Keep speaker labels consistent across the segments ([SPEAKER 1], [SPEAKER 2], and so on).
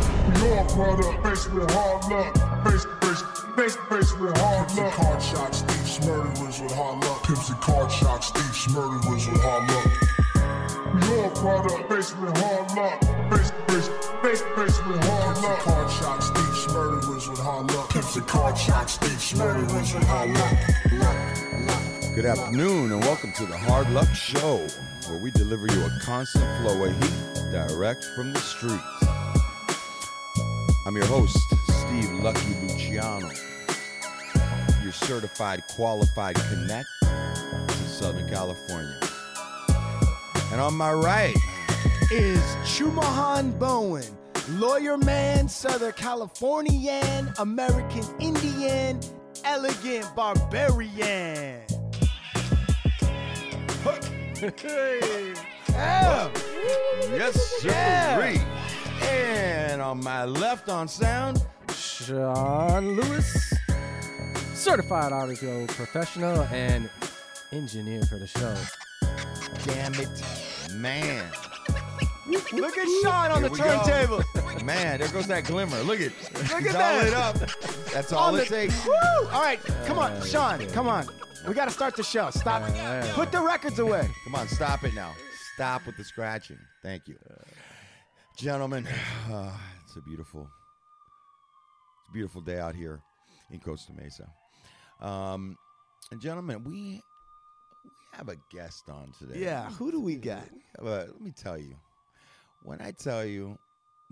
[SPEAKER 1] all butter, face with hard luck, face, face, face, face with hard
[SPEAKER 2] Pimps and
[SPEAKER 1] luck.
[SPEAKER 2] card shots, thieves, murderers with hard luck. Pimps and card shots, thieves, murderers with hard luck.
[SPEAKER 1] We all butter, face with hard luck, face, face, face, face with hard
[SPEAKER 2] Pimps and
[SPEAKER 1] luck.
[SPEAKER 2] card shots, thieves, murderers with hard luck. Pimps and card shots, thieves, murderers with hard luck. Luck, luck.
[SPEAKER 3] Good afternoon, and welcome to the Hard Luck Show, where we deliver you a constant flow of heat direct from the streets. I'm your host, Steve Lucky Luciano, your certified qualified connect to Southern California. And on my right,
[SPEAKER 4] is Chumahan Bowen, lawyer man, Southern Californian, American Indian, elegant barbarian. Yeah.
[SPEAKER 3] yes, sir.
[SPEAKER 4] Yeah.
[SPEAKER 3] And on my left on sound,
[SPEAKER 5] Sean Lewis, certified audio professional and engineer for the show.
[SPEAKER 3] damn it, man.
[SPEAKER 4] Look at Sean on
[SPEAKER 3] Here
[SPEAKER 4] the
[SPEAKER 3] we go.
[SPEAKER 4] turntable.
[SPEAKER 3] Man, there goes that glimmer. Look at Look
[SPEAKER 4] at
[SPEAKER 3] it's
[SPEAKER 4] that.
[SPEAKER 3] all lit up. That's all
[SPEAKER 4] on
[SPEAKER 3] it
[SPEAKER 4] the,
[SPEAKER 3] takes.
[SPEAKER 4] Woo! All right, come on, Sean, come on. We got to start the show. Stop.
[SPEAKER 5] Yeah.
[SPEAKER 4] Put the records away.
[SPEAKER 3] Come on, stop it now. Stop with the scratching. Thank you. Gentlemen, ah, it's a beautiful it's a beautiful day out here in Costa Mesa. Um, and gentlemen, we we have a guest on today.
[SPEAKER 4] Yeah, who do we got?
[SPEAKER 3] But let me tell you, when I tell you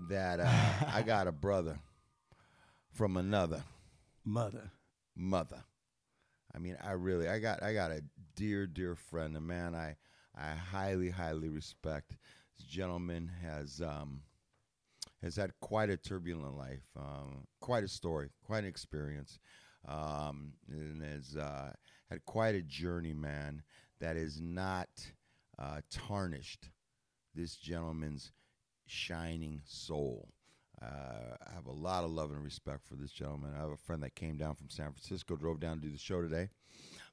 [SPEAKER 3] that uh, I got a brother from another
[SPEAKER 4] Mother.
[SPEAKER 3] mother. I mean, I really, I got, I got a dear, dear friend, a man I, I highly, highly respect. This gentleman has, um, has had quite a turbulent life, um, quite a story, quite an experience, um, and has uh, had quite a journey, man. That is not uh, tarnished this gentleman's shining soul. Uh, I have a lot of love and respect for this gentleman. I have a friend that came down from San Francisco, drove down to do the show today.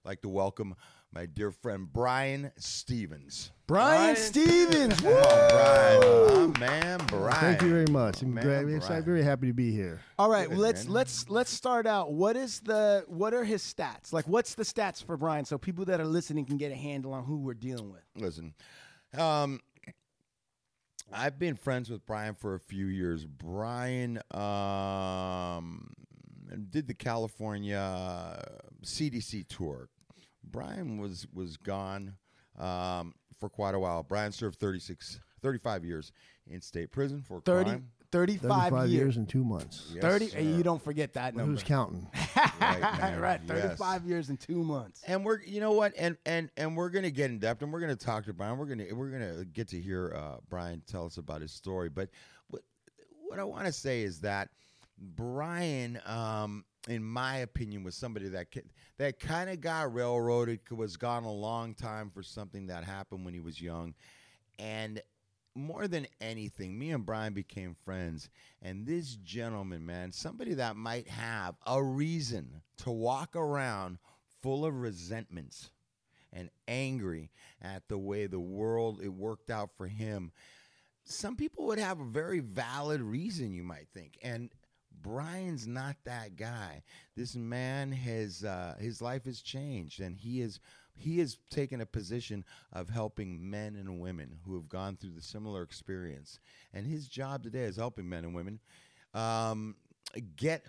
[SPEAKER 3] I'd like to welcome my dear friend Brian Stevens.
[SPEAKER 4] Brian
[SPEAKER 5] Brian.
[SPEAKER 4] Stevens.
[SPEAKER 3] Come
[SPEAKER 4] Woo!
[SPEAKER 3] on, Brian. Oh, man, Brian.
[SPEAKER 6] Thank you very much. I'm
[SPEAKER 3] Man,
[SPEAKER 6] glad- I'm excited-
[SPEAKER 3] Brian.
[SPEAKER 6] very happy to be here.
[SPEAKER 4] All right,
[SPEAKER 3] Good,
[SPEAKER 4] let's
[SPEAKER 3] man.
[SPEAKER 4] let's let's start out. What is the what are his stats? Like what's the stats for Brian so people that are listening can get a handle on who we're dealing with?
[SPEAKER 3] Listen, um, I've been friends with Brian for a few years. Brian um, did the California uh, CDC tour. Brian was was gone um, for quite a while. Brian served 36, 35 years in state prison for
[SPEAKER 4] 30
[SPEAKER 3] crime.
[SPEAKER 4] 35,
[SPEAKER 6] 35 years.
[SPEAKER 4] years.
[SPEAKER 6] and two months.
[SPEAKER 3] Yes,
[SPEAKER 4] 30
[SPEAKER 3] sir.
[SPEAKER 4] and you don't forget that number.
[SPEAKER 6] Who's counting?
[SPEAKER 3] Right, man.
[SPEAKER 4] right,
[SPEAKER 3] Yes.
[SPEAKER 4] 35 years and 2 months.
[SPEAKER 3] And we're, you know what, and and and we're gonna get in depth, and we're gonna talk to Brian. We're gonna we're gonna get to hear uh, Brian tell us about his story. But what what I want to say is that Brian, um, in my opinion, was somebody that ki- that kind of got railroaded, was gone a long time for something that happened when he was young, and more than anything, me and Brian became friends. And this gentleman, man, somebody that might have a reason to walk around full of resentments and angry at the way the world it worked out for him. Some people would have a very valid reason, you might think. And Brian's not that guy. This man has uh, his life has changed, and he is he has taken a position of helping men and women who have gone through the similar experience. And his job today is helping men and women um, get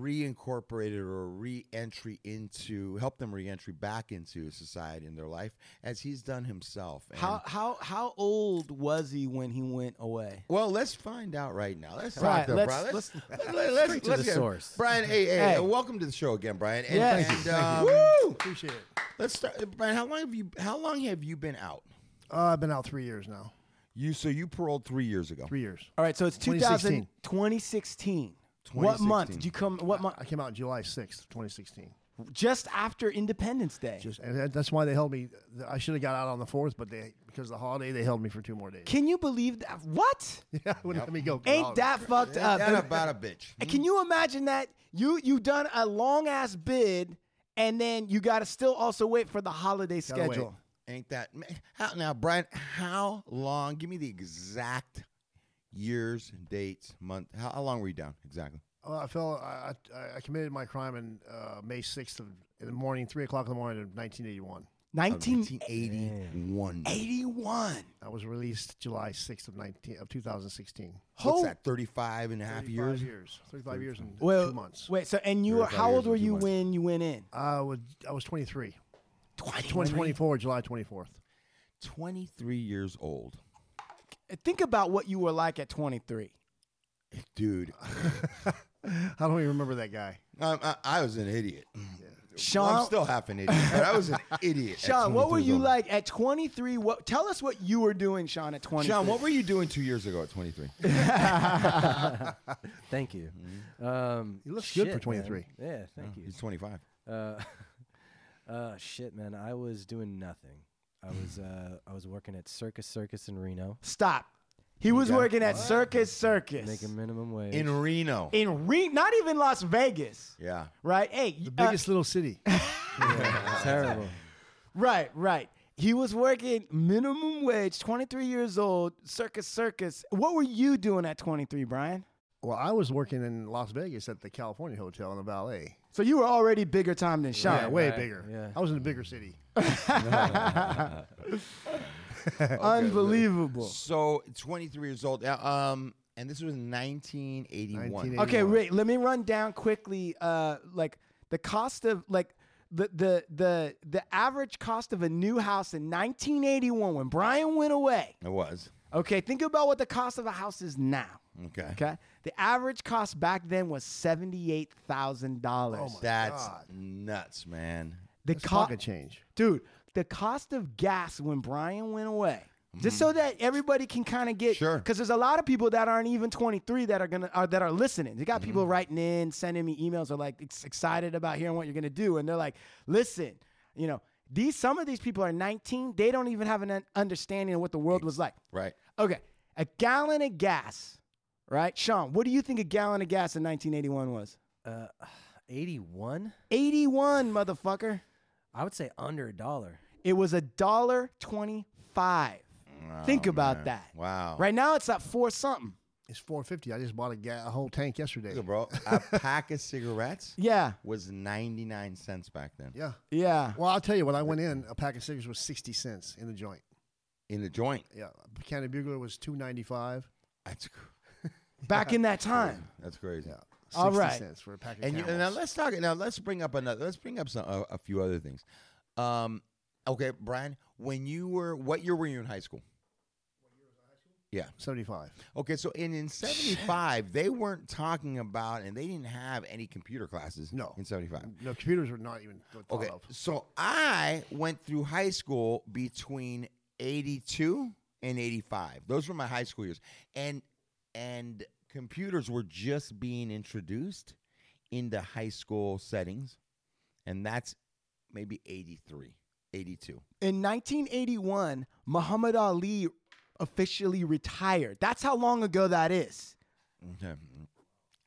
[SPEAKER 3] reincorporated or re-entry into help them re-entry back into society in their life as he's done himself. And-
[SPEAKER 4] How how how old was he when he went away?
[SPEAKER 3] well, let's find out right now. Let's talk
[SPEAKER 4] Right,
[SPEAKER 3] to
[SPEAKER 4] let's-
[SPEAKER 3] Brian. Let's,
[SPEAKER 4] let's-
[SPEAKER 3] let's, let's-
[SPEAKER 5] straight to
[SPEAKER 3] let's
[SPEAKER 5] the
[SPEAKER 3] get-
[SPEAKER 5] source.
[SPEAKER 3] Brian, hey, hey,
[SPEAKER 4] Hey.
[SPEAKER 3] uh, welcome to the show again, Brian. And,
[SPEAKER 4] Yes.
[SPEAKER 3] and,
[SPEAKER 4] Thank you,
[SPEAKER 3] um,
[SPEAKER 4] Woo!
[SPEAKER 6] Appreciate it.
[SPEAKER 3] Let's start, Brian. How long have you? How long have you been out?
[SPEAKER 6] Uh, I've been out three years now.
[SPEAKER 3] You so you paroled three years ago.
[SPEAKER 6] Three years.
[SPEAKER 4] All right, so it's 2000,
[SPEAKER 6] 2016.
[SPEAKER 4] 2016. What month
[SPEAKER 3] 2016.
[SPEAKER 4] did you come what month
[SPEAKER 6] I came out July 6th, 2016.
[SPEAKER 4] just after Independence Day?
[SPEAKER 6] Just and that- that's why they held me. I should have got out on the 4th, but they because of the holiday they held me for two more days.
[SPEAKER 4] Can you believe that? What?
[SPEAKER 6] Yeah, wouldn't let me go.
[SPEAKER 4] Ain't that fucked
[SPEAKER 3] Ain't
[SPEAKER 4] up?
[SPEAKER 3] that about a bitch?
[SPEAKER 4] And Can you imagine that you you done a long ass bid and then you got to still also wait for the holiday
[SPEAKER 6] Gotta wait.
[SPEAKER 4] schedule?
[SPEAKER 3] Ain't that ma- how, now, Brian? How long? Give me the exact years, dates, month. How, how long were you down exactly?
[SPEAKER 6] Well, I fell. I, I, I committed my crime in uh, May sixth of in the morning, three o'clock in the morning of nineteen eighty one.
[SPEAKER 3] Of
[SPEAKER 4] 1981.
[SPEAKER 3] 1981.
[SPEAKER 6] I was released July sixth of nineteen of two thousand sixteen.
[SPEAKER 3] What's that? 35 and a half years.
[SPEAKER 6] years, thirty-five years and
[SPEAKER 4] Well,
[SPEAKER 6] two months.
[SPEAKER 4] Wait, so and you were
[SPEAKER 3] 35
[SPEAKER 4] how
[SPEAKER 3] years
[SPEAKER 4] old
[SPEAKER 3] and
[SPEAKER 4] were
[SPEAKER 3] two
[SPEAKER 4] you
[SPEAKER 3] months.
[SPEAKER 4] when you went in?
[SPEAKER 6] I was I was twenty three. Twenty four, July twenty fourth.
[SPEAKER 3] 23 years old.
[SPEAKER 4] Think about what you were like at 23.
[SPEAKER 3] Dude,
[SPEAKER 6] How do we remember that guy?
[SPEAKER 3] um, I, I was an idiot. Well,
[SPEAKER 4] Sean,
[SPEAKER 3] I'm still half an idiot, but I was an idiot. at
[SPEAKER 4] Sean, what
[SPEAKER 3] 23
[SPEAKER 4] were
[SPEAKER 3] years
[SPEAKER 4] you
[SPEAKER 3] old.
[SPEAKER 4] like at 23? What tell us what you were doing, Sean, at 23.
[SPEAKER 3] Sean, what were you doing two years ago at 23?
[SPEAKER 5] Thank you. Um,
[SPEAKER 6] You look good for
[SPEAKER 5] shit, man.
[SPEAKER 6] 23.
[SPEAKER 5] Yeah, thank you.
[SPEAKER 3] He's 25.
[SPEAKER 5] Uh, uh, shit, man. I was doing nothing. I was uh, I was working at Circus Circus in Reno,
[SPEAKER 4] Stop. He was working at Circus Circus
[SPEAKER 5] making minimum wage.
[SPEAKER 3] In Reno.
[SPEAKER 4] in re- not even Las Vegas,
[SPEAKER 3] yeah.
[SPEAKER 4] right? Hey,
[SPEAKER 6] The
[SPEAKER 4] uh,
[SPEAKER 6] biggest little city.
[SPEAKER 5] Yeah, terrible.
[SPEAKER 4] right, right. He was working minimum wage, 23 years old, Circus Circus. What were you doing at 23, Brian?
[SPEAKER 6] Well, I was working in Las Vegas at the California Hotel in the valet.
[SPEAKER 4] So you were already bigger time than Sean.
[SPEAKER 6] Yeah, way
[SPEAKER 5] right,
[SPEAKER 6] bigger.
[SPEAKER 5] yeah.
[SPEAKER 6] I was in a bigger city.
[SPEAKER 4] Unbelievable.
[SPEAKER 3] So 23 years old. Uh, um, and this was 1981.
[SPEAKER 6] 1981.
[SPEAKER 4] Okay,
[SPEAKER 6] anymore.
[SPEAKER 4] wait. Let me run down quickly. Uh, like the cost of like the the the the average cost of a new house in 1981 when Brian went away.
[SPEAKER 3] It was.
[SPEAKER 4] Okay, think about what the cost of a house is now.
[SPEAKER 3] Okay.
[SPEAKER 4] Okay, the average cost back then was seventy eight thousand dollars.
[SPEAKER 3] Oh That's nuts, man.
[SPEAKER 4] The
[SPEAKER 6] It's
[SPEAKER 4] cost,
[SPEAKER 6] pocket change.
[SPEAKER 4] dude. The cost of gas when Brian went away. Just so that everybody can kind of get,
[SPEAKER 3] Mm-hmm. Sure.
[SPEAKER 4] Because there's a lot of people that aren't even 23 that are gonna are, that are listening. They got
[SPEAKER 3] Mm-hmm.
[SPEAKER 4] people writing in, sending me emails, are like ex- excited about hearing what you're gonna do, and they're like, "Listen, you know, these some of these people are 19. They don't even have an un- understanding of what the world was like.
[SPEAKER 3] Right.
[SPEAKER 4] Okay, a gallon of gas, right? Sean, what do you think a gallon of gas in 1981 was?
[SPEAKER 5] Uh, 81?
[SPEAKER 4] 81, motherfucker.
[SPEAKER 5] I would say under a dollar.
[SPEAKER 4] It was a dollar 25. Think
[SPEAKER 3] Oh,
[SPEAKER 4] about
[SPEAKER 3] man.
[SPEAKER 4] that.
[SPEAKER 3] Wow.
[SPEAKER 4] Right now it's at four something.
[SPEAKER 6] It's four fifty. I just bought a, ga- a whole tank yesterday.
[SPEAKER 3] Look, bro, a pack of cigarettes
[SPEAKER 4] Yeah,
[SPEAKER 3] was 99 cents back then
[SPEAKER 6] Yeah.
[SPEAKER 4] yeah.
[SPEAKER 6] Well, I'll tell you when I went in, a pack of cigarettes was sixty cents in the joint.
[SPEAKER 3] in the joint.
[SPEAKER 6] Yeah, Canada Bugler was two ninety five.
[SPEAKER 3] That's cr-
[SPEAKER 4] Back in that time.
[SPEAKER 3] that's crazy.
[SPEAKER 6] Yeah,
[SPEAKER 4] All right.
[SPEAKER 6] cents for a pack of
[SPEAKER 3] And, you, and now
[SPEAKER 6] Camels.
[SPEAKER 3] let's talk. Now let's bring up another. Let's bring up some uh, a, a few other things. Um, okay, Brian, when you were what year were you in high school?
[SPEAKER 6] seventy five.
[SPEAKER 3] Okay, so in in '75 they weren't talking about and they didn't have any computer classes.
[SPEAKER 6] No.
[SPEAKER 3] in '75.
[SPEAKER 6] No, computers were not even thought
[SPEAKER 3] Okay,
[SPEAKER 6] of.
[SPEAKER 3] so I went through high school between '82 and '85. Those were my high school years, and and computers were just being introduced into high school settings, and that's maybe '83, '82.
[SPEAKER 4] In 1981, Muhammad Ali officially retired. That's how long ago that is.
[SPEAKER 3] Okay.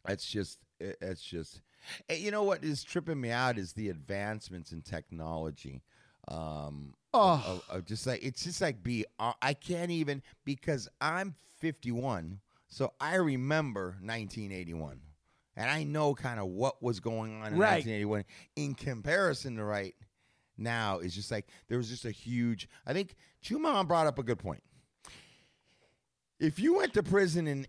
[SPEAKER 3] That's just it- that's just Eh, you know what is tripping me out is the advancements in technology. Um of-
[SPEAKER 4] Oh.
[SPEAKER 3] of- of just like it's just like be uh, I can't even because I'm 51, so I remember 1981. And I know kind of what was going on in
[SPEAKER 4] Right.
[SPEAKER 3] 1981 in comparison to right now is just like there was just a huge I think Chumon brought up a good point. If you went to prison in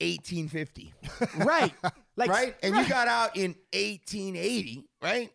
[SPEAKER 3] 1850,
[SPEAKER 4] Right. Like
[SPEAKER 3] right? And you got out in 1880, right?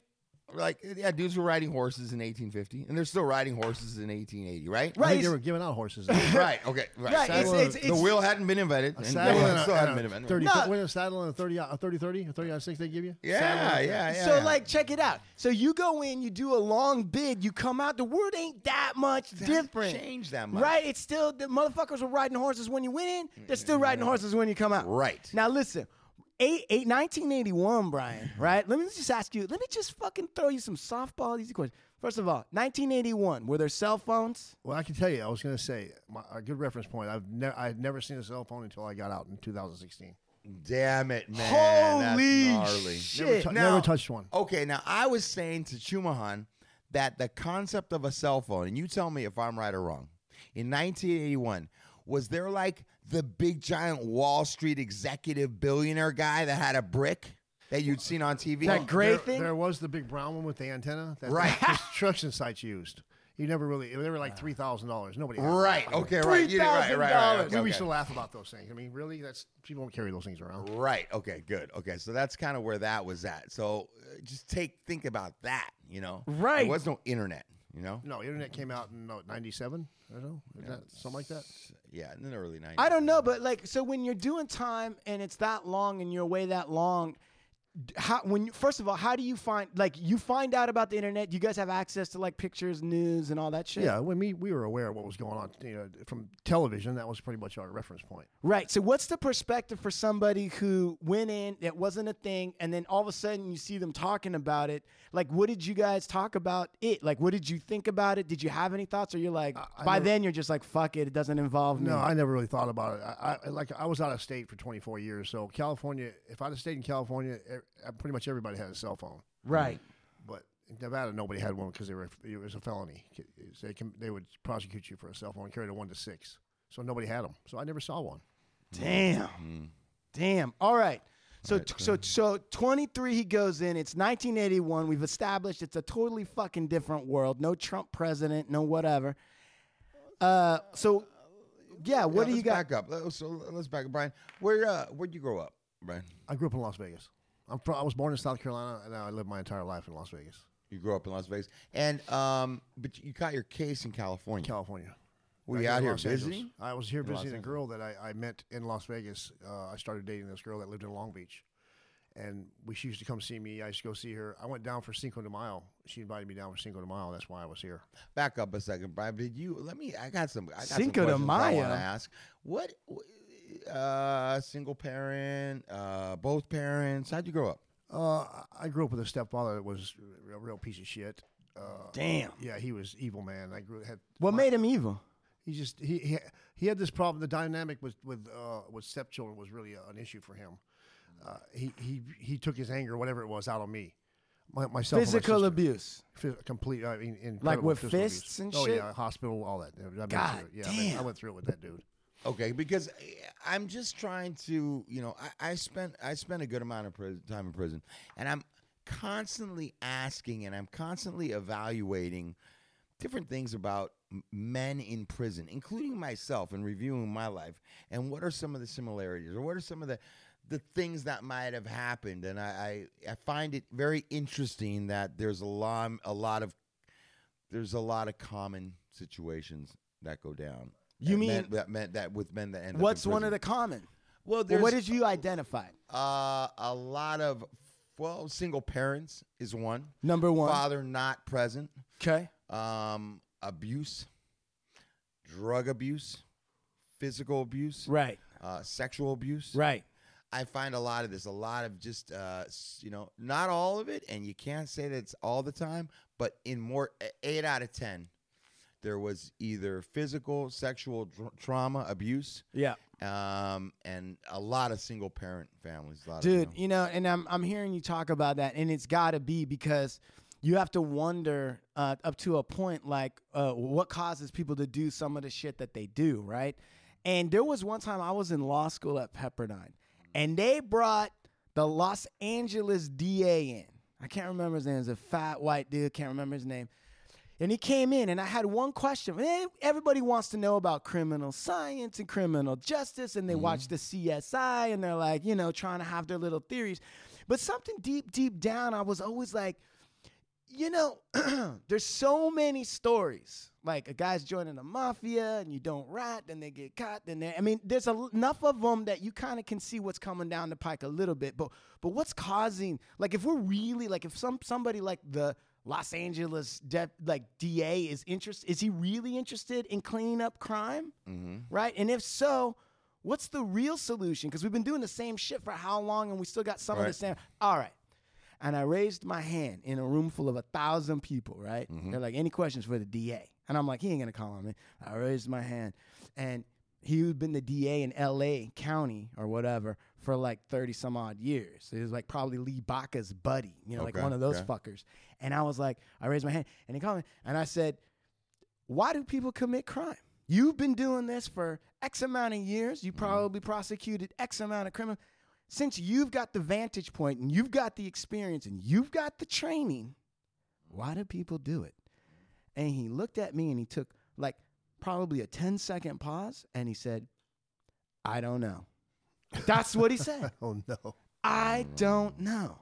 [SPEAKER 3] Like, yeah, dudes were riding horses in 1850, and they're still riding horses in 1880, right?
[SPEAKER 6] I
[SPEAKER 4] Right.
[SPEAKER 6] think they were giving out horses.
[SPEAKER 3] Right. Okay. Right.
[SPEAKER 4] Right,
[SPEAKER 3] Saddle-
[SPEAKER 4] it's- it's-
[SPEAKER 3] the
[SPEAKER 4] it's-
[SPEAKER 3] wheel hadn't been invented.
[SPEAKER 6] A
[SPEAKER 3] and
[SPEAKER 6] saddle
[SPEAKER 3] the
[SPEAKER 6] and
[SPEAKER 3] still
[SPEAKER 6] a,
[SPEAKER 3] hadn't
[SPEAKER 6] and
[SPEAKER 3] been
[SPEAKER 6] a
[SPEAKER 3] invented.
[SPEAKER 6] thirty.
[SPEAKER 4] No.
[SPEAKER 6] foot- what is a saddle and a thirty, a thirty thirty, a thirty out of six they give you.
[SPEAKER 3] Yeah, yeah, yeah.
[SPEAKER 4] So
[SPEAKER 3] yeah.
[SPEAKER 4] like, check it out. So you go in, you do a long bid, you come out. The word ain't that much
[SPEAKER 3] Hasn't
[SPEAKER 4] different,
[SPEAKER 3] changed that much,
[SPEAKER 4] right? It's still the motherfuckers were riding horses when you went in. They're still riding horses when you come out.
[SPEAKER 3] Right.
[SPEAKER 4] Now listen, eight, eight, 1981, Brian. Right. Let me just ask you. Let me just fucking throw you some softball easy questions. First of all, 1981. Were there cell phones?
[SPEAKER 6] Well, I can tell you, I was going to say my, a good reference point. I've never, I've never seen a cell phone until I got out in 2016.
[SPEAKER 3] Damn it, man.
[SPEAKER 4] Holy
[SPEAKER 3] that's gnarly.
[SPEAKER 6] Never,
[SPEAKER 4] shit!
[SPEAKER 6] tou-
[SPEAKER 3] Now-
[SPEAKER 6] never touched one.
[SPEAKER 3] Okay, now I was saying to Chumahan that the concept of a cell phone, and you tell me if I'm right or wrong, in 1981 was there like the big giant Wall Street executive billionaire guy that had a brick that you'd seen on TV?
[SPEAKER 4] That gray
[SPEAKER 6] there,
[SPEAKER 4] thing.
[SPEAKER 6] There was the big brown one with the antenna. That
[SPEAKER 3] Right.
[SPEAKER 6] The construction sites used. You never really. They were like three thousand dollars. Nobody. had them.
[SPEAKER 3] Right. Okay. Right. You- Right. Right. Right.
[SPEAKER 4] $3,000.
[SPEAKER 3] Okay,
[SPEAKER 6] We
[SPEAKER 3] okay.
[SPEAKER 6] used to laugh about those things. I mean, really, that's people don't carry those things around.
[SPEAKER 3] Right. Okay. Good. Okay. So that's kind of where that was at. So uh, just take think about that. You know.
[SPEAKER 4] Right.
[SPEAKER 3] There was no internet. You know.
[SPEAKER 6] No, internet came out in no, '97. I don't know, Is that something like that.
[SPEAKER 3] Yeah. In the early nineties.
[SPEAKER 4] I don't know, but like, so when you're doing time and it's that long and you're away that long, d- how when you, first of all, how do you find like you find out about the internet? You guys have access to like pictures, news, and all that shit.
[SPEAKER 6] Yeah, when we we were aware of what was going on, you know, from television. That was pretty much our reference point.
[SPEAKER 4] Right. So what's the perspective for somebody who went in that wasn't a thing and then all of a sudden you see them talking about it? Like what did you guys talk about it? Like what did you think about it? Did you have any thoughts or you're like
[SPEAKER 6] I
[SPEAKER 4] by
[SPEAKER 6] never-
[SPEAKER 4] then you're just like fuck it, it doesn't involve me.
[SPEAKER 6] No, I never really thought about it. I, I like I was out of state for 24 years, so California. If I'd have stayed in California, e- pretty much everybody had a cell phone.
[SPEAKER 4] right.
[SPEAKER 6] But in Nevada, nobody had one because they were it was a felony. They can, they would prosecute you for a cell phone carried a one to six. So nobody had them. So I never saw one.
[SPEAKER 4] Damn. Damn. Hmm. All right. So, t- so so 23 he goes in it's 1981 we've established it's a totally fucking different world no trump president no whatever uh so yeah what
[SPEAKER 3] Yeah,
[SPEAKER 4] do you
[SPEAKER 3] let's
[SPEAKER 4] got
[SPEAKER 3] Back up. Let- So let's back up, Brian. Where uh, where'd you grow up, Brian?
[SPEAKER 6] I grew up in Las Vegas. I'm from, I was born in South Carolina, and I lived my entire life in Las Vegas,
[SPEAKER 3] You grew up in Las Vegas, and um, but you got your case in California.
[SPEAKER 6] California.
[SPEAKER 3] Were
[SPEAKER 6] Right
[SPEAKER 3] you
[SPEAKER 6] in
[SPEAKER 3] out here
[SPEAKER 6] Los Angeles.
[SPEAKER 3] visiting?
[SPEAKER 6] I was here
[SPEAKER 3] Los
[SPEAKER 6] visiting a
[SPEAKER 3] Angeles.
[SPEAKER 6] girl that I, I met in Las Vegas. Uh, I started dating this girl that lived in Long Beach, and we, she used to come see me. I used to go see her. I went down for Cinco de Mayo. She invited me down for Cinco de Mayo. That's why I was here.
[SPEAKER 3] Back up a second, Brian. Did you? Let me. I got some. I got some
[SPEAKER 4] Cinco de
[SPEAKER 3] questions I
[SPEAKER 4] Mayo?
[SPEAKER 3] want to ask. What? wh- Uh, single parent, uh, both parents. How'd you grow up?
[SPEAKER 6] Uh, I grew up with a stepfather that was a real piece of shit. Uh,
[SPEAKER 4] damn
[SPEAKER 6] yeah, he was evil man. I grew had
[SPEAKER 4] What made him evil?
[SPEAKER 6] he just he he, he had this problem. The dynamic with with uh, with stepchildren was really an issue for him. Uh, he he he took his anger, whatever it was, out on me, my, myself. and my
[SPEAKER 4] Physical
[SPEAKER 6] sister.
[SPEAKER 4] abuse.
[SPEAKER 6] Fi- complete. I mean, incredible
[SPEAKER 4] with
[SPEAKER 6] physical abuse.
[SPEAKER 4] fists and
[SPEAKER 6] oh,
[SPEAKER 4] shit?
[SPEAKER 6] yeah, hospital, all that. I've been
[SPEAKER 4] God
[SPEAKER 6] through it. yeah, I mean, I
[SPEAKER 4] damn.
[SPEAKER 6] went through it with that dude.
[SPEAKER 3] Okay, because eh, I'm just trying to, you know, I, I spent I spent a good amount of pris time in prison, and I'm constantly asking and I'm constantly evaluating different things about m- men in prison, including myself, and reviewing my life and what are some of the similarities or what are some of the the things that might have happened, and I I, I find it very interesting that there's a lot a lot of there's a lot of common situations that go down. That
[SPEAKER 4] You mean-
[SPEAKER 3] men- that meant that with men that end
[SPEAKER 4] What's
[SPEAKER 3] up in
[SPEAKER 4] one of the
[SPEAKER 3] prison.
[SPEAKER 4] common?
[SPEAKER 3] well?
[SPEAKER 4] Well,
[SPEAKER 3] There's
[SPEAKER 4] what did you identify?
[SPEAKER 3] uh, a lot of well single parents is one.
[SPEAKER 4] Number one.
[SPEAKER 3] Father not present.
[SPEAKER 4] Okay.
[SPEAKER 3] Um, abuse, drug abuse, physical abuse,
[SPEAKER 4] Right.
[SPEAKER 3] uh, sexual abuse.
[SPEAKER 4] Right.
[SPEAKER 3] I find a lot of this, a lot of just, uh, s- you know, not all of it, and you can't say that it's all the time, but in more, e- eight out of 10, there was either physical, sexual dr- trauma, abuse,
[SPEAKER 4] Yeah.
[SPEAKER 3] um, and a lot of single parent families. A lot
[SPEAKER 4] Dude,
[SPEAKER 3] of, you know.
[SPEAKER 4] you know, and I'm I'm hearing you talk about that, and it's got to be because you have to wonder uh, up to a point like uh, what causes people to do some of the shit that they do, right? And there was one time I was in law school at Pepperdine, and they brought the Los Angeles DA in. I can't remember his name. It's a fat white dude. Can't remember his name. And he came in, and I had one question. Eh, Everybody wants to know about criminal science and criminal justice, and they watch the CSI and they're like, you know, trying to have their little theories. But something deep, deep down, I was always like, you know, there's so many stories. Like a guy's joining the mafia and you don't rat, then they get caught. Then they, I mean, there's a, enough of them that you kind of can see what's coming down the pike a little bit. But but what's causing? Like if we're really like if some somebody like the Los Angeles de- like DA is interest is he really interested in cleaning up crime, right? And if so. What's the real solution? Because we've been doing the same shit for how long, and we still got some of the
[SPEAKER 3] Right.
[SPEAKER 4] same. All right, and I raised my hand in a room full of a thousand people, right?
[SPEAKER 3] Mm-hmm.
[SPEAKER 4] They're like, any questions for the DA? And I'm like, he ain't gonna call on me. I raised my hand. And he'd been the DA in LA County or whatever for like 30 some odd years. He was like probably Lee Baca's buddy, you know, like
[SPEAKER 3] Okay,
[SPEAKER 4] one of those
[SPEAKER 3] okay.
[SPEAKER 4] fuckers. And I was like, I raised my hand and he called me and I said, Why do people commit crime? You've been doing this for X amount of years. You
[SPEAKER 3] Mm-hmm.
[SPEAKER 4] probably prosecuted X amount of criminal. Since you've got the vantage point and you've got the experience and you've got the training, why do people do it? And he looked at me and he took like probably a 10 second pause and he said, I don't know. That's what he said.
[SPEAKER 6] Oh no.
[SPEAKER 4] I don't know.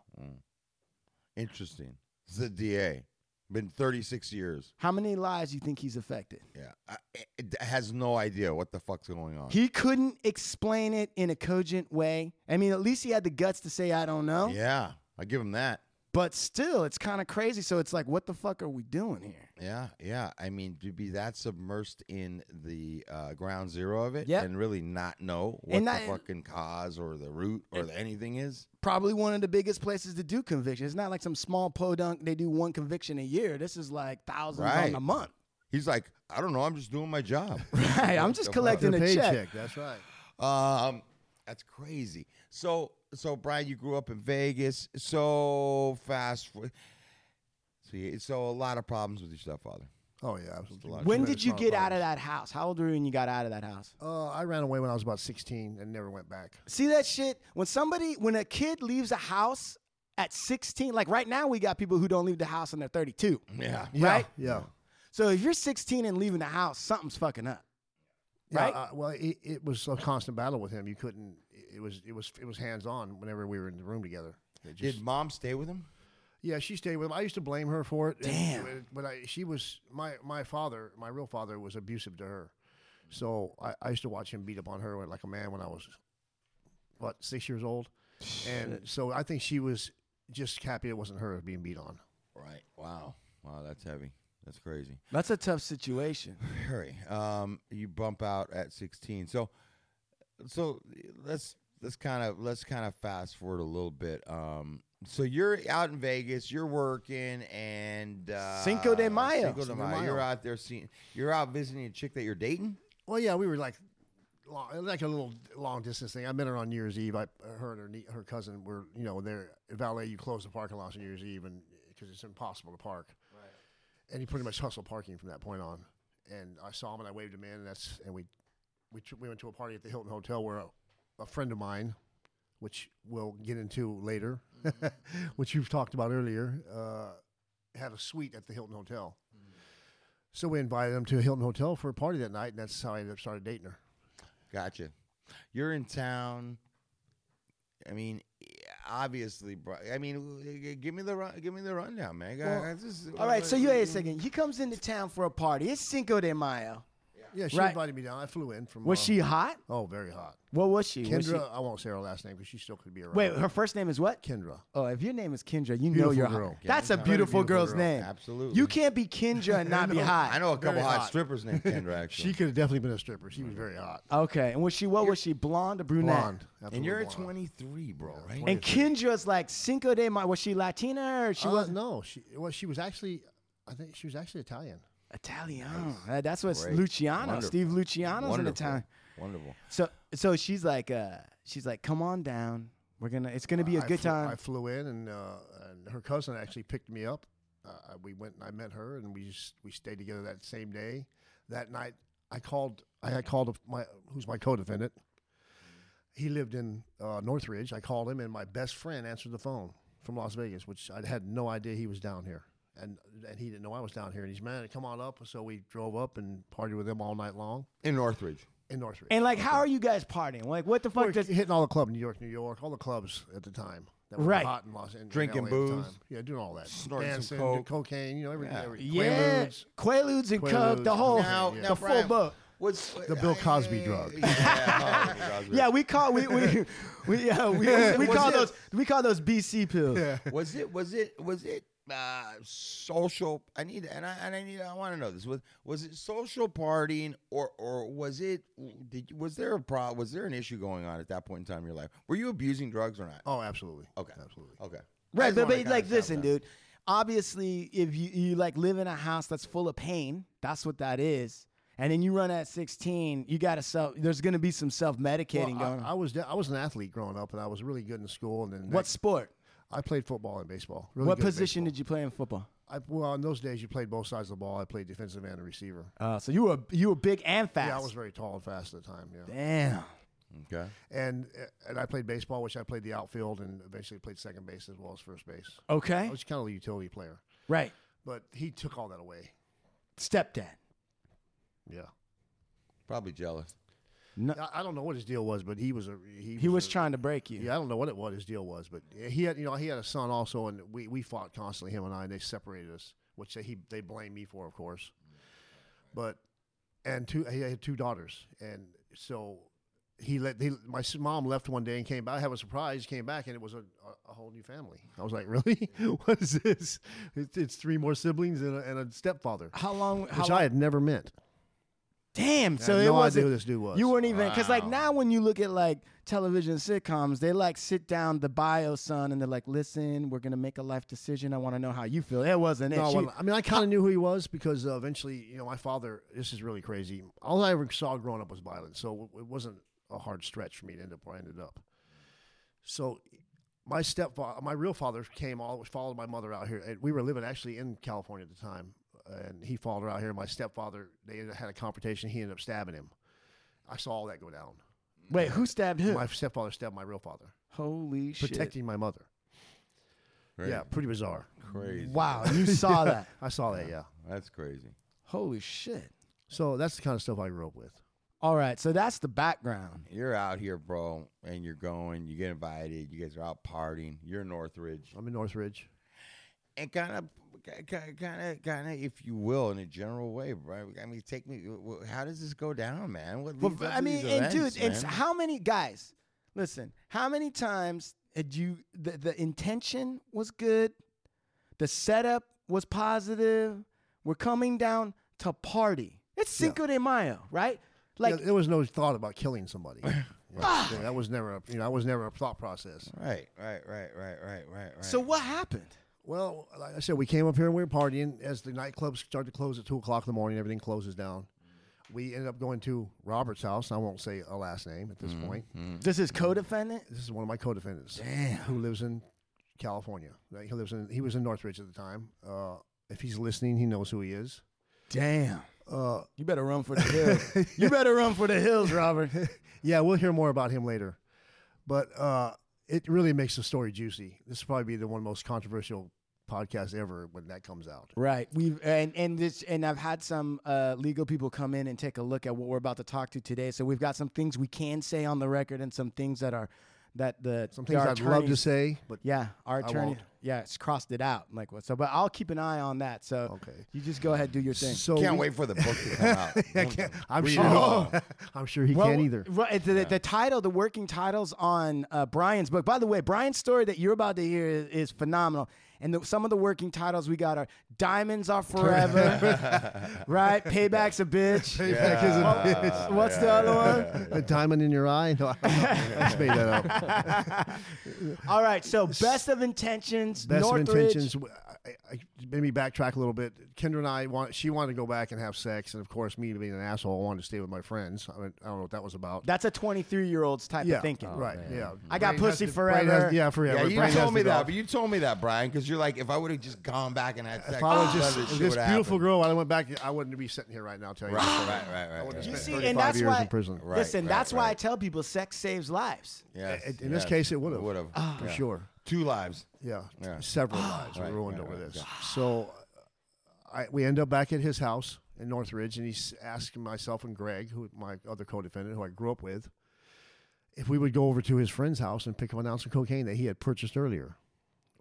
[SPEAKER 3] Interesting. It's the DA. Been 36 years.
[SPEAKER 4] How many lives you think he's affected?
[SPEAKER 3] Yeah. I, it- it has no idea what the fuck's going on.
[SPEAKER 4] He couldn't explain it in a cogent way. I mean, at least he had the guts to say, I don't know.
[SPEAKER 3] yeah. I give him that.
[SPEAKER 4] But still, it's kind of crazy. So it's like, what the fuck are we doing here?
[SPEAKER 3] Yeah, yeah. I mean, to be that submersed in the uh, ground zero of it
[SPEAKER 4] Yep.
[SPEAKER 3] and really not know what
[SPEAKER 4] And
[SPEAKER 3] the
[SPEAKER 4] that-
[SPEAKER 3] fucking cause or the root or the anything is.
[SPEAKER 4] Probably one of the biggest places to do convictions. It's not like some small podunk, they do one conviction a year. This is like thousands
[SPEAKER 3] Right.
[SPEAKER 4] on a month.
[SPEAKER 3] He's like, I don't know. I'm just doing my job.
[SPEAKER 4] Right. I'm just
[SPEAKER 3] The fuck?
[SPEAKER 4] collecting a
[SPEAKER 6] Paycheck.
[SPEAKER 4] check.
[SPEAKER 6] That's right.
[SPEAKER 3] Um, that's crazy. So, so Brian, you grew up in Vegas. So fast. fo- So, you- so a lot of problems with your stepfather.
[SPEAKER 6] Oh yeah. It
[SPEAKER 3] a lot
[SPEAKER 6] was
[SPEAKER 3] of
[SPEAKER 4] When did you get out of that house? How old were you when you got out of that house?
[SPEAKER 6] Uh, I ran away when I was about 16 and never went back.
[SPEAKER 4] See that shit? When somebody, when a kid leaves a house at 16, like right now, we got people who don't leave the house and they're 32.
[SPEAKER 3] Yeah.
[SPEAKER 4] Right?
[SPEAKER 6] Yeah.
[SPEAKER 4] So if you're 16 and leaving the house, something's fucking up.
[SPEAKER 6] Yeah,
[SPEAKER 4] Right?
[SPEAKER 6] uh, well, it, it was a constant battle with him. You couldn't. It was. It was. It was hands on. Whenever we were in the room together, It just-
[SPEAKER 3] Did mom stay with him?
[SPEAKER 6] yeah, she stayed with him. I used to blame her for it. and-
[SPEAKER 4] Damn.
[SPEAKER 6] but I, she was my my father. My real father was abusive to her, so I, I used to watch him beat up on her like a man when I was what six years old, and so I think she was just happy it wasn't her being beat on.
[SPEAKER 3] Right. Wow. Wow. That's heavy. That's crazy.
[SPEAKER 4] That's a tough situation.
[SPEAKER 3] Harry, um, you bump out at 16. So, so let's let's kind of let's kind of fast forward a little bit. Um, so you're out in Vegas, you're working, and uh,
[SPEAKER 4] Cinco de Mayo.
[SPEAKER 3] Cinco de
[SPEAKER 6] Cinco de
[SPEAKER 3] Mayo.
[SPEAKER 6] Mayo.
[SPEAKER 3] You're out there seeing. You're out visiting a chick that you're dating.
[SPEAKER 6] Well, yeah, we were like, long, like a little long distance thing. I met her on New Year's Eve. I, her and her, nie- her cousin were, you know, they're in valet. You close the parking lot on New Year's Eve, and because it's impossible to park. Right. And you pretty much hustle parking from that point on. And I saw him, and I waved him in, and that's, and we, we, tr- we went to a party at the Hilton Hotel where a, a friend of mine, which we'll get into later, which you've talked about earlier, uh, had a suite at the Hilton Hotel. So we invited him to a Hilton Hotel for a party that night, and that's how I ended up started dating her.
[SPEAKER 3] Gotcha. You're in town. I mean, obviously, bro. I mean, give me the run, give me the rundown, man. I- I just-
[SPEAKER 4] All right, so you wait a second. He comes into town for a party. It's Cinco de Mayo.
[SPEAKER 6] Yeah, she
[SPEAKER 4] Right.
[SPEAKER 6] invited me down. I flew in from.
[SPEAKER 4] Was
[SPEAKER 6] uh,
[SPEAKER 4] she hot?
[SPEAKER 6] Oh, very hot.
[SPEAKER 4] What was she? Was she-
[SPEAKER 6] Kendra. I won't say her last name because she still could be around.
[SPEAKER 4] Wait, her first name is what?
[SPEAKER 6] Kendra.
[SPEAKER 4] Oh, if your name is Kendra, you know
[SPEAKER 6] Beautiful
[SPEAKER 4] you're
[SPEAKER 6] girl.
[SPEAKER 4] hot. That's a
[SPEAKER 3] Kendra.
[SPEAKER 4] beautiful,
[SPEAKER 6] Beautiful
[SPEAKER 4] girl's
[SPEAKER 6] girl.
[SPEAKER 4] name.
[SPEAKER 3] Absolutely.
[SPEAKER 4] You can't be Kendra and not be hot.
[SPEAKER 3] I know a couple
[SPEAKER 6] Very
[SPEAKER 3] hot,
[SPEAKER 6] hot.
[SPEAKER 3] strippers named Kendra. Actually,
[SPEAKER 6] She could have definitely been a stripper. She was very hot.
[SPEAKER 4] Okay, and was she what was she? Blonde or brunette?
[SPEAKER 6] Blonde.
[SPEAKER 3] And
[SPEAKER 6] absolutely
[SPEAKER 3] you're at
[SPEAKER 6] blonde.
[SPEAKER 3] 23, bro, right?
[SPEAKER 4] And Kendra's like Cinco de Mayo. Was she Latina or she
[SPEAKER 6] Uh,
[SPEAKER 4] was
[SPEAKER 6] no, she well, she was actually. I think she was actually Italian.
[SPEAKER 4] Italian? Uh, That's what
[SPEAKER 3] Great.
[SPEAKER 4] Luciano,
[SPEAKER 3] Wonderful.
[SPEAKER 4] Steve Luciano's in the town.
[SPEAKER 3] Wonderful.
[SPEAKER 4] So so she's like uh she's like come on down. We're gonna it's gonna be a
[SPEAKER 6] Uh, I
[SPEAKER 4] good
[SPEAKER 6] flew-
[SPEAKER 4] time.
[SPEAKER 6] I flew in, and, uh, and her cousin actually picked me up. Uh, we went and I met her, and we just, we stayed together that same day. That night, I called. I had called my who's my co-defendant. He lived in uh, Northridge. I called him, and my best friend answered the phone from Las Vegas, which I had no idea he was down here, and and he didn't know I was down here. And he's man, come on up. So we drove up and partied with him all night long
[SPEAKER 3] In Northridge.
[SPEAKER 6] in Northridge.
[SPEAKER 4] and like how are you guys partying? Like what the
[SPEAKER 6] We
[SPEAKER 4] fuck
[SPEAKER 6] were
[SPEAKER 4] does
[SPEAKER 6] hitting all the club, New York, New York, all the clubs at the time. That were
[SPEAKER 4] Right.
[SPEAKER 6] Hot in Los Angeles.
[SPEAKER 3] Drinking booze.
[SPEAKER 6] Yeah, doing all that.
[SPEAKER 3] Snorting some
[SPEAKER 6] Dancing,
[SPEAKER 3] coke.
[SPEAKER 6] cocaine, you know, everything.
[SPEAKER 3] Yeah.
[SPEAKER 6] every-
[SPEAKER 4] Yeah,
[SPEAKER 6] Quaaludes.
[SPEAKER 4] Quaaludes and Coke, the
[SPEAKER 6] Quaaludes.
[SPEAKER 4] whole
[SPEAKER 6] Now-
[SPEAKER 4] the
[SPEAKER 6] now,
[SPEAKER 4] full boat.
[SPEAKER 3] What's
[SPEAKER 6] The Bill Cosby drug.
[SPEAKER 3] Yeah, oh, Bill Cosby.
[SPEAKER 4] Yeah, we call we we we, yeah, we, we,
[SPEAKER 3] What's
[SPEAKER 4] call
[SPEAKER 3] it?
[SPEAKER 4] those we call those BC pills.
[SPEAKER 3] was it? Was it? Was it? Uh, social. I need and I and I need. I want to know this. Was was it social partying or or was it? Did you- was there a pro? Was there an issue going on at that point in time in your life? Were you abusing drugs or not?
[SPEAKER 6] Oh, absolutely.
[SPEAKER 3] Okay.
[SPEAKER 6] Absolutely.
[SPEAKER 3] Okay. I
[SPEAKER 4] Right,
[SPEAKER 3] just
[SPEAKER 4] but,
[SPEAKER 3] wanted to
[SPEAKER 4] but like
[SPEAKER 3] kinda
[SPEAKER 4] listen,
[SPEAKER 3] sound
[SPEAKER 4] dude. Obviously, if you, you like live in a house that's full of pain, that's what that is. And then you run at 16, you gotta self. There's gonna be some self medicating
[SPEAKER 6] Well,
[SPEAKER 4] going.
[SPEAKER 6] I,
[SPEAKER 4] on.
[SPEAKER 6] I was de- I was an athlete growing up, and I was really good in school. And then
[SPEAKER 4] what
[SPEAKER 6] next-
[SPEAKER 4] sport?
[SPEAKER 6] I played football and baseball. Really
[SPEAKER 4] what
[SPEAKER 6] good at
[SPEAKER 4] position
[SPEAKER 6] baseball.
[SPEAKER 4] did you play in football?
[SPEAKER 6] I, well, in those days, you played both sides of the ball. I played defensive end and receiver.
[SPEAKER 4] Uh, so you were you were big and fast.
[SPEAKER 6] Yeah, I was very tall and fast at the time. Yeah,
[SPEAKER 4] Damn.
[SPEAKER 3] Okay.
[SPEAKER 6] and and I played baseball, which I played the outfield and eventually played second base as well as first base. I
[SPEAKER 4] Okay.
[SPEAKER 6] was kind of a utility player,
[SPEAKER 4] Right.
[SPEAKER 6] but he took all that away.
[SPEAKER 4] Stepdad.
[SPEAKER 6] Yeah,
[SPEAKER 3] Probably jealous.
[SPEAKER 6] I, I don't know what his deal was, but he was a he,
[SPEAKER 4] He was
[SPEAKER 6] a-
[SPEAKER 4] trying to break you.
[SPEAKER 6] Yeah, I don't know what it what his deal was, but he had you know he had a son also, and we, we fought constantly him and I, and they separated us, which they, he they blamed me for, of course. But and two he had two daughters, and so he let he, my s- mom left one day and came back. I have a surprise, came back, and it was a, a, a whole new family. I was like, really, what is this? It's, it's three more siblings and a, and a stepfather,
[SPEAKER 4] How long? How
[SPEAKER 6] which
[SPEAKER 4] long?
[SPEAKER 6] I had never met.
[SPEAKER 4] Damn.
[SPEAKER 6] I
[SPEAKER 4] So
[SPEAKER 6] had
[SPEAKER 4] it
[SPEAKER 6] no idea
[SPEAKER 4] wasn't.
[SPEAKER 6] who this dude was.
[SPEAKER 4] You weren't even because like
[SPEAKER 3] Wow.
[SPEAKER 4] now when you look at like television sitcoms, they like sit down the bio son and they're like, listen, we're gonna make a life decision. I want to know how you feel. It wasn't it.
[SPEAKER 6] No,
[SPEAKER 4] She-
[SPEAKER 6] well, I mean, I kind of knew who he was because uh, eventually, you know, my father. This is really crazy. All I ever saw growing up was violence, so it wasn't a hard stretch for me to end up where I ended up. So, my stepfather, my real father, came all followed my mother out here, and we were living actually in California at the time. And he followed her out here. My stepfather, they ended- had a confrontation. He ended up stabbing him. I saw all that go down.
[SPEAKER 4] Wait, who stabbed who?
[SPEAKER 6] My stepfather stabbed my real father,
[SPEAKER 4] Holy shit!
[SPEAKER 6] protecting my mother.
[SPEAKER 3] Right?
[SPEAKER 6] Yeah, pretty bizarre.
[SPEAKER 3] Crazy.
[SPEAKER 4] Wow, you saw that.
[SPEAKER 6] I saw that. Yeah.
[SPEAKER 3] That's crazy.
[SPEAKER 4] Holy shit!
[SPEAKER 6] So that's the kind of stuff I grew up with.
[SPEAKER 4] All right, so that's the background.
[SPEAKER 3] You're out here, bro, and you're going. You get invited. You guys are out partying. You're in Northridge,
[SPEAKER 6] I'm in Northridge.
[SPEAKER 3] and kind of, kind of, kind of, if you will, in a general way, right? I mean, take me. wh- How does this go down, man? What
[SPEAKER 4] Well,
[SPEAKER 3] leads up
[SPEAKER 4] I
[SPEAKER 3] to
[SPEAKER 4] mean,
[SPEAKER 3] these
[SPEAKER 4] and
[SPEAKER 3] events,
[SPEAKER 4] dude, it's
[SPEAKER 3] man?
[SPEAKER 4] how many guys? Listen, how many times had you the, the intention was good, the setup was positive. We're coming down to party. It's Cinco de Mayo, right? Like,
[SPEAKER 6] yeah, there was no thought about killing somebody. Yeah, that was never, a, you know, that was never a thought process.
[SPEAKER 3] right, right, right, right, right, right, right.
[SPEAKER 4] so what happened?
[SPEAKER 6] Well, like I said, we came up here and we were partying. As the nightclubs start to close at two o'clock in the morning, everything closes down. We ended up going to Robert's house. I won't say a last name at this point.
[SPEAKER 4] This is co-defendant.
[SPEAKER 6] This is one of my co-defendants who lives in California. Like, He lives in, he was in Northridge at the time. Uh, if he's listening, he knows who he is.
[SPEAKER 4] Damn,
[SPEAKER 6] Uh,
[SPEAKER 4] you better run for the hills. you better run for the hills, Robert.
[SPEAKER 6] Yeah, we'll hear more about him later. But uh, it really makes the story juicy. This will probably be the one most controversial podcast ever when that comes out.
[SPEAKER 4] Right. We've and and this and I've had some uh, legal people come in and take a look at what we're about to talk to today. So we've got some things we can say on the record and some things that are that the
[SPEAKER 6] Some things
[SPEAKER 4] our
[SPEAKER 6] I'd love to
[SPEAKER 4] attorneys-
[SPEAKER 6] say, but
[SPEAKER 4] Yeah, our attorney.
[SPEAKER 6] won't.
[SPEAKER 4] Yeah, it's crossed it out like what. So, but I'll keep an eye on that. So
[SPEAKER 6] Okay.
[SPEAKER 4] you just go ahead do your thing.
[SPEAKER 6] so
[SPEAKER 3] can't
[SPEAKER 6] we-
[SPEAKER 3] wait for the book to come out.
[SPEAKER 6] I can't, I'm
[SPEAKER 3] Read it
[SPEAKER 6] sure.
[SPEAKER 3] all.
[SPEAKER 6] I'm sure he
[SPEAKER 4] Well,
[SPEAKER 6] can't either.
[SPEAKER 4] Right, the, the title, the working titles on uh, Brian's book. By the way, Brian's story that you're about to hear is, is phenomenal. And the, some of the working titles we got are "Diamonds Are Forever," right? "Payback's a Bitch."
[SPEAKER 6] Payback is a
[SPEAKER 4] What-
[SPEAKER 6] bitch.
[SPEAKER 4] What's the other one?
[SPEAKER 6] A diamond in your eye? No, I don't know. I just made that up.
[SPEAKER 4] All right, so best of intentions,
[SPEAKER 6] Best
[SPEAKER 4] Northridge.
[SPEAKER 6] of intentions. w- I, I, made me backtrack a little bit. Kendra and I want. She wanted to go back and have sex, and of course, me being an asshole, I wanted to stay with my friends. I, mean, I don't know what that was about.
[SPEAKER 4] That's a 23-year-old's type of thinking.
[SPEAKER 3] Oh,
[SPEAKER 6] Right.
[SPEAKER 3] Mm-hmm.
[SPEAKER 6] Yeah. Oh,
[SPEAKER 4] I got
[SPEAKER 6] Brain has
[SPEAKER 4] pussy
[SPEAKER 6] to-
[SPEAKER 4] forever.
[SPEAKER 6] brain has- yeah, forever.
[SPEAKER 3] Yeah,
[SPEAKER 6] Brain
[SPEAKER 3] you
[SPEAKER 6] has
[SPEAKER 3] told me
[SPEAKER 6] to
[SPEAKER 3] that,
[SPEAKER 6] go.
[SPEAKER 3] but you told me that, Brian, because you're like, if I would have just gone back and had sex,
[SPEAKER 6] If I was
[SPEAKER 3] none of this
[SPEAKER 6] just this,
[SPEAKER 3] shit would've
[SPEAKER 6] beautiful
[SPEAKER 3] happened.
[SPEAKER 6] girl, I went back. I wouldn't be sitting here right now telling
[SPEAKER 3] Right,
[SPEAKER 6] you.
[SPEAKER 3] right, right, right. right.
[SPEAKER 6] You
[SPEAKER 4] You
[SPEAKER 6] Spent
[SPEAKER 4] see,
[SPEAKER 6] 35
[SPEAKER 4] and that's
[SPEAKER 6] years
[SPEAKER 4] why.
[SPEAKER 6] in prison.
[SPEAKER 3] Right,
[SPEAKER 4] listen,
[SPEAKER 3] right,
[SPEAKER 4] that's why I
[SPEAKER 3] right.
[SPEAKER 4] tell people sex saves lives.
[SPEAKER 3] Yes,
[SPEAKER 6] In- in this case, it would've. Ah.
[SPEAKER 3] Would have
[SPEAKER 6] For sure.
[SPEAKER 3] two lives.
[SPEAKER 6] Yeah.
[SPEAKER 3] Yeah. Ah.
[SPEAKER 6] Several lives were
[SPEAKER 3] Right,
[SPEAKER 6] ruined
[SPEAKER 3] right,
[SPEAKER 6] over
[SPEAKER 3] right,
[SPEAKER 6] this. So uh, I, we end up back at his house in Northridge, and he's asking myself and Greg, who my other co-defendant, who I grew up with, if we would go over to his friend's house and pick up an ounce of cocaine that he had purchased earlier.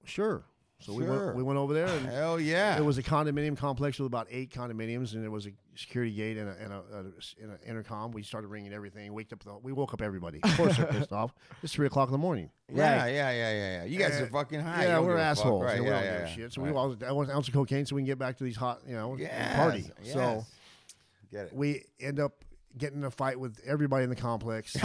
[SPEAKER 6] Sure. So we
[SPEAKER 3] Sure.
[SPEAKER 6] went, we went over there and
[SPEAKER 3] Hell yeah.
[SPEAKER 6] It was a condominium complex with about eight condominiums, and there was a security gate and a, and a, a- and a intercom. We started ringing everything. Waked up the, we woke up everybody. Of course, they're pissed off. It's three o'clock in the morning.
[SPEAKER 3] yeah, yeah, yeah, yeah, yeah. You guys
[SPEAKER 6] Uh,
[SPEAKER 3] are fucking high. You
[SPEAKER 6] yeah,
[SPEAKER 3] don't
[SPEAKER 6] we're
[SPEAKER 3] give a fuck,
[SPEAKER 6] assholes.
[SPEAKER 3] Right,
[SPEAKER 6] and we
[SPEAKER 3] yeah,
[SPEAKER 6] don't
[SPEAKER 3] yeah,
[SPEAKER 6] give a
[SPEAKER 3] yeah.
[SPEAKER 6] shit. So
[SPEAKER 3] Right.
[SPEAKER 6] we all I want an ounce of cocaine so we can get back to these hot, you know,
[SPEAKER 3] Yes,
[SPEAKER 6] party. So
[SPEAKER 3] yes. get it.
[SPEAKER 6] we end up getting in a fight with everybody in the complex. e,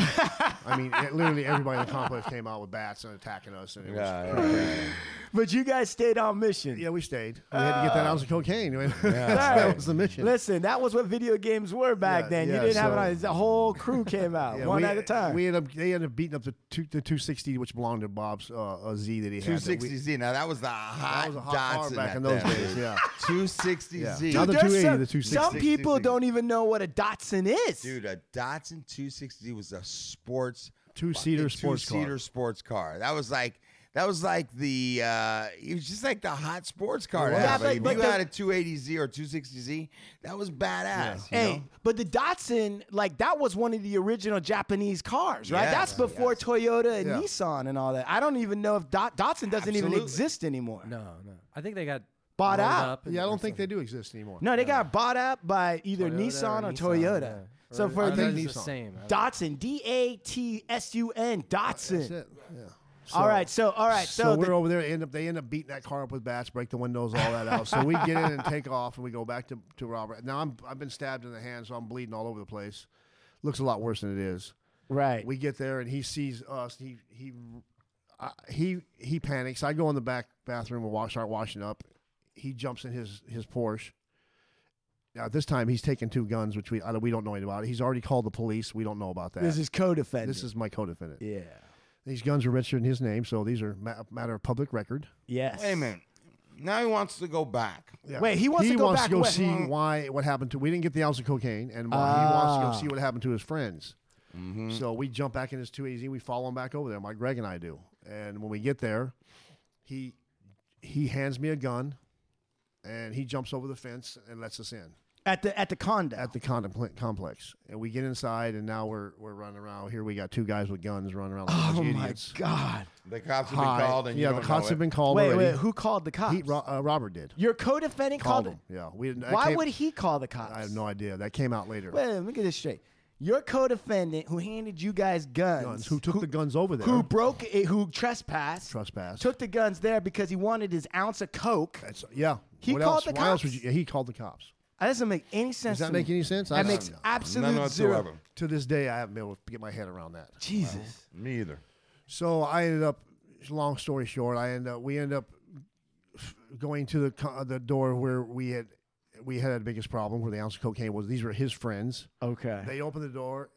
[SPEAKER 6] I mean, it- literally everybody in the complex came out with bats and attacking us, and it
[SPEAKER 3] Yeah,
[SPEAKER 6] was
[SPEAKER 3] yeah, yeah, yeah.
[SPEAKER 4] but you guys stayed on mission.
[SPEAKER 6] Yeah, we stayed. We had to get that ounce of cocaine.
[SPEAKER 4] right.
[SPEAKER 6] that was the mission.
[SPEAKER 4] Listen, that was what video games were back
[SPEAKER 6] Yeah,
[SPEAKER 4] then. you
[SPEAKER 6] yeah,
[SPEAKER 4] didn't have it
[SPEAKER 6] so-
[SPEAKER 4] on. The whole crew came out,
[SPEAKER 6] Yeah,
[SPEAKER 4] one
[SPEAKER 6] we-
[SPEAKER 4] at a time.
[SPEAKER 6] We ended up they ended up beating up the two the 260, which belonged to Bob's uh, a Z that he had. that we-
[SPEAKER 3] 260Z. Now that was the hot
[SPEAKER 6] that was a hot car
[SPEAKER 3] Datsun
[SPEAKER 6] back
[SPEAKER 3] at
[SPEAKER 6] in those
[SPEAKER 3] that
[SPEAKER 6] days.
[SPEAKER 3] age.
[SPEAKER 6] Yeah.
[SPEAKER 3] 260Z.
[SPEAKER 6] Yeah. Now the
[SPEAKER 4] There's
[SPEAKER 6] 280,
[SPEAKER 4] some,
[SPEAKER 6] the 260.
[SPEAKER 4] Some people don't even know what a Datsun is.
[SPEAKER 3] Dude, a Datsun 260 was a sports
[SPEAKER 6] Two-seater sports car.
[SPEAKER 3] two-seater sports car. That was like that was like the uh it was just like the hot sports car. to
[SPEAKER 4] Yeah,
[SPEAKER 3] have.
[SPEAKER 4] but-
[SPEAKER 3] Like, if
[SPEAKER 4] but
[SPEAKER 3] you
[SPEAKER 4] the-
[SPEAKER 3] had a 280Z or 260Z, that was badass. you
[SPEAKER 4] Hey,
[SPEAKER 3] know?
[SPEAKER 4] but the Datsun, like that was one of the original Japanese cars, right?
[SPEAKER 3] Yes,
[SPEAKER 4] That's before
[SPEAKER 3] yes.
[SPEAKER 4] Toyota and
[SPEAKER 6] Yeah.
[SPEAKER 4] Nissan and all that. I don't even know if Dot, Datsun doesn't
[SPEAKER 3] Absolutely.
[SPEAKER 4] even exist anymore.
[SPEAKER 5] No, no. I think they got
[SPEAKER 4] Bought
[SPEAKER 5] rolled
[SPEAKER 4] out.
[SPEAKER 5] up and-
[SPEAKER 6] Yeah, I
[SPEAKER 5] or
[SPEAKER 6] don't think they
[SPEAKER 5] something.
[SPEAKER 6] do exist anymore.
[SPEAKER 4] No, they got bought up by either
[SPEAKER 5] Toyota
[SPEAKER 4] Nissan or,
[SPEAKER 5] Nissan,
[SPEAKER 4] Toyota.
[SPEAKER 5] yeah.
[SPEAKER 4] So
[SPEAKER 5] Or-
[SPEAKER 4] for
[SPEAKER 5] I
[SPEAKER 4] the
[SPEAKER 5] thought it was
[SPEAKER 6] these-
[SPEAKER 5] the same. I-
[SPEAKER 4] Datsun, D A T S U N,
[SPEAKER 6] That's
[SPEAKER 4] Datsun.
[SPEAKER 6] it. Yeah.
[SPEAKER 4] All right, so all right, so,
[SPEAKER 6] we're
[SPEAKER 4] the-
[SPEAKER 6] over there. End up they end up beating that car up with bats, break the windows, all that out. So we get in and take off, and we go back to, to Robert. Now I'm I've been stabbed in the hand, so I'm bleeding all over the place. Looks a lot worse than it is.
[SPEAKER 4] right,
[SPEAKER 6] We get there and he sees us. He he I, he he panics. I go in the back bathroom and wash, start washing up. He jumps in his his Porsche. Now this time he's taking two guns, which we I, don't- we don't know anything about. He's already called the police. We don't know about that.
[SPEAKER 4] this is co-defendant.
[SPEAKER 6] this is my co-defendant.
[SPEAKER 4] yeah,
[SPEAKER 6] These guns are registered in his name, so these are ma- matter of public record.
[SPEAKER 4] yes.
[SPEAKER 3] Wait a minute. Now he wants to go back.
[SPEAKER 6] Yeah.
[SPEAKER 4] Wait, he wants to go back west.
[SPEAKER 6] see why what happened to. We didn't get the ounce of cocaine, and he wants
[SPEAKER 4] Ah. Mm-hmm.
[SPEAKER 6] to go see what happened to his friends. So we jump back in his two eighty, we follow him back over there. My Greg and I do, and when we get there, he he hands me a gun, and he jumps over the fence and lets us in
[SPEAKER 4] At the at the condo.
[SPEAKER 6] at the condo complex. And we get inside, and now we're we're running around. Here we got two guys with guns running around. Like a bunch
[SPEAKER 4] oh
[SPEAKER 6] of
[SPEAKER 4] my
[SPEAKER 6] idiots.
[SPEAKER 4] God!
[SPEAKER 3] The cops have
[SPEAKER 6] Hi.
[SPEAKER 3] been called and
[SPEAKER 6] yeah,
[SPEAKER 3] you
[SPEAKER 6] the
[SPEAKER 3] don't
[SPEAKER 6] cops
[SPEAKER 3] know
[SPEAKER 6] have
[SPEAKER 3] it.
[SPEAKER 6] been called
[SPEAKER 4] Wait,
[SPEAKER 6] already.
[SPEAKER 4] wait, who called the cops?
[SPEAKER 6] He- Ro- uh, Robert did.
[SPEAKER 4] Your co-defendant
[SPEAKER 6] Called
[SPEAKER 4] called.
[SPEAKER 6] him. Yeah, we didn't. that
[SPEAKER 4] Why
[SPEAKER 6] came-
[SPEAKER 4] would he call the cops?
[SPEAKER 6] I have no idea. That came out later.
[SPEAKER 4] Wait, let me get this straight. Your co-defendant who handed you guys guns,
[SPEAKER 6] guns. Who took the guns over there?
[SPEAKER 4] who broke it, who trespassed,
[SPEAKER 6] Trespass.
[SPEAKER 4] took the guns there because he wanted his ounce of coke.
[SPEAKER 6] That's, yeah.
[SPEAKER 4] He
[SPEAKER 6] what
[SPEAKER 4] called
[SPEAKER 6] else?
[SPEAKER 4] the
[SPEAKER 6] Why else would
[SPEAKER 4] cops.
[SPEAKER 6] you? yeah, He called the cops.
[SPEAKER 4] That doesn't make any sense.
[SPEAKER 6] Does
[SPEAKER 4] to
[SPEAKER 6] that make
[SPEAKER 4] me.
[SPEAKER 6] any sense? I
[SPEAKER 4] That
[SPEAKER 6] don't
[SPEAKER 4] makes
[SPEAKER 6] know.
[SPEAKER 3] None
[SPEAKER 4] absolute
[SPEAKER 3] whatsoever.
[SPEAKER 4] zero.
[SPEAKER 6] to this day I haven't been able to get my head around that.
[SPEAKER 4] Jesus.
[SPEAKER 3] Me either.
[SPEAKER 6] So I ended up. Long story short, I end up. We end up going to the co- the door where we had we had the biggest problem where the ounce of cocaine was. These were his friends.
[SPEAKER 4] Okay.
[SPEAKER 6] They opened the door.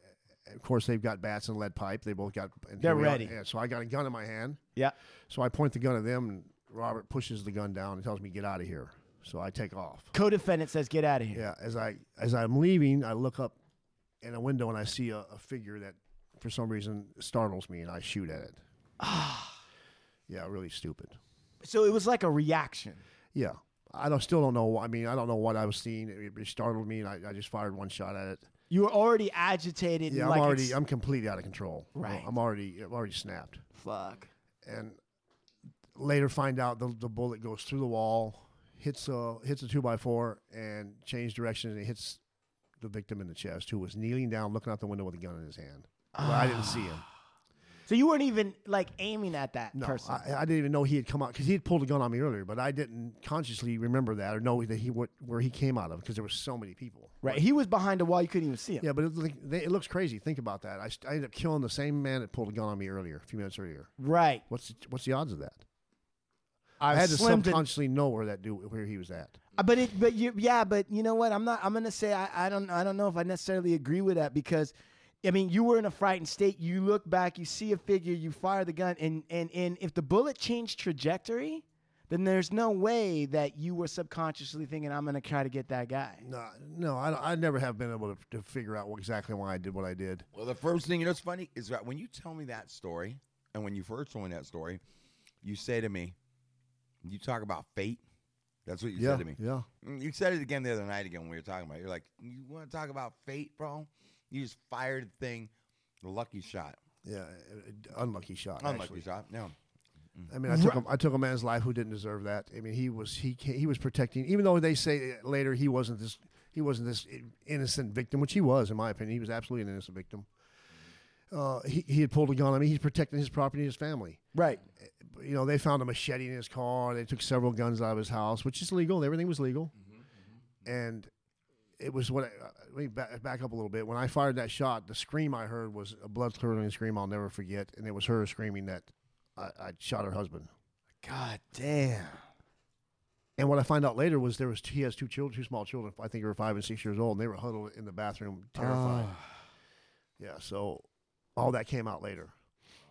[SPEAKER 6] Of course, they've got bats and lead pipe. They both got. and
[SPEAKER 4] They're
[SPEAKER 6] here we are.
[SPEAKER 4] ready.
[SPEAKER 6] Yeah, so I got a gun in my hand.
[SPEAKER 4] yeah.
[SPEAKER 6] So I point the gun at them, and Robert pushes the gun down and tells me, "Get out of here." So I take off.
[SPEAKER 4] Co-defendant says, "Get out of here."
[SPEAKER 6] Yeah, as I as I'm leaving, I look up in a window and I see a, a figure that, for some reason, startles me, and I shoot at it. yeah, really stupid.
[SPEAKER 4] So it was like a reaction.
[SPEAKER 6] Yeah, I don't still don't know. why- I mean, I don't know what I was seeing. It, it startled me, and I, I just fired one shot at it.
[SPEAKER 4] You were already agitated.
[SPEAKER 6] Yeah,
[SPEAKER 4] and like
[SPEAKER 6] I'm already
[SPEAKER 4] it's-
[SPEAKER 6] I'm completely out of control. I'm-
[SPEAKER 4] Right.
[SPEAKER 6] I'm already I'm already snapped.
[SPEAKER 4] fuck.
[SPEAKER 6] and later find out the, the bullet goes through the wall, hits a hits a two by four, and changed direction and it hits the victim in the chest, who was kneeling down, looking out the window with a gun in his hand. Well, I didn't see him.
[SPEAKER 4] So you weren't even like aiming at that
[SPEAKER 6] No,
[SPEAKER 4] person.
[SPEAKER 6] I, I didn't even know he had come out because he had pulled a gun on me earlier, but I didn't consciously remember that or know that he what, where he came out of because there were so many people.
[SPEAKER 4] right. He was behind a wall. You couldn't even see him.
[SPEAKER 6] Yeah, but it, look- they- it looks crazy. Think about that. I, st- I ended up killing the same man that pulled a gun on me earlier, a few minutes earlier.
[SPEAKER 4] Right.
[SPEAKER 6] What's the, what's the odds of that?
[SPEAKER 4] I,
[SPEAKER 6] I had to
[SPEAKER 4] slimmed it-
[SPEAKER 6] subconsciously know where that dude where he was at.
[SPEAKER 4] Uh, But it, but you, yeah, but you know what? I'm not. I'm gonna say I, I don't. I don't know if I necessarily agree with that because, I mean, you were in a frightened state. You look back, you see a figure, you fire the gun, and and and if the bullet changed trajectory, then there's no way that you were subconsciously thinking, "I'm gonna try to get that guy."
[SPEAKER 6] No, no, I, I never have been able to, to figure out what, exactly why I did what I did.
[SPEAKER 3] Well, the first thing you know, it's funny is that when you tell me that story, and when you first told me that story, you say to me, "You talk about fate." That's what you
[SPEAKER 6] yeah,
[SPEAKER 3] said to me.
[SPEAKER 6] yeah.
[SPEAKER 3] Mm, You said it again the other night again when we were talking about. it. You're like, "You want to talk about fate, bro? You just fired the thing, the lucky shot,
[SPEAKER 6] Yeah, uh, unlucky shot.
[SPEAKER 3] unlucky
[SPEAKER 6] actually.
[SPEAKER 3] shot." No,
[SPEAKER 6] I mean, I took a, I took a man's life who didn't deserve that. I mean, he was he ca- he was protecting, even though they say later he wasn't this he wasn't this i- innocent victim, which he was in my opinion. He was absolutely an innocent victim. Uh, he he had pulled a gun. I mean, he's protecting his property, and his family.
[SPEAKER 4] Right.
[SPEAKER 6] You know, they found a machete in his car. They took several guns out of his house, which is legal. Everything was legal. and it was what I, let me back, back up a little bit. When I fired that shot, the scream I heard was a blood curdling scream I'll never forget, and it was her screaming that I, I shot her husband. I
[SPEAKER 4] God damn.
[SPEAKER 6] And what I find out later was there was he has two children, two small children. I think they were five and six years old, and they were huddled in the bathroom, terrified. Yeah, so all that came out later.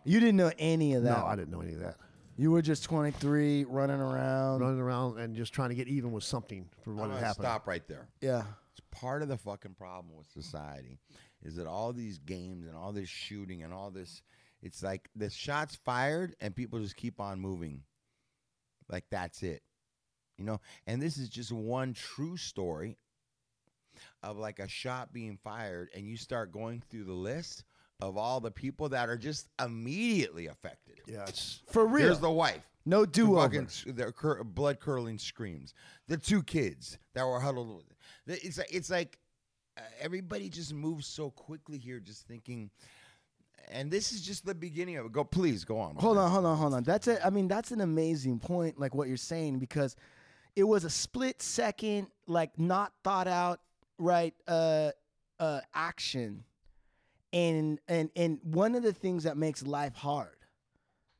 [SPEAKER 4] You didn't know any of that.
[SPEAKER 6] No, I didn't know any of that.
[SPEAKER 4] you were just 23, running around.
[SPEAKER 6] Running around and just trying to get even with something for
[SPEAKER 3] I'm
[SPEAKER 6] what had
[SPEAKER 3] gonna
[SPEAKER 6] happened.
[SPEAKER 3] stop right there.
[SPEAKER 4] Yeah.
[SPEAKER 3] It's part of the fucking problem with society is that all these games and all this shooting and all this it's like the shots fired and people just keep on moving. Like that's it. You know, and this is just one true story of like a shot being fired and you start going through the list of all the people that are just immediately affected.
[SPEAKER 6] Yeah, it's
[SPEAKER 4] For real.
[SPEAKER 3] Here's the wife
[SPEAKER 4] no
[SPEAKER 3] two
[SPEAKER 4] do
[SPEAKER 3] fucking s- their cur- blood curdling screams. The two kids that were huddled. With, the- it's like, it's like uh, everybody just moves so quickly here, just thinking. And this is just the beginning of it. Go, please go on.
[SPEAKER 4] Hold
[SPEAKER 3] Brian.
[SPEAKER 4] on, hold on, hold on. That's a I mean, that's an amazing point, like what you're saying, because it was a split second, like not thought out, right, uh uh action. And and and one of the things that makes life hard,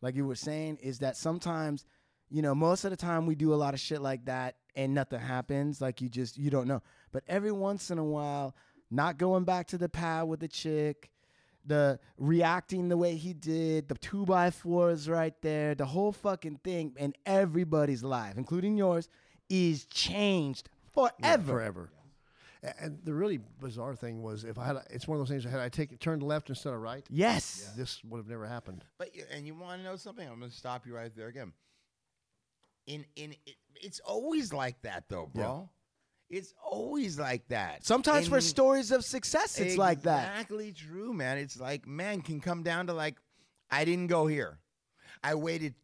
[SPEAKER 4] like you were saying, is that sometimes, you know, most of the time we do a lot of shit like that and nothing happens. Like you just you don't know. But every once in a while, not going back to the pad with the chick, the reacting the way he did, the two by fours right there, the whole fucking thing, and everybody's life, including yours, is changed forever.
[SPEAKER 6] forever. A- And the really bizarre thing was if I had, it's one of those things. Had I take turned left instead of right,
[SPEAKER 4] Yes.
[SPEAKER 6] this would have never happened.
[SPEAKER 3] But y- and you want to know something? I'm going to stop you right there again. In in it, it's always like that though, bro. It's always like that.
[SPEAKER 4] Sometimes for
[SPEAKER 3] In-
[SPEAKER 4] stories of success, it's like that.
[SPEAKER 3] Exactly true, man. It's like man can come down to like, I didn't go here. I waited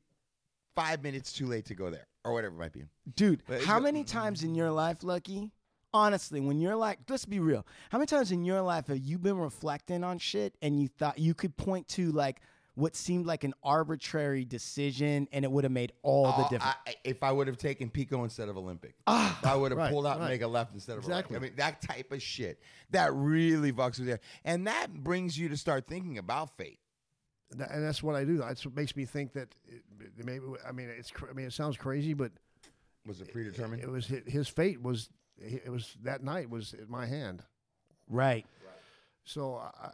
[SPEAKER 3] five minutes too late to go there, or whatever it might be.
[SPEAKER 4] Dude,
[SPEAKER 3] But
[SPEAKER 4] how
[SPEAKER 3] it's-
[SPEAKER 4] many times in your life, Lucky? Honestly, when you're like, let's be real. How many times in your life have you been reflecting on shit and you thought you could point to like what seemed like an arbitrary decision and it would have made all the
[SPEAKER 6] Oh,
[SPEAKER 3] All-
[SPEAKER 4] difference?
[SPEAKER 3] I- if I would have taken Pico instead of Olympic,
[SPEAKER 4] Ah,
[SPEAKER 3] I would have
[SPEAKER 6] right,
[SPEAKER 3] pulled out and
[SPEAKER 6] right.
[SPEAKER 3] make a left instead of
[SPEAKER 6] Exactly.
[SPEAKER 3] a right. I mean, that type of shit that really fucks with you, and that brings you to start thinking about fate.
[SPEAKER 6] And tha- and that's what I do. That's what makes me think that it, it maybe. I mean, it's. cr- I mean, it sounds crazy, but
[SPEAKER 3] Was it predetermined?
[SPEAKER 6] it was hi- his fate was. It was that night was in my hand.
[SPEAKER 4] right.
[SPEAKER 6] So I,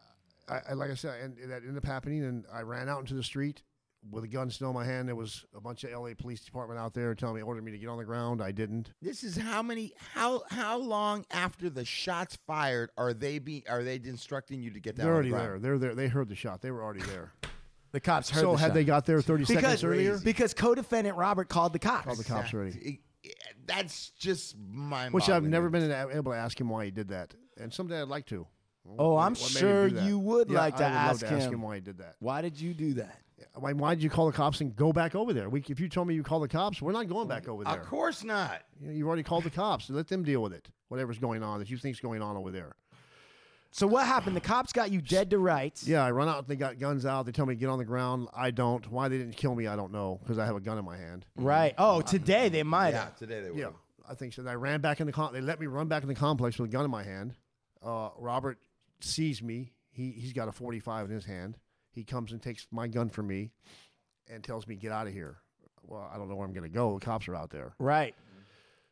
[SPEAKER 6] I, I like I said, and that ended up happening. And I ran out into the street with a gun still in my hand. There was a bunch of LA Police Department out there telling me, ordering me to get on the ground. I didn't.
[SPEAKER 3] This is how many how how long after the shots fired are they be are they instructing you to get down?
[SPEAKER 6] They're
[SPEAKER 3] on the
[SPEAKER 6] already
[SPEAKER 3] ground?
[SPEAKER 6] there. They're there. They heard the shot. They were already there.
[SPEAKER 4] The cops heard
[SPEAKER 6] so
[SPEAKER 4] the
[SPEAKER 6] had
[SPEAKER 4] shot.
[SPEAKER 6] they got there 30
[SPEAKER 4] because
[SPEAKER 6] seconds earlier,
[SPEAKER 4] because co-defendant Robert called the cops.
[SPEAKER 6] Called the cops. cops already.
[SPEAKER 3] It- it- that's just my.
[SPEAKER 6] which I've never been a- able to ask him why he did that. And someday I'd like to.
[SPEAKER 4] Oh,
[SPEAKER 6] What-
[SPEAKER 4] I'm
[SPEAKER 6] what made him
[SPEAKER 4] sure
[SPEAKER 6] do that?
[SPEAKER 4] you would
[SPEAKER 6] Yeah,
[SPEAKER 4] like to
[SPEAKER 6] I would
[SPEAKER 4] ask,
[SPEAKER 6] love to
[SPEAKER 4] him,
[SPEAKER 6] ask him why he did that.
[SPEAKER 4] Why did you do that?
[SPEAKER 6] Why, why did you call the cops and go back over there? We, if you told me you called the cops, we're not going back over there.
[SPEAKER 3] Of course not.
[SPEAKER 6] You know, you've already called the cops. Let them deal with it. Whatever's going on that you think's going on over there.
[SPEAKER 4] So what happened? The cops got you dead to rights.
[SPEAKER 6] Yeah, I run out. They got guns out. They tell me to get on the ground. I don't. Why they didn't kill me, I don't know because I have a gun in my hand.
[SPEAKER 4] Right. Oh, today they might
[SPEAKER 3] Yeah,
[SPEAKER 4] have.
[SPEAKER 3] today they were.
[SPEAKER 6] Yeah, I think so. And I ran back in the con. They let me run back in the complex with a gun in my hand. Uh, Robert sees me. He he's got a forty five in his hand. He comes and takes my gun from me, and tells me get out of here. Well, I don't know where I'm going to go. The cops are out there.
[SPEAKER 4] Right.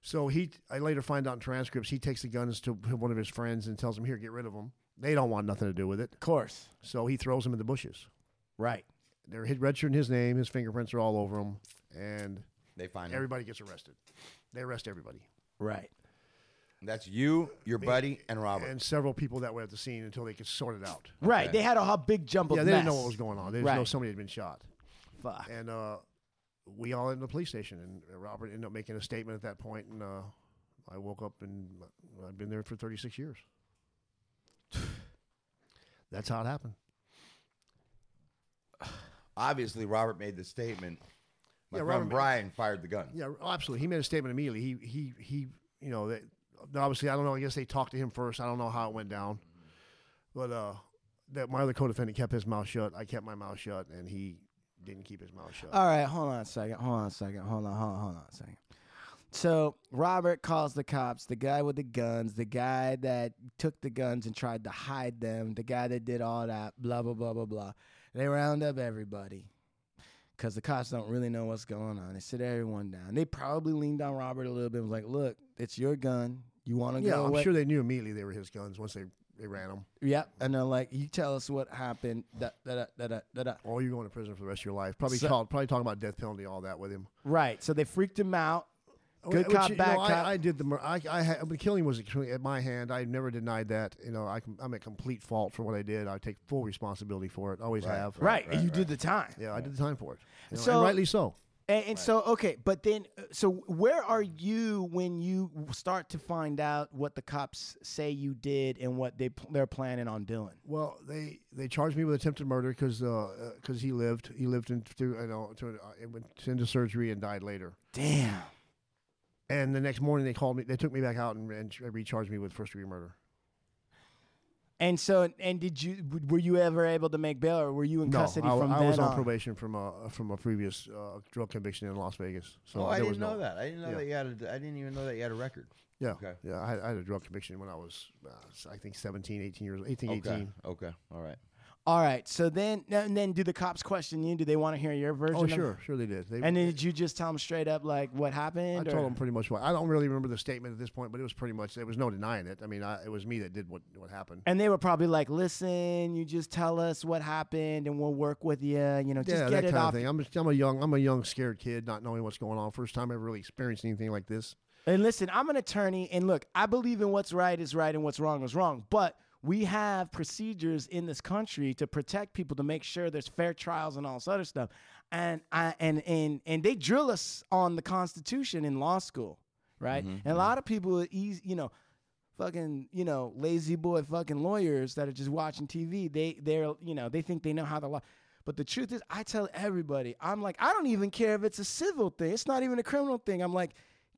[SPEAKER 6] So he, I later find out in transcripts, he takes the guns to one of his friends and tells him, "Here, get rid of them." They don't want nothing to do with it.
[SPEAKER 4] Of course.
[SPEAKER 6] So he throws them in the bushes.
[SPEAKER 4] Right.
[SPEAKER 6] They're hid- registering his name. His fingerprints are all over them, and
[SPEAKER 3] They find him.
[SPEAKER 6] everybody gets arrested. They arrest everybody.
[SPEAKER 4] Right.
[SPEAKER 3] That's you, your buddy, and Robert.
[SPEAKER 6] and several people that were at the scene until they could sort it out.
[SPEAKER 4] Right. They had a ho- big jumble.
[SPEAKER 6] yeah, they didn't know what was going on. They didn't know
[SPEAKER 4] Right.
[SPEAKER 6] somebody had been shot.
[SPEAKER 4] Fuck.
[SPEAKER 6] And uh, we all ended up in the police station, and uh, Robert ended up making a statement at that point, and uh, I woke up and uh, I'd been there for 36 years. That's how it happened.
[SPEAKER 3] Obviously, Robert made the statement. My
[SPEAKER 6] Yeah,
[SPEAKER 3] friend
[SPEAKER 6] Robert made-
[SPEAKER 3] Brian fired the gun.
[SPEAKER 6] Yeah, oh, absolutely. He made a statement immediately. He he he. You know that obviously I don't know. I guess they talked to him first. I don't know how it went down, but uh, that my other co-defendant kept his mouth shut. I kept my mouth shut, and he didn't keep his mouth shut.
[SPEAKER 4] All right. Hold on a second. Hold on a second. Hold on. Hold on. Hold on a second. So Robert calls the cops. The guy with the guns. The guy that took the guns and tried to hide them. The guy that did all that. Blah blah blah blah blah. They round up everybody. because the cops don't really know what's going on. They sit everyone down. They probably leaned on Robert a little bit. and Was like, look, it's your gun. You want to
[SPEAKER 6] Yeah,
[SPEAKER 4] go
[SPEAKER 6] I'm
[SPEAKER 4] away?
[SPEAKER 6] sure they knew immediately they were his guns once they, they ran them.
[SPEAKER 4] Yep. And they're like, you tell us what happened. Da, da, da, da, da, da, da.
[SPEAKER 6] Oh, you're going to prison for the rest of your life. Probably
[SPEAKER 4] So-
[SPEAKER 6] called, probably talking about death penalty, all that with him.
[SPEAKER 4] Right. So they freaked him out. Good
[SPEAKER 6] Which,
[SPEAKER 4] cop,
[SPEAKER 6] you
[SPEAKER 4] bad
[SPEAKER 6] know,
[SPEAKER 4] cop.
[SPEAKER 6] I, I did the mur- I, I had, the killing was at my hand. I never denied that. You know, I, can- I'm at complete fault for what I did. I take full responsibility for it. Always have.
[SPEAKER 4] right. You did the time.
[SPEAKER 6] Yeah, I did the time for it. You know,
[SPEAKER 4] So-
[SPEAKER 6] and rightly so.
[SPEAKER 4] And, and so, okay, but then, uh, so where are you when you start to find out what the cops say you did and what they pl- they're planning on doing?
[SPEAKER 6] Well, they they charged me with attempted murder because because he lived he lived in through you know to, uh, it went into surgery and died later.
[SPEAKER 4] Damn.
[SPEAKER 6] And the next morning they called me. They took me back out and, and recharged me with first degree murder.
[SPEAKER 4] And so, and did you w- were you ever able to make bail, or were you in
[SPEAKER 6] No,
[SPEAKER 4] custody
[SPEAKER 6] I,
[SPEAKER 4] from
[SPEAKER 6] I
[SPEAKER 4] then
[SPEAKER 6] was on
[SPEAKER 4] on?
[SPEAKER 6] probation from a from a previous uh, drug conviction in Las Vegas.
[SPEAKER 3] oh,
[SPEAKER 6] So there
[SPEAKER 3] I
[SPEAKER 6] was
[SPEAKER 3] didn't
[SPEAKER 6] no,
[SPEAKER 3] know that. I didn't know
[SPEAKER 6] yeah.
[SPEAKER 3] that you had. A, I didn't even know that you had a record.
[SPEAKER 6] Yeah,
[SPEAKER 3] Okay.
[SPEAKER 6] yeah. I, had- I had a drug conviction when I was, uh, s- I think, 17, 18 years, 18,
[SPEAKER 3] Okay.
[SPEAKER 6] 18.
[SPEAKER 3] Okay. All right.
[SPEAKER 4] All right. So then, now- and then, do the cops question you? Do they want to hear your version?
[SPEAKER 6] Oh,
[SPEAKER 4] of-
[SPEAKER 6] sure, sure they did. They,
[SPEAKER 4] And then did you just tell them straight up like what
[SPEAKER 6] I
[SPEAKER 4] happened?
[SPEAKER 6] told
[SPEAKER 4] or-
[SPEAKER 6] them pretty much what. I don't really remember the statement at this point, but it was pretty much there was no denying it. I mean, I, it was me that did what what happened.
[SPEAKER 4] And they were probably like, "Listen, you just tell us what happened, and we'll work with you. You know, just
[SPEAKER 6] yeah,
[SPEAKER 4] get
[SPEAKER 6] that
[SPEAKER 4] it
[SPEAKER 6] kind
[SPEAKER 4] off."
[SPEAKER 6] of thing. I'm, just, I'm a young, I'm a young scared kid, not knowing what's going on. First time ever really experiencing anything like this.
[SPEAKER 4] And listen, I'm an attorney, and look, I believe in what's right is right and what's wrong is wrong. But we have procedures in this country to protect people to make sure there's fair trials and all this other stuff. And I and and and they drill us on the Constitution in law school, right? And a lot of people, are easy, you know, fucking you know lazy boy fucking lawyers that are just watching TV. They they're you know they think they know how the law. But the truth is, I tell everybody, I'm like, I don't even care if it's a civil thing. It's not even a criminal thing. I'm like,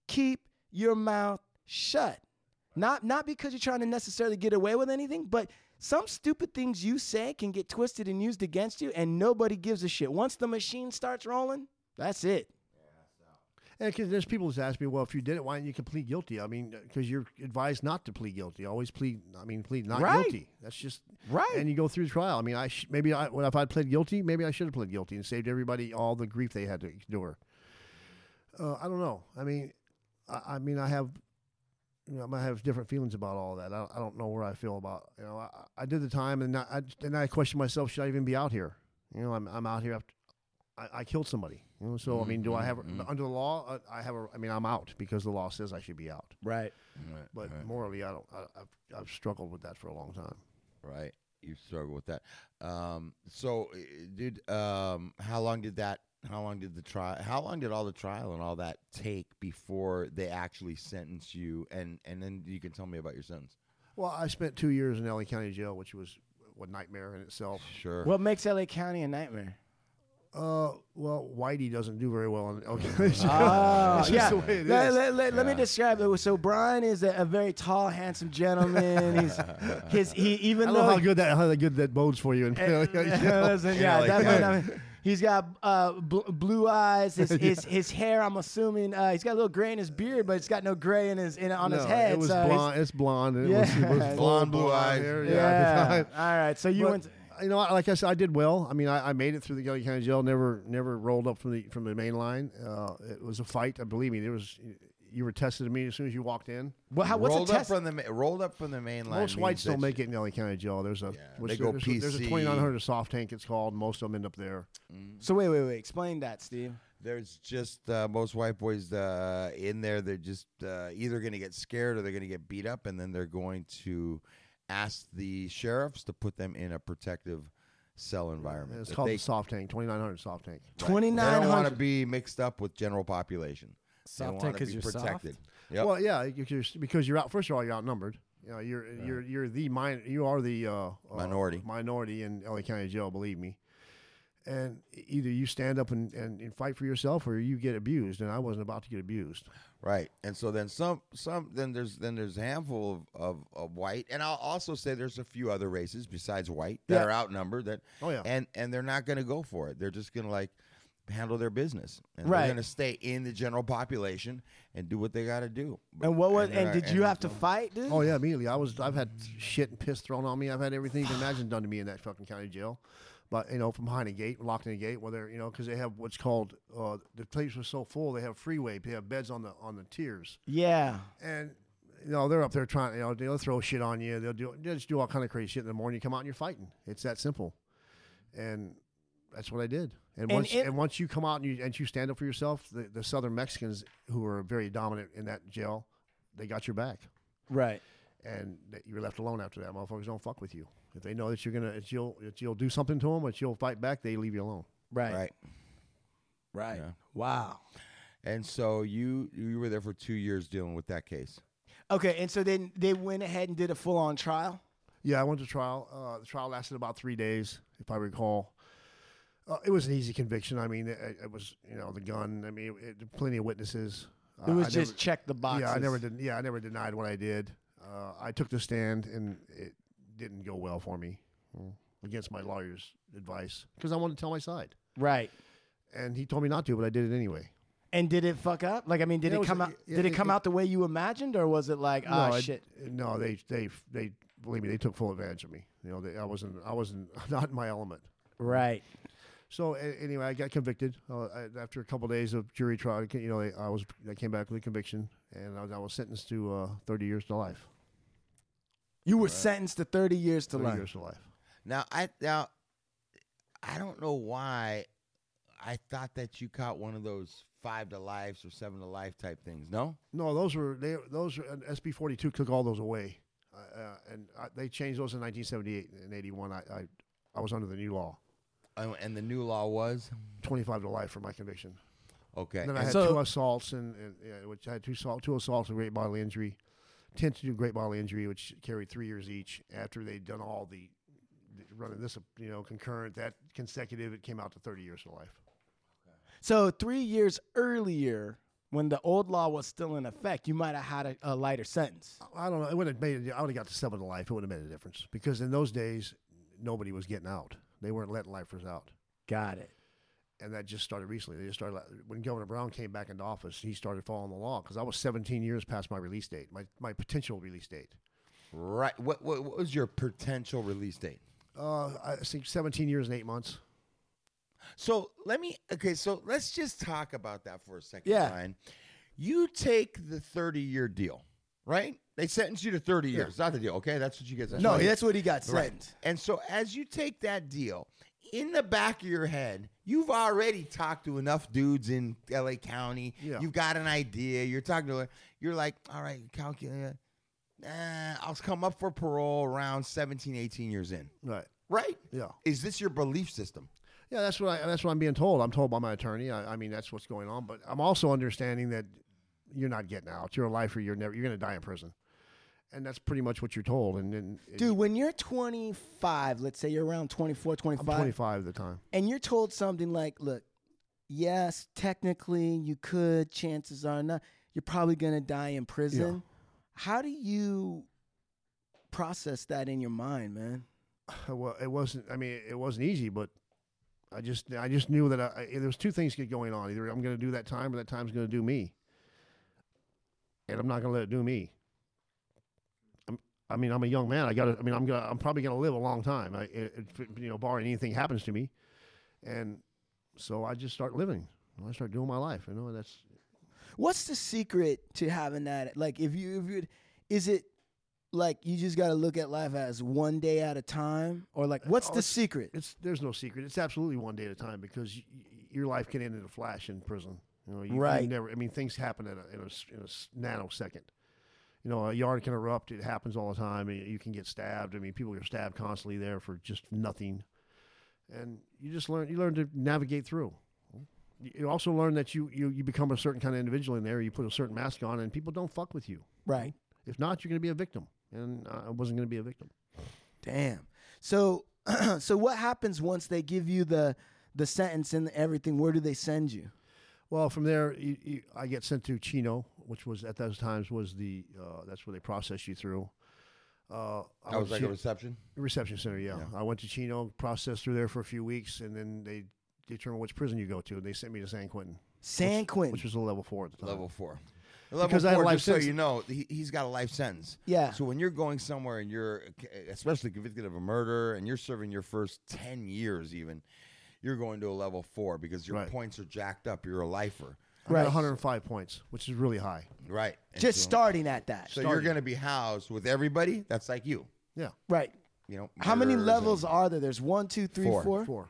[SPEAKER 4] keep your mouth shut. Not not because you're trying to necessarily get away with anything, but some stupid things you say can get twisted and used against you, and nobody gives a shit. Once the machine starts rolling, that's it.
[SPEAKER 6] And 'cause there's people that ask me, well, if you did it, why didn't you can plead guilty? I mean, because you're advised not to plead guilty. Always plead. I mean, plead not
[SPEAKER 4] Right.
[SPEAKER 6] guilty. That's just
[SPEAKER 4] Right.
[SPEAKER 6] And you go through the trial. I mean, I sh- maybe I well, if I'd pled guilty, maybe I should have pled guilty and saved everybody all the grief they had to endure. Uh, I don't know. I mean, I, I mean, I have. You know, I might have different feelings about all that. I, I don't know where I feel about. You know, I, I did the time, and I, I and I questioned myself: Should I even be out here? You know, I'm I'm out here after I, I killed somebody. You know, so I mean, do I have
[SPEAKER 4] Mm-hmm,
[SPEAKER 6] under the law? uh, I have a. I mean, I'm out because the law says I should be out.
[SPEAKER 4] Right.
[SPEAKER 6] But morally, I don't. I, I've, I've struggled with that for a long time.
[SPEAKER 3] Right. You struggle with that. Um, so, uh, dude, um, how long did that? How long did the trial? How long did all the trial and all that take before they actually sentence you? And and then you can tell me about your sentence.
[SPEAKER 6] Well, I spent two years in LA County Jail, which was a nightmare in itself.
[SPEAKER 3] Sure.
[SPEAKER 4] What makes LA County a nightmare?
[SPEAKER 6] Uh, well, Whitey doesn't do very well in LA County Jail.
[SPEAKER 4] Oh,
[SPEAKER 6] It's just
[SPEAKER 4] yeah.
[SPEAKER 6] the way it
[SPEAKER 4] let,
[SPEAKER 6] is.
[SPEAKER 4] let- let- let me
[SPEAKER 3] Yeah.
[SPEAKER 4] describe it. So Brian is a, a very tall, handsome gentleman. He's his he Eh, even
[SPEAKER 6] I
[SPEAKER 4] though
[SPEAKER 6] love how good that how good that bodes for you in LA County
[SPEAKER 4] Yeah,
[SPEAKER 6] Jail.
[SPEAKER 4] listen,
[SPEAKER 3] Yeah,
[SPEAKER 4] yeah,
[SPEAKER 3] like
[SPEAKER 4] definitely.
[SPEAKER 3] that.
[SPEAKER 4] not- He's got uh, bl- blue eyes. His, his his hair. I'm assuming uh, he's got a little gray in his beard, but it's got no gray in his in on his
[SPEAKER 6] No,
[SPEAKER 4] head.
[SPEAKER 6] It was
[SPEAKER 4] so he's-
[SPEAKER 6] blonde. It's blonde. and It was, it
[SPEAKER 4] Yeah.
[SPEAKER 6] was
[SPEAKER 4] Blonde,
[SPEAKER 6] blonde,
[SPEAKER 3] blue eyes.
[SPEAKER 6] hair,
[SPEAKER 4] Yeah.
[SPEAKER 6] Yeah. at the time.
[SPEAKER 4] All right. So you
[SPEAKER 6] But,
[SPEAKER 4] went.
[SPEAKER 6] You know, like I said, I did well. I mean, I, I made it through the Gully County Jail. Never, never rolled up from the from the main line. Uh, it was a fight. I believe me. There was you were tested immediately as soon as you walked in.
[SPEAKER 4] Well, how, what's
[SPEAKER 3] rolled
[SPEAKER 4] a
[SPEAKER 3] up
[SPEAKER 4] test?
[SPEAKER 3] from the ma- rolled up from the main line.
[SPEAKER 6] most whites
[SPEAKER 3] means
[SPEAKER 6] don't
[SPEAKER 3] that
[SPEAKER 6] make it in Gully County Jail. There's a
[SPEAKER 3] they go
[SPEAKER 6] there's, a- there's a
[SPEAKER 3] PC.
[SPEAKER 6] 2900 soft tank. It's called. Most of them end up there.
[SPEAKER 4] so wait, wait, wait. Explain that, Steve.
[SPEAKER 3] There's just uh, most white boys uh, in there. They're just uh, either going to get scared or they're going to get beat up, and then they're going to ask the sheriffs to put them in a protective cell environment.
[SPEAKER 6] It's
[SPEAKER 3] that
[SPEAKER 6] called
[SPEAKER 3] they,
[SPEAKER 6] the soft tank. 2900 soft tank.
[SPEAKER 4] Twenty
[SPEAKER 3] they
[SPEAKER 4] nine
[SPEAKER 3] don't want to
[SPEAKER 4] hundred.
[SPEAKER 3] be mixed up with general population. They
[SPEAKER 5] Soft
[SPEAKER 3] wanna
[SPEAKER 5] tank 'cause
[SPEAKER 3] be
[SPEAKER 5] you're
[SPEAKER 3] protected.
[SPEAKER 5] soft?
[SPEAKER 3] Yep.
[SPEAKER 6] Well, yeah, you- you're, because you're out. First of all, you're outnumbered. You know, you're you're you're the min- you are the uh, uh,
[SPEAKER 3] Minority.
[SPEAKER 6] minority in LA County Jail. Believe me. And e, either you stand up and, and, and fight for yourself, or you get abused. And I wasn't about to get abused.
[SPEAKER 3] Right, and so then some, some then there's then there's a handful of, of, of white, and I'll also say there's a few other races besides white that
[SPEAKER 4] Yeah.
[SPEAKER 3] are outnumbered that,
[SPEAKER 6] Oh, yeah.
[SPEAKER 3] and and they're not going to go for it. They're just going to like handle their business, and
[SPEAKER 4] Right.
[SPEAKER 3] they're going to stay in the general population and do what they got to do. But-
[SPEAKER 4] And what was?
[SPEAKER 3] they're
[SPEAKER 4] And
[SPEAKER 3] not-
[SPEAKER 4] did you have to fight, dude?
[SPEAKER 6] Oh yeah, immediately. I was. I've had shit and piss thrown on me. I've had everything you can imagine done to me in that fucking county jail. but you know, from behind a gate, locked in a gate, where they're you know, because they have what's called uh, the place was so full, they have freeway, they have beds on the on the tiers,
[SPEAKER 4] Yeah.
[SPEAKER 6] and you know they're up there trying, you know, they'll throw shit on you, they'll do, they'll just do all kind of crazy shit in the morning. You come out and you're fighting. It's that simple, and that's what I did. And,
[SPEAKER 4] And
[SPEAKER 6] once
[SPEAKER 4] it-
[SPEAKER 6] and once you come out and you and you stand up for yourself, the, the Southern Mexicans who were very dominant in that jail, they got your back
[SPEAKER 4] Right.
[SPEAKER 6] and that you're left alone after that. Motherfuckers don't fuck with you. If they know that you're gonna, that you'll, that you'll do something to them, that you'll fight back, they leave you alone.
[SPEAKER 4] Right. Right.
[SPEAKER 3] Right.
[SPEAKER 4] Wow.
[SPEAKER 3] And so you you were there for two years dealing with that case.
[SPEAKER 4] Okay, and so then they went ahead and did a full on trial.
[SPEAKER 6] Yeah, I went to trial. Uh, the trial lasted about three days, if I recall. Uh, it was an easy conviction. I mean, it, it was, you know, the gun. I mean, it, plenty of witnesses.
[SPEAKER 4] It
[SPEAKER 6] Uh,
[SPEAKER 4] was
[SPEAKER 6] I
[SPEAKER 4] just
[SPEAKER 6] never-
[SPEAKER 4] check the boxes.
[SPEAKER 6] Yeah, I never did. Yeah, I never denied what I did. Uh, I took the stand, and it didn't go well for me, mm, against my lawyer's advice, because I wanted to tell my side,
[SPEAKER 4] Right.
[SPEAKER 6] and he told me not to, but I did it anyway.
[SPEAKER 4] And did it fuck up? Like I mean, did
[SPEAKER 6] Yeah, it
[SPEAKER 4] it,
[SPEAKER 6] was-
[SPEAKER 4] come out?
[SPEAKER 6] yeah,
[SPEAKER 4] did it
[SPEAKER 6] it-
[SPEAKER 4] come
[SPEAKER 6] it-
[SPEAKER 4] out the way you imagined, or was it like
[SPEAKER 6] no,
[SPEAKER 4] ah
[SPEAKER 6] I-
[SPEAKER 4] shit?
[SPEAKER 6] no, they they they believe me. They took full advantage of me. You know, they, I wasn't I wasn't not in my element.
[SPEAKER 4] Right.
[SPEAKER 6] So a- anyway, I got convicted uh, I- after a couple days of jury trial. You know, I, I was I came back with a conviction, and I, was- I was sentenced to uh, thirty years to life.
[SPEAKER 4] You were sentenced to thirty years to
[SPEAKER 6] Thirty
[SPEAKER 4] life.
[SPEAKER 6] years to life.
[SPEAKER 3] Now I now I don't know why I thought that you caught one of those five to lives or seven to life type things. No,
[SPEAKER 6] No, those were they those were, and SB forty two took all those away, uh, uh, and I, they changed those in nineteen seventy eight and eighty one. I, I I was under the new law,
[SPEAKER 3] Oh, and the new law was
[SPEAKER 6] twenty five to life for my conviction.
[SPEAKER 3] okay.
[SPEAKER 6] And then I had
[SPEAKER 5] so-
[SPEAKER 6] two assaults, and, and yeah, which I had two, assault, two assaults and great bodily injury, tentative great bodily injury, which carried three years each. After they'd done all the, the running this, you know, concurrent, that consecutive, it came out to 30 years to life.
[SPEAKER 4] So three years earlier, when the old law was still in effect, you might have had a, a lighter sentence.
[SPEAKER 6] I don't know. It would have made. a- I would have got to seven to life. It would have made a difference because in those days, nobody was getting out. They weren't letting lifers out.
[SPEAKER 4] Got it.
[SPEAKER 6] And that just started recently. They just started when Governor Brown came back into office. He started following the law because I was 17 years past my release date, my, my potential release date.
[SPEAKER 3] right. What, what what was your potential release date?
[SPEAKER 6] Uh, I think 17 years and eight months.
[SPEAKER 3] So let me okay. So let's just talk about that for a second.
[SPEAKER 4] Yeah.
[SPEAKER 3] Ryan. you take the thirty year deal, right? They sentence you to thirty years. Not the deal. Okay, that's what you get.
[SPEAKER 4] No, that's what he got
[SPEAKER 3] Right.
[SPEAKER 4] sentenced.
[SPEAKER 3] And so as you take that deal, in the back of your head, you've already talked to enough dudes in LA County.
[SPEAKER 6] Yeah.
[SPEAKER 3] You've got an idea. You're talking to you're like, all right, calculate. uh, Nah, I'll come up for parole around 17, 18 years in.
[SPEAKER 6] Right.
[SPEAKER 3] Right?
[SPEAKER 6] Yeah.
[SPEAKER 3] Is this your belief system?
[SPEAKER 6] Yeah, that's what I, that's what I'm being told. I'm told by my attorney. I, I mean, that's what's going on. But I'm also understanding that you're not getting out. You're a lifer. You're never. You're going to die in prison, and that's pretty much what you're told. And then it-
[SPEAKER 4] Dude, when you're 25, let's say you're around 24,
[SPEAKER 6] I'm
[SPEAKER 4] 25,
[SPEAKER 6] 25 at the time.
[SPEAKER 4] and you're told something like, look, yes, technically you could, chances are not, you're probably going to die in prison. How do you process that in your mind, man?
[SPEAKER 6] uh, Well, it wasn't. I mean, it wasn't easy, but I just I just knew that I, I- there was two things get going on. Either I'm going to do that time, or that time's going to do me, and I'm not going to let it do me. I'm, I mean, I'm a young man. I got. to I mean, I'm gonna. I'm probably going to live a long time. I, it, it- you know, barring anything happens to me, and so I just start living. I start doing my life. You know, that's
[SPEAKER 4] What's the secret to having that? Like, if you, if you, is it like you just got to look at life as one day at a time, or like, what's
[SPEAKER 6] Oh,
[SPEAKER 4] the
[SPEAKER 6] it's-
[SPEAKER 4] secret?
[SPEAKER 6] it's. There's no secret. It's absolutely one day at a time because y- y- your life can end in a flash in prison. You know, you, you
[SPEAKER 4] Right.
[SPEAKER 6] never. I mean, things happen in a, in a s- in a s- nanosecond. You know, a yard can erupt. It happens all the time. and You can get stabbed. I mean, people are stabbed constantly there for just nothing, and you just learn. You learn to navigate through. You- You also learn that you you, you become a certain kind of individual in there. You put a certain mask on, and people don't fuck with you.
[SPEAKER 4] Right.
[SPEAKER 6] If not, you're going to be a victim. And uh, I I wasn't going to be a victim.
[SPEAKER 4] Damn. So, so what happens once they give you the the sentence and everything? Where do they send you?
[SPEAKER 6] Well, from there, you, you, I get sent to Chino, which was at those times was the uh, that's where they process you through. Uh,
[SPEAKER 3] I
[SPEAKER 6] went
[SPEAKER 3] was
[SPEAKER 6] to
[SPEAKER 3] like
[SPEAKER 6] Chi-
[SPEAKER 3] a reception.
[SPEAKER 6] reception center. Yeah. I went to Chino, processed through there for a few weeks, and then they determine which prison you go to, and they sent me to San Quentin,
[SPEAKER 4] San Quentin.
[SPEAKER 6] which was a level four at the time.
[SPEAKER 3] Level four. Uh, Level
[SPEAKER 6] because I had a
[SPEAKER 3] four,
[SPEAKER 6] life
[SPEAKER 3] just so
[SPEAKER 6] sentence.
[SPEAKER 3] you know, he, he's got a life sentence.
[SPEAKER 4] Yeah.
[SPEAKER 3] So when you're going somewhere and you're, especially convicted of a murder, and you're serving your first ten years, even, you're going to a level four because your
[SPEAKER 6] Right.
[SPEAKER 3] points are jacked up. You're a lifer,
[SPEAKER 6] I got
[SPEAKER 4] Right.
[SPEAKER 6] 105 points, which is really high.
[SPEAKER 3] right? And
[SPEAKER 4] Just
[SPEAKER 3] so-
[SPEAKER 4] starting at that.
[SPEAKER 3] So you're going to be housed with everybody that's like you.
[SPEAKER 6] Yeah,
[SPEAKER 4] Right.
[SPEAKER 3] You know.
[SPEAKER 4] How many
[SPEAKER 3] murderers
[SPEAKER 4] levels
[SPEAKER 3] and
[SPEAKER 4] are there? There's one, two, three, four.
[SPEAKER 3] Four.
[SPEAKER 6] four.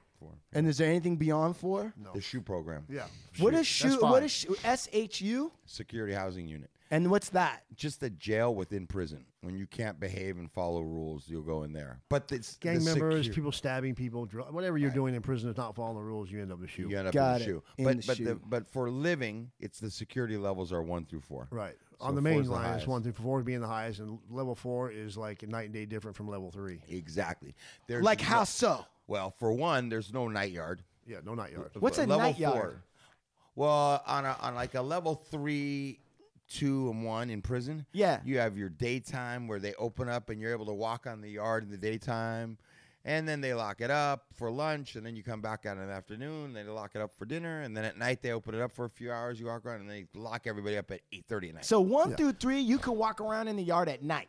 [SPEAKER 4] And is there anything beyond four? No.
[SPEAKER 3] the shoe program?
[SPEAKER 6] Yeah.
[SPEAKER 4] What is
[SPEAKER 6] Shoot, that's
[SPEAKER 4] shoe? What
[SPEAKER 6] fine.
[SPEAKER 4] is shoe? S H U?
[SPEAKER 3] Security housing unit.
[SPEAKER 4] And what's that?
[SPEAKER 3] Just the jail within prison. When you can't behave and follow rules, you'll go in there. But this
[SPEAKER 6] gang
[SPEAKER 3] the
[SPEAKER 6] members,
[SPEAKER 3] secu-
[SPEAKER 6] people stabbing people, dr- whatever you're doing in prison is not following the rules. You end up with shoe.
[SPEAKER 3] You end up in
[SPEAKER 4] Got it,
[SPEAKER 3] the shoe.
[SPEAKER 4] in
[SPEAKER 3] but
[SPEAKER 4] the
[SPEAKER 3] but
[SPEAKER 4] shoe.
[SPEAKER 3] but for living, it's the security levels are one through four.
[SPEAKER 6] Right.
[SPEAKER 3] So
[SPEAKER 6] On the
[SPEAKER 3] four
[SPEAKER 6] main
[SPEAKER 3] is the
[SPEAKER 6] line, it's
[SPEAKER 3] highest.
[SPEAKER 6] one through four being the highest, and level four is like night and day different from level three.
[SPEAKER 3] Exactly. There's
[SPEAKER 4] Like
[SPEAKER 3] no-
[SPEAKER 4] how so?
[SPEAKER 3] Well, for one, there's no night yard.
[SPEAKER 6] Yeah, no night yard.
[SPEAKER 4] What's a
[SPEAKER 3] level
[SPEAKER 4] night yard?
[SPEAKER 3] four- Well, on a, on like a level three, two, and one in prison.
[SPEAKER 4] Yeah.
[SPEAKER 3] You have your daytime where they open up and you're able to walk on the yard in the daytime, and then they lock it up for lunch, and then you come back out in the afternoon. They lock it up for dinner, and then at night they open it up for a few hours. You walk around, and they lock everybody up at eight thirty at night.
[SPEAKER 4] So one through three, you can walk around in the yard at night.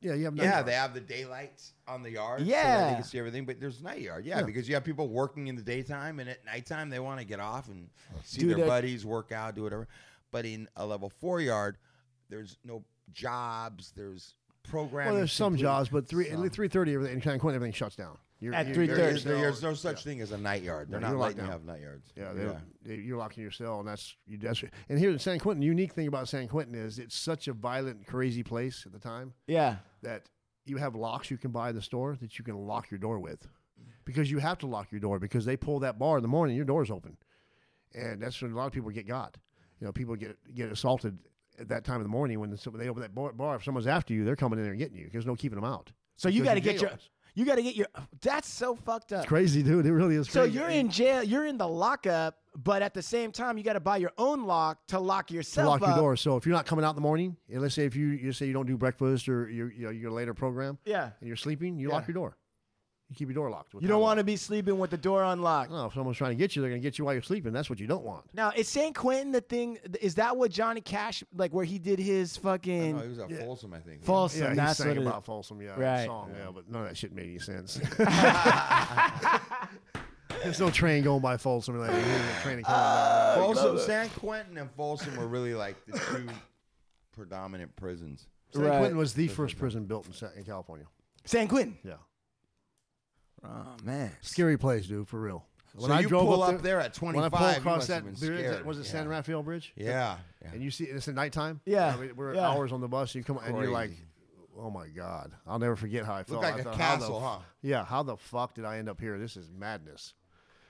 [SPEAKER 6] Yeah, you have night
[SPEAKER 3] Yeah,
[SPEAKER 6] yard.
[SPEAKER 3] they have the daylights on the yard. so that
[SPEAKER 4] Yeah.
[SPEAKER 3] they can see everything. But there's night yard. Yeah, because you have people working in the daytime, and at nighttime they want to get off and
[SPEAKER 6] Oh,
[SPEAKER 3] see
[SPEAKER 4] Do
[SPEAKER 3] their
[SPEAKER 4] that-
[SPEAKER 3] buddies, work out, do whatever. But in a level four yard, there's no jobs. There's programming.
[SPEAKER 6] Well, there's some
[SPEAKER 3] complete-
[SPEAKER 6] jobs, but three
[SPEAKER 3] some.
[SPEAKER 6] at three thirty, everything County Court, everything shuts down. You're,
[SPEAKER 4] At
[SPEAKER 6] you're-
[SPEAKER 4] 3:30.
[SPEAKER 3] There is,
[SPEAKER 6] there's
[SPEAKER 3] there-
[SPEAKER 6] no-
[SPEAKER 3] there's no such thing as a night yard. They're
[SPEAKER 6] No,
[SPEAKER 3] not
[SPEAKER 6] you're
[SPEAKER 3] letting you
[SPEAKER 6] locked
[SPEAKER 3] have night yards.
[SPEAKER 6] Yeah, they don't- they- you're locked in your cell, and that's you. That's and here in San Quentin. The unique thing about San Quentin is it's such a violent, crazy place at the time
[SPEAKER 4] Yeah.
[SPEAKER 6] that you have locks you can buy in the store that you can lock your door with, because you have to lock your door because they pull that bar in the morning, your door's open, and that's when a lot of people get got. You know, people get get assaulted at that time of the morning when some- they open that bar, bar. If someone's after you, they're coming in there and getting you. There's no keeping them out.
[SPEAKER 4] So you
[SPEAKER 6] Because
[SPEAKER 4] got to
[SPEAKER 6] your
[SPEAKER 4] get your.
[SPEAKER 6] jails.
[SPEAKER 4] You got to get your. That's so fucked up.
[SPEAKER 6] Crazy dude, it really is.
[SPEAKER 4] So
[SPEAKER 6] crazy.
[SPEAKER 4] you're in jail. You're in the lockup, but at the same time, you got to buy your own lock to lock
[SPEAKER 6] to
[SPEAKER 4] yourself
[SPEAKER 6] lock your
[SPEAKER 4] up. uh,
[SPEAKER 6] door. So if you're not coming out in the morning, and let's say if you you say you don't do breakfast or you're, you know, your later program,
[SPEAKER 4] Yeah.
[SPEAKER 6] and you're sleeping, you lock your door. You keep your door locked.
[SPEAKER 4] You don't want to be sleeping with the door unlocked.
[SPEAKER 6] No, if someone's trying to get you, they're going to get you while you're sleeping. That's what you don't want.
[SPEAKER 4] Now, is San Quentin the thing? Is that what Johnny Cash like? Where he did his
[SPEAKER 3] No,
[SPEAKER 4] fucking
[SPEAKER 3] Oh, he was at Folsom, I think.
[SPEAKER 4] false?
[SPEAKER 6] yeah, he's
[SPEAKER 4] that's what
[SPEAKER 6] saying
[SPEAKER 4] it-
[SPEAKER 6] about Folsom, yeah, that
[SPEAKER 4] Right.
[SPEAKER 6] song, yeah. but none of that shit made any sense. There's no train going by Folsom. Like, there's no train coming
[SPEAKER 4] Uh,
[SPEAKER 6] by.
[SPEAKER 3] Folsom, San Quentin, and Folsom were really like the two predominant prisons.
[SPEAKER 6] San
[SPEAKER 4] Right.
[SPEAKER 6] Quentin was the first prison built in, Sa- in California.
[SPEAKER 4] San Quentin.
[SPEAKER 6] Yeah,
[SPEAKER 4] Oh man.
[SPEAKER 6] scary place, dude, for real. When
[SPEAKER 3] so
[SPEAKER 6] I
[SPEAKER 3] you
[SPEAKER 6] drove
[SPEAKER 3] pull
[SPEAKER 6] up,
[SPEAKER 3] there, at 25,
[SPEAKER 6] when I pulled
[SPEAKER 3] you
[SPEAKER 6] across
[SPEAKER 3] must have
[SPEAKER 6] that
[SPEAKER 3] been
[SPEAKER 6] bridge,
[SPEAKER 3] scared.
[SPEAKER 6] was it
[SPEAKER 3] yeah.
[SPEAKER 6] San Rafael Bridge?
[SPEAKER 3] Yeah. yeah.
[SPEAKER 6] and you see it's at nighttime.
[SPEAKER 4] Yeah,
[SPEAKER 6] we- we're
[SPEAKER 4] yeah.
[SPEAKER 6] hours on the bus. You come and you're like,
[SPEAKER 3] Crazy.
[SPEAKER 6] oh my god, I'll never forget how I felt.
[SPEAKER 3] like
[SPEAKER 6] I
[SPEAKER 3] a
[SPEAKER 6] thought, how the
[SPEAKER 3] castle,
[SPEAKER 6] f-
[SPEAKER 3] huh?
[SPEAKER 6] Yeah, how the fuck did I end up here? This is madness.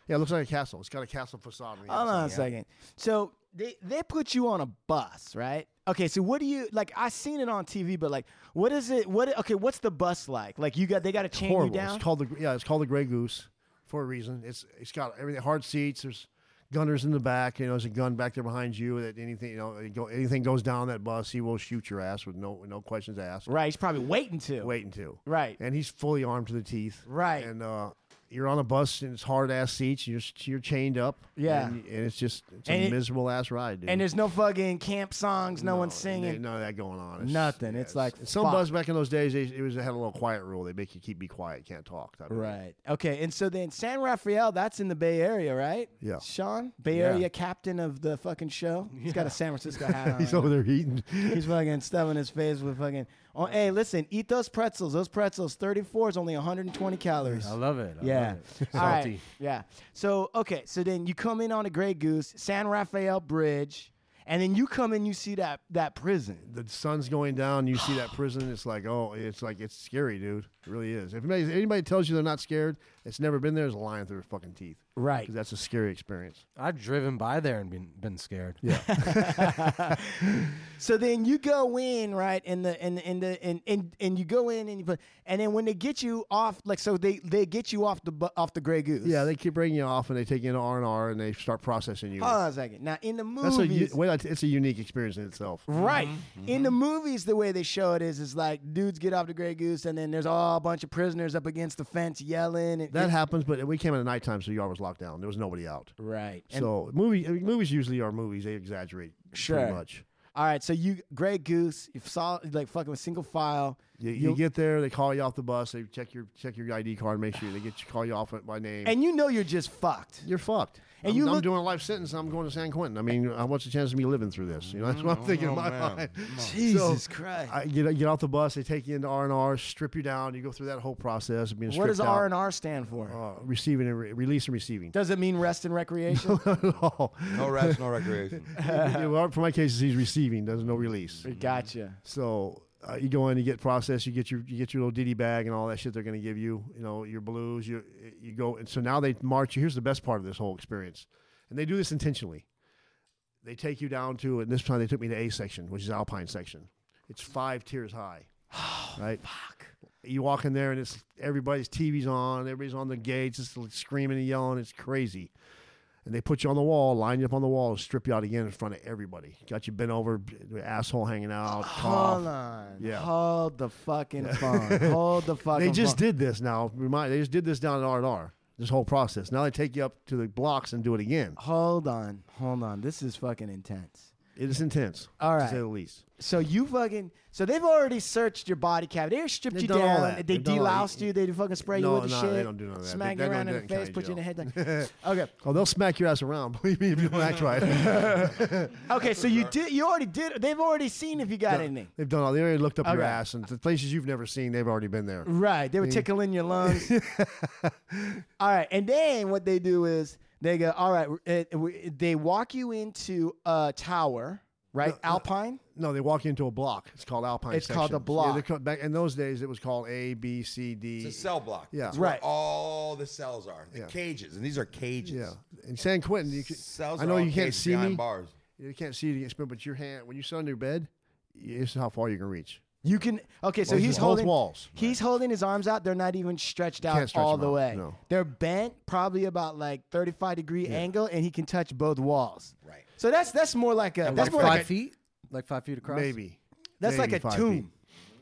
[SPEAKER 6] Yeah, it looks like a castle. It's got a castle facade. On the
[SPEAKER 4] Hold
[SPEAKER 6] outside.
[SPEAKER 4] on a second. So they they put you on a bus, right? Okay, so what do you like? I seen it on TV, but like, what is it? What okay? What's the bus like? Like you got they got to chain you
[SPEAKER 6] Horrible.
[SPEAKER 4] down.
[SPEAKER 6] It's called the yeah. It's called the Gray Goose for a reason. It's it's got everything hard seats. There's gunners in the back. You know, there's a gun back there behind you. That anything you know, it go, anything goes down that bus, he will shoot your ass with no with no questions asked.
[SPEAKER 4] right, he's probably waiting to.
[SPEAKER 6] Waiting to.
[SPEAKER 4] Right.
[SPEAKER 6] And he's fully armed to the teeth.
[SPEAKER 4] Right.
[SPEAKER 6] And uh, you're on a bus and it's hard ass seats. And you're you're chained up.
[SPEAKER 4] Yeah.
[SPEAKER 6] And, and it's just it's
[SPEAKER 4] And
[SPEAKER 6] a
[SPEAKER 4] it-
[SPEAKER 6] miserable ass ride, dude.
[SPEAKER 4] And there's no fucking camp songs. No, one's
[SPEAKER 6] and there ain't
[SPEAKER 4] singing.
[SPEAKER 6] None of that going on. It's-
[SPEAKER 4] Nothing.
[SPEAKER 6] yeah,
[SPEAKER 4] It's like,
[SPEAKER 6] and some
[SPEAKER 4] fuck.
[SPEAKER 6] bus back in those days. They, it was they had a little quiet rule. They make you keep be quiet, can't talk. type of thing.
[SPEAKER 4] Right. Okay. And so then San Rafael, that's in the Bay Area, right?
[SPEAKER 6] Yeah.
[SPEAKER 4] Sean, Bay Area captain of the fucking show. He's got a San Francisco hat on.
[SPEAKER 6] He's
[SPEAKER 4] right
[SPEAKER 6] over there eating.
[SPEAKER 4] now. He's fucking stuffing his face with fucking. Oh, hey, listen, eat those pretzels. Those pretzels, 34 is only 120 calories.
[SPEAKER 5] I love it. I
[SPEAKER 4] yeah.
[SPEAKER 5] Love it.
[SPEAKER 4] All right.
[SPEAKER 5] Salty.
[SPEAKER 4] Yeah. So okay. So then you come in on a Grey Goose, San Rafael Bridge, and then you come in, you see that that prison.
[SPEAKER 6] the sun's going down. You see that prison. It's like oh, it's like it's scary, dude. It really is. If anybody, anybody tells you they're not scared, it's never been there. Is lying through their fucking teeth.
[SPEAKER 4] Right.
[SPEAKER 6] 'Cause that's a scary experience.
[SPEAKER 5] I've driven by there and been been scared. Yeah.
[SPEAKER 4] So then you go in, right, and the and and the and and, and you go in and you put, and then when they get you off, like so they they get you off the bu- off the Grey Goose.
[SPEAKER 6] Yeah, they keep bringing you off and they take you into R and R and they start processing you.
[SPEAKER 4] Hold on a second. Now in the Oh, movies,
[SPEAKER 6] That's a u- well, it's it's a unique experience in itself.
[SPEAKER 4] Right. In the movies, the way they show it is, is like dudes get off the Grey Goose, and then there's all a bunch of prisoners up against the fence yelling. And,
[SPEAKER 6] That happens, but we came in at nighttime, so yard was locked down. There was nobody out.
[SPEAKER 4] right. And
[SPEAKER 6] So movie I mean, movies usually are movies. They exaggerate
[SPEAKER 4] Sure.
[SPEAKER 6] pretty much.
[SPEAKER 4] All right, so you, Grey Goose, you saw like fucking with single file.
[SPEAKER 6] You, you get there, they call you off the bus, they check your check your ID card, make sure they get you call you off by name,
[SPEAKER 4] and you know you're just fucked.
[SPEAKER 6] you're fucked.
[SPEAKER 4] and
[SPEAKER 6] I'm,
[SPEAKER 4] you
[SPEAKER 6] I'm
[SPEAKER 4] look-
[SPEAKER 6] doing a life sentence. I'm going to San Quentin. I mean, uh, what's the chance of me living through this? You know, that's
[SPEAKER 4] Mm,
[SPEAKER 6] what I'm
[SPEAKER 4] oh,
[SPEAKER 6] thinking in my mind.
[SPEAKER 4] Jesus Christ!
[SPEAKER 6] I get get off the bus. They take you into R and R, strip you down. You go through that whole process of being
[SPEAKER 4] what does
[SPEAKER 6] stripped out,
[SPEAKER 4] R and R stand for?
[SPEAKER 6] uh, receiving and re- release and receiving.
[SPEAKER 4] does it mean rest and recreation?
[SPEAKER 6] No.
[SPEAKER 3] No rest, no recreation.
[SPEAKER 6] Yeah, well, for my cases, he's receiving. There's no release.
[SPEAKER 4] gotcha.
[SPEAKER 6] So uh, you go in, you get processed, you get your you get your little ditty bag and all that shit they're gonna give you. You know your blues. You you go and so now they march you. Here's the best part of this whole experience, and they do this intentionally. They take you down to and this time they took me to A section, which is Alpine section. It's five tiers high.
[SPEAKER 4] Oh,
[SPEAKER 6] right. Fuck. You walk in there and it's everybody's TV's on, everybody's on the gates, it's like screaming and yelling. It's crazy. And they put you on the wall, line you up on the wall, and strip you out again in front of everybody. Got you bent over, asshole hanging
[SPEAKER 4] Oh,
[SPEAKER 6] out, cough.
[SPEAKER 4] Hold on.
[SPEAKER 6] Yeah.
[SPEAKER 4] Hold the fucking phone. Hold the fucking.
[SPEAKER 6] They just
[SPEAKER 4] phone.
[SPEAKER 6] did this now. Remind they just did this down at R and R. This whole process. Now they take you up to the blocks and do it again.
[SPEAKER 4] Hold on. Hold on. This is fucking intense.
[SPEAKER 6] It is intense.
[SPEAKER 4] All right.
[SPEAKER 6] to say the least.
[SPEAKER 4] So you fucking. So they've already searched your body cavity. They stripped
[SPEAKER 6] They've
[SPEAKER 4] you
[SPEAKER 6] done all
[SPEAKER 4] down.
[SPEAKER 6] that.
[SPEAKER 4] They
[SPEAKER 6] They've done all that.
[SPEAKER 4] deloused you. They fucking spray
[SPEAKER 6] No,
[SPEAKER 4] you with the
[SPEAKER 6] no,
[SPEAKER 4] shit.
[SPEAKER 6] they don't do none of that. They-
[SPEAKER 4] Smack
[SPEAKER 6] they
[SPEAKER 4] you
[SPEAKER 6] don't
[SPEAKER 4] around
[SPEAKER 6] do
[SPEAKER 4] in
[SPEAKER 6] that
[SPEAKER 4] the face.
[SPEAKER 6] kind of
[SPEAKER 4] Put you in the head. Like, okay.
[SPEAKER 6] Oh, they'll smack your ass around. Believe me, if you don't act right.
[SPEAKER 4] Okay. So you did. You already did. They've already seen if you got anything.
[SPEAKER 6] They've done all. They already looked up your
[SPEAKER 4] Okay.
[SPEAKER 6] ass and the places you've never seen. They've already been there.
[SPEAKER 4] Right. They were tickling your lungs. all right. And then what they do is they go, all right, it, it, they walk you into a tower, right? Alpine?
[SPEAKER 6] No, they walk into a block. It's called Alpine.
[SPEAKER 4] It's called a
[SPEAKER 6] sections.
[SPEAKER 4] block.
[SPEAKER 6] Yeah, they call- back in those days, it was called A, B, C, D.
[SPEAKER 3] It's a cell block.
[SPEAKER 6] Yeah.
[SPEAKER 3] It's where
[SPEAKER 4] Right.
[SPEAKER 3] all the cells are. The
[SPEAKER 6] Yeah.
[SPEAKER 3] Cages. And these are cages.
[SPEAKER 6] Yeah, in San Quentin, you can,
[SPEAKER 3] Cells
[SPEAKER 6] I
[SPEAKER 3] are
[SPEAKER 6] know
[SPEAKER 3] all
[SPEAKER 6] you can't
[SPEAKER 3] cages
[SPEAKER 6] see
[SPEAKER 3] behind
[SPEAKER 6] me.
[SPEAKER 3] bars.
[SPEAKER 6] You can't see it against me, but your hand when you sit on your bed, this is how far you can reach.
[SPEAKER 4] You can okay, so
[SPEAKER 6] Well,
[SPEAKER 4] he's
[SPEAKER 6] both
[SPEAKER 4] holding
[SPEAKER 6] Oh, walls.
[SPEAKER 4] He's holding his arms out. They're not even stretched out
[SPEAKER 6] Can't stretch
[SPEAKER 4] all
[SPEAKER 6] them
[SPEAKER 4] the
[SPEAKER 6] out,
[SPEAKER 4] way.
[SPEAKER 6] no.
[SPEAKER 4] They're bent, probably about like thirty-five degree angle, and he can touch both walls.
[SPEAKER 3] Right.
[SPEAKER 4] So that's that's more like a that's
[SPEAKER 5] like
[SPEAKER 4] more
[SPEAKER 5] five
[SPEAKER 4] like a,
[SPEAKER 5] feet, like five feet across.
[SPEAKER 6] Maybe
[SPEAKER 4] that's like
[SPEAKER 6] maybe
[SPEAKER 4] a
[SPEAKER 6] five
[SPEAKER 4] tomb.
[SPEAKER 6] feet.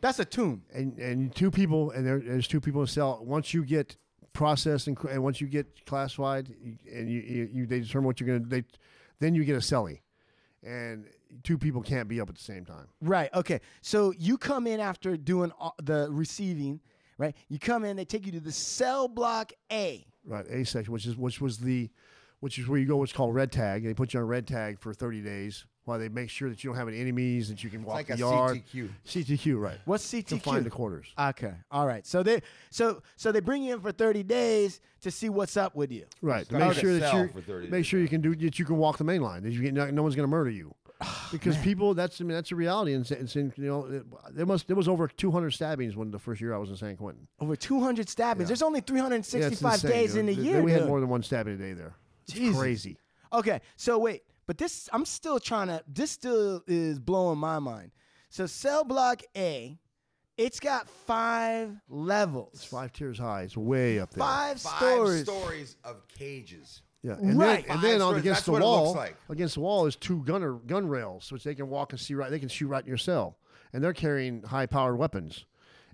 [SPEAKER 4] That's a tomb.
[SPEAKER 6] and and two people and there, there's two people in a cell. Once you get processed and, cl- and once you get classified you- and you, you, you they determine what you're gonna they then you get a cellie, and two people can't be up at the same time.
[SPEAKER 4] Right. Okay. So you come in after doing all the receiving, right? You come in, they take you to the cell block A.
[SPEAKER 6] Right, A section, which is which was the which is where you go. What's called red tag. They put you on red tag for 30 days while they make sure that you don't have any enemies that you can walk
[SPEAKER 3] like
[SPEAKER 6] the
[SPEAKER 3] a
[SPEAKER 6] yard.
[SPEAKER 3] CTQ.
[SPEAKER 6] CTQ, right?
[SPEAKER 4] What's
[SPEAKER 6] to
[SPEAKER 4] CTQ?
[SPEAKER 6] find the quarters.
[SPEAKER 4] Okay. All right. So they so so they bring you in for 30 days to see what's up with you.
[SPEAKER 6] Right. To
[SPEAKER 3] Start
[SPEAKER 6] make
[SPEAKER 3] to
[SPEAKER 6] sure that
[SPEAKER 3] sell
[SPEAKER 6] you
[SPEAKER 3] for 30
[SPEAKER 6] make
[SPEAKER 3] days,
[SPEAKER 6] sure you can do that you can walk the main line. That you get, no, no one's going to murder you.
[SPEAKER 3] Ah,
[SPEAKER 6] Because people, that's I mean, that's a reality. And, and, you know, it, there must there was over 200 stabbings when the first year I was in San Quentin.
[SPEAKER 4] Over 200 stabbings. There's only
[SPEAKER 6] Yeah,
[SPEAKER 4] 365
[SPEAKER 6] it's insane,
[SPEAKER 4] days in a
[SPEAKER 6] dude. Th-
[SPEAKER 4] year.
[SPEAKER 6] We had
[SPEAKER 4] dude.
[SPEAKER 6] more than one stabbing a day there. It's
[SPEAKER 4] Jesus.
[SPEAKER 6] crazy.
[SPEAKER 4] Okay, so wait, but this I'm still trying to. This still is blowing my mind. So cell block A, it's got five levels,
[SPEAKER 6] Five tiers high. It's way up there.
[SPEAKER 4] five
[SPEAKER 3] Five
[SPEAKER 4] stories.
[SPEAKER 3] stories of cages.
[SPEAKER 6] Yeah. And
[SPEAKER 4] Right.
[SPEAKER 6] Then, and then
[SPEAKER 3] Five
[SPEAKER 6] on
[SPEAKER 3] stories,
[SPEAKER 6] against
[SPEAKER 3] that's
[SPEAKER 6] the
[SPEAKER 3] what it looks
[SPEAKER 6] wall,
[SPEAKER 3] like.
[SPEAKER 6] against the wall is two gunner gun rails, which they can walk and see right. They can shoot right in your cell, and they're carrying high powered weapons.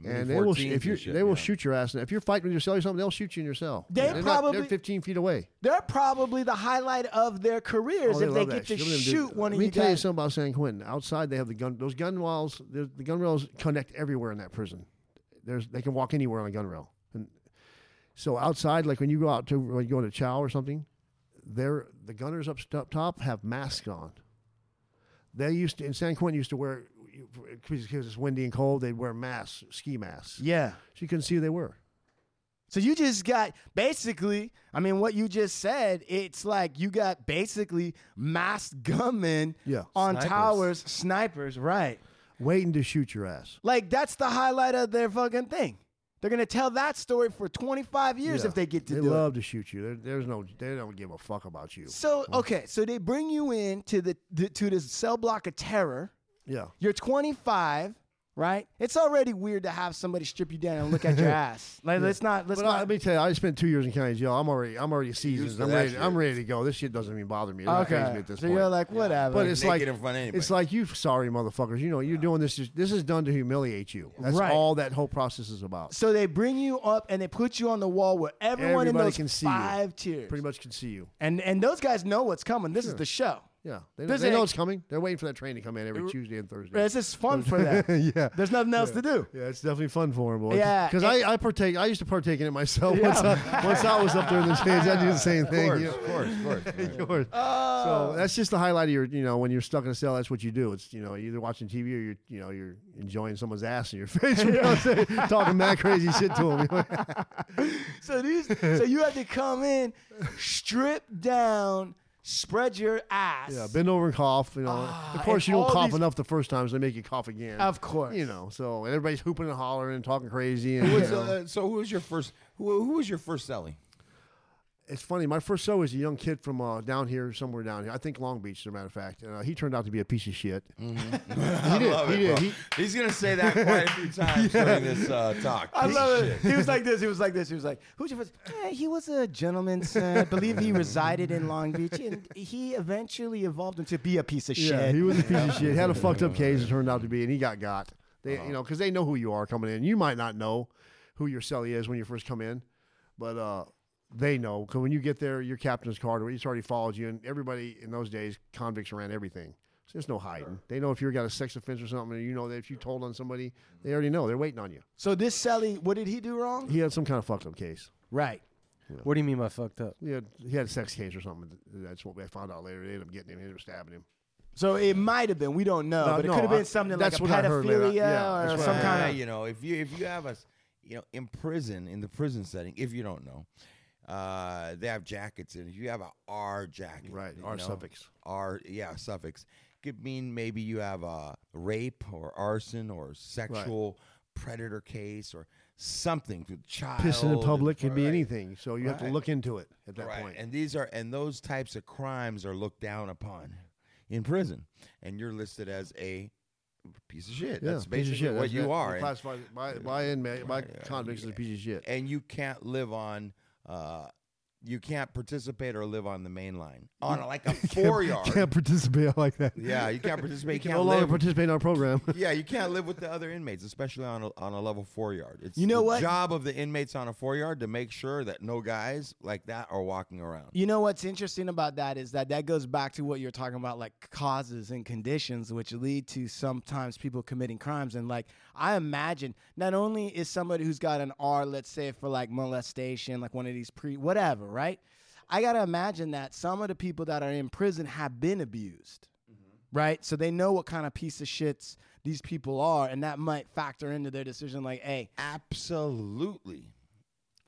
[SPEAKER 6] And they will, sh-
[SPEAKER 3] 14s
[SPEAKER 6] if you,
[SPEAKER 3] and shit,
[SPEAKER 6] they will
[SPEAKER 3] yeah.
[SPEAKER 6] shoot your ass. And if you're fighting with your cell or something, they'll shoot you in your cell.
[SPEAKER 4] They
[SPEAKER 6] are
[SPEAKER 4] probably-
[SPEAKER 6] they're 15 feet away.
[SPEAKER 4] They're probably the highlight of their careers
[SPEAKER 6] Oh, they
[SPEAKER 4] if they
[SPEAKER 6] love
[SPEAKER 4] get
[SPEAKER 6] that
[SPEAKER 4] to
[SPEAKER 6] shit. Let them do-
[SPEAKER 4] shoot one
[SPEAKER 6] Let
[SPEAKER 4] of
[SPEAKER 6] me
[SPEAKER 4] you
[SPEAKER 6] tell you
[SPEAKER 4] guys.
[SPEAKER 6] something about San Quentin. Outside, they have the gun. Those gun walls. The, the gun rails connect everywhere in that prison. There's they can walk anywhere on a gun rail. And so outside, like when you go out to when you go to chow or something, there the gunners up up top have masks on. They used to in San Quentin used to wear because it's windy and cold. They'd wear masks, ski masks.
[SPEAKER 4] Yeah.
[SPEAKER 6] so you couldn't see who they were.
[SPEAKER 4] So you just got basically, I mean, what you just said, it's like you got basically masked gunmen
[SPEAKER 6] Yeah.
[SPEAKER 4] on
[SPEAKER 5] Snipers.
[SPEAKER 4] towers, snipers, right?
[SPEAKER 6] waiting to shoot your ass.
[SPEAKER 4] Like that's the highlight of their fucking thing. They're gonna tell that story for 25 years
[SPEAKER 6] Yeah.
[SPEAKER 4] if they get to
[SPEAKER 6] they
[SPEAKER 4] do it.
[SPEAKER 6] love to shoot you. There, there's no, they don't give a fuck about you.
[SPEAKER 4] So okay, so they bring you in to the, the to this cell block of terror.
[SPEAKER 6] Yeah.
[SPEAKER 4] You're 25, right? It's already weird to have somebody strip you down and look at your ass. Like let's not let's
[SPEAKER 6] But I,
[SPEAKER 4] not.
[SPEAKER 6] let me tell you, I spent two years in county jail. I'm already, I'm already seasoned.
[SPEAKER 3] to
[SPEAKER 6] I'm
[SPEAKER 3] that
[SPEAKER 6] ready. I'm
[SPEAKER 3] shit.
[SPEAKER 6] ready to go. This shit doesn't even bother me. It doesn't faze
[SPEAKER 4] okay,
[SPEAKER 6] me at this
[SPEAKER 4] so
[SPEAKER 6] point.
[SPEAKER 4] you're like whatever.
[SPEAKER 6] but it's
[SPEAKER 3] Naked
[SPEAKER 6] like
[SPEAKER 3] in front of anybody.
[SPEAKER 6] it's like you sorry motherfuckers. You know you're doing this. Just, this is done to humiliate you. That's
[SPEAKER 4] Right.
[SPEAKER 6] all that whole process is about.
[SPEAKER 4] so they bring you up and they put you on the wall where everyone in
[SPEAKER 6] Everybody
[SPEAKER 4] those
[SPEAKER 6] can see you.
[SPEAKER 4] five tiers,
[SPEAKER 6] Pretty much can see you.
[SPEAKER 4] and and those guys know what's coming. This is the show.
[SPEAKER 6] Yeah, they, know,
[SPEAKER 4] Does
[SPEAKER 6] they
[SPEAKER 4] it-
[SPEAKER 6] know it's coming. They're waiting for that train to come in every Tuesday and Thursday.
[SPEAKER 4] It's just fun for them.
[SPEAKER 6] yeah,
[SPEAKER 4] There's nothing else to do.
[SPEAKER 6] Yeah, it's definitely fun for him, boy.
[SPEAKER 4] Yeah,
[SPEAKER 6] because
[SPEAKER 4] it-
[SPEAKER 6] I, I partake. I used to partake in it myself.
[SPEAKER 4] Yeah.
[SPEAKER 6] Once, I, once I was up there in the stands, I do the same
[SPEAKER 3] Of
[SPEAKER 6] thing.
[SPEAKER 3] course,
[SPEAKER 6] you know.
[SPEAKER 3] of course, of course. right.
[SPEAKER 6] Yours.
[SPEAKER 4] Oh.
[SPEAKER 6] So that's just the highlight of your, you know, when you're stuck in a cell, that's what you do. It's, you know, either watching TV or you're, you know, you're enjoying someone's ass in your face, you know what I'm saying? talking mad crazy shit to them.
[SPEAKER 4] So these, so you have to come in, strip down, spread your ass.
[SPEAKER 6] yeah, bend over and cough. You know,
[SPEAKER 4] Ah,
[SPEAKER 6] of course
[SPEAKER 4] and
[SPEAKER 6] you don't
[SPEAKER 4] all
[SPEAKER 6] cough
[SPEAKER 4] these-
[SPEAKER 6] enough the first time, so they make you cough again.
[SPEAKER 4] Of course.
[SPEAKER 6] You know, so and everybody's hooping and hollering and talking crazy. And,
[SPEAKER 3] Who was,
[SPEAKER 6] you know.
[SPEAKER 3] uh, so who was your first? Who, who was your first Sally?
[SPEAKER 6] it's funny. My first show was a young kid from uh, down here, somewhere down here. I think Long Beach, as a matter of fact. And, uh, he turned out to be a piece of shit.
[SPEAKER 3] Mm-hmm. I
[SPEAKER 6] did,
[SPEAKER 3] love
[SPEAKER 6] he
[SPEAKER 3] it.
[SPEAKER 6] did,
[SPEAKER 3] bro.
[SPEAKER 6] he-
[SPEAKER 3] He's gonna say that quite a few times during this uh, talk.
[SPEAKER 4] I love it. He was like this. He was like this. He was like, "Who's your first? Eh, he was a gentleman, sir. I believe he resided in Long Beach, and he eventually evolved into be a piece of shit.
[SPEAKER 6] he was a piece of shit. Had a fucked up case. It turned out to be, and he got got. They, you know, because they know who you are coming in. You might not know who your cellie is when you first come in, but uh, they know. Because when you get there, your captain's card, it's already followed you, and everybody in those days, convicts ran everything. So there's no hiding. They know if you've got a sex offense or something, or you know that if you told on somebody, they already know. They're waiting on you.
[SPEAKER 4] So this Sally, what did he do wrong?
[SPEAKER 6] He had some kind of fucked up case.
[SPEAKER 4] Right.
[SPEAKER 5] What do you mean by fucked up?
[SPEAKER 6] He had, he had a sex case or something. That's what I found out later. They ended up getting him. They ended up stabbing him.
[SPEAKER 4] So it might have been. We don't know,
[SPEAKER 6] No,
[SPEAKER 4] but it
[SPEAKER 6] no,
[SPEAKER 4] could have
[SPEAKER 6] I-
[SPEAKER 4] been something like a
[SPEAKER 6] that's what I heard later.
[SPEAKER 4] pedophilia
[SPEAKER 6] Yeah,
[SPEAKER 4] or
[SPEAKER 6] that's what
[SPEAKER 4] some
[SPEAKER 6] I
[SPEAKER 3] Yeah,
[SPEAKER 4] kind of.
[SPEAKER 3] you know if you if you have us you know in prison in the prison setting if you don't know uh they have jackets and if you have a r jacket
[SPEAKER 6] Right,
[SPEAKER 3] you
[SPEAKER 6] R
[SPEAKER 3] know,
[SPEAKER 6] suffix.
[SPEAKER 3] r yeah suffix could mean maybe you have a rape or arson or sexual predator case or something to child
[SPEAKER 6] Pissing in
[SPEAKER 3] and-
[SPEAKER 6] public could be
[SPEAKER 3] right,
[SPEAKER 6] anything. So you have to
[SPEAKER 3] Right.
[SPEAKER 6] look into it at that
[SPEAKER 3] right
[SPEAKER 6] point.
[SPEAKER 3] and these are and those types of crimes are looked down upon in prison and you're listed as a piece of shit that's
[SPEAKER 6] piece
[SPEAKER 3] basically
[SPEAKER 6] of shit.
[SPEAKER 3] what
[SPEAKER 6] That's
[SPEAKER 3] you
[SPEAKER 6] it.
[SPEAKER 3] are
[SPEAKER 6] They're
[SPEAKER 3] And-
[SPEAKER 6] Classified by, by, inmate, by convicts as a piece of shit.
[SPEAKER 3] and you can't live on uh you can't participate or live on the main line on like a four yard
[SPEAKER 6] participate like that.
[SPEAKER 3] yeah you can't participate you
[SPEAKER 6] You can
[SPEAKER 3] can't
[SPEAKER 6] no longer
[SPEAKER 3] live
[SPEAKER 6] participate in our program.
[SPEAKER 3] yeah you can't live with the other inmates especially on a, on a level four yard it's
[SPEAKER 4] You know
[SPEAKER 3] the
[SPEAKER 4] what?
[SPEAKER 3] job of the inmates on a four yard to make sure that no guys like that are walking around
[SPEAKER 4] You know what's interesting about that is that that goes back to what you're talking about, like causes and conditions, which lead to sometimes people committing crimes. And like, I imagine not only is somebody who's got an R, let's say for like molestation, like one of these pre whatever, right? I gotta imagine that some of the people that are in prison have been abused, right? So they know what kind of piece of shits these people are, and that might factor into their decision. Like, hey,
[SPEAKER 3] absolutely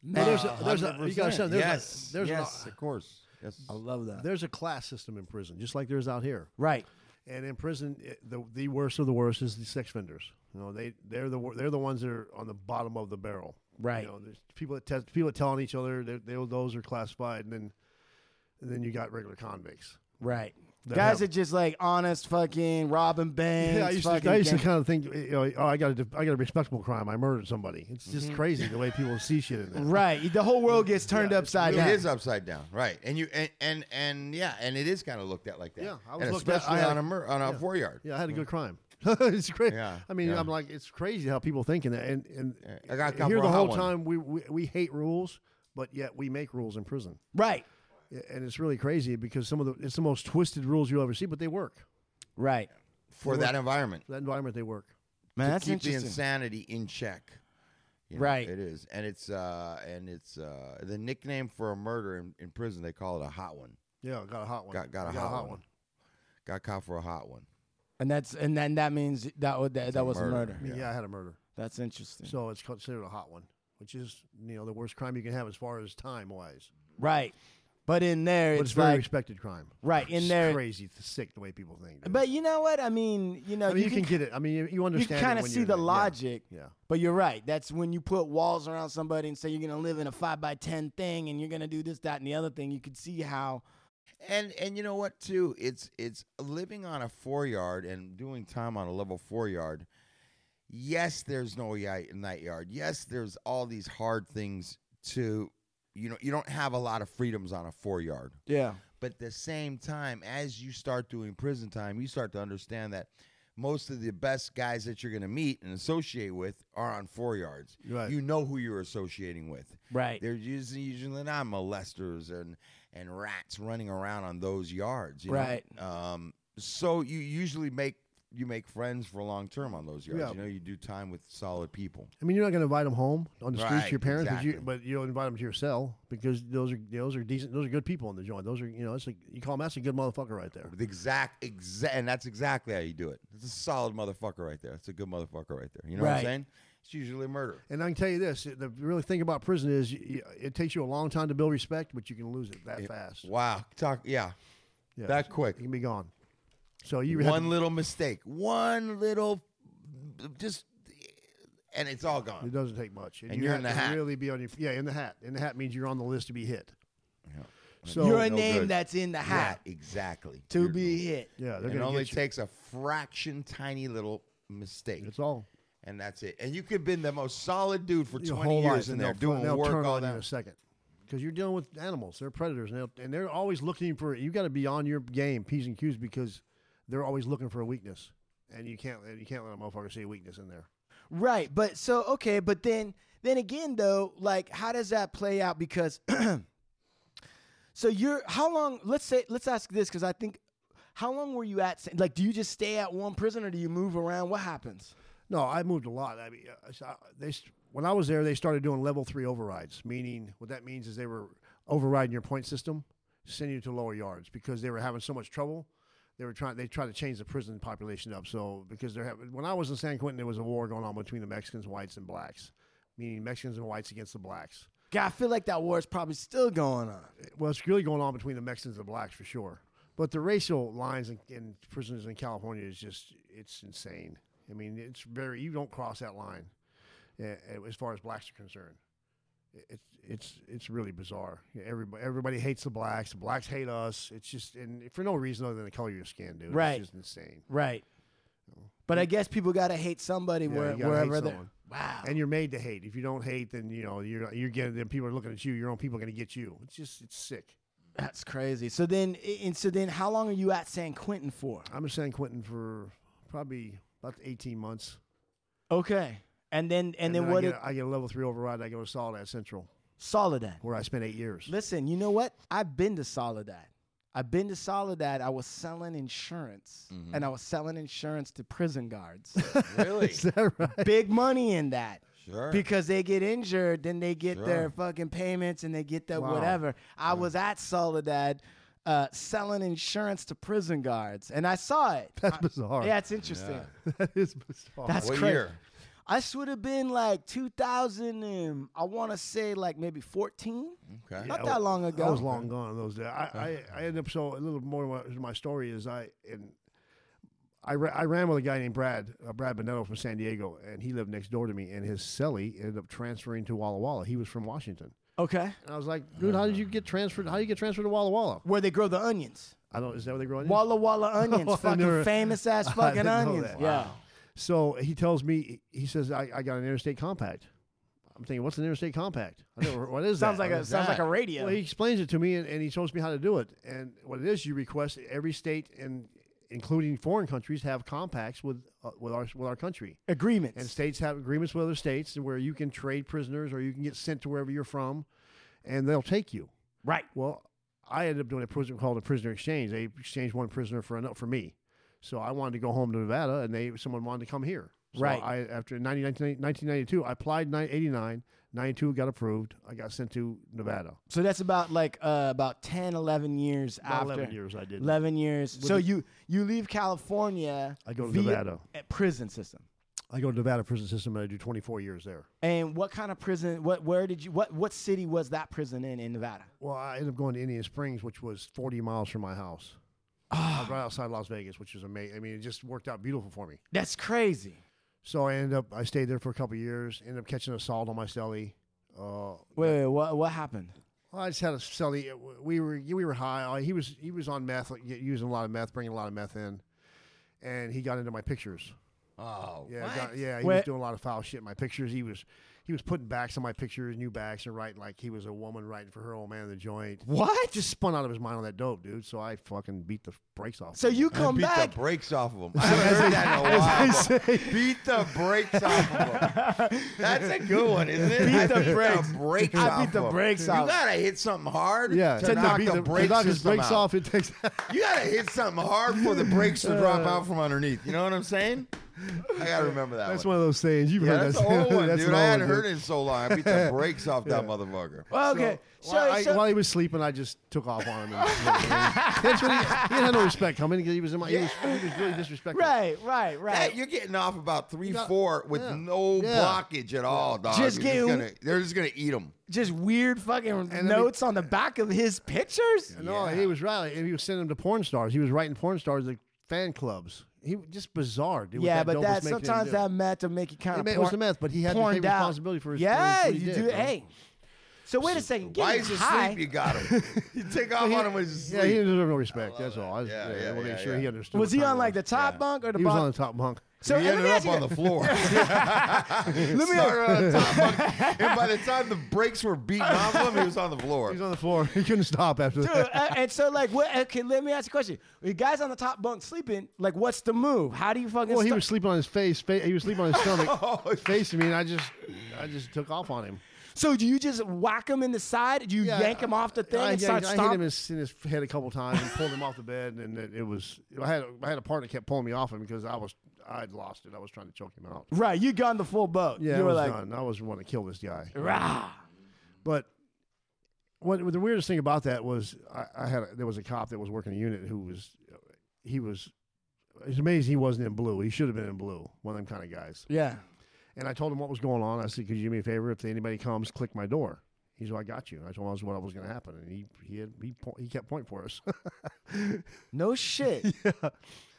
[SPEAKER 6] Well, there's a, there's a, you
[SPEAKER 3] 100%.
[SPEAKER 6] gotta understand, there's,
[SPEAKER 3] yes
[SPEAKER 6] a, there's,
[SPEAKER 3] yes of course yes
[SPEAKER 5] I love
[SPEAKER 6] a,
[SPEAKER 5] that.
[SPEAKER 6] there's a class system in prison, just like there's out here.
[SPEAKER 4] right,
[SPEAKER 6] And in prison, it, the, the worst of the worst is the sex offenders. You know, they they're the wor- they're the ones that are on the bottom of the barrel.
[SPEAKER 4] Right.
[SPEAKER 6] You know, there's people that test, people that tell on each other. They, they those are classified, and then and then you got regular convicts.
[SPEAKER 4] right.
[SPEAKER 6] That
[SPEAKER 4] Guys
[SPEAKER 6] have-
[SPEAKER 4] are just like honest, fucking robbing banks.
[SPEAKER 6] Yeah, I used, to,
[SPEAKER 4] fucking
[SPEAKER 6] I used to
[SPEAKER 4] gang-
[SPEAKER 6] kind of think, you know, oh, I got a, I got a respectable crime. I murdered somebody. It's just crazy the way people see shit in there.
[SPEAKER 4] Mm-hmm. Right. The whole world gets turned upside down.
[SPEAKER 3] It is upside down, right? And you and and, and yeah, and it is kind of looked at like that.
[SPEAKER 6] Yeah, I was
[SPEAKER 3] and
[SPEAKER 6] looked at-
[SPEAKER 3] especially
[SPEAKER 6] I had-
[SPEAKER 3] on a mur- on a four yard.
[SPEAKER 6] Yeah, I had a good crime. it's crazy.
[SPEAKER 3] Yeah,
[SPEAKER 6] I mean,
[SPEAKER 3] yeah.
[SPEAKER 6] I'm like, it's crazy how people think in that. And and
[SPEAKER 3] I got caught
[SPEAKER 6] here
[SPEAKER 3] for
[SPEAKER 6] the
[SPEAKER 3] a hot
[SPEAKER 6] whole
[SPEAKER 3] one.
[SPEAKER 6] time we, we we hate rules, but yet we make rules in prison.
[SPEAKER 4] Right.
[SPEAKER 6] And it's really crazy because some of the it's the most twisted rules you'll ever see, but they work.
[SPEAKER 4] Right.
[SPEAKER 3] for that environment.
[SPEAKER 6] For that environment, they work.
[SPEAKER 4] Man,
[SPEAKER 3] to
[SPEAKER 4] that's
[SPEAKER 3] keep the
[SPEAKER 4] interesting.
[SPEAKER 3] insanity in check. You know,
[SPEAKER 4] Right.
[SPEAKER 3] It is. And it's uh and it's uh the nickname for a murder in, in prison they call it a hot one.
[SPEAKER 6] Yeah, got a hot one.
[SPEAKER 3] Got got a, hot, one. Got caught for a hot one.
[SPEAKER 4] and that's and then that means that would that, that was a
[SPEAKER 3] murder.
[SPEAKER 4] murder.
[SPEAKER 6] I mean, yeah, I had a murder.
[SPEAKER 4] That's interesting.
[SPEAKER 6] So it's considered a hot one, which is you know the worst crime you can have as far as time wise.
[SPEAKER 4] right. But in there
[SPEAKER 6] But
[SPEAKER 4] it's,
[SPEAKER 6] it's, very
[SPEAKER 4] like
[SPEAKER 6] respected crime.
[SPEAKER 4] right in
[SPEAKER 6] It's
[SPEAKER 4] there.
[SPEAKER 6] crazy, th- sick the way people think. dude.
[SPEAKER 4] But you know what? I mean, you know,
[SPEAKER 6] I mean, you,
[SPEAKER 4] you,
[SPEAKER 6] can, get it. I mean, you, you
[SPEAKER 4] you
[SPEAKER 6] understand.
[SPEAKER 4] kind
[SPEAKER 6] it
[SPEAKER 4] of
[SPEAKER 6] when
[SPEAKER 4] see
[SPEAKER 6] you're
[SPEAKER 4] the
[SPEAKER 6] in it. Yeah.
[SPEAKER 4] logic.
[SPEAKER 6] Yeah.
[SPEAKER 4] But you're right. That's when you put walls around somebody and say you're gonna live in a five by ten thing and you're gonna do this, that, and the other thing. You could see how
[SPEAKER 3] And and you know what too? It's it's living on a four yard and doing time on a level four yard. Yes, there's no yi- night yard. Yes, there's all these hard things to you know, you don't have a lot of freedoms on a four yard.
[SPEAKER 4] Yeah.
[SPEAKER 3] But at the same time, as you start doing prison time, you start to understand that most of the best guys that you're going to meet and associate with are on four yards.
[SPEAKER 6] Right.
[SPEAKER 3] You know who you're associating with.
[SPEAKER 4] Right.
[SPEAKER 3] They're usually, usually not molesters and, and rats running around on those yards. you know?
[SPEAKER 4] Right.
[SPEAKER 3] Um, so you usually make you make friends for long term on those yards.
[SPEAKER 6] Yeah.
[SPEAKER 3] You know, you do time with solid people.
[SPEAKER 6] I mean, you're not going to invite them home on the streets
[SPEAKER 3] Right,
[SPEAKER 6] to your parents, but you
[SPEAKER 3] exactly.
[SPEAKER 6] but you'll invite them to your cell because those are those are decent, those are good people in the joint. Those are you know, it's like you call them that's a good motherfucker right there.
[SPEAKER 3] The exact, exact, and that's exactly how you do it. It's a solid motherfucker right there. It's a good motherfucker right there. You know what
[SPEAKER 4] Right.
[SPEAKER 3] I'm saying? It's usually murder.
[SPEAKER 6] And I can tell you this: the really thing about prison is y y- it takes you a long time to build respect, but you can lose it that fast.
[SPEAKER 3] Wow. Talk. Yeah.
[SPEAKER 6] Yeah,
[SPEAKER 3] That
[SPEAKER 6] it
[SPEAKER 3] quick.
[SPEAKER 6] can be gone. So you have
[SPEAKER 3] One little mistake. One little, just, and it's all
[SPEAKER 6] It
[SPEAKER 3] gone.
[SPEAKER 6] doesn't take much,
[SPEAKER 3] And you're
[SPEAKER 6] have
[SPEAKER 3] in the
[SPEAKER 6] to
[SPEAKER 3] hat.
[SPEAKER 6] Really be on your yeah in the hat. In the hat means you're on the list to be hit. So
[SPEAKER 4] You're a
[SPEAKER 3] no
[SPEAKER 4] name
[SPEAKER 3] good.
[SPEAKER 4] that's in the
[SPEAKER 3] Yeah,
[SPEAKER 4] hat
[SPEAKER 3] exactly.
[SPEAKER 4] to
[SPEAKER 3] You're-
[SPEAKER 4] be hit.
[SPEAKER 6] yeah, they're
[SPEAKER 3] It
[SPEAKER 6] gonna
[SPEAKER 3] only
[SPEAKER 6] get you.
[SPEAKER 3] takes a fraction, tiny little mistake.
[SPEAKER 6] It's all
[SPEAKER 3] and that's it. And you could have been the most solid dude for
[SPEAKER 6] your
[SPEAKER 3] 20
[SPEAKER 6] whole life,
[SPEAKER 3] years in
[SPEAKER 6] and
[SPEAKER 3] there
[SPEAKER 6] they'll fl-
[SPEAKER 3] doing
[SPEAKER 6] they'll
[SPEAKER 3] work
[SPEAKER 6] turn
[SPEAKER 3] all
[SPEAKER 6] on you in a
[SPEAKER 3] that.
[SPEAKER 6] second because you're dealing with animals. They're predators, and, they'll- and they're always looking for. You got to be on your game, p's and q's, because they're always looking for a weakness, and you can't and you can't let a motherfucker see a weakness in there.
[SPEAKER 4] Right, but so okay, but then then again though, like how does that play out? Because so you're how long? Let's say let's ask this because I think how long were you at? Like, do you just stay at one prison or do you move around? What happens?
[SPEAKER 6] No, I moved a lot. I mean, uh, so I- they s- when I was there, they started doing level three overrides. Meaning, what that means is they were overriding your point system, sending you to lower yards because they were having so much trouble. They were trying. They tried to change the prison population up. So because they're having, when I was in San Quentin, there was a war going on between the Mexicans, whites, and blacks, meaning Mexicans and whites against the blacks.
[SPEAKER 4] God, I feel like that war is probably still going on.
[SPEAKER 6] Well, it's really going on between the Mexicans and the blacks for sure. But the racial lines in, in prisons in California is just it's insane. I mean, it's very you don't cross that line uh, as far as blacks are concerned. It- It's it's it's really bizarre. Everybody everybody hates the blacks. The blacks hate us. It's just and for no reason other than the color of your skin, dude.
[SPEAKER 4] Right.
[SPEAKER 6] It's just insane.
[SPEAKER 4] Right. But I guess people gotta hate somebody
[SPEAKER 6] Yeah,
[SPEAKER 4] where,
[SPEAKER 6] you gotta hate
[SPEAKER 4] wherever they're.
[SPEAKER 6] someone.
[SPEAKER 4] Wow.
[SPEAKER 6] And you're made to hate. If you don't hate, then you know you're you're getting. Then people are looking at you. Your own people are going to get you. It's just it's sick.
[SPEAKER 4] That's crazy. So then, and so then, how long are you at San Quentin for?
[SPEAKER 6] I'm in San Quentin for probably about 18 months.
[SPEAKER 4] Okay. And then, and, then, what?
[SPEAKER 6] I
[SPEAKER 4] Did,
[SPEAKER 6] get, I get a level three override. I go to Soledad Central,
[SPEAKER 4] Soledad.
[SPEAKER 6] where I spent eight years.
[SPEAKER 4] Listen, you know what? I've been to Soledad. I've been to Soledad. I was selling insurance,
[SPEAKER 3] Mm-hmm.
[SPEAKER 4] and I was selling insurance to prison guards.
[SPEAKER 3] Really?
[SPEAKER 4] Big money in that.
[SPEAKER 3] Sure.
[SPEAKER 4] Because they get injured, then they get their
[SPEAKER 3] Sure.
[SPEAKER 4] fucking payments and they get their
[SPEAKER 6] Wow.
[SPEAKER 4] whatever. I was at Soledad uh, selling insurance to prison guards, and I saw it.
[SPEAKER 6] That's bizarre.
[SPEAKER 4] Yeah, it's interesting.
[SPEAKER 6] that is bizarre.
[SPEAKER 4] That's
[SPEAKER 3] What
[SPEAKER 4] crazy.
[SPEAKER 3] year?
[SPEAKER 4] I would have been like 2000, and I want to say like maybe 14.
[SPEAKER 3] Okay.
[SPEAKER 4] Not that long ago.
[SPEAKER 6] I was long gone those days. I, I, I ended up so a little more. of My, my story is I and I, ra- I ran with a guy named Brad uh, Brad Bonetto from San Diego, and he lived next door to me. And his cellie ended up transferring to Walla Walla. He was from Washington,
[SPEAKER 4] Okay.
[SPEAKER 6] and I was like, dude, how did you get transferred? How do you get transferred to Walla Walla?
[SPEAKER 4] Where they grow the onions.
[SPEAKER 6] I don't. Is that what they grow? in?
[SPEAKER 4] Walla Walla onions.
[SPEAKER 6] I
[SPEAKER 4] fucking
[SPEAKER 6] never-
[SPEAKER 4] famous ass
[SPEAKER 6] Mm. I
[SPEAKER 4] fucking
[SPEAKER 6] didn't know
[SPEAKER 4] onions.
[SPEAKER 6] that.
[SPEAKER 4] Yeah.
[SPEAKER 6] So he tells me, he says, I, I got an interstate compact. I'm thinking, what's an interstate compact? I never, what is
[SPEAKER 4] Sounds
[SPEAKER 6] that?
[SPEAKER 4] like a
[SPEAKER 6] What is
[SPEAKER 4] sounds like
[SPEAKER 3] that?
[SPEAKER 4] a radio.
[SPEAKER 6] Well, he explains it to me and, and he shows me how to do it. And what it is, you request every state and including foreign countries have compacts with uh, with our with our country.
[SPEAKER 4] Agreements.
[SPEAKER 6] And states have agreements with other states where you can trade prisoners or you can get sent to wherever you're from and they'll take you.
[SPEAKER 4] right.
[SPEAKER 6] Well, I ended up doing a prison called a prisoner exchange. They exchanged one prisoner for another for me. So I wanted to go home to Nevada, and they someone wanted to come here. So
[SPEAKER 4] Right.
[SPEAKER 6] I after 90, 1992, I applied in 89, 92 got approved. I got sent to Nevada.
[SPEAKER 4] So that's about like uh, about 10, 11 years
[SPEAKER 6] About
[SPEAKER 4] after.
[SPEAKER 6] eleven years I did.
[SPEAKER 4] 11 years. So you you leave California.
[SPEAKER 6] I go to
[SPEAKER 4] via
[SPEAKER 6] Nevada.
[SPEAKER 4] a prison system.
[SPEAKER 6] I go to Nevada prison system, and I do twenty four years there.
[SPEAKER 4] And what kind of prison? What where did you? What what city was that prison in in Nevada?
[SPEAKER 6] Well, I ended up going to Indian Springs, which was forty miles from my house. I was right outside Las Vegas, which is amazing. I mean, it just worked out beautiful for me.
[SPEAKER 4] That's crazy.
[SPEAKER 6] So I ended up, I stayed there for a couple of years. Ended up catching assault on my cellie. Uh,
[SPEAKER 4] Wait, wait what what happened?
[SPEAKER 6] Well, I just had a celly. We were we were high. Uh, He was he was on meth, like, using a lot of meth, bringing a lot of meth in, and he got into my pictures.
[SPEAKER 3] Oh,
[SPEAKER 6] Yeah,
[SPEAKER 3] what?
[SPEAKER 6] got- yeah, he
[SPEAKER 4] Wait.
[SPEAKER 6] was doing a lot of foul shit in my pictures. He was he was putting backs on my pictures, new backs, and writing like he was a woman writing for her old man in the joint.
[SPEAKER 4] What?
[SPEAKER 6] Just spun out of his mind on that dope, dude. So I fucking beat the brakes off.
[SPEAKER 4] so
[SPEAKER 6] him.
[SPEAKER 4] you
[SPEAKER 3] I
[SPEAKER 4] come
[SPEAKER 3] beat
[SPEAKER 4] back.
[SPEAKER 3] the brakes off of him. I haven't heard that in a while. bro. Beat the brakes off of him. That's a good one, isn't it?
[SPEAKER 4] Beat
[SPEAKER 3] I
[SPEAKER 4] the brakes.
[SPEAKER 3] brakes
[SPEAKER 4] I
[SPEAKER 3] off
[SPEAKER 4] beat the
[SPEAKER 3] of him.
[SPEAKER 4] brakes off.
[SPEAKER 3] You gotta hit something hard
[SPEAKER 6] yeah,
[SPEAKER 3] to knock
[SPEAKER 6] beat
[SPEAKER 3] the, brake
[SPEAKER 6] knock his
[SPEAKER 3] system
[SPEAKER 6] brakes
[SPEAKER 3] out.
[SPEAKER 6] off. It takes.
[SPEAKER 3] You gotta hit something hard for the brakes to drop out from underneath. You know what I'm saying? I gotta remember that.
[SPEAKER 6] that's
[SPEAKER 3] one.
[SPEAKER 6] one of those sayings you've
[SPEAKER 3] Yeah,
[SPEAKER 6] heard.
[SPEAKER 3] that's
[SPEAKER 6] that
[SPEAKER 3] the old
[SPEAKER 6] saying.
[SPEAKER 3] one,
[SPEAKER 6] That's
[SPEAKER 3] dude.
[SPEAKER 6] an
[SPEAKER 3] I
[SPEAKER 6] old
[SPEAKER 3] hadn't
[SPEAKER 6] one, dude.
[SPEAKER 3] heard it in so long. I beat the brakes off that motherfucker.
[SPEAKER 4] Well, okay. So,
[SPEAKER 6] while, I-
[SPEAKER 4] so-
[SPEAKER 6] while he was sleeping, I just took off on him. And, that's when he, he had no respect coming. He was in my. He, was, he was really disrespectful.
[SPEAKER 4] right, right,
[SPEAKER 3] Hey,
[SPEAKER 4] right.
[SPEAKER 3] you're getting off about three,
[SPEAKER 6] got-
[SPEAKER 3] four with
[SPEAKER 6] yeah.
[SPEAKER 3] no
[SPEAKER 6] Yeah.
[SPEAKER 3] blockage at all, dog.
[SPEAKER 4] Just
[SPEAKER 3] You're
[SPEAKER 4] get-
[SPEAKER 3] gonna, they're just gonna eat them.
[SPEAKER 4] Just weird fucking
[SPEAKER 6] then
[SPEAKER 4] notes on the back of his pictures.
[SPEAKER 6] No, oh, he was right. He was sending them to porn stars. He was writing porn stars like fan clubs. He just bizarre, dude. what
[SPEAKER 4] yeah,
[SPEAKER 6] that
[SPEAKER 4] but
[SPEAKER 6] dope was
[SPEAKER 4] that
[SPEAKER 6] making him
[SPEAKER 4] sometimes
[SPEAKER 6] do.
[SPEAKER 4] that meth will make you kind
[SPEAKER 6] It
[SPEAKER 4] of
[SPEAKER 6] ma- it was the meth, but he had to take responsibility for his- for
[SPEAKER 4] Yeah,
[SPEAKER 6] what he
[SPEAKER 4] you
[SPEAKER 6] did,
[SPEAKER 4] do.
[SPEAKER 6] bro.
[SPEAKER 4] Hey, so wait a second. Getting
[SPEAKER 3] Why is he
[SPEAKER 4] high,
[SPEAKER 3] asleep? You got him. you take off on him when he's
[SPEAKER 6] Yeah, he
[SPEAKER 3] asleep.
[SPEAKER 6] didn't deserve no respect. That's all. I was,
[SPEAKER 3] Yeah,
[SPEAKER 6] yeah,
[SPEAKER 3] yeah,
[SPEAKER 6] I wanna
[SPEAKER 3] yeah,
[SPEAKER 6] make sure
[SPEAKER 3] yeah.
[SPEAKER 6] he understood.
[SPEAKER 4] was
[SPEAKER 6] what
[SPEAKER 4] he
[SPEAKER 6] time
[SPEAKER 4] on
[SPEAKER 6] it
[SPEAKER 4] like the top bunk or the
[SPEAKER 6] He was on
[SPEAKER 4] bottom?
[SPEAKER 6] the top bunk.
[SPEAKER 4] So
[SPEAKER 3] he
[SPEAKER 4] and
[SPEAKER 3] ended
[SPEAKER 4] let me
[SPEAKER 3] up
[SPEAKER 4] ask you
[SPEAKER 3] on the floor. Let me and by the time the brakes were beating off him, he was on the floor.
[SPEAKER 6] He was on the floor. He couldn't stop after
[SPEAKER 4] Dude,
[SPEAKER 6] that.
[SPEAKER 4] uh, and so like, what? Okay, let me ask you a question. The guys on the top bunk sleeping. Like, what's the move? How do you fucking?
[SPEAKER 6] Well, he
[SPEAKER 4] stop-
[SPEAKER 6] was sleeping on his face. Fa- he was sleeping on his
[SPEAKER 4] Oh,
[SPEAKER 6] stomach, facing me, and I just, I just took off on him.
[SPEAKER 4] so do you just whack him in the side? Do you
[SPEAKER 6] Yeah,
[SPEAKER 4] yank him off the thing
[SPEAKER 6] I,
[SPEAKER 4] and
[SPEAKER 6] yeah,
[SPEAKER 4] start
[SPEAKER 6] I hit him in
[SPEAKER 4] stomping?
[SPEAKER 6] his, in his head a couple times and pulled him off the bed, and it, it was. I had I had a partner kept pulling me off him because I was I had lost it. I was trying to choke him out.
[SPEAKER 4] Right, you gone the full boat.
[SPEAKER 6] Yeah,
[SPEAKER 4] you
[SPEAKER 6] I
[SPEAKER 4] were
[SPEAKER 6] was
[SPEAKER 4] like,
[SPEAKER 6] done. I was wanting to kill this guy.
[SPEAKER 4] rah.
[SPEAKER 6] But what, what the weirdest thing about that was I, I had a, there was a cop that was working a unit who was he was it's amazing he wasn't in blue. He should have been in blue. One of them kind of guys.
[SPEAKER 4] Yeah.
[SPEAKER 6] And I told him what was going on. I said, "Could you do me a favor? If anybody comes, click my door." He's like, "I got you." And I told him that was what was going to happen, and he he had, he, po- he kept pointing for us.
[SPEAKER 4] No shit.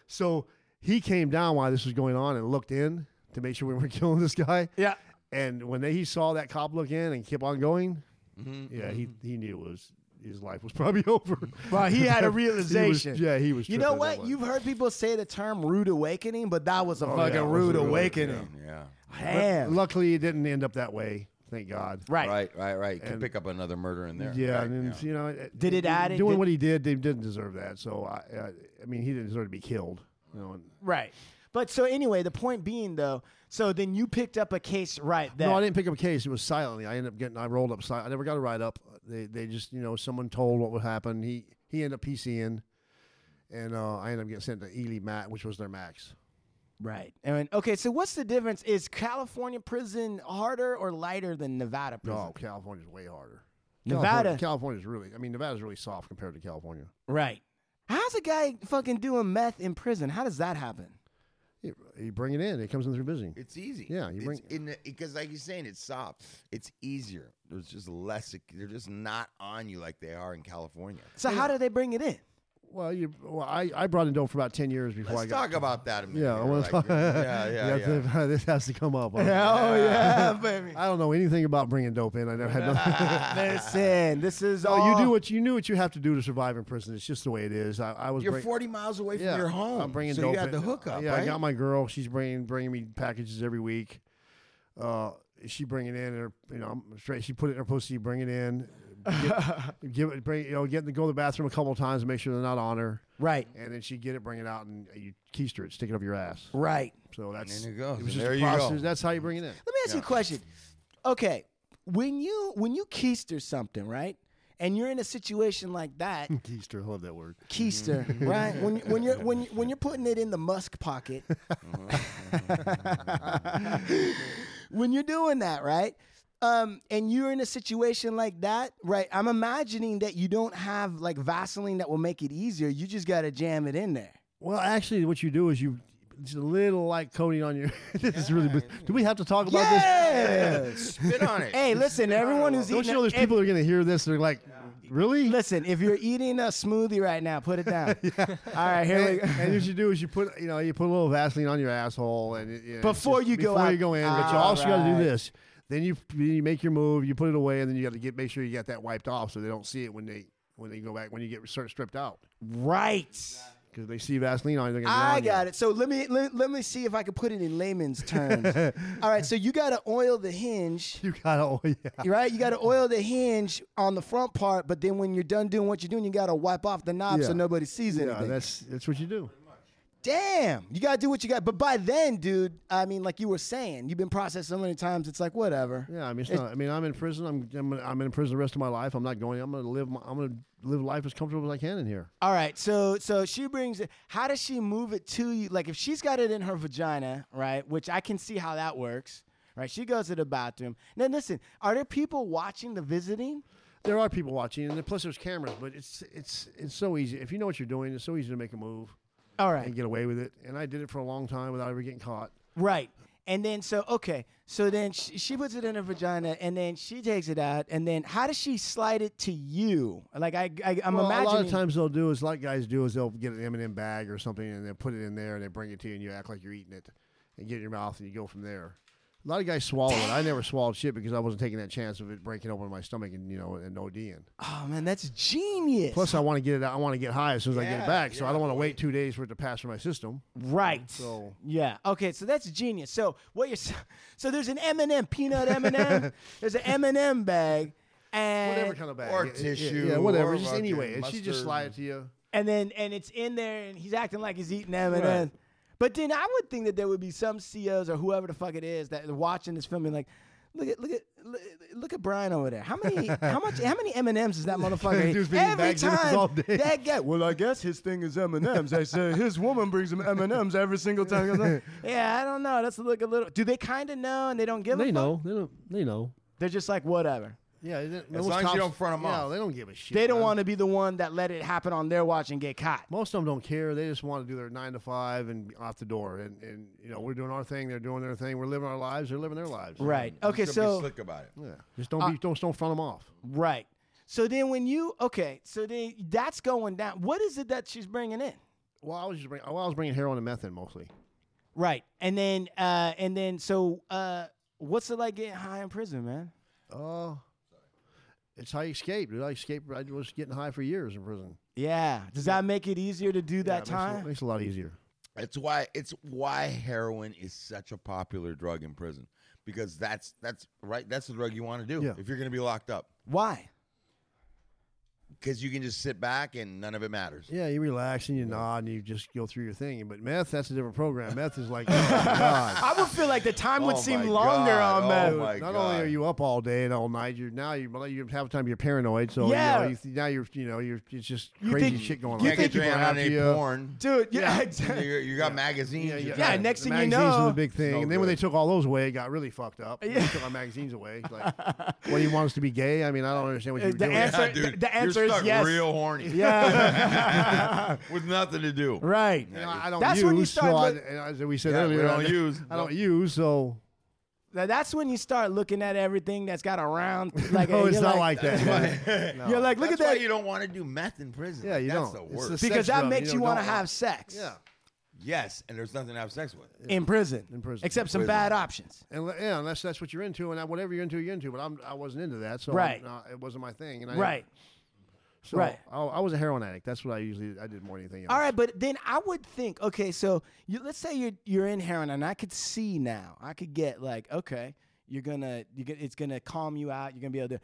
[SPEAKER 6] So he came down while this was going on and looked in to make sure we weren't killing this guy.
[SPEAKER 4] yeah.
[SPEAKER 6] And when they, he saw that cop look in and kept on going,
[SPEAKER 4] Mm-hmm.
[SPEAKER 6] yeah, he, he knew it was his life was probably over.
[SPEAKER 4] Well, he had a
[SPEAKER 6] He was-
[SPEAKER 4] realization.
[SPEAKER 6] yeah, he was.
[SPEAKER 4] You know
[SPEAKER 6] tripping that
[SPEAKER 4] what?
[SPEAKER 6] one.
[SPEAKER 4] You've heard people say the term rude awakening, but that was a
[SPEAKER 6] Oh,
[SPEAKER 4] fucking
[SPEAKER 6] yeah, it was
[SPEAKER 4] rude
[SPEAKER 6] a rude
[SPEAKER 4] awakening.
[SPEAKER 3] yeah.
[SPEAKER 6] But
[SPEAKER 4] Damn.
[SPEAKER 6] luckily, it didn't end up that way. Thank God.
[SPEAKER 4] right.
[SPEAKER 3] Right, right, right. Could
[SPEAKER 6] And-
[SPEAKER 3] pick up another murder in there.
[SPEAKER 6] Yeah,
[SPEAKER 3] Right,
[SPEAKER 6] and then, you know,
[SPEAKER 4] Did it add it-
[SPEAKER 6] doing
[SPEAKER 4] did-
[SPEAKER 6] what he did? They didn't deserve that. So I, I, I mean, he didn't deserve to be killed. You know, and,
[SPEAKER 4] Right. But so anyway, the point being though, so then you picked up a case right then.
[SPEAKER 6] No, I didn't pick up a case. It was silently. I ended up getting. I rolled up. Silent. I never got a write up. They they just you know someone told what would happen. He he ended up PCing, and uh, I ended up getting sent to Ely Mat, which was their max.
[SPEAKER 4] Right. And okay, so what's the difference? Is California prison harder or lighter than Nevada prison?
[SPEAKER 6] No, Oh, California's way harder.
[SPEAKER 4] Nevada.
[SPEAKER 6] California, California's really. I mean, Nevada's really soft compared to California.
[SPEAKER 4] Right. How's a guy fucking doing meth in prison? How does that happen?
[SPEAKER 6] You, you bring it in. It comes in through busy.
[SPEAKER 3] It's easy.
[SPEAKER 6] Yeah, you
[SPEAKER 3] it's
[SPEAKER 6] bring-
[SPEAKER 3] in because like you're saying, it's soft. It's easier. There's just less. They're just not on you like they are in California.
[SPEAKER 4] So how do they bring it in?
[SPEAKER 6] Well, you. Well, I, I brought in dope for about ten years before
[SPEAKER 3] Let's
[SPEAKER 6] I got.
[SPEAKER 3] talk about that a minute.
[SPEAKER 6] yeah, I
[SPEAKER 3] here,
[SPEAKER 6] want
[SPEAKER 3] like,
[SPEAKER 6] to talk.
[SPEAKER 3] yeah, yeah, yeah.
[SPEAKER 6] That's- this has to come up.
[SPEAKER 4] Oh yeah, baby.
[SPEAKER 6] I don't know anything about bringing dope in. I never had nothing.
[SPEAKER 4] Listen, this is all
[SPEAKER 6] Oh, you do what you knew what you have to do to survive in prison. It's just the way it is. I, I was
[SPEAKER 3] You're
[SPEAKER 6] bring-
[SPEAKER 3] 40 miles away from
[SPEAKER 6] yeah,
[SPEAKER 3] your home.
[SPEAKER 6] I'm bringing
[SPEAKER 3] so
[SPEAKER 6] dope
[SPEAKER 3] you got
[SPEAKER 6] in.
[SPEAKER 3] the hookup,
[SPEAKER 6] Yeah,
[SPEAKER 3] right?
[SPEAKER 6] I got my girl. She's bringing bringing me packages every week. Uh, she bringing in her, you know, I'm straight. She put it in her pussy. Bring it in. Get, give it. Bring you know. Get go to the bathroom a couple of times to make sure they're not on her.
[SPEAKER 4] Right.
[SPEAKER 6] And then she get it, bring it out, and uh, you keister it, stick it up your ass.
[SPEAKER 4] Right.
[SPEAKER 6] So that's
[SPEAKER 3] there you go.
[SPEAKER 6] It
[SPEAKER 3] So
[SPEAKER 6] was just
[SPEAKER 3] there
[SPEAKER 6] a
[SPEAKER 3] you go.
[SPEAKER 6] process. That's how you bring it in.
[SPEAKER 4] Let me ask you a question. Okay, when you when you keister something, right? And you're in a situation like that,
[SPEAKER 6] Keister, I love that word.
[SPEAKER 4] keister, right? When when you're when you- when you're putting it in the musk pocket, when you're doing that, right? Um, and you're in a situation like that, right? I'm imagining that you don't have like Vaseline that will make it easier. You just gotta jam it in there.
[SPEAKER 6] Well, actually, what you do is you just a little like coating on your. this is really. Do we have to talk about this?
[SPEAKER 4] Yes.
[SPEAKER 3] Spit on it.
[SPEAKER 4] hey, listen, everyone who's
[SPEAKER 6] Don't
[SPEAKER 4] eating
[SPEAKER 6] you know there's
[SPEAKER 4] if-
[SPEAKER 6] people that are going to hear this? They're like, really?
[SPEAKER 4] Listen, if you're eating a smoothie right now, put it down. All right, here we
[SPEAKER 6] And,
[SPEAKER 4] go.
[SPEAKER 6] and what you do is you put you know you put a little Vaseline on your asshole and it, you know, it's
[SPEAKER 4] Before
[SPEAKER 6] just-
[SPEAKER 4] you go
[SPEAKER 6] before
[SPEAKER 4] out-
[SPEAKER 6] you go in, but you
[SPEAKER 4] All
[SPEAKER 6] also got to
[SPEAKER 4] right.
[SPEAKER 6] do this. Then you you make your move, you put it away, and then you got to get make sure you got that wiped off so they don't see it when they when they go back when you get start stripped out.
[SPEAKER 4] Right.
[SPEAKER 6] because they see Vaseline on. you, They're gonna
[SPEAKER 4] I
[SPEAKER 6] drown you.
[SPEAKER 4] got it. So let me let, let me see if I can put it in layman's terms. All right, so you got to oil the hinge,
[SPEAKER 6] You got oh yeah.
[SPEAKER 4] right? You got to oil the hinge on the front part, but then when you're done doing what you're doing, you got to wipe off the knob so
[SPEAKER 6] Yeah.
[SPEAKER 4] nobody sees
[SPEAKER 6] Yeah,
[SPEAKER 4] anything.
[SPEAKER 6] that's that's what you do.
[SPEAKER 4] Damn, you got to do what you got. But by then, dude, I mean, like you were saying, you've been processed so many times, it's like whatever.
[SPEAKER 6] Yeah, I mean, it's not, I mean, I'm in prison. I'm, I'm I'm in prison the rest of my life. I'm not going. I'm gonna live. My, I'm gonna live life as comfortable as I can in here.
[SPEAKER 4] All right, so so she brings it. How does she move it to you? Like if she's got it in her vagina, right? Which I can see how that works, right? She goes to the bathroom. Now listen, are there people watching the visiting?
[SPEAKER 6] There are people watching, and plus there's cameras. But it's it's it's so easy if you know what you're doing. It's so easy to make a move
[SPEAKER 4] All
[SPEAKER 6] and
[SPEAKER 4] right,
[SPEAKER 6] get away with it. And I did it for a long time without ever getting caught.
[SPEAKER 4] right. And then so okay, so then she, she puts it in her vagina, and then she takes it out, and then how does she slide it to you? Like I, I I'm
[SPEAKER 6] Well,
[SPEAKER 4] imagining.
[SPEAKER 6] a lot of times they'll do is a lot of guys do is they'll get an M&M bag or something and they'll put it in there and they bring it to you and you act like you're eating it and get it in your mouth and you go from there. A lot of guys swallow it. I never swallowed shit because I wasn't taking that chance of it breaking open my stomach and you know and ODing.
[SPEAKER 4] oh man, that's genius.
[SPEAKER 6] Plus, I want to get it. out. I want to get high as soon as I get
[SPEAKER 3] Yeah,
[SPEAKER 6] it back, so
[SPEAKER 3] yeah,
[SPEAKER 6] I don't want to wait two days for it to pass through my system.
[SPEAKER 4] Right.
[SPEAKER 6] So-
[SPEAKER 4] yeah. Okay. So that's genius. So what you're s- so there's an M and M peanut M and M. There's an M and m bag, and
[SPEAKER 6] Whatever kind of bag,
[SPEAKER 3] Eh. or
[SPEAKER 6] Yeah, yeah,
[SPEAKER 3] tissue,
[SPEAKER 6] yeah, whatever.
[SPEAKER 3] or
[SPEAKER 6] just
[SPEAKER 3] fucking
[SPEAKER 6] anyway, and she just
[SPEAKER 3] mustard.
[SPEAKER 6] slide it to you.
[SPEAKER 4] and then and it's in there, and he's acting like he's eating M and M. But then I would think that there would be some CEOs or whoever the fuck it is that are watching this film and like. Look at look at look- look at Brian over there. How many how much how many M and M's is that motherfucker? eat?
[SPEAKER 6] Dude's been eating
[SPEAKER 4] Every
[SPEAKER 6] bags of M&Ms
[SPEAKER 4] time
[SPEAKER 6] all day.
[SPEAKER 4] that guy,
[SPEAKER 7] Well, I guess his thing is M and M's. I say his woman brings him M and M's every single time.
[SPEAKER 4] yeah, I don't know. That's look a little. Do they kind of know and they don't give a
[SPEAKER 6] They
[SPEAKER 4] fuck?
[SPEAKER 6] know. They don't. They know.
[SPEAKER 4] They're just like whatever.
[SPEAKER 6] Yeah. As
[SPEAKER 3] long as you don't front 'em
[SPEAKER 6] yeah,
[SPEAKER 3] off.
[SPEAKER 6] they don't give a shit.
[SPEAKER 4] They don't
[SPEAKER 6] man.
[SPEAKER 4] want to be the one that let it happen on their watch and get caught.
[SPEAKER 6] Most of them don't care. They just want to do their nine to five and be off the door. And, and you know, we're doing our thing. They're doing their thing. We're living our lives. They're living their lives.
[SPEAKER 4] Right. Okay.
[SPEAKER 3] You should be
[SPEAKER 4] So
[SPEAKER 3] slick about it.
[SPEAKER 6] Yeah. Just don't be. Don't, don't front them off.
[SPEAKER 4] right. So then when you okay, so then that's going down. What is it that she's bringing in?
[SPEAKER 6] Well, I was just bring, well, I was bringing heroin and method mostly.
[SPEAKER 4] Right. And then uh and then so uh what's it like getting high in prison, man?
[SPEAKER 6] Oh. it's how you escape, dude. I escaped. I was getting high for years in prison.
[SPEAKER 4] Yeah. Does that make it easier to do that
[SPEAKER 6] Yeah, it makes it-
[SPEAKER 4] time?
[SPEAKER 6] makes it a lot easier.
[SPEAKER 3] It's why it's why heroin is such a popular drug in prison because that's that's right. That's the drug you want to do
[SPEAKER 6] Yeah.
[SPEAKER 3] if you're going to be locked up
[SPEAKER 4] Why?
[SPEAKER 3] because you can just sit back and none of it matters.
[SPEAKER 6] Yeah, you relax and you nod and you just go through your thing. But meth, that's a different program. Meth is like, oh my god.
[SPEAKER 4] I would feel like the time
[SPEAKER 3] Oh
[SPEAKER 4] would
[SPEAKER 3] my
[SPEAKER 4] seem longer
[SPEAKER 3] God.
[SPEAKER 4] on
[SPEAKER 3] Oh
[SPEAKER 4] that.
[SPEAKER 3] my
[SPEAKER 6] Not
[SPEAKER 3] God.
[SPEAKER 6] only are you up all day and all night, you're now you you have time you're paranoid. So yeah, you
[SPEAKER 4] Yeah.
[SPEAKER 6] know, you th- now you're you know you're it's just
[SPEAKER 4] You
[SPEAKER 6] crazy
[SPEAKER 4] think-
[SPEAKER 6] shit going
[SPEAKER 4] you
[SPEAKER 6] on.
[SPEAKER 3] Mega
[SPEAKER 4] think
[SPEAKER 6] People
[SPEAKER 3] Jam
[SPEAKER 6] are
[SPEAKER 3] on
[SPEAKER 6] after
[SPEAKER 3] any
[SPEAKER 6] you. uh,
[SPEAKER 3] porn.
[SPEAKER 4] Dude, yeah, exactly.
[SPEAKER 3] You, you got magazines.
[SPEAKER 6] Yeah,
[SPEAKER 3] you
[SPEAKER 6] yeah,
[SPEAKER 3] got-
[SPEAKER 4] Yeah, next thing you
[SPEAKER 6] magazines
[SPEAKER 4] know-
[SPEAKER 6] was a big thing,
[SPEAKER 3] No
[SPEAKER 6] and then when they
[SPEAKER 3] good.
[SPEAKER 6] took all those away, it got really fucked up. Yeah.
[SPEAKER 4] Yeah.
[SPEAKER 6] They took our magazines away. It's Like, what do you want us to be gay? I mean, I don't understand what
[SPEAKER 4] Uh,
[SPEAKER 6] you're
[SPEAKER 4] the
[SPEAKER 6] doing.
[SPEAKER 4] answer-
[SPEAKER 3] Yeah, dude,
[SPEAKER 4] the- the answer
[SPEAKER 3] you're
[SPEAKER 4] is
[SPEAKER 3] stuck
[SPEAKER 4] yes.
[SPEAKER 3] Real horny.
[SPEAKER 4] Yeah.
[SPEAKER 3] with nothing to do.
[SPEAKER 4] right.
[SPEAKER 6] You know, I don't
[SPEAKER 4] That's
[SPEAKER 6] use.
[SPEAKER 4] when you
[SPEAKER 6] so
[SPEAKER 4] start
[SPEAKER 6] I-
[SPEAKER 4] look-
[SPEAKER 6] and as we said
[SPEAKER 3] Yeah, we
[SPEAKER 6] earlier,
[SPEAKER 3] don't
[SPEAKER 6] I,
[SPEAKER 3] use.
[SPEAKER 6] I don't use. So
[SPEAKER 4] Now that's when you start looking at everything that's got a round like
[SPEAKER 6] no,
[SPEAKER 4] a,
[SPEAKER 6] Oh, it's
[SPEAKER 4] you're
[SPEAKER 6] not like, that.
[SPEAKER 3] Look
[SPEAKER 4] You're like, look
[SPEAKER 3] That's
[SPEAKER 4] at
[SPEAKER 3] why
[SPEAKER 4] that.
[SPEAKER 3] you don't want to do meth in prison.
[SPEAKER 6] Yeah, you
[SPEAKER 3] That's
[SPEAKER 6] don't.
[SPEAKER 3] the
[SPEAKER 6] It's
[SPEAKER 3] worst.
[SPEAKER 6] the
[SPEAKER 4] because
[SPEAKER 6] sex
[SPEAKER 4] that
[SPEAKER 6] drug,
[SPEAKER 4] makes
[SPEAKER 6] you
[SPEAKER 4] you
[SPEAKER 6] know,
[SPEAKER 4] want to
[SPEAKER 6] don't-
[SPEAKER 4] have sex.
[SPEAKER 6] yeah.
[SPEAKER 3] yes, and there's nothing to have sex with.
[SPEAKER 4] In prison.
[SPEAKER 6] In prison.
[SPEAKER 4] Except some
[SPEAKER 3] Prison.
[SPEAKER 4] bad options.
[SPEAKER 6] And le- yeah, unless that's what you're into, and I, whatever you're into, you're into. But I'm, I wasn't into that, so
[SPEAKER 4] Right.
[SPEAKER 6] uh, it wasn't my thing. And I,
[SPEAKER 4] Right.
[SPEAKER 6] so
[SPEAKER 4] right.
[SPEAKER 6] I, I was a heroin addict. That's what I usually I did more than anything else.
[SPEAKER 4] All right, but then I would think, okay, so you, let's say you're you're in heroin, and I could see now, I could get like, okay, you're gonna, you get, it's gonna calm you out, you're gonna be able to.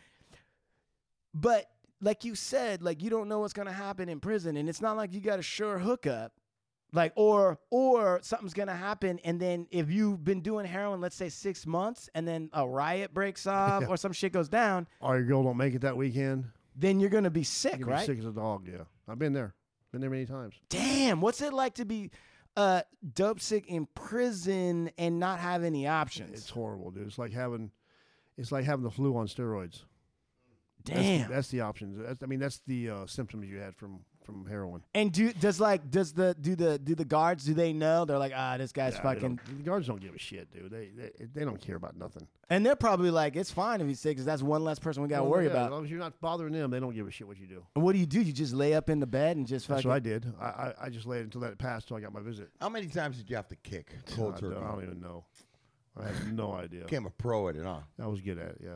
[SPEAKER 4] But like you said, like you don't know what's gonna happen in prison, and it's not like you got a sure hookup, like or or something's gonna happen, and then if you've been doing heroin, let's say six months, and then a riot breaks off or some shit goes down,
[SPEAKER 6] Or your girl don't make it that weekend.
[SPEAKER 4] then you're gonna be sick,
[SPEAKER 6] You're
[SPEAKER 4] right?
[SPEAKER 6] sick as a dog. Yeah, I've been there. Been there many times.
[SPEAKER 4] damn, what's it like to be uh dope sick in prison and not have any options?
[SPEAKER 6] It's horrible, dude. It's like having, it's like having the flu on steroids. That's,
[SPEAKER 4] damn.
[SPEAKER 6] that's the options. That's, I mean, that's the uh, symptoms you had from from heroin.
[SPEAKER 4] and do does like does the do the do the guards do they know? They're like, ah, this guy's
[SPEAKER 6] Yeah, they
[SPEAKER 4] fucking
[SPEAKER 6] don't- the guards don't give a shit, dude. They they, they don't care about nothing.
[SPEAKER 4] and they're probably like, it's fine if he's sick because that's one less person we gotta worry
[SPEAKER 6] Yeah, As
[SPEAKER 4] about.
[SPEAKER 6] long as you're not bothering them, they don't give a shit what you do.
[SPEAKER 4] And what do you do? You just lay up in the bed and just
[SPEAKER 6] That's
[SPEAKER 4] fucking
[SPEAKER 6] what I did. I, I, I just laid until that passed until I got my visit.
[SPEAKER 3] How many times did you have to kick cold
[SPEAKER 6] I
[SPEAKER 3] turkey?
[SPEAKER 6] Don't, I don't even know. I have no idea.
[SPEAKER 3] Became a pro at it, huh?
[SPEAKER 6] I was good at it. Yeah.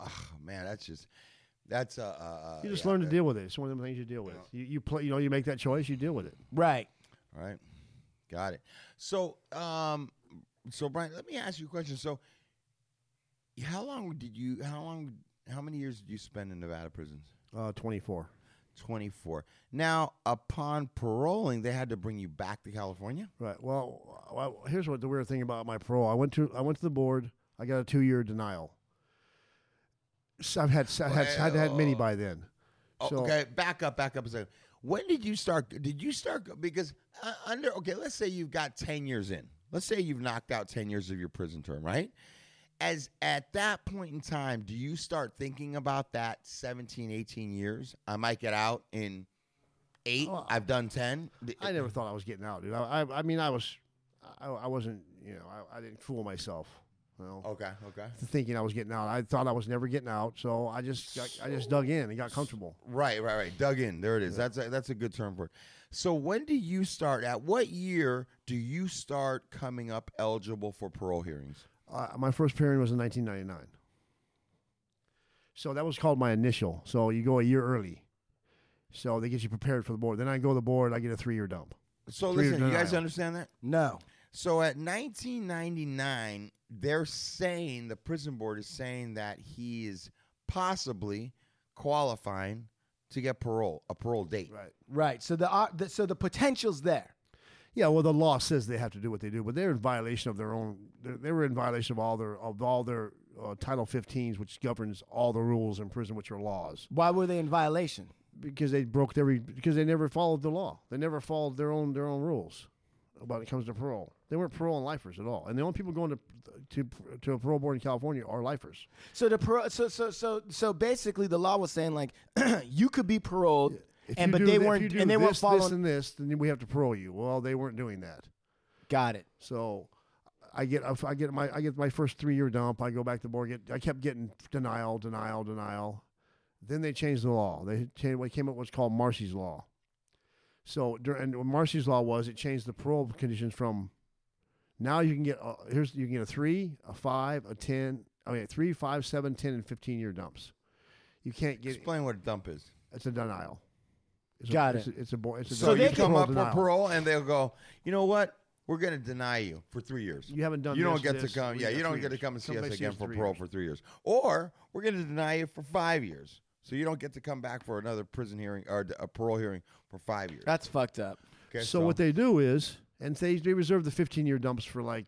[SPEAKER 3] Oh, man, that's just That's uh, uh, uh,
[SPEAKER 6] You just
[SPEAKER 3] yeah,
[SPEAKER 6] learn to
[SPEAKER 3] that-
[SPEAKER 6] deal with it. It's one of the things you deal with. You, you play, you know, you make that choice, you deal with it.
[SPEAKER 4] Right.
[SPEAKER 3] All right. Got it. So, um, so Brian, let me ask you a question. So, how long did you? How long? How many years did you spend in Nevada prisons?
[SPEAKER 6] Uh, 24.
[SPEAKER 3] Twenty four. Now, upon paroling, they had to bring you back to California.
[SPEAKER 6] Right. Well, well, here's what the weird thing about my parole. I went to I went to the board. I got a two year denial. So I've had I had had, had many by then.
[SPEAKER 3] Oh,
[SPEAKER 6] So-
[SPEAKER 3] okay, back up, back up a second. When did you start? Did you start because uh, under okay, let's say you've got ten years in. Let's say you've knocked out ten years of your prison term, right? As at that point in time, do you start thinking about that 17, 18 years? I might get out in eight.
[SPEAKER 6] Oh,
[SPEAKER 3] I've done ten.
[SPEAKER 6] I never thought I was getting out, dude. I I, I mean I was I, I wasn't you know I, I didn't fool myself. You know?
[SPEAKER 3] Okay, okay.
[SPEAKER 6] Thinking I was getting out, I thought I was never getting out. So I just got, I just dug in and got comfortable.
[SPEAKER 3] Right, right, right. Dug in. There it is. That's a, that's a good term for it. So when do you start? At what year do you start coming up eligible for parole hearings?
[SPEAKER 6] Uh, my first period was in 1999. So that was called my initial. So you go a year early. So they get you prepared for the board. Then I go to the board. I get a three year dump.
[SPEAKER 3] So
[SPEAKER 6] Three
[SPEAKER 3] listen, you guys
[SPEAKER 6] denial.
[SPEAKER 3] understand that?
[SPEAKER 4] No.
[SPEAKER 3] So at 1999, they're saying the prison board is saying that he is possibly qualifying to get parole, a parole date.
[SPEAKER 6] Right.
[SPEAKER 4] Right. So the, uh, the so the potential's there.
[SPEAKER 6] Yeah. Well, the law says they have to do what they do, but they're in violation of their own. They're, they were in violation of all their of all their uh, Title 15s, which governs all the rules in prison, which are laws,
[SPEAKER 4] Why were they in violation?
[SPEAKER 6] because they broke every because they never followed the law. They never followed their own their own rules. When it comes to parole, they weren't parole and lifers at all. And the only people going to to to a parole board in California are lifers.
[SPEAKER 4] So the par- so so so so basically the law was saying like you could be paroled
[SPEAKER 6] If
[SPEAKER 4] and
[SPEAKER 6] you
[SPEAKER 4] but
[SPEAKER 6] do
[SPEAKER 4] they
[SPEAKER 6] thi- if
[SPEAKER 4] weren't
[SPEAKER 6] you do
[SPEAKER 4] and they weren't
[SPEAKER 6] this, this
[SPEAKER 4] following.
[SPEAKER 6] and this, then we have to parole you. Well, they weren't doing that.
[SPEAKER 4] Got it.
[SPEAKER 6] So I get I get my I get my first three year dump. I go back to board. Get I kept getting denial, denial, denial. Then they changed the law. They changed what came up what's called Marcy's law. So dur- and what Marcy's law was it changed the parole conditions from now you can get uh, here's you can get a three, a five, a ten. I mean, three, five, seven, ten, and fifteen year dumps. You can't get
[SPEAKER 3] Explain what a dump is.
[SPEAKER 6] it's a denial. It's
[SPEAKER 4] Got
[SPEAKER 6] a, It's
[SPEAKER 4] it.
[SPEAKER 6] a, it's a boy. It's a
[SPEAKER 3] So
[SPEAKER 6] denial.
[SPEAKER 3] you
[SPEAKER 6] It's a
[SPEAKER 3] come up
[SPEAKER 6] denial.
[SPEAKER 3] for parole and they'll go, you know what? We're going to deny you for three years.
[SPEAKER 6] You haven't done
[SPEAKER 3] You don't
[SPEAKER 6] this,
[SPEAKER 3] get to
[SPEAKER 6] this,
[SPEAKER 3] come.
[SPEAKER 6] we
[SPEAKER 3] Yeah,
[SPEAKER 6] got
[SPEAKER 3] you don't
[SPEAKER 6] three
[SPEAKER 3] get to
[SPEAKER 6] years.
[SPEAKER 3] come and see
[SPEAKER 6] Come
[SPEAKER 3] us
[SPEAKER 6] back, see
[SPEAKER 3] again
[SPEAKER 6] us
[SPEAKER 3] for
[SPEAKER 6] three
[SPEAKER 3] parole
[SPEAKER 6] years.
[SPEAKER 3] for three years. Or we're going to deny you for five years. So you don't get to come back for another prison hearing or a parole hearing for five years.
[SPEAKER 4] That's fucked up.
[SPEAKER 3] Okay,
[SPEAKER 6] So what they do is, and they, they reserve the 15 year dumps for like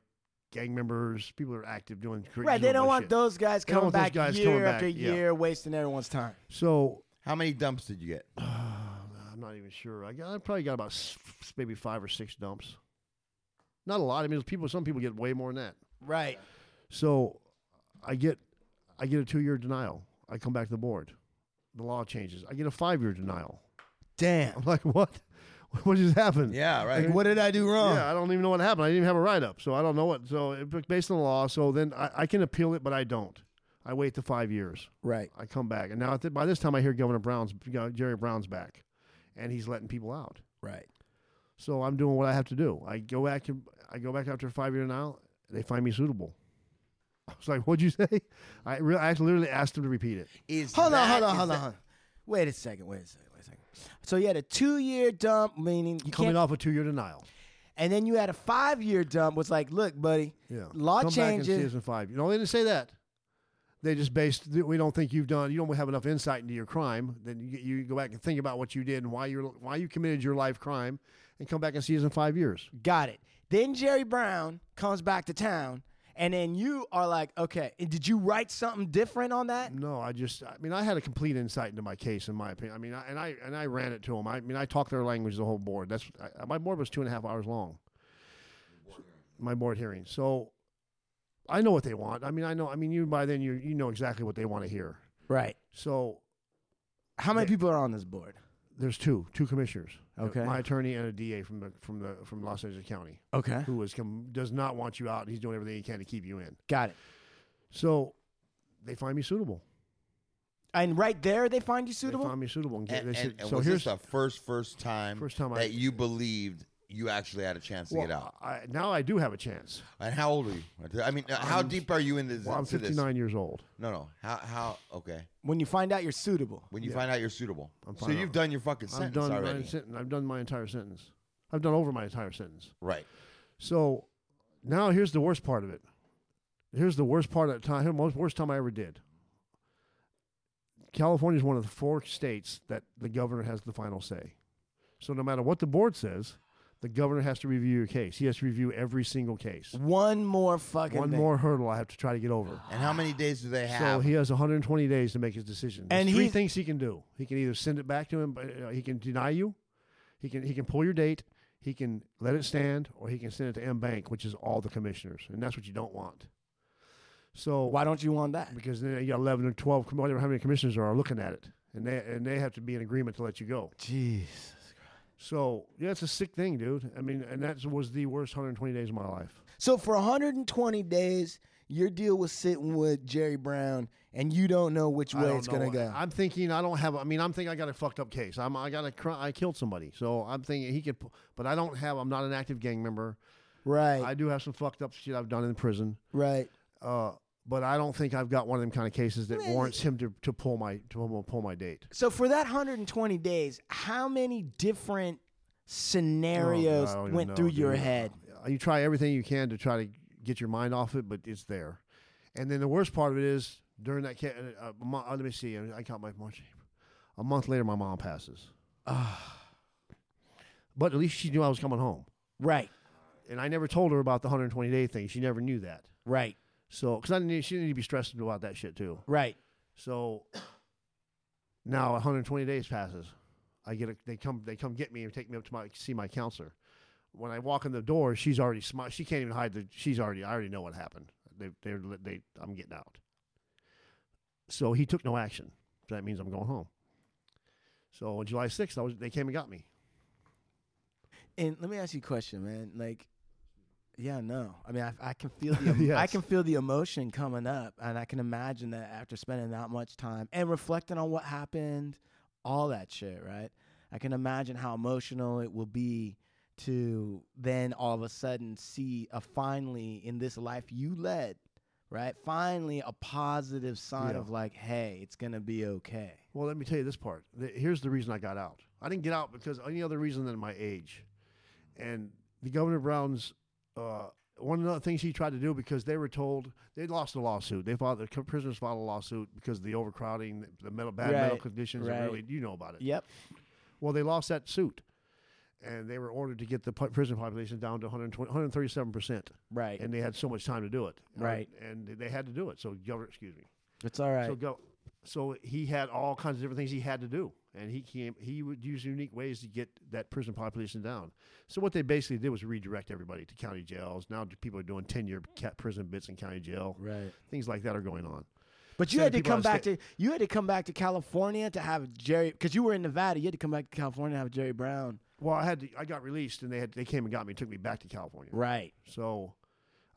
[SPEAKER 6] gang members, people who are active doing crazy
[SPEAKER 4] Right. They don't
[SPEAKER 6] bullshit.
[SPEAKER 4] want those guys
[SPEAKER 6] They don't
[SPEAKER 4] coming
[SPEAKER 6] want those
[SPEAKER 4] back
[SPEAKER 6] guys
[SPEAKER 4] year
[SPEAKER 6] coming
[SPEAKER 4] after
[SPEAKER 6] back, yeah.
[SPEAKER 4] year, wasting everyone's time.
[SPEAKER 6] So
[SPEAKER 3] How many dumps did you get?
[SPEAKER 6] I'm not even sure. I, got, I probably got about s- s- maybe five or six dumps. Not a lot. I mean, people. Some people get way more than that.
[SPEAKER 4] Right.
[SPEAKER 6] So I get I get a two year denial. I come back to the board. The law changes. I get a five year denial.
[SPEAKER 4] Damn.
[SPEAKER 6] I'm like, what? What just happened?
[SPEAKER 3] Yeah, right.
[SPEAKER 4] What did I do wrong?
[SPEAKER 6] Yeah, I don't even know what happened. I didn't even have a write up, so I don't know what. So it- based on the law, so then I, I can appeal it, but I don't. I wait the five years.
[SPEAKER 4] Right.
[SPEAKER 6] I come back, and now at the- by this time I hear Governor Brown's Jerry Brown's back, and he's letting people out.
[SPEAKER 4] Right.
[SPEAKER 6] So I'm doing what I have to do. I go back. To, I go back after five year denial. They find me suitable. I was like, "What'd you say?" I, re- I literally asked him to repeat it.
[SPEAKER 3] Is
[SPEAKER 4] Hold on,
[SPEAKER 3] that-
[SPEAKER 4] hold on,
[SPEAKER 3] is
[SPEAKER 4] hold on,
[SPEAKER 3] that-
[SPEAKER 4] hold on. Wait a second. Wait a second. Wait a second. So you had a two-year dump, meaning you
[SPEAKER 6] Coming
[SPEAKER 4] can't,
[SPEAKER 6] off a two year denial.
[SPEAKER 4] and then you had a five-year dump. Was like, look, buddy,
[SPEAKER 6] Yeah.
[SPEAKER 4] law
[SPEAKER 6] Come Back and see us
[SPEAKER 4] changes.
[SPEAKER 6] in five. You know, they didn't say that. They just based. We don't think you've done. You don't have enough insight into your crime. Then you, you go back and think about what you did and why you why you committed your life crime, and come back and see us in five years.
[SPEAKER 4] Got it. Then Jerry Brown comes back to town, and then you are like, okay, and did you write something different on that?
[SPEAKER 6] No, I just. I mean, I had a complete insight into my case, in my opinion. I mean, I, and I and I ran it to them. I mean, I talked their language the whole board. That's I, my board was two and a half hours long. My board hearing. So, I know what they want. I mean, I know. I mean, you by then you you know exactly what they want to hear.
[SPEAKER 4] Right.
[SPEAKER 6] So
[SPEAKER 4] How many people are on this board?
[SPEAKER 6] There's two, two commissioners.
[SPEAKER 4] Okay.
[SPEAKER 6] My attorney and a DA from the from the from Los Angeles County,
[SPEAKER 4] Okay.
[SPEAKER 6] who is com- does not want you out. He's doing everything he can to keep you in.
[SPEAKER 4] Got it.
[SPEAKER 6] So they find me suitable.
[SPEAKER 4] And right there, they find you
[SPEAKER 6] They
[SPEAKER 4] suitable.
[SPEAKER 6] find me suitable. And, get-
[SPEAKER 3] And,
[SPEAKER 6] they said,
[SPEAKER 3] and- and
[SPEAKER 6] so
[SPEAKER 3] was
[SPEAKER 6] here's
[SPEAKER 3] this the first first time,
[SPEAKER 6] First time I-
[SPEAKER 3] that you believed you actually had a chance to
[SPEAKER 6] Well,
[SPEAKER 3] get out.
[SPEAKER 6] I, now I do have a chance.
[SPEAKER 3] And how old are you? I mean, uh, how deep are you in this?
[SPEAKER 6] Well, I'm
[SPEAKER 3] into this?
[SPEAKER 6] 59 years old.
[SPEAKER 3] No, no. How? How? Okay.
[SPEAKER 4] When you find out you're suitable.
[SPEAKER 3] When you find out you're suitable, so
[SPEAKER 6] fine.
[SPEAKER 3] you've done your fucking
[SPEAKER 6] I've
[SPEAKER 3] sentence
[SPEAKER 6] done
[SPEAKER 3] already,
[SPEAKER 6] my sentence. I've done my entire sentence. I've done over my entire sentence.
[SPEAKER 3] right?
[SPEAKER 6] So now here's the worst part of it. Here's the worst part of the time. Most worst time I ever did. California is one of the four states that the governor has the final say. So no matter what the board says, the governor has to review your case. He has to review every single case.
[SPEAKER 4] One more fucking
[SPEAKER 6] One
[SPEAKER 4] thing.
[SPEAKER 6] more hurdle I have to try to get over.
[SPEAKER 3] And how many days do they
[SPEAKER 6] So
[SPEAKER 3] have?
[SPEAKER 6] he has 120 days to make his decision. There's
[SPEAKER 4] And
[SPEAKER 6] three
[SPEAKER 4] he-
[SPEAKER 6] things he can do. He can either send it back to him, but uh, he can deny you. He can he can pull your date. He can let it stand, or he can send it to M Bank, which is all the commissioners, and that's what you don't want. So
[SPEAKER 4] Why don't you want that?
[SPEAKER 6] Because then you got 11 or 12, com- whatever how many commissioners are, are looking at it, and they and they have to be in agreement to let you go.
[SPEAKER 4] Jeez.
[SPEAKER 6] So yeah, it's a sick thing, dude. I mean, and that was the worst 120 days of my life.
[SPEAKER 4] So for 120 days, your deal was sitting with Jerry Brown, and you don't know which
[SPEAKER 6] I
[SPEAKER 4] way
[SPEAKER 6] don't
[SPEAKER 4] it's gonna
[SPEAKER 6] know.
[SPEAKER 4] go.
[SPEAKER 6] I'm thinking I don't have. I mean, I'm thinking I got a fucked up case. I'm I got a cr- I killed somebody, so I'm thinking he could. pu- But I don't have. I'm not an active gang member.
[SPEAKER 4] right.
[SPEAKER 6] I do have some fucked up shit I've done in prison.
[SPEAKER 4] right.
[SPEAKER 6] Uh, but I don't think I've got one of them kind of cases that warrants him to, to pull my to pull my date.
[SPEAKER 4] So for that 120 days, how many different
[SPEAKER 6] Oh, God, I
[SPEAKER 4] scenarios
[SPEAKER 6] don't even
[SPEAKER 4] went
[SPEAKER 6] know,
[SPEAKER 4] through your
[SPEAKER 6] dude.
[SPEAKER 4] head?
[SPEAKER 6] Uh, You try everything you can to try to get your mind off it, but it's there. And then the worst part of it is during that. Ca- uh, a mo- uh, let me see. I got my March. April. A month later, my mom passes.
[SPEAKER 4] Ah.
[SPEAKER 6] but at least she knew I was coming home.
[SPEAKER 4] Right.
[SPEAKER 6] and I never told her about the 120 day thing. She never knew that.
[SPEAKER 4] Right.
[SPEAKER 6] So, because I didn't, she didn't need to be stressed about that shit too.
[SPEAKER 4] Right.
[SPEAKER 6] So now 120 days passes. I get a, they come they come get me and take me up to my see my counselor. When I walk in the door, she's already smi- She can't even hide the. She's already. I already know what happened. They they they. I'm getting out. So he took no action. So that means I'm going home. So on July 6th, I was, they came and got me.
[SPEAKER 4] And let me ask you a question, man. Like, yeah, no. I mean, I, I can feel the em- I
[SPEAKER 6] Yes.
[SPEAKER 4] can feel the emotion coming up, and I can imagine that after spending that much time and reflecting on what happened, all that shit, right? I can imagine how emotional it will be to then all of a sudden see a finally in this life you led, right? Finally, a positive sign
[SPEAKER 6] Yeah.
[SPEAKER 4] of like, hey, it's gonna be okay.
[SPEAKER 6] Well, let me tell you this part. The- Here's the reason I got out. I didn't get out because any other reason than my age. And the Governor Brown's uh, one of the things he tried to do because they were told they lost a lawsuit. They filed the co- prisoners filed a lawsuit because of the overcrowding, the mental, bad mental
[SPEAKER 4] Right,
[SPEAKER 6] conditions. and
[SPEAKER 4] right.
[SPEAKER 6] Really, you know about it.
[SPEAKER 4] Yep.
[SPEAKER 6] Well, they lost that suit, and they were ordered to get the pu- prison population down to 137 percent.
[SPEAKER 4] Right.
[SPEAKER 6] And they had so much time to do it. Uh,
[SPEAKER 4] Right.
[SPEAKER 6] And they had to do it. So Governor, excuse me.
[SPEAKER 4] It's all right.
[SPEAKER 6] So go. So he had all kinds of different things he had to do, and he came. He would use unique ways to get that prison population down. So what they basically did was redirect everybody to county jails. Now people are doing ten-year cat prison bits in county jail.
[SPEAKER 4] Right.
[SPEAKER 6] Things like that are going on.
[SPEAKER 4] But you
[SPEAKER 6] sending
[SPEAKER 4] had to
[SPEAKER 6] people
[SPEAKER 4] come
[SPEAKER 6] out of
[SPEAKER 4] back
[SPEAKER 6] state.
[SPEAKER 4] to you had to come back to California to have Jerry because you were in Nevada. You had to come back to California to have Jerry Brown.
[SPEAKER 6] Well, I had to, I got released, and they had they came and got me, and took me back to California.
[SPEAKER 4] Right,
[SPEAKER 6] So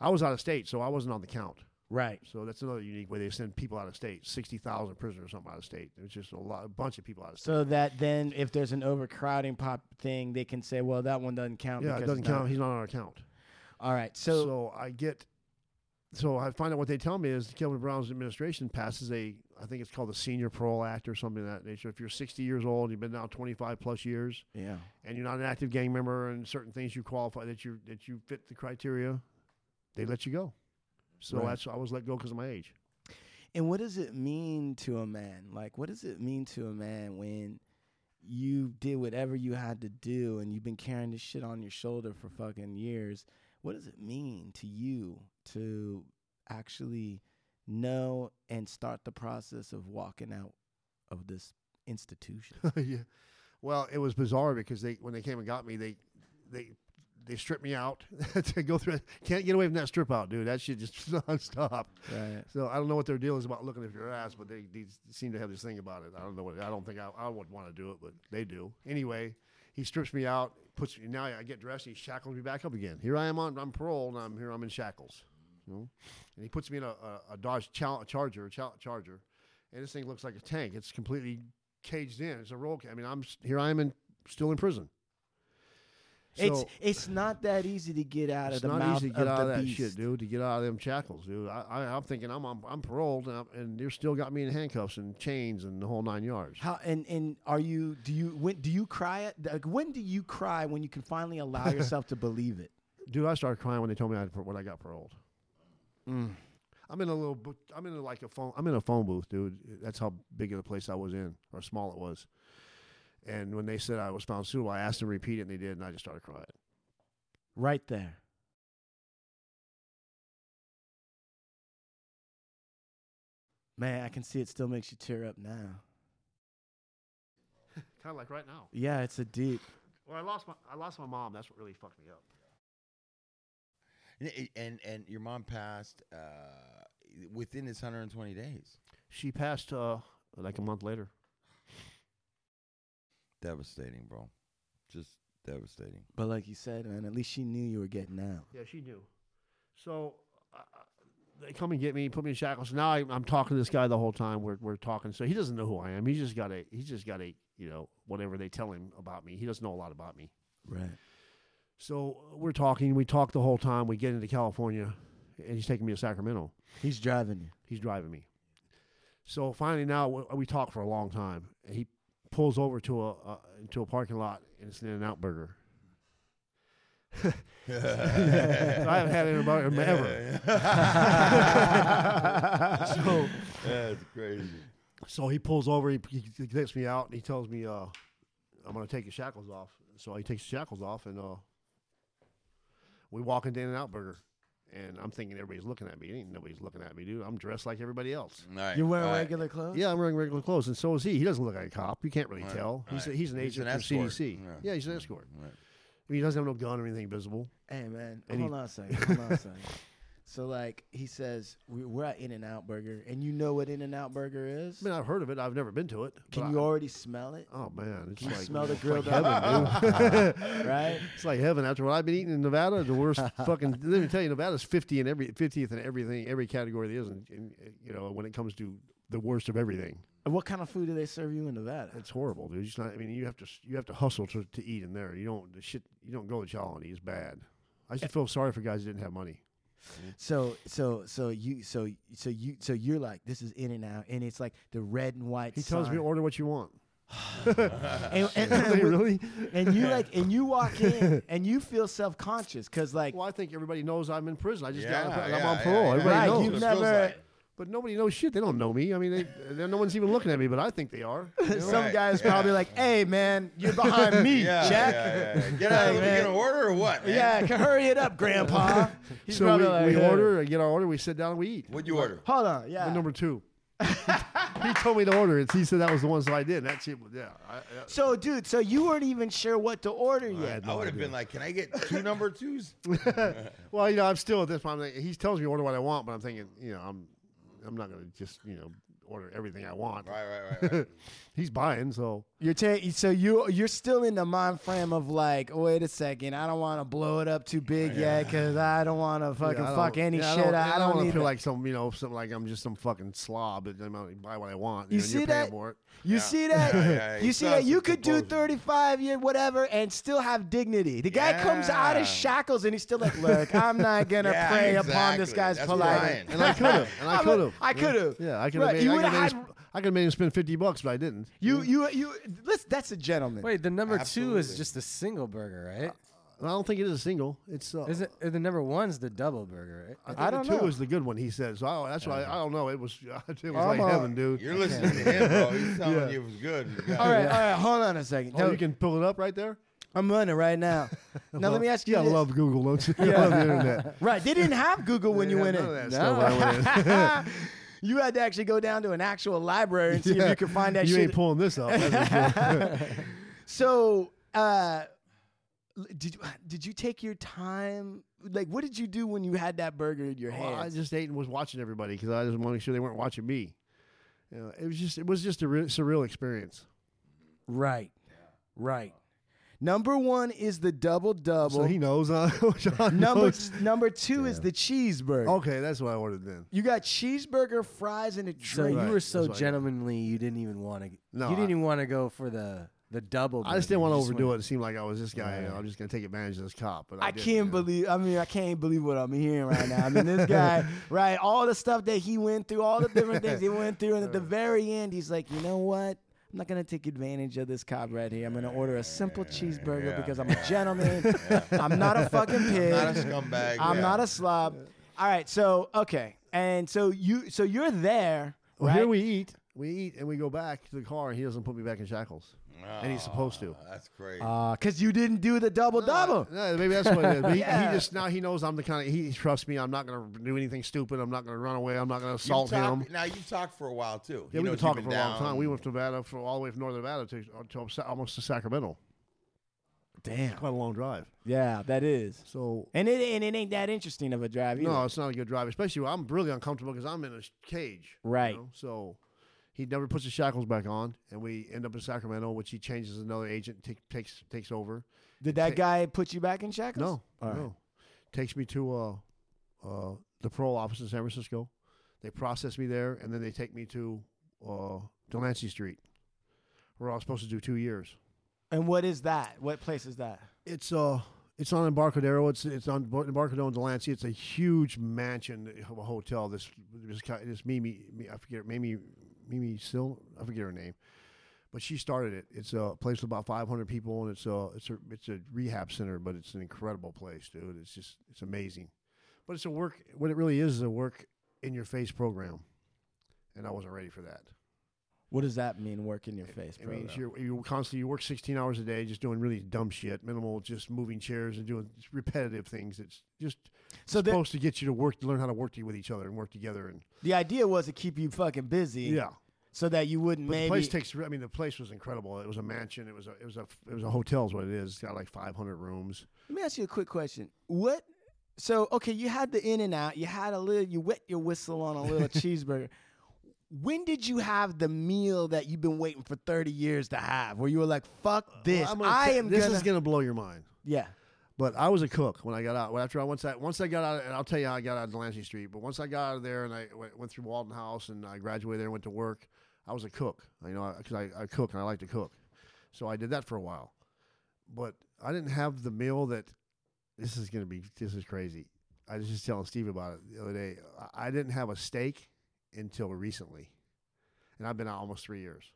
[SPEAKER 6] I was out of state, so I wasn't on the count.
[SPEAKER 4] right,
[SPEAKER 6] So that's another unique way they send people out of state. Sixty thousand prisoners, or something out of state. There's just a lot, a bunch of people out of state.
[SPEAKER 4] So that then, if there's an overcrowding pop thing, they can say, "Well, that one doesn't count."
[SPEAKER 6] yeah,
[SPEAKER 4] because
[SPEAKER 6] it
[SPEAKER 4] it's
[SPEAKER 6] doesn't
[SPEAKER 4] not-
[SPEAKER 6] count. He's not on our count.
[SPEAKER 4] All right,
[SPEAKER 6] So,
[SPEAKER 4] so,
[SPEAKER 6] I get, so I find out what they tell me is Kevin Brown's administration passes a, I think it's called the Senior Parole Act or something of that nature. If you're 60 years old, you've been down 25 plus years,
[SPEAKER 4] yeah,
[SPEAKER 6] and you're not an active gang member, and certain things you qualify that you that you fit the criteria, they let you go. So
[SPEAKER 4] Right.
[SPEAKER 6] that's I was let go because of my age.
[SPEAKER 4] and what does it mean to a man? Like, what does it mean to a man when you did whatever you had to do and you've been carrying this shit on your shoulder for fucking years? What does it mean to you to actually know and start the process of walking out of this institution?
[SPEAKER 6] yeah. Well, it was bizarre because they when they came and got me, they they they stripped me out to go through. Can't get away from that strip out, dude. That shit just nonstop.
[SPEAKER 4] Right.
[SPEAKER 6] So I don't know what their deal is about looking at your ass, but they, they seem to have this thing about it. I don't know what. I don't think I, I would want to do it, but they do anyway. He strips me out, puts me now. I get dressed. He shackles me back up again. Here I am on. I'm paroled. And I'm here. I'm in shackles. You know? And he puts me in a, a, a Dodge Chal- Charger. Chal- Charger. And this thing looks like a tank. It's completely caged in. It's a roll. ca- I mean, I'm s- here. I am in still in prison.
[SPEAKER 4] It's
[SPEAKER 6] So-
[SPEAKER 4] it's not that easy to get out
[SPEAKER 6] It's
[SPEAKER 4] of the
[SPEAKER 6] not
[SPEAKER 4] mouth
[SPEAKER 6] easy to get
[SPEAKER 4] of
[SPEAKER 6] out
[SPEAKER 4] the
[SPEAKER 6] of that
[SPEAKER 4] beast.
[SPEAKER 6] shit, dude. To get out of them shackles, dude. I, I, I'm thinking I'm I'm, I'm paroled, and, I'm, and you still got me in handcuffs and chains and the whole nine yards.
[SPEAKER 4] How and and are you? Do you when do you cry? At, like when do you cry when you can finally allow yourself to believe it?
[SPEAKER 6] Dude, I started crying when they told me I had, when I got paroled.
[SPEAKER 4] Mm.
[SPEAKER 6] I'm in a little. bo- I'm in a, like a phone. I'm in a phone booth, dude. That's how big of a place I was in, or small it was. And when they said I was found suitable, I asked them to repeat it, and they did, and I just started crying.
[SPEAKER 4] Right there. Man, I can see it still makes you tear up now.
[SPEAKER 6] Kind of like right now.
[SPEAKER 4] Yeah, it's a deep.
[SPEAKER 6] Well, I lost my I lost my mom. That's what really fucked me up.
[SPEAKER 3] And and, and your mom passed uh, within this 120 days.
[SPEAKER 6] She passed uh, like a month later.
[SPEAKER 3] Devastating, bro. Just devastating.
[SPEAKER 4] But like you said, man, at least she knew you were getting out.
[SPEAKER 6] Yeah, she knew. So uh, they come and get me, put me in shackles. Now I, I'm talking to this guy the whole time. We're we're talking. So he doesn't know who I am. He's just got a he's just got a you know whatever they tell him about me. He doesn't know a lot about me.
[SPEAKER 4] Right.
[SPEAKER 6] So we're talking. We talk the whole time. We get into California, and he's taking me to Sacramento.
[SPEAKER 4] He's driving you.
[SPEAKER 6] He's driving me. So finally, now we, we talk for a long time. He pulls over to a uh, into a parking lot, and it's an In-N-Out Burger. I haven't had In-N-Out Burger ever. so,
[SPEAKER 3] That's crazy.
[SPEAKER 6] so he pulls over, he, he, he takes me out, and he tells me, uh, "I'm gonna take your shackles off." So he takes the shackles off, and uh, we walk into In and Out Burger, and I'm thinking everybody's looking at me. Ain't nobody's looking at me, dude. I'm dressed like everybody else.
[SPEAKER 3] All right,
[SPEAKER 4] You wear
[SPEAKER 3] all right.
[SPEAKER 4] regular clothes?
[SPEAKER 6] Yeah, I'm wearing regular clothes, and so is he. He doesn't look like a cop. You can't really
[SPEAKER 3] Right,
[SPEAKER 6] tell. He's
[SPEAKER 3] right.
[SPEAKER 6] a, he's an
[SPEAKER 3] He's
[SPEAKER 6] agent
[SPEAKER 3] an
[SPEAKER 6] from
[SPEAKER 3] escort.
[SPEAKER 6] CDC.
[SPEAKER 3] Yeah.
[SPEAKER 6] Yeah, he's an escort.
[SPEAKER 3] Right.
[SPEAKER 6] I mean, he doesn't have no gun or anything visible.
[SPEAKER 4] Hey man,
[SPEAKER 6] And
[SPEAKER 4] hold
[SPEAKER 6] he-
[SPEAKER 4] on a second. Hold on a second. So like he says, we, we're at In and Out Burger, and you know what In and Out Burger is.
[SPEAKER 6] I mean, I've heard of it. I've never been to it. but
[SPEAKER 4] Can
[SPEAKER 6] I-
[SPEAKER 4] you already smell it?
[SPEAKER 6] Oh man, it's
[SPEAKER 4] Can you
[SPEAKER 6] like
[SPEAKER 4] smell the
[SPEAKER 6] it's like
[SPEAKER 4] grilled onion,
[SPEAKER 6] heaven, dude.
[SPEAKER 4] Right.
[SPEAKER 6] It's like heaven after what I've been eating in Nevada. The worst fucking. Let me tell you, Nevada's fifty in every fiftieth in everything, every category there is, and, and you know when it comes to the worst of everything,
[SPEAKER 4] And what kind of food do they serve you in Nevada?
[SPEAKER 6] it's horrible, dude. It's not. I mean, you have to you have to hustle to, to eat in there. You don't the shit. You don't go to Chalani. It's bad.
[SPEAKER 4] Eh.
[SPEAKER 6] I used to feel sorry for guys that didn't have money.
[SPEAKER 4] So so so you so so you so you're like this is In and Out, and it's like the red and white.
[SPEAKER 6] He tells me
[SPEAKER 4] sign.
[SPEAKER 6] order what you want.
[SPEAKER 4] and, and,
[SPEAKER 6] Hey, really?
[SPEAKER 4] and you like and you walk in and you feel self conscious because like
[SPEAKER 6] Well, I think everybody knows I'm in prison. I just got. out
[SPEAKER 3] Yeah,
[SPEAKER 6] of- I'm
[SPEAKER 3] yeah,
[SPEAKER 6] on
[SPEAKER 3] yeah,
[SPEAKER 6] parole.
[SPEAKER 3] yeah.
[SPEAKER 6] Everybody
[SPEAKER 4] Right,
[SPEAKER 6] knows.
[SPEAKER 4] you've
[SPEAKER 3] That's what it feels
[SPEAKER 4] never.
[SPEAKER 3] like.
[SPEAKER 6] But nobody knows shit. They don't know me. I mean, they, they- no one's even looking at me, but I think they are. you know?
[SPEAKER 4] Some
[SPEAKER 3] Right,
[SPEAKER 4] guys
[SPEAKER 3] yeah.
[SPEAKER 4] probably like, "Hey man, you're behind me,
[SPEAKER 3] Yeah,
[SPEAKER 4] Jack."
[SPEAKER 3] yeah, yeah, yeah. Get out!
[SPEAKER 4] Hey,
[SPEAKER 3] of
[SPEAKER 4] man.
[SPEAKER 3] get an order or what? man?
[SPEAKER 4] Yeah, c- hurry it up, Grandpa. He's
[SPEAKER 6] so we,
[SPEAKER 4] probably like,
[SPEAKER 6] we
[SPEAKER 4] "Hey."
[SPEAKER 6] order, I get our order, we sit down, and we eat.
[SPEAKER 3] What'd uh, you order?
[SPEAKER 4] Hold on, yeah.
[SPEAKER 6] We're number two. he told me to order it. He said that was the one, so I did. That shit, was- yeah. I, I,
[SPEAKER 4] so, dude, so you weren't even sure what to order yet.
[SPEAKER 3] I would have been like, "Can I get two number twos?
[SPEAKER 6] well, you know, I'm still at this point. I'm like, he tells me to order what I want, but I'm thinking, you know, I'm, I'm not gonna just, you know, order everything I want.
[SPEAKER 3] Right, right, right, right.
[SPEAKER 6] He's buying, so
[SPEAKER 4] You're ta- so you you're still in the mind frame of like, wait a second, I don't want to blow it up too big yet because I don't want to fucking
[SPEAKER 6] Yeah, I
[SPEAKER 4] fuck
[SPEAKER 6] don't-
[SPEAKER 4] any
[SPEAKER 6] yeah,
[SPEAKER 4] shit.
[SPEAKER 6] I don't,
[SPEAKER 4] I, don't,
[SPEAKER 6] want to
[SPEAKER 4] need
[SPEAKER 6] feel
[SPEAKER 4] that.
[SPEAKER 6] like some, you know, something like I'm just some fucking slob. But I'm gonna buy what I want.
[SPEAKER 4] You
[SPEAKER 6] know, and you're
[SPEAKER 4] see
[SPEAKER 6] paying
[SPEAKER 4] that?
[SPEAKER 6] For it.
[SPEAKER 4] You
[SPEAKER 3] Yeah.
[SPEAKER 4] see that?
[SPEAKER 3] Yeah, yeah, yeah.
[SPEAKER 4] You
[SPEAKER 3] He
[SPEAKER 4] see that?
[SPEAKER 3] sounds
[SPEAKER 4] You could do
[SPEAKER 3] composed.
[SPEAKER 4] 35 year whatever and still have dignity. The guy comes out
[SPEAKER 3] Yeah.
[SPEAKER 4] of shackles and he's still like, look, I'm not gonna
[SPEAKER 3] Yeah,
[SPEAKER 4] prey upon this
[SPEAKER 3] exactly.
[SPEAKER 4] guy's
[SPEAKER 3] That's
[SPEAKER 4] politeness.
[SPEAKER 3] Brian.
[SPEAKER 6] And I could have. And I
[SPEAKER 4] I'm a-
[SPEAKER 6] could have.
[SPEAKER 4] I could've.
[SPEAKER 6] Yeah, I could
[SPEAKER 4] Right,
[SPEAKER 6] have.
[SPEAKER 4] you
[SPEAKER 6] I could
[SPEAKER 4] would've
[SPEAKER 6] have made,
[SPEAKER 4] had-
[SPEAKER 6] him sp- I coulda made him spend fifty bucks, but I didn't.
[SPEAKER 4] You you you. Listen, that's a gentleman.
[SPEAKER 5] Wait, the number two
[SPEAKER 3] Absolutely.
[SPEAKER 5] is just the single burger, right?
[SPEAKER 6] And I don't think it is a single. It's uh,
[SPEAKER 5] Is it? uh, The number one's the double burger,
[SPEAKER 6] I,
[SPEAKER 5] right?
[SPEAKER 6] think
[SPEAKER 4] I
[SPEAKER 6] the
[SPEAKER 4] don't
[SPEAKER 6] two
[SPEAKER 4] know.
[SPEAKER 6] was the good one. He said. So I, that's why I, I don't know. It was it was like
[SPEAKER 4] a-
[SPEAKER 6] heaven, dude.
[SPEAKER 3] You're listening to him, bro. He's telling you it was good. You got
[SPEAKER 4] All
[SPEAKER 3] it.
[SPEAKER 4] right, all right. Hold on a second.
[SPEAKER 6] oh,
[SPEAKER 4] No,
[SPEAKER 6] you can pull it up right there. Uh-huh.
[SPEAKER 4] I'm running right now. Now let me ask you.
[SPEAKER 6] Yeah, I
[SPEAKER 4] this.
[SPEAKER 6] love Google. Don't you? I love the internet.
[SPEAKER 4] Right, they didn't have Google when you
[SPEAKER 6] Yeah,
[SPEAKER 4] went
[SPEAKER 6] none
[SPEAKER 4] in.
[SPEAKER 6] of that stuff when I went in.
[SPEAKER 4] you had to actually go down to an actual library and see if you could find that
[SPEAKER 6] you
[SPEAKER 4] shit.
[SPEAKER 6] ain't pulling this up. that's for sure.
[SPEAKER 4] So, uh, l- did you, did you take your time? Like, what did you do when you had that burger in your
[SPEAKER 6] Well, Oh, I
[SPEAKER 4] hands?
[SPEAKER 6] just ate and was watching everybody because I just wanted to make sure they weren't watching me. You know, it was just it was just a re- surreal experience.
[SPEAKER 4] right, right. Number one is the double double.
[SPEAKER 6] So he knows. Uh, John
[SPEAKER 4] number
[SPEAKER 6] knows.
[SPEAKER 4] number two is the cheeseburger.
[SPEAKER 6] Okay, that's what I ordered then.
[SPEAKER 4] You got cheeseburger, fries, and a
[SPEAKER 5] So
[SPEAKER 4] drink.
[SPEAKER 5] you
[SPEAKER 6] Right,
[SPEAKER 5] were so
[SPEAKER 6] that's what I got.
[SPEAKER 5] gentlemanly, you didn't even want to.
[SPEAKER 6] No,
[SPEAKER 5] you
[SPEAKER 6] I-
[SPEAKER 5] didn't even want to go for the The double.
[SPEAKER 6] I just
[SPEAKER 5] burger.
[SPEAKER 6] didn't want to
[SPEAKER 5] You just
[SPEAKER 6] overdo it.
[SPEAKER 5] wanna-
[SPEAKER 6] It seemed like I was this guy. you know, I'm just gonna take advantage of this cop. But I,
[SPEAKER 4] I
[SPEAKER 6] didn't,
[SPEAKER 4] can't
[SPEAKER 6] you know.
[SPEAKER 4] believe. I mean, I can't believe what I'm hearing right now. I mean, this guy, right? All the stuff that he went through, all the different things he went through, and at the very end, he's like, you know what? I'm not gonna take advantage of this cop right here. I'm gonna order a simple cheeseburger
[SPEAKER 3] yeah,
[SPEAKER 4] because I'm a gentleman. I'm not a fucking pig.
[SPEAKER 3] Not a scumbag.
[SPEAKER 4] I'm
[SPEAKER 3] yeah.
[SPEAKER 4] not a slob. All right, so okay, and so you, so you're there.
[SPEAKER 6] Well, here
[SPEAKER 4] right?
[SPEAKER 6] we eat. We eat and we go back to the car, and he doesn't put me back in shackles. and he's supposed to.
[SPEAKER 3] Ah, That's crazy.
[SPEAKER 4] because Uh, you didn't do the double double.
[SPEAKER 6] No, maybe that's what it is. But he,
[SPEAKER 4] Yeah.
[SPEAKER 6] he just now he knows I'm the kind of he trusts me. I'm not gonna do anything stupid. I'm not gonna run away. I'm not gonna
[SPEAKER 3] You've
[SPEAKER 6] assault
[SPEAKER 3] talked-
[SPEAKER 6] him.
[SPEAKER 3] Now you've talked for a while too.
[SPEAKER 6] Yeah,
[SPEAKER 3] He
[SPEAKER 6] we've been
[SPEAKER 3] knows you've
[SPEAKER 6] talking for a long
[SPEAKER 3] down.
[SPEAKER 6] time. We went to Nevada for all the way from northern Nevada to, uh, to up- almost to Sacramento.
[SPEAKER 4] Damn.
[SPEAKER 6] Quite a long drive.
[SPEAKER 4] Yeah, that is.
[SPEAKER 6] So
[SPEAKER 4] And it and it ain't that interesting of a drive either.
[SPEAKER 6] no, it's not a good drive. Especially when I'm really uncomfortable because I'm in a sh- cage. you
[SPEAKER 4] Right.
[SPEAKER 6] know? So he never puts his shackles back on, and we end up in Sacramento, which he changes another agent ta- takes takes over.
[SPEAKER 4] Did that
[SPEAKER 6] Ta-
[SPEAKER 4] guy put you back in shackles?
[SPEAKER 6] No,
[SPEAKER 4] All right.
[SPEAKER 6] no. Takes me to uh, uh, the parole office in San Francisco. They process me there, and then they take me to uh, Delancey Street, where I was supposed to do two years.
[SPEAKER 4] And what is that? What place is that?
[SPEAKER 6] It's uh, it's on Embarcadero. It's it's on Bo- Embarcadero in Delancey. It's a huge mansion, a hotel. This this guy- this Mimi, Mi- I forget Mimi Mimi Sil, I forget her name, but she started it. It's a place with about 500 people, and it's a it's a it's a rehab center, but it's an incredible place, dude. It's just it's amazing, but it's a work. What it really is is a work in your face program, and I wasn't ready for that.
[SPEAKER 4] What does that mean? Work in your face,
[SPEAKER 6] I
[SPEAKER 4] bro.
[SPEAKER 6] mean, you're, you constantly you work 16 hours a day, just doing really dumb shit, minimal, just moving chairs and doing just repetitive things. It's just
[SPEAKER 4] So the,
[SPEAKER 6] supposed to get you to work, learn how to work to, with each other and work together. And
[SPEAKER 4] the idea was to keep you fucking busy,
[SPEAKER 6] yeah,
[SPEAKER 4] so that you wouldn't
[SPEAKER 6] but the
[SPEAKER 4] maybe.
[SPEAKER 6] place takes. I mean, the place was incredible. It was a mansion. It was a it was a it was a hotel is what it is. It's got like 500 rooms.
[SPEAKER 4] Let me ask you a quick question. What? So okay, you had the in and out. You had a little. You wet your whistle on a little cheeseburger. When did you have the meal that you've been waiting for 30 years to have? Where you were like, "Fuck this!
[SPEAKER 6] I'm gonna
[SPEAKER 4] I
[SPEAKER 6] te-
[SPEAKER 4] am
[SPEAKER 6] This
[SPEAKER 4] gonna."
[SPEAKER 6] is gonna blow your mind.
[SPEAKER 4] yeah.
[SPEAKER 6] But I was a cook when I got out. Well, After I once I once I got out, and I'll tell you how I got out of Delancey Street. But once I got out of there and I went, went through Walden House and I graduated there and went to work, I was a cook. You know, because I, I cook and I like to cook, so I did that for a while. But I didn't have the meal that. This is gonna be. This is crazy. I was just telling Steve about it the other day. I, I didn't have a steak until recently, and I've been out almost three years.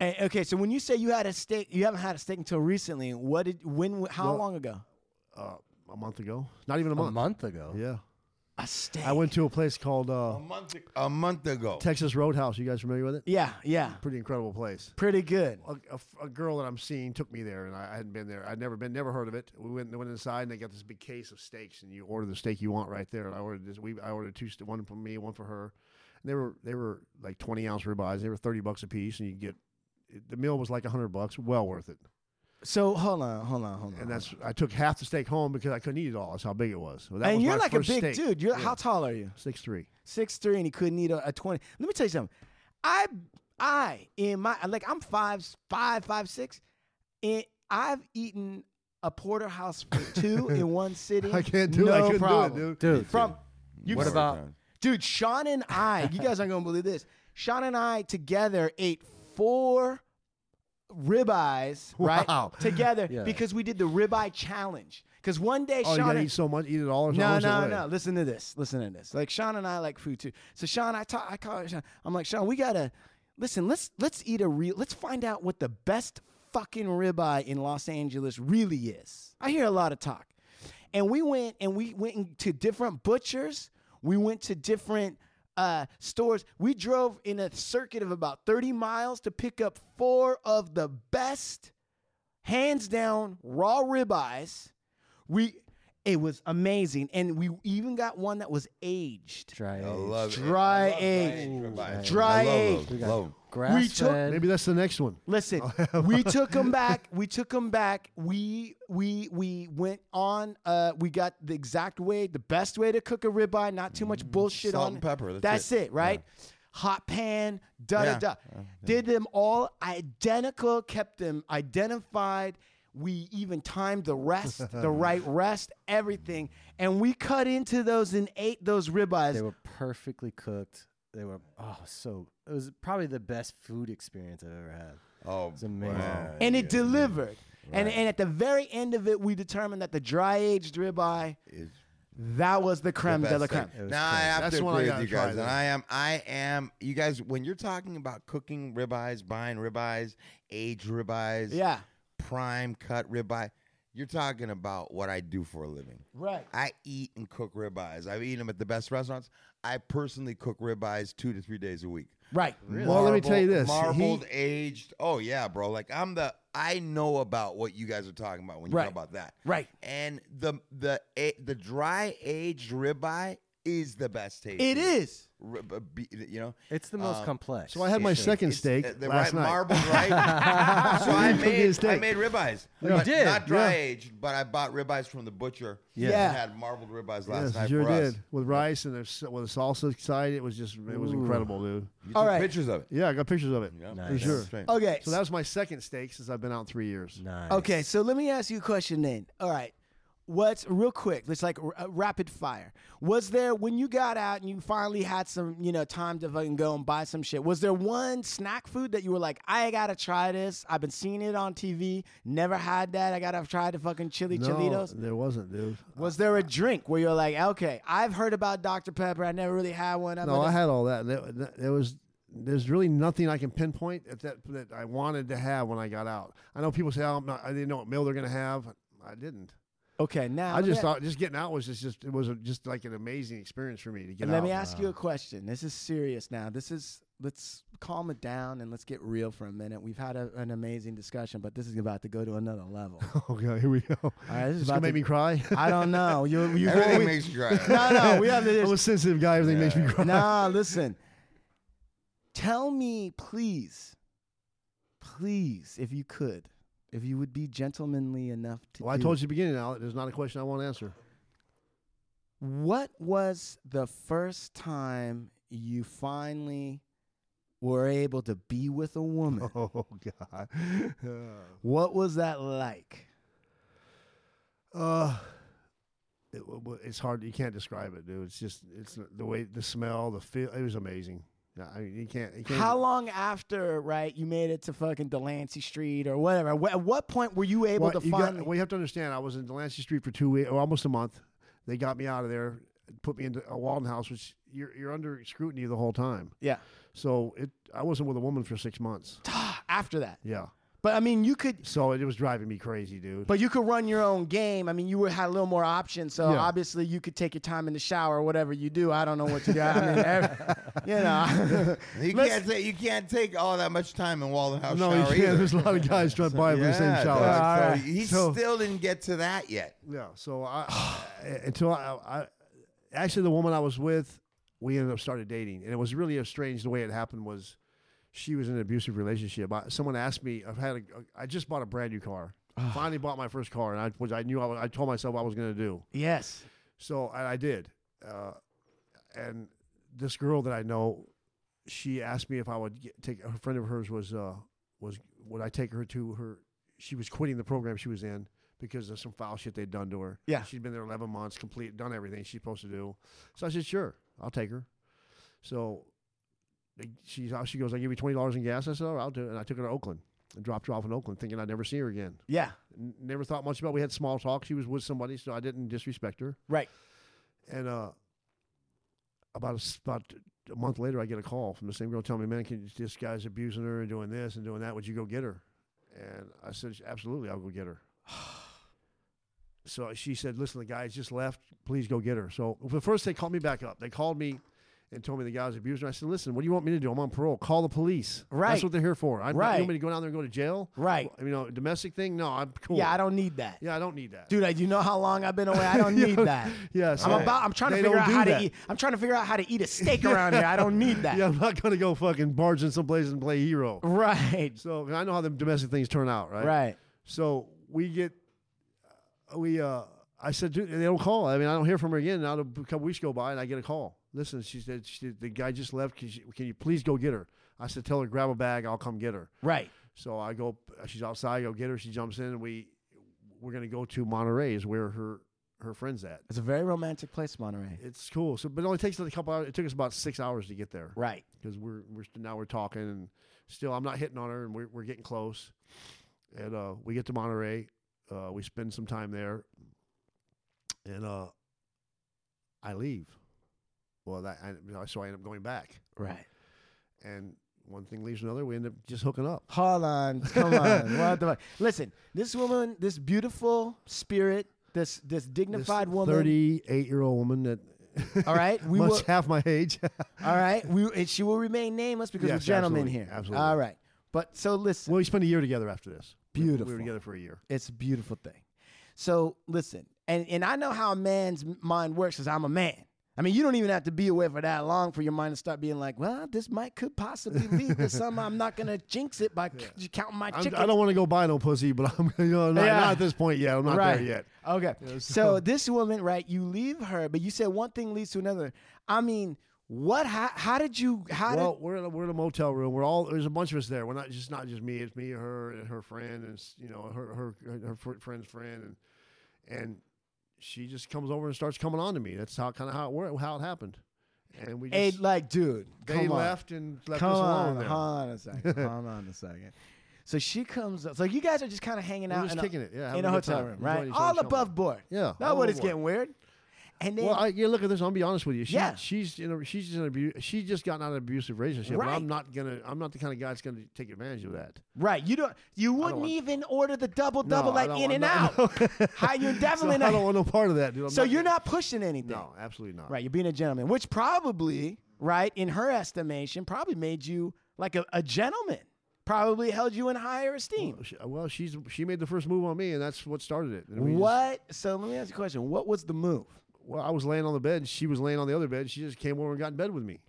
[SPEAKER 4] And, okay, so when you say you had a steak, you haven't had a steak until recently. What did when? How
[SPEAKER 6] Well-
[SPEAKER 4] long ago?
[SPEAKER 6] Uh, a month ago, not even a
[SPEAKER 5] A month,
[SPEAKER 6] month.
[SPEAKER 5] ago.
[SPEAKER 6] Yeah,
[SPEAKER 4] A steak.
[SPEAKER 6] I went to a place called uh,
[SPEAKER 3] A month. ag- A month ago.
[SPEAKER 6] Texas Roadhouse. You guys familiar with it?
[SPEAKER 4] Yeah, yeah,
[SPEAKER 6] pretty incredible place.
[SPEAKER 4] pretty good.
[SPEAKER 6] A, a f- a girl that I'm seeing took me there, and I, I hadn't been there. I'd never been, never heard of it. We went, went inside, and they got this big case of steaks, and you order the steak you want right there. And I ordered this. We I ordered two, st- one for me, one for her. And they were they were like 20 ounce ribeyes. They were 30 bucks a piece, and you get it- the meal was like 100 bucks, well worth it.
[SPEAKER 4] So hold on, hold on, hold on.
[SPEAKER 6] And that's I took half the steak home because I couldn't eat it all. That's how big it was. Well, that
[SPEAKER 4] and
[SPEAKER 6] was
[SPEAKER 4] you're
[SPEAKER 6] my
[SPEAKER 4] like a
[SPEAKER 6] first
[SPEAKER 4] big
[SPEAKER 6] steak.
[SPEAKER 4] dude. You're how tall are you?
[SPEAKER 6] Six three.
[SPEAKER 4] Six three, and he couldn't eat a, a twenty. Let me tell you something. I I in my like I'm five five five six. And I've eaten a porterhouse for two in one sitting.
[SPEAKER 6] I can't do it.
[SPEAKER 4] no
[SPEAKER 6] I couldn't
[SPEAKER 4] problem.
[SPEAKER 6] do it, dude.
[SPEAKER 5] Dude,
[SPEAKER 4] From you
[SPEAKER 5] what about
[SPEAKER 4] Dude, Sean and I, you guys aren't gonna believe this. Sean and I together ate four ribeyes, right?
[SPEAKER 6] Wow.
[SPEAKER 4] Together
[SPEAKER 5] Yeah.
[SPEAKER 4] because we did the ribeye challenge. Because one day
[SPEAKER 6] Oh, you
[SPEAKER 4] Sean
[SPEAKER 6] gotta
[SPEAKER 4] and-
[SPEAKER 6] eat so much, eat it all. Or
[SPEAKER 4] no,
[SPEAKER 6] almost that
[SPEAKER 4] no,
[SPEAKER 6] way.
[SPEAKER 4] no. Listen to this. Listen to this. Like Sean and I like food too. So Sean, I talk, I call Sean. I'm like Sean, we gotta listen. Let's let's eat a real. Let's find out what the best fucking ribeye in Los Angeles really is. I hear a lot of talk, and we went and we went in- to different butchers. We went to different uh, stores. We drove in a circuit of about 30 miles to pick up four of the best, hands down, raw ribeyes. We it was amazing, and we even got one that was aged,
[SPEAKER 5] dry
[SPEAKER 3] I
[SPEAKER 6] Oh.
[SPEAKER 5] aged?
[SPEAKER 3] love it.
[SPEAKER 4] Dry
[SPEAKER 3] I love
[SPEAKER 4] aged.
[SPEAKER 3] ribeyes.
[SPEAKER 4] Dry
[SPEAKER 3] I love
[SPEAKER 4] aged.
[SPEAKER 3] them. Love them.
[SPEAKER 5] Grass fed.
[SPEAKER 6] Maybe that's the next one.
[SPEAKER 4] Listen,
[SPEAKER 3] Oh,
[SPEAKER 4] we took them back. We took them back. We we we went on. Uh, we got the exact way, the best way to cook a ribeye. Not too much bullshit
[SPEAKER 3] Mm, Salt
[SPEAKER 4] on
[SPEAKER 3] and
[SPEAKER 4] it.
[SPEAKER 3] pepper, that's
[SPEAKER 4] it,
[SPEAKER 3] it.
[SPEAKER 4] right? Hot pan, da da
[SPEAKER 3] Yeah.
[SPEAKER 4] da. Did them all identical. Kept them identified. We even timed the rest, the right rest, everything, and we cut into those and ate those ribeyes.
[SPEAKER 5] They were perfectly cooked. They were oh so. It was probably the best food experience I've ever had.
[SPEAKER 3] Oh,
[SPEAKER 5] It's amazing.
[SPEAKER 3] wow.
[SPEAKER 4] and it delivered. And, and at the very end of it, we determined that the dry aged ribeye,
[SPEAKER 3] It's
[SPEAKER 4] that was the creme de la
[SPEAKER 3] best
[SPEAKER 4] creme.
[SPEAKER 3] thing. Now I have
[SPEAKER 6] That's
[SPEAKER 3] to
[SPEAKER 6] the one I
[SPEAKER 3] agree with
[SPEAKER 6] gotta
[SPEAKER 3] you
[SPEAKER 6] try,
[SPEAKER 3] guys, and
[SPEAKER 6] though.
[SPEAKER 3] I am, I am. You guys, when you're talking about cooking ribeyes, buying ribeyes, age ribeyes,
[SPEAKER 4] Yeah.
[SPEAKER 3] prime cut ribeye, you're talking about what I do for a living.
[SPEAKER 4] Right.
[SPEAKER 3] I eat and cook ribeyes. I've eaten them at the best restaurants. I personally cook ribeyes two to three days a week.
[SPEAKER 4] Right.
[SPEAKER 6] Well, let me tell you
[SPEAKER 3] Marbled-
[SPEAKER 6] this.
[SPEAKER 3] marbled,
[SPEAKER 6] He-
[SPEAKER 3] aged. Oh yeah, bro. Like I'm the. I know about what you guys are talking about when you
[SPEAKER 4] Right.
[SPEAKER 3] talk about that.
[SPEAKER 4] Right.
[SPEAKER 3] And the the a- the dry aged ribeye is the best taste.
[SPEAKER 4] It is.
[SPEAKER 3] you know.
[SPEAKER 5] It's the most
[SPEAKER 3] Um,
[SPEAKER 5] complex.
[SPEAKER 6] So I had my
[SPEAKER 5] It's-
[SPEAKER 6] second
[SPEAKER 3] It's,
[SPEAKER 6] steak
[SPEAKER 3] uh, the
[SPEAKER 6] last
[SPEAKER 3] right,
[SPEAKER 6] night.
[SPEAKER 3] marbled, right? so I
[SPEAKER 6] Forget
[SPEAKER 3] made, I
[SPEAKER 6] steak. Oh,
[SPEAKER 3] made ribeyes.
[SPEAKER 6] You
[SPEAKER 3] but
[SPEAKER 5] did,
[SPEAKER 3] Not dry
[SPEAKER 6] yeah.
[SPEAKER 3] aged, but I bought ribeyes from the butcher.
[SPEAKER 5] Yeah.
[SPEAKER 3] I had marbled ribeyes last
[SPEAKER 6] yes,
[SPEAKER 3] night
[SPEAKER 6] sure
[SPEAKER 3] for us.
[SPEAKER 6] did with rice and the, s- with the salsa side. It was just it was incredible, dude.
[SPEAKER 3] You
[SPEAKER 4] All
[SPEAKER 3] took
[SPEAKER 4] right.
[SPEAKER 3] pictures of it.
[SPEAKER 6] Yeah, I got pictures of it for
[SPEAKER 5] Nice.
[SPEAKER 6] sure. Oh,
[SPEAKER 3] Straight.
[SPEAKER 4] Okay.
[SPEAKER 6] So that was my second steak since I've been out three years.
[SPEAKER 5] Nice.
[SPEAKER 4] Okay, so let me ask you a question then. All right. What's real quick? It's like r- uh, rapid fire. Was there when you got out and you finally had some, you know, time to fucking go and buy some shit? Was there one snack food that you were like, I gotta try this. I've been seeing it on TV. Never had that. I gotta try the fucking chili
[SPEAKER 6] No,
[SPEAKER 4] chilitos.
[SPEAKER 6] there wasn't, dude.
[SPEAKER 4] Was there a drink where you're like, okay, I've heard about Dr Pepper. I never really had one. I'm
[SPEAKER 6] No,
[SPEAKER 4] gonna-
[SPEAKER 6] I had all that. There, there was there's really nothing I can pinpoint at that that I wanted to have when I got out. I know people say, "Oh, I'm not, I didn't know what meal they're gonna have." I didn't.
[SPEAKER 4] okay. Now
[SPEAKER 6] I
[SPEAKER 4] let me
[SPEAKER 6] just
[SPEAKER 4] a-
[SPEAKER 6] thought just getting out was just, just it was a, just like an amazing experience for me to get
[SPEAKER 4] And let
[SPEAKER 6] out.
[SPEAKER 4] me ask you a question. This is serious now. This is let's calm it down and let's get real for a minute. We've had a, an amazing discussion, but this is about to go to another level. All
[SPEAKER 6] Okay, here we go.
[SPEAKER 4] right, this
[SPEAKER 6] This
[SPEAKER 4] is
[SPEAKER 6] is
[SPEAKER 4] about
[SPEAKER 6] gonna
[SPEAKER 4] to
[SPEAKER 6] make me cry.
[SPEAKER 4] I don't know. You you
[SPEAKER 3] Everything makes you cry.
[SPEAKER 4] No, no, we have to
[SPEAKER 6] I'm a sensitive guy. Everything makes me cry.
[SPEAKER 4] Nah, listen. Tell me, please, please, if you could, if you would be gentlemanly enough to
[SPEAKER 6] Well, I
[SPEAKER 4] do
[SPEAKER 6] told you at the beginning, Al, there's not a question I won't answer.
[SPEAKER 4] What was the first time you finally were able to be with a woman?
[SPEAKER 6] Oh God.
[SPEAKER 4] What was that like?
[SPEAKER 6] Uh, it, w- w- it's hard. You can't describe it, dude. It's just it's the way the smell, the feel. It was amazing. Yeah, I mean, you can't. You can't
[SPEAKER 4] How long after, right, you made it to fucking Delancey Street or whatever? Wh- At what point were you able
[SPEAKER 6] Well,
[SPEAKER 4] to
[SPEAKER 6] you got-
[SPEAKER 4] finally?
[SPEAKER 6] well, you have to understand. I was in Delancey Street for two weeks, or almost a month. They got me out of there, put me into a Walden house, which you're you're under scrutiny the whole time.
[SPEAKER 4] yeah,
[SPEAKER 6] So it, I wasn't with a woman for six months.
[SPEAKER 4] after that.
[SPEAKER 6] Yeah.
[SPEAKER 4] But I mean, you could,
[SPEAKER 6] So it, it was driving me crazy, dude.
[SPEAKER 4] but you could run your own game. I mean, you were, had a little more options, so
[SPEAKER 6] Yeah.
[SPEAKER 4] obviously you could take your time in the shower or whatever you do. I don't know what to do. I mean, every, you know,
[SPEAKER 3] You
[SPEAKER 4] Let's-
[SPEAKER 3] can't, take, you can't take all that much time in Walden House
[SPEAKER 6] no, you
[SPEAKER 3] shower
[SPEAKER 6] can't.
[SPEAKER 3] either.
[SPEAKER 6] There's a lot of guys trying to buy for the same
[SPEAKER 3] Yeah,
[SPEAKER 6] shower.
[SPEAKER 3] dog.
[SPEAKER 4] Yeah,
[SPEAKER 3] So
[SPEAKER 4] alright.
[SPEAKER 3] he
[SPEAKER 6] So-
[SPEAKER 3] still didn't get to that yet.
[SPEAKER 6] Yeah. So I until I, I actually the woman I was with, we ended up started dating, and it was really a strange the way it happened was she was in an abusive relationship. I, someone asked me, I've had a, I just bought a brand new car. Finally bought my first car, and I which I knew I, was- I told myself I was going to do.
[SPEAKER 4] yes,
[SPEAKER 6] So and I did. Uh, and this girl that I know, she asked me if I would get, take a friend of hers was uh, was would I take her to her? She was quitting the program she was in because of some foul shit they'd done to her.
[SPEAKER 4] Yeah.
[SPEAKER 6] she'd been there eleven months, complete, done everything she's supposed to do. So I said, sure, I'll take her. So they- she's out. She goes, I give you twenty dollars in gas. I said, all right, I'll do it. And I took her to Oakland and dropped her off in Oakland, thinking I'd never see her again.
[SPEAKER 4] yeah,
[SPEAKER 6] N- never thought much about. It. We had small talk. She was with somebody, so I didn't disrespect her
[SPEAKER 4] right,
[SPEAKER 6] and uh, about a, s- about a month later, I get a call from the same girl telling me, "Man, can, this guy's abusing her and doing this and doing that. Would you go get her?" And I said, "Absolutely, I'll go get her." so she said, "Listen, the guy's just left. Please go get her." So the first they called me back up. They called me and told me the guy's abusing her. I said, "Listen, what do you want me to do? I'm on parole. Call the police.
[SPEAKER 4] Right.
[SPEAKER 6] That's what they're here for. I'm not,
[SPEAKER 4] Right.
[SPEAKER 6] you want me to go down there and go to jail?
[SPEAKER 4] Right.
[SPEAKER 6] You know, domestic thing? No, I'm cool.
[SPEAKER 4] yeah. I don't need that.
[SPEAKER 6] Yeah, I don't need that.
[SPEAKER 4] dude, I- you know how long I've been away. I don't need that.
[SPEAKER 6] Yeah, so
[SPEAKER 4] I'm about. I'm trying to
[SPEAKER 6] they
[SPEAKER 4] figure
[SPEAKER 6] don't
[SPEAKER 4] out
[SPEAKER 6] do
[SPEAKER 4] how
[SPEAKER 6] that.
[SPEAKER 4] to e eat. I'm trying to figure out how to eat a steak around here. I don't need that.
[SPEAKER 6] Yeah, I'm not gonna go fucking barge in some place and play hero.
[SPEAKER 4] Right.
[SPEAKER 6] So 'cause I know how the domestic things turn out, right?
[SPEAKER 4] Right.
[SPEAKER 6] So we get, we uh, I said dude, they don't call. I mean, I don't hear from her again. Now a couple weeks go by and I get a call. Listen, she said she, the guy just left. Can, she, can you please go get her? I said, tell her grab a bag. I'll come get her.
[SPEAKER 4] Right.
[SPEAKER 6] So I go. She's outside. I go get her. She jumps in, and we we're gonna go to Monterey, is where her her friends at.
[SPEAKER 4] It's a very romantic place, Monterey.
[SPEAKER 6] It's cool. So, but it only takes us a couple hours. It took us about six hours to get there.
[SPEAKER 4] Right.
[SPEAKER 6] Because we're we're st- now we're talking and still I'm not hitting on her and we're we're getting close. And uh, we get to Monterey. Uh, we spend some time there. And uh, I leave. Well, that I, you know, so I end up going back.
[SPEAKER 4] Right.
[SPEAKER 6] And one thing leads to another. We end up just hooking up.
[SPEAKER 4] Hold on. Come on. what the fuck? Listen, this woman, this beautiful spirit, this this dignified woman.
[SPEAKER 6] Thirty-eight year old woman that.
[SPEAKER 4] All right, we
[SPEAKER 6] we much
[SPEAKER 4] will-
[SPEAKER 6] half my age.
[SPEAKER 4] All right. We and she will remain nameless because
[SPEAKER 6] Yes,
[SPEAKER 4] we're gentlemen
[SPEAKER 6] absolutely,
[SPEAKER 4] here.
[SPEAKER 6] absolutely.
[SPEAKER 4] All right. But so listen,
[SPEAKER 6] well, we spent a year together after this. We- We
[SPEAKER 4] Beautiful.
[SPEAKER 6] were together for a year.
[SPEAKER 4] it's a beautiful thing. So listen, and and I know how a man's mind works because I'm a man. I mean, you don't even have to be away for that long for your mind to start being like, well, this might could possibly lead to something. I'm not gonna jinx it by c- counting my
[SPEAKER 6] I'm,
[SPEAKER 4] chickens.
[SPEAKER 6] I do not want to go buy no pussy, but I'm you know, not,
[SPEAKER 4] Yeah.
[SPEAKER 6] not at this point yet. I'm not
[SPEAKER 4] right.
[SPEAKER 6] there yet.
[SPEAKER 4] Okay. so. this woman, right? You leave her, but you said one thing leads to another. I mean, what? How, how did you? How
[SPEAKER 6] well, we're in a, we're in a motel room. We're all there's a bunch of us there. We're not just not just me. It's me, her, and her friend, and s- you know her her her fr- friend's friend, and and she just comes over and starts coming on to me. That's how kind of how it worked, how it happened. And we
[SPEAKER 4] did? Hey,
[SPEAKER 6] just
[SPEAKER 4] like, dude,
[SPEAKER 6] they
[SPEAKER 4] come on.
[SPEAKER 6] left and left
[SPEAKER 4] Come
[SPEAKER 6] us alone.
[SPEAKER 4] on,
[SPEAKER 6] there.
[SPEAKER 4] hold on a second. hold on a second. So she comes up. So you guys are just kind of hanging
[SPEAKER 6] We're
[SPEAKER 4] out
[SPEAKER 6] just
[SPEAKER 4] in
[SPEAKER 6] kicking
[SPEAKER 4] a,
[SPEAKER 6] it, yeah,
[SPEAKER 4] in
[SPEAKER 6] having
[SPEAKER 4] a
[SPEAKER 6] a good
[SPEAKER 4] hotel
[SPEAKER 6] time,
[SPEAKER 4] room,
[SPEAKER 6] enjoying
[SPEAKER 4] right?
[SPEAKER 6] each
[SPEAKER 4] All
[SPEAKER 6] other's
[SPEAKER 4] above board.
[SPEAKER 6] Yeah, all
[SPEAKER 4] nobody's
[SPEAKER 6] above
[SPEAKER 4] getting weird. And then
[SPEAKER 6] Well, I, yeah, look at this. I'll be honest with you. She,
[SPEAKER 4] Yeah.
[SPEAKER 6] she's in a, she's in an abu- she just got out of an abusive relationship.
[SPEAKER 4] Right.
[SPEAKER 6] But I'm not gonna. I'm not the kind of guy that's gonna take advantage of that.
[SPEAKER 4] right, you don't. You wouldn't
[SPEAKER 6] want-
[SPEAKER 4] even order the double
[SPEAKER 6] No,
[SPEAKER 4] double
[SPEAKER 6] I
[SPEAKER 4] like
[SPEAKER 6] don't
[SPEAKER 4] in
[SPEAKER 6] want-
[SPEAKER 4] and
[SPEAKER 6] no,
[SPEAKER 4] out.
[SPEAKER 6] no.
[SPEAKER 4] How you
[SPEAKER 6] So
[SPEAKER 4] definitely
[SPEAKER 6] I don't
[SPEAKER 4] not.
[SPEAKER 6] want no part of that, dude. I'm
[SPEAKER 4] So you're
[SPEAKER 6] gonna-
[SPEAKER 4] not pushing anything.
[SPEAKER 6] No, absolutely not.
[SPEAKER 4] Right, you're being a gentleman, which probably, right, in her estimation, probably made you like a, a gentleman. Probably held you in higher esteem.
[SPEAKER 6] She- Well, she's she made the first move on me, and that's what started it. And we just-
[SPEAKER 4] what? so let me ask you a question. What was the move?
[SPEAKER 6] well, I was laying on the bed, and she was laying on the other bed. and She just came over and got in bed with me.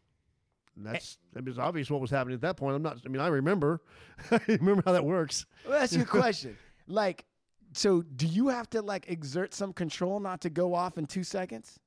[SPEAKER 6] And
[SPEAKER 4] Eh.
[SPEAKER 6] that's it was obvious what was happening at that point. I'm not. I mean, I remember. I remember how that works.
[SPEAKER 4] Let me ask you a question. like, so do you have to like exert some control not to go off in two seconds?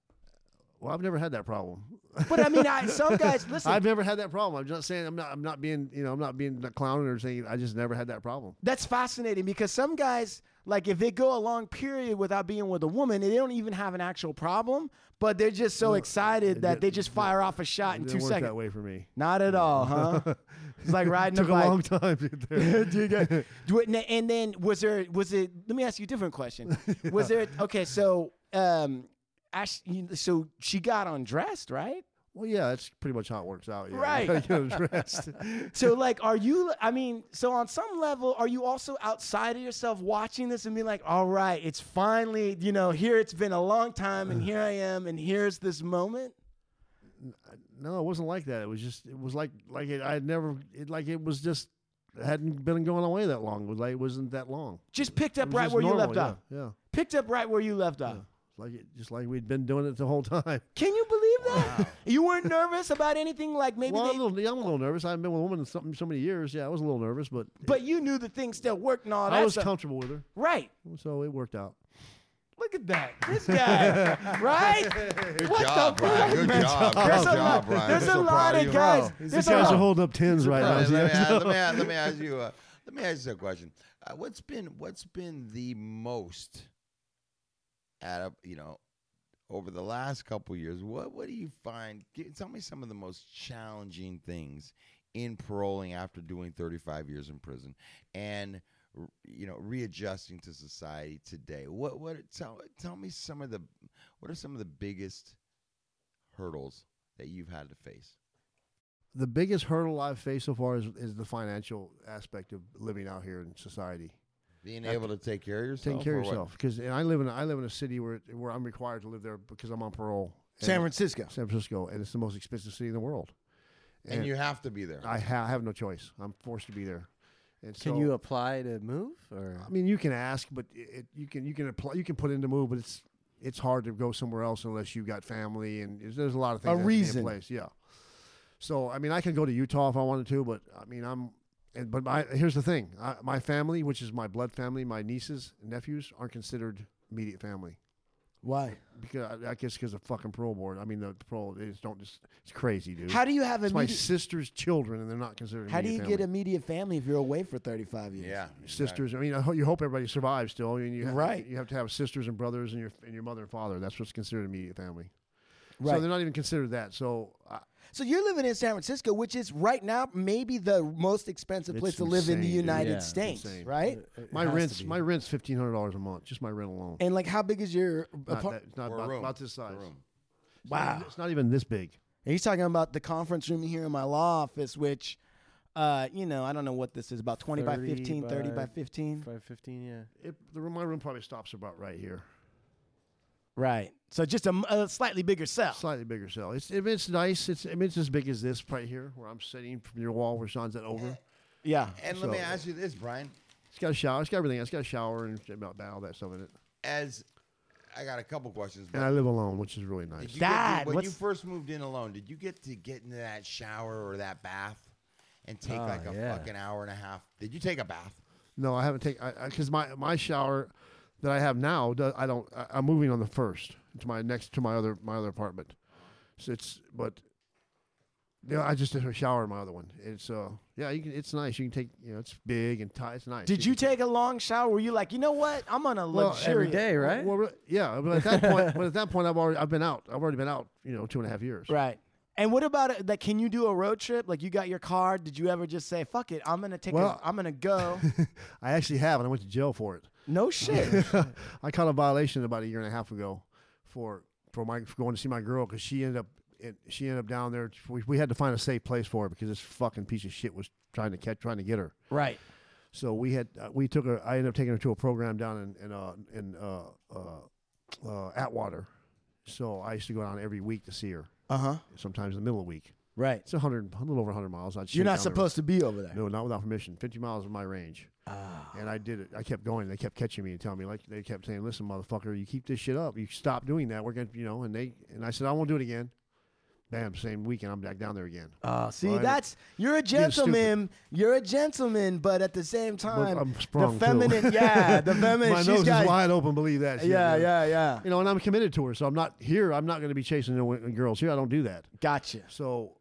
[SPEAKER 6] Well, I've never had that problem.
[SPEAKER 4] But I mean, I, some guys listen.
[SPEAKER 6] I've never had that problem. I'm not saying I'm not. I'm not being. You know, I'm not being a clown or saying. I just never had that problem.
[SPEAKER 4] That's fascinating because some guys, like, if they go a long period without being with a woman, they don't even have an actual problem, but they're just so excited that they just fire off a shot in
[SPEAKER 6] It
[SPEAKER 4] two
[SPEAKER 6] didn't work
[SPEAKER 4] seconds.
[SPEAKER 6] that way for me.
[SPEAKER 4] Not at all, huh? it's like riding
[SPEAKER 6] Took
[SPEAKER 4] a
[SPEAKER 6] a
[SPEAKER 4] bike.
[SPEAKER 6] long time. to get there.
[SPEAKER 4] Do you get- do it- and then was there was it? Let me ask you a different question. Was there okay? So um, Ash, you- so she got undressed, right?
[SPEAKER 6] Well, yeah, that's pretty much how it works out. Yeah. You
[SPEAKER 4] Right.
[SPEAKER 6] gotta get dressed.
[SPEAKER 4] So like, are you? I mean, so on some level, are you also outside of yourself watching this and being like, all right, it's finally, you know, here it's been a long time, and here I am, and here's this moment.
[SPEAKER 6] No, it wasn't like that. It was just. It was like like it. I had never. It like it was just. It hadn't been going away that long. It was like it wasn't that long.
[SPEAKER 4] Just picked
[SPEAKER 6] It
[SPEAKER 4] up
[SPEAKER 6] was
[SPEAKER 4] right
[SPEAKER 6] just
[SPEAKER 4] where you
[SPEAKER 6] normal,
[SPEAKER 4] left
[SPEAKER 6] yeah,
[SPEAKER 4] off.
[SPEAKER 6] Yeah.
[SPEAKER 4] Picked up right where you left off.
[SPEAKER 6] Like it, just like we'd been doing it the whole time.
[SPEAKER 4] Can you believe that? You weren't nervous about anything like maybe
[SPEAKER 6] well,
[SPEAKER 4] they
[SPEAKER 6] I'm a, little, yeah, I'm a little nervous. I haven't been with a woman in so, so many years. Yeah, I was a little nervous, but
[SPEAKER 4] But you knew the thing still worked and all that
[SPEAKER 6] I was
[SPEAKER 4] stuff.
[SPEAKER 6] comfortable with her,
[SPEAKER 4] right.
[SPEAKER 6] so it worked out.
[SPEAKER 4] Look at that. This guy. right?
[SPEAKER 3] Good
[SPEAKER 4] What
[SPEAKER 3] job,
[SPEAKER 4] the fuck?
[SPEAKER 3] Brian. Good job. Good
[SPEAKER 4] There's a
[SPEAKER 3] job,
[SPEAKER 4] lot,
[SPEAKER 3] Brian.
[SPEAKER 4] there's
[SPEAKER 3] We're
[SPEAKER 4] a
[SPEAKER 3] so
[SPEAKER 4] lot
[SPEAKER 3] proud
[SPEAKER 4] of
[SPEAKER 3] you.
[SPEAKER 4] guys.
[SPEAKER 6] These
[SPEAKER 4] There's a
[SPEAKER 6] guys
[SPEAKER 4] lot.
[SPEAKER 6] are holding up tens right now.
[SPEAKER 3] Brian,
[SPEAKER 6] See,
[SPEAKER 3] let, me,
[SPEAKER 6] that's-
[SPEAKER 3] ask- let, me, ask- let me ask you. Uh, let me ask you a question. Uh, what's been what's been the most out of you know over the last couple years? What what do you find? G tell me some of the most challenging things in paroling after doing 35 years in prison and r- you know readjusting to society today. What what tell tell me some of the what are some of the biggest hurdles that you've had to face?
[SPEAKER 6] the biggest hurdle I've faced so far is, is the financial aspect of living out here in society.
[SPEAKER 3] Being
[SPEAKER 6] That's-
[SPEAKER 3] able to take care of yourself.
[SPEAKER 6] Taking care
[SPEAKER 3] or
[SPEAKER 6] of
[SPEAKER 3] what?
[SPEAKER 6] yourself, because and I live in a, I live in a city where where I'm required to live there because I'm on parole. And-
[SPEAKER 4] San Francisco.
[SPEAKER 6] San Francisco, and it's the most expensive city in the world.
[SPEAKER 3] and, you have to be there.
[SPEAKER 6] I, ha- I have no choice. I'm forced to be there. And
[SPEAKER 5] Can
[SPEAKER 6] so-
[SPEAKER 5] you uh, apply to move or?
[SPEAKER 6] I mean, you can ask, but it, it, you can you can apply, you can put in the move, but it's it's hard to go somewhere else unless you've got family and there's- there's a lot of things. that have to be in
[SPEAKER 4] reason.
[SPEAKER 6] place. yeah. So I mean, I can go to Utah if I wanted to, but I mean, I'm. And, but my, here's the thing: I, my family, which is my blood family, my nieces and nephews, aren't considered immediate family.
[SPEAKER 4] Why?
[SPEAKER 6] Because I, I guess because the fucking parole board. I mean, the parole they just don't just. It's crazy, dude.
[SPEAKER 4] How do you have
[SPEAKER 6] it's my
[SPEAKER 4] immediate?
[SPEAKER 6] sister's children, and they're not considered.
[SPEAKER 4] How do you
[SPEAKER 6] immediate
[SPEAKER 4] get
[SPEAKER 6] family.
[SPEAKER 4] immediate family if you're away for 35 years?
[SPEAKER 3] Yeah.
[SPEAKER 6] sisters? I mean, I ho- you hope everybody survives still. I mean, you ha-
[SPEAKER 4] Right.
[SPEAKER 6] You have to have sisters and brothers and your and your mother and father. That's what's considered immediate family.
[SPEAKER 4] Right.
[SPEAKER 6] So they're not even considered that. So I,
[SPEAKER 4] So you're living in San Francisco, which is right now maybe the most expensive
[SPEAKER 6] It's
[SPEAKER 4] place to live in the
[SPEAKER 6] insane, dude.
[SPEAKER 4] United
[SPEAKER 5] Yeah, it's
[SPEAKER 4] States,
[SPEAKER 6] insane. Uh,
[SPEAKER 4] right?
[SPEAKER 6] my rent's my rent's fifteen hundred dollars a month, just my rent alone.
[SPEAKER 4] And like, how big is your
[SPEAKER 6] Not,
[SPEAKER 4] apart-
[SPEAKER 6] that, it's not
[SPEAKER 3] Or a
[SPEAKER 6] about,
[SPEAKER 3] room.
[SPEAKER 6] about this
[SPEAKER 3] Or a
[SPEAKER 6] size.
[SPEAKER 3] room.
[SPEAKER 4] Wow.
[SPEAKER 6] It's not even this big.
[SPEAKER 4] And he's talking about the conference room here in my law office, which, uh, you know, I don't know what this is about 20 by
[SPEAKER 5] 30
[SPEAKER 4] 15, 30 by
[SPEAKER 5] by-
[SPEAKER 4] 15.
[SPEAKER 5] Five fifteen, yeah.
[SPEAKER 6] It, the room, my room probably stops about right here.
[SPEAKER 4] Right. So just a, m- a slightly bigger cell.
[SPEAKER 6] Slightly bigger cell. It's if it's nice. It's I mean, it's as big as this right here where I'm sitting from your wall where Sean's at over.
[SPEAKER 4] yeah.
[SPEAKER 3] And let me
[SPEAKER 6] So-
[SPEAKER 3] ask you this, Brian.
[SPEAKER 6] It's got a shower. It's got everything. It's got a shower and about that, all that stuff in it.
[SPEAKER 3] As I got a couple questions.
[SPEAKER 6] And
[SPEAKER 3] But
[SPEAKER 6] I live alone, which is really nice.
[SPEAKER 3] did you
[SPEAKER 4] Dad,
[SPEAKER 3] get, when you
[SPEAKER 4] what's-
[SPEAKER 3] first moved in alone, did you get to get into that shower or that bath and take
[SPEAKER 6] Ah,
[SPEAKER 5] Oh,
[SPEAKER 3] like a
[SPEAKER 5] yeah.
[SPEAKER 3] fucking hour and a half? Did you take a bath?
[SPEAKER 6] No, I haven't taken because my my shower that I have now. do- I don't. I, I'm moving on the first to my next to my other my other apartment. So it's but. Yeah, I just did a shower in my other one. It's uh, yeah, you can. It's nice. You can take. You know, it's big and tight. It's nice.
[SPEAKER 4] Did you
[SPEAKER 6] can-
[SPEAKER 4] take a long shower? Were you like, you know what? I'm on a
[SPEAKER 6] Well,
[SPEAKER 4] luxury.
[SPEAKER 5] Every day, right?
[SPEAKER 6] Well, re- yeah, but at that point, but at that point, I've already I've been out. I've already been out. You know, two and a half years.
[SPEAKER 4] Right. And what about it? Like, can you do a road trip? Like, you got your car. Did you ever just say, fuck it, I'm going to take
[SPEAKER 6] Well-
[SPEAKER 4] a, I'm going to go.
[SPEAKER 6] I actually have, and I went to jail for it.
[SPEAKER 4] no shit.
[SPEAKER 6] I caught a violation about a year and a half ago for for my for going to see my girl because she ended up it, she ended up down there. We, we had to find a safe place for her because this fucking piece of shit was trying to catch trying to get her.
[SPEAKER 4] right.
[SPEAKER 6] So we had uh, we took her. I ended up taking her to a program down in in uh, in uh, uh, uh, Atwater. So I used to go down every week to see her.
[SPEAKER 4] Uh huh.
[SPEAKER 6] Sometimes in the middle of the week.
[SPEAKER 4] Right.
[SPEAKER 6] It's a hundred, a little over hundred miles. I'd
[SPEAKER 4] You're
[SPEAKER 6] shoot
[SPEAKER 4] not
[SPEAKER 6] down there.
[SPEAKER 4] supposed to Ah. be over there.
[SPEAKER 6] No, not without permission. Fifty miles is my range. And I did it. I kept going. They kept catching me and telling me, like they kept saying, "Listen, motherfucker, you keep this shit up. You stop doing that. We're gonna, you know." And they and I said, "I won't do it again." Bam, same weekend, I'm back down there again.
[SPEAKER 4] Oh, see,
[SPEAKER 6] Well, I-
[SPEAKER 4] that's you're a
[SPEAKER 6] being stupid.
[SPEAKER 4] gentleman. You're a gentleman, but at the same time,
[SPEAKER 6] I'm
[SPEAKER 4] the
[SPEAKER 6] sprung, too.
[SPEAKER 4] feminine, yeah, the feminine.
[SPEAKER 6] my
[SPEAKER 4] she's
[SPEAKER 6] nose
[SPEAKER 4] got-
[SPEAKER 6] is wide open. Believe that. shit,
[SPEAKER 4] Yeah,
[SPEAKER 6] man.
[SPEAKER 4] yeah, yeah.
[SPEAKER 6] You know, and I'm committed to her, so I'm not here. I'm not gonna be chasing no w- uh, girls here. I don't do that.
[SPEAKER 4] Gotcha.
[SPEAKER 6] So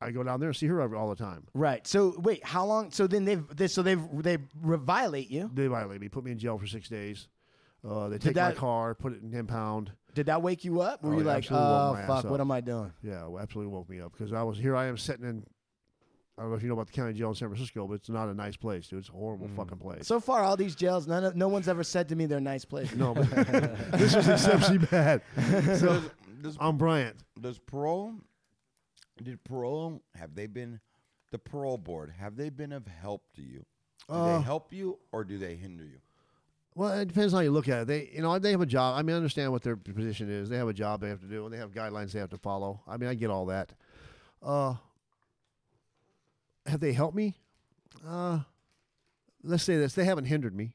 [SPEAKER 6] I go down there and see her all the time.
[SPEAKER 4] Right. So wait, how long? So then they've they, so they've they re- violate you.
[SPEAKER 6] They violate me, put me in jail for six days. Uh, they
[SPEAKER 4] Did
[SPEAKER 6] take
[SPEAKER 4] that-
[SPEAKER 6] my car, put it in impound.
[SPEAKER 4] Did that wake you up? Were
[SPEAKER 6] Oh,
[SPEAKER 4] you
[SPEAKER 6] it
[SPEAKER 4] like,
[SPEAKER 6] absolutely woke
[SPEAKER 4] oh
[SPEAKER 6] my ass
[SPEAKER 4] fuck,
[SPEAKER 6] up.
[SPEAKER 4] what am I doing?
[SPEAKER 6] Yeah, well, absolutely woke me up because I was here. I am sitting in. I don't know if you know about the county jail in San Francisco, but it's not a nice place, dude. It's a horrible
[SPEAKER 3] Mm.
[SPEAKER 6] fucking place.
[SPEAKER 4] So far, all these jails, none of, no one's ever said to me they're nice places.
[SPEAKER 6] no, but this is exceptionally bad. So
[SPEAKER 3] Does, does,
[SPEAKER 6] I'm Bryant.
[SPEAKER 3] does parole? Did parole? Have they been the parole board? Have they been of help to you? Do
[SPEAKER 6] Uh,
[SPEAKER 3] they help you or do they hinder you?
[SPEAKER 6] Well, it depends how you look at it. They, you know, they have a job. I mean, I understand what their position is. They have a job they have to do, and they have guidelines they have to follow. I mean, I get all that. Uh, have they helped me? Uh, let's say this: they haven't hindered me.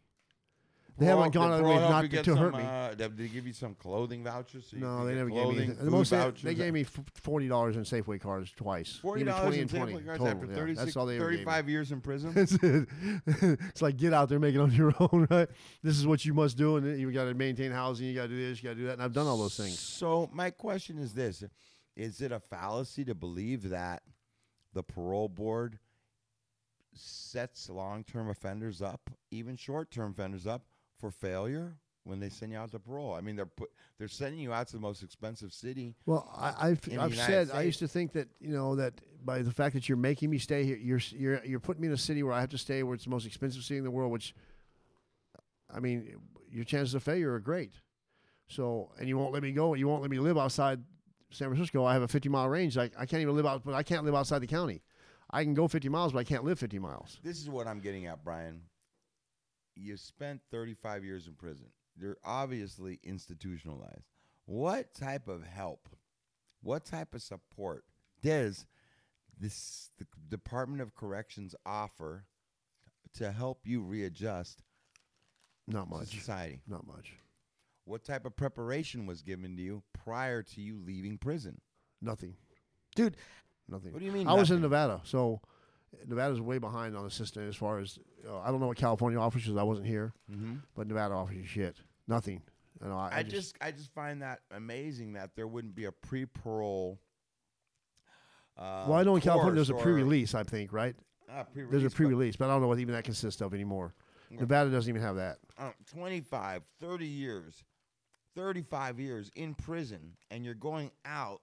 [SPEAKER 6] They haven't
[SPEAKER 3] Parole-
[SPEAKER 6] gone out
[SPEAKER 3] did
[SPEAKER 6] of their
[SPEAKER 3] parole
[SPEAKER 6] way
[SPEAKER 3] help
[SPEAKER 6] not
[SPEAKER 3] you
[SPEAKER 6] to,
[SPEAKER 3] get
[SPEAKER 6] to
[SPEAKER 3] some,
[SPEAKER 6] hurt me.
[SPEAKER 3] Uh, did they give you some clothing vouchers? So you
[SPEAKER 6] No,
[SPEAKER 3] could
[SPEAKER 6] they
[SPEAKER 3] get
[SPEAKER 6] never
[SPEAKER 3] clothing,
[SPEAKER 6] gave me. anything. The
[SPEAKER 3] food
[SPEAKER 6] most they,
[SPEAKER 3] vouchers,
[SPEAKER 6] they gave me f- forty dollars in Safeway cards twice.
[SPEAKER 3] Forty
[SPEAKER 6] Give me
[SPEAKER 3] dollars
[SPEAKER 6] 20
[SPEAKER 3] in
[SPEAKER 6] and
[SPEAKER 3] table
[SPEAKER 6] 20
[SPEAKER 3] cards
[SPEAKER 6] total,
[SPEAKER 3] after
[SPEAKER 6] yeah.
[SPEAKER 3] 36,
[SPEAKER 6] That's all they ever gave me.
[SPEAKER 3] 35 years in prison.
[SPEAKER 6] That's it. it's like get out there, make it on your own, right? This is what you must do, and you got to maintain housing. You got to do this. You got to do that. And I've done all those things.
[SPEAKER 3] So my question is this: Is it a fallacy to believe that the parole board sets long-term offenders up, even short-term offenders up, for failure when they send you out to parole? I mean, they're put, they're sending you out to the most expensive city.
[SPEAKER 6] Well, I, I've
[SPEAKER 3] In the
[SPEAKER 6] I've
[SPEAKER 3] United
[SPEAKER 6] said I
[SPEAKER 3] States.
[SPEAKER 6] used to think that you know that by the fact that you're making me stay here, you're s- you're you're putting me in a city where I have to stay, where it's the most expensive city in the world. Which, I mean, your chances of failure are great. So, and you won't let me go. You won't let me live outside San Francisco. I have a 50 mile range. I, I can't even live out, but I can't live outside the county. I can go 50 miles, but I can't live 50 miles.
[SPEAKER 3] This is what I'm getting at, Brian. You spent 35 years in prison. You're obviously institutionalized. What type of help, what type of support does this the Department of Corrections offer to help you readjust
[SPEAKER 6] Not
[SPEAKER 3] to
[SPEAKER 6] much.
[SPEAKER 3] society?
[SPEAKER 6] Not much.
[SPEAKER 3] What type of preparation was given to you prior to you leaving prison?
[SPEAKER 6] Nothing.
[SPEAKER 4] Dude,
[SPEAKER 6] Nothing.
[SPEAKER 3] What do you mean
[SPEAKER 6] I was in
[SPEAKER 3] nothing?
[SPEAKER 6] Nevada, so Nevada's way behind on the system as far as uh, I don't know what California offers because I wasn't here, but Nevada offers you shit. Nothing. You know, I,
[SPEAKER 3] Mm-hmm. I just I just find that amazing that there wouldn't be a pre-parole. Uh,
[SPEAKER 6] well, I know in California there's a
[SPEAKER 3] course or-
[SPEAKER 6] pre-release, I think, right?
[SPEAKER 3] Uh, pre-release
[SPEAKER 6] There's a
[SPEAKER 3] but,
[SPEAKER 6] pre-release, but I don't know what even that consists of anymore. Nevada doesn't even have that.
[SPEAKER 3] uh, 25, 30 years, 35 years in prison, and you're going out.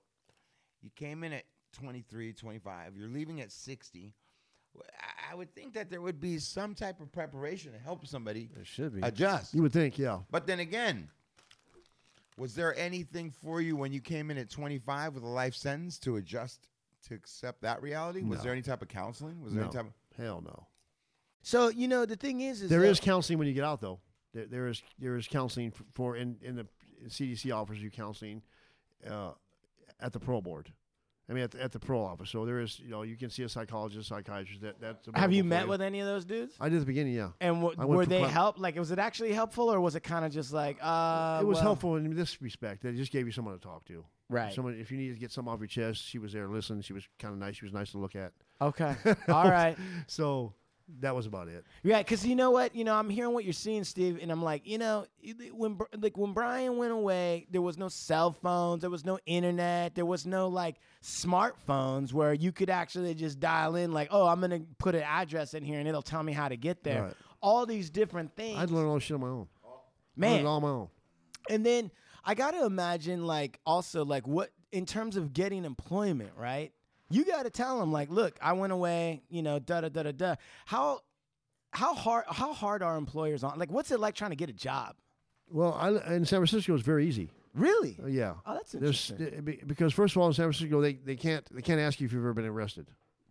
[SPEAKER 3] You came in at 23, 25. You're leaving at 60. W- I- I would think that there would be some type of preparation to help somebody
[SPEAKER 5] It should be.
[SPEAKER 3] adjust.
[SPEAKER 6] You would think, yeah.
[SPEAKER 3] But then again, was there anything for you when you came in at 25 with a life sentence to adjust to accept that reality? Was there any type of counseling? Was there
[SPEAKER 6] No.
[SPEAKER 3] any type of
[SPEAKER 6] Hell no.
[SPEAKER 4] So you know the thing is, is
[SPEAKER 6] There
[SPEAKER 4] that-
[SPEAKER 6] is counseling when you get out, though. There, there is there is counseling f- for in in the CDC offers you counseling uh, at the parole board. I mean, at the, at the parole office. So there is, you know, you can see a psychologist, psychiatrist. That that's
[SPEAKER 4] Have you
[SPEAKER 6] available for
[SPEAKER 4] met with any of those dudes?
[SPEAKER 6] I did at the beginning, yeah.
[SPEAKER 4] And w-
[SPEAKER 6] I went
[SPEAKER 4] were
[SPEAKER 6] to
[SPEAKER 4] they
[SPEAKER 6] class-
[SPEAKER 4] help? Like, was it actually helpful, or was it kind of just like? uh
[SPEAKER 6] it was
[SPEAKER 4] well-
[SPEAKER 6] helpful in this respect. They just gave you someone to talk to.
[SPEAKER 4] Right.
[SPEAKER 6] Someone, if you needed to get something off your chest, she was there. Listen, she was kind of nice. She was nice to look at.
[SPEAKER 4] Okay. All right.
[SPEAKER 6] So that was about it.
[SPEAKER 4] Yeah, because you know what, you know, I'm hearing what you're seeing, Steve, and I'm like, you know, it- when Br- like when Brian went away, there was no cell phones, there was no internet, there was no like smartphones where you could actually just dial in, like, oh, I'm gonna put an address in here and it'll tell me how to get there.
[SPEAKER 6] Right.
[SPEAKER 4] All these different things,
[SPEAKER 6] I'd learn all shit on my own. Learned
[SPEAKER 4] man.
[SPEAKER 6] it all on my own.
[SPEAKER 4] And then I got to imagine, like, also, like, what in terms of getting employment, right? You got to tell them, like, look, I went away, you know, da da da da da. How how hard how hard are employers on? Like, what's it like trying to get a job?
[SPEAKER 6] Well, I, in San Francisco, it's very easy.
[SPEAKER 4] Really?
[SPEAKER 6] Uh, yeah.
[SPEAKER 4] Oh, that's
[SPEAKER 6] There's-
[SPEAKER 4] interesting.
[SPEAKER 6] uh, be- because first of all, in San Francisco, they, they can't they can't ask you if you've ever been arrested.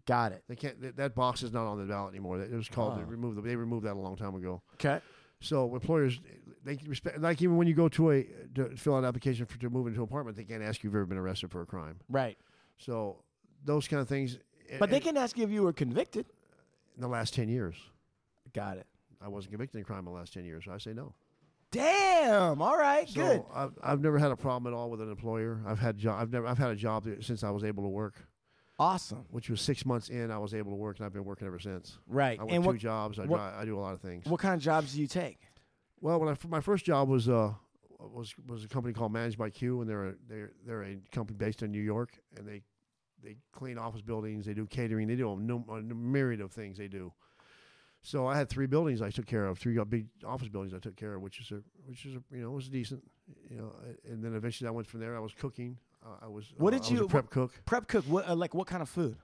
[SPEAKER 4] Got it.
[SPEAKER 6] They can't. That, that box is not on the ballot anymore. It was called.
[SPEAKER 4] Ah.
[SPEAKER 6] They removed. They removed that a long time ago.
[SPEAKER 4] Okay.
[SPEAKER 6] So employers, they can respect. Like even when you go to a to fill out an application for to move into an apartment, they can't ask you if you've ever been arrested for a crime.
[SPEAKER 4] Right.
[SPEAKER 6] So those kind of things.
[SPEAKER 4] But they
[SPEAKER 6] and-
[SPEAKER 4] can ask you if you were convicted.
[SPEAKER 6] in the last ten years,
[SPEAKER 4] Got it.
[SPEAKER 6] I wasn't convicted of crime in the last ten years. So I say no.
[SPEAKER 4] Damn. All right.
[SPEAKER 6] So
[SPEAKER 4] good.
[SPEAKER 6] I've, I've never had a problem at all with an employer. I've had job. I've never. I've had a job that- since I was able to work,
[SPEAKER 4] Awesome.
[SPEAKER 6] which was six months in. I was able to work, and I've been working ever since.
[SPEAKER 4] Right.
[SPEAKER 6] I work
[SPEAKER 4] and
[SPEAKER 6] two
[SPEAKER 4] what
[SPEAKER 6] jobs. I,
[SPEAKER 4] what-
[SPEAKER 6] drive, I do a lot of things.
[SPEAKER 4] what kind of jobs do you take?
[SPEAKER 6] Well, when I, my first job was uh was was a company called Managed by Q, and they're a, they're they're a company based in New York, and they they clean office buildings, they do catering, they do a, num- a myriad of things they do. So I had three buildings I took care of, three big office buildings I took care of, which is a which is a, you know was decent, you know. And then eventually I went from there. I was cooking. Uh, I was
[SPEAKER 4] What
[SPEAKER 6] uh,
[SPEAKER 4] did
[SPEAKER 6] I was a
[SPEAKER 4] you-
[SPEAKER 6] prep
[SPEAKER 4] what-
[SPEAKER 6] cook?
[SPEAKER 4] Prep cook. What uh, like what kind of food?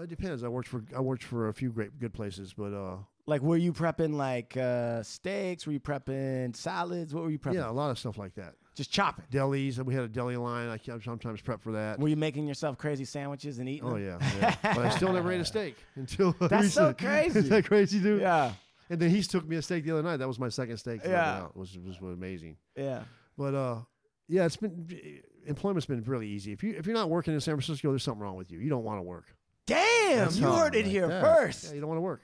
[SPEAKER 6] It depends. I worked for I worked for a few great good places, but uh,
[SPEAKER 4] Like, were you prepping like uh, steaks? Were you prepping salads? What were you prepping?
[SPEAKER 6] yeah, a lot of stuff like that.
[SPEAKER 4] Just chopping.
[SPEAKER 6] Delis, and we had a deli line. I sometimes prep for that.
[SPEAKER 4] Were you making yourself crazy sandwiches and eating?
[SPEAKER 6] Oh
[SPEAKER 4] them?
[SPEAKER 6] yeah, yeah. but I still never ate a steak until
[SPEAKER 4] That's so
[SPEAKER 6] recently.
[SPEAKER 4] crazy.
[SPEAKER 6] Isn't that crazy, dude?
[SPEAKER 4] yeah,
[SPEAKER 6] And then he took me a steak the other night. That was my second steak. that I've been
[SPEAKER 4] Yeah.
[SPEAKER 6] out, which was amazing.
[SPEAKER 4] yeah.
[SPEAKER 6] But uh, yeah, it's been employment's been really easy. If you if you're not working in San Francisco, there's something wrong with you. You don't want to work.
[SPEAKER 4] Damn,
[SPEAKER 6] That's
[SPEAKER 4] you
[SPEAKER 6] how-
[SPEAKER 4] heard it
[SPEAKER 6] like
[SPEAKER 4] here
[SPEAKER 6] that. Yeah,
[SPEAKER 4] first,
[SPEAKER 6] you don't want to work.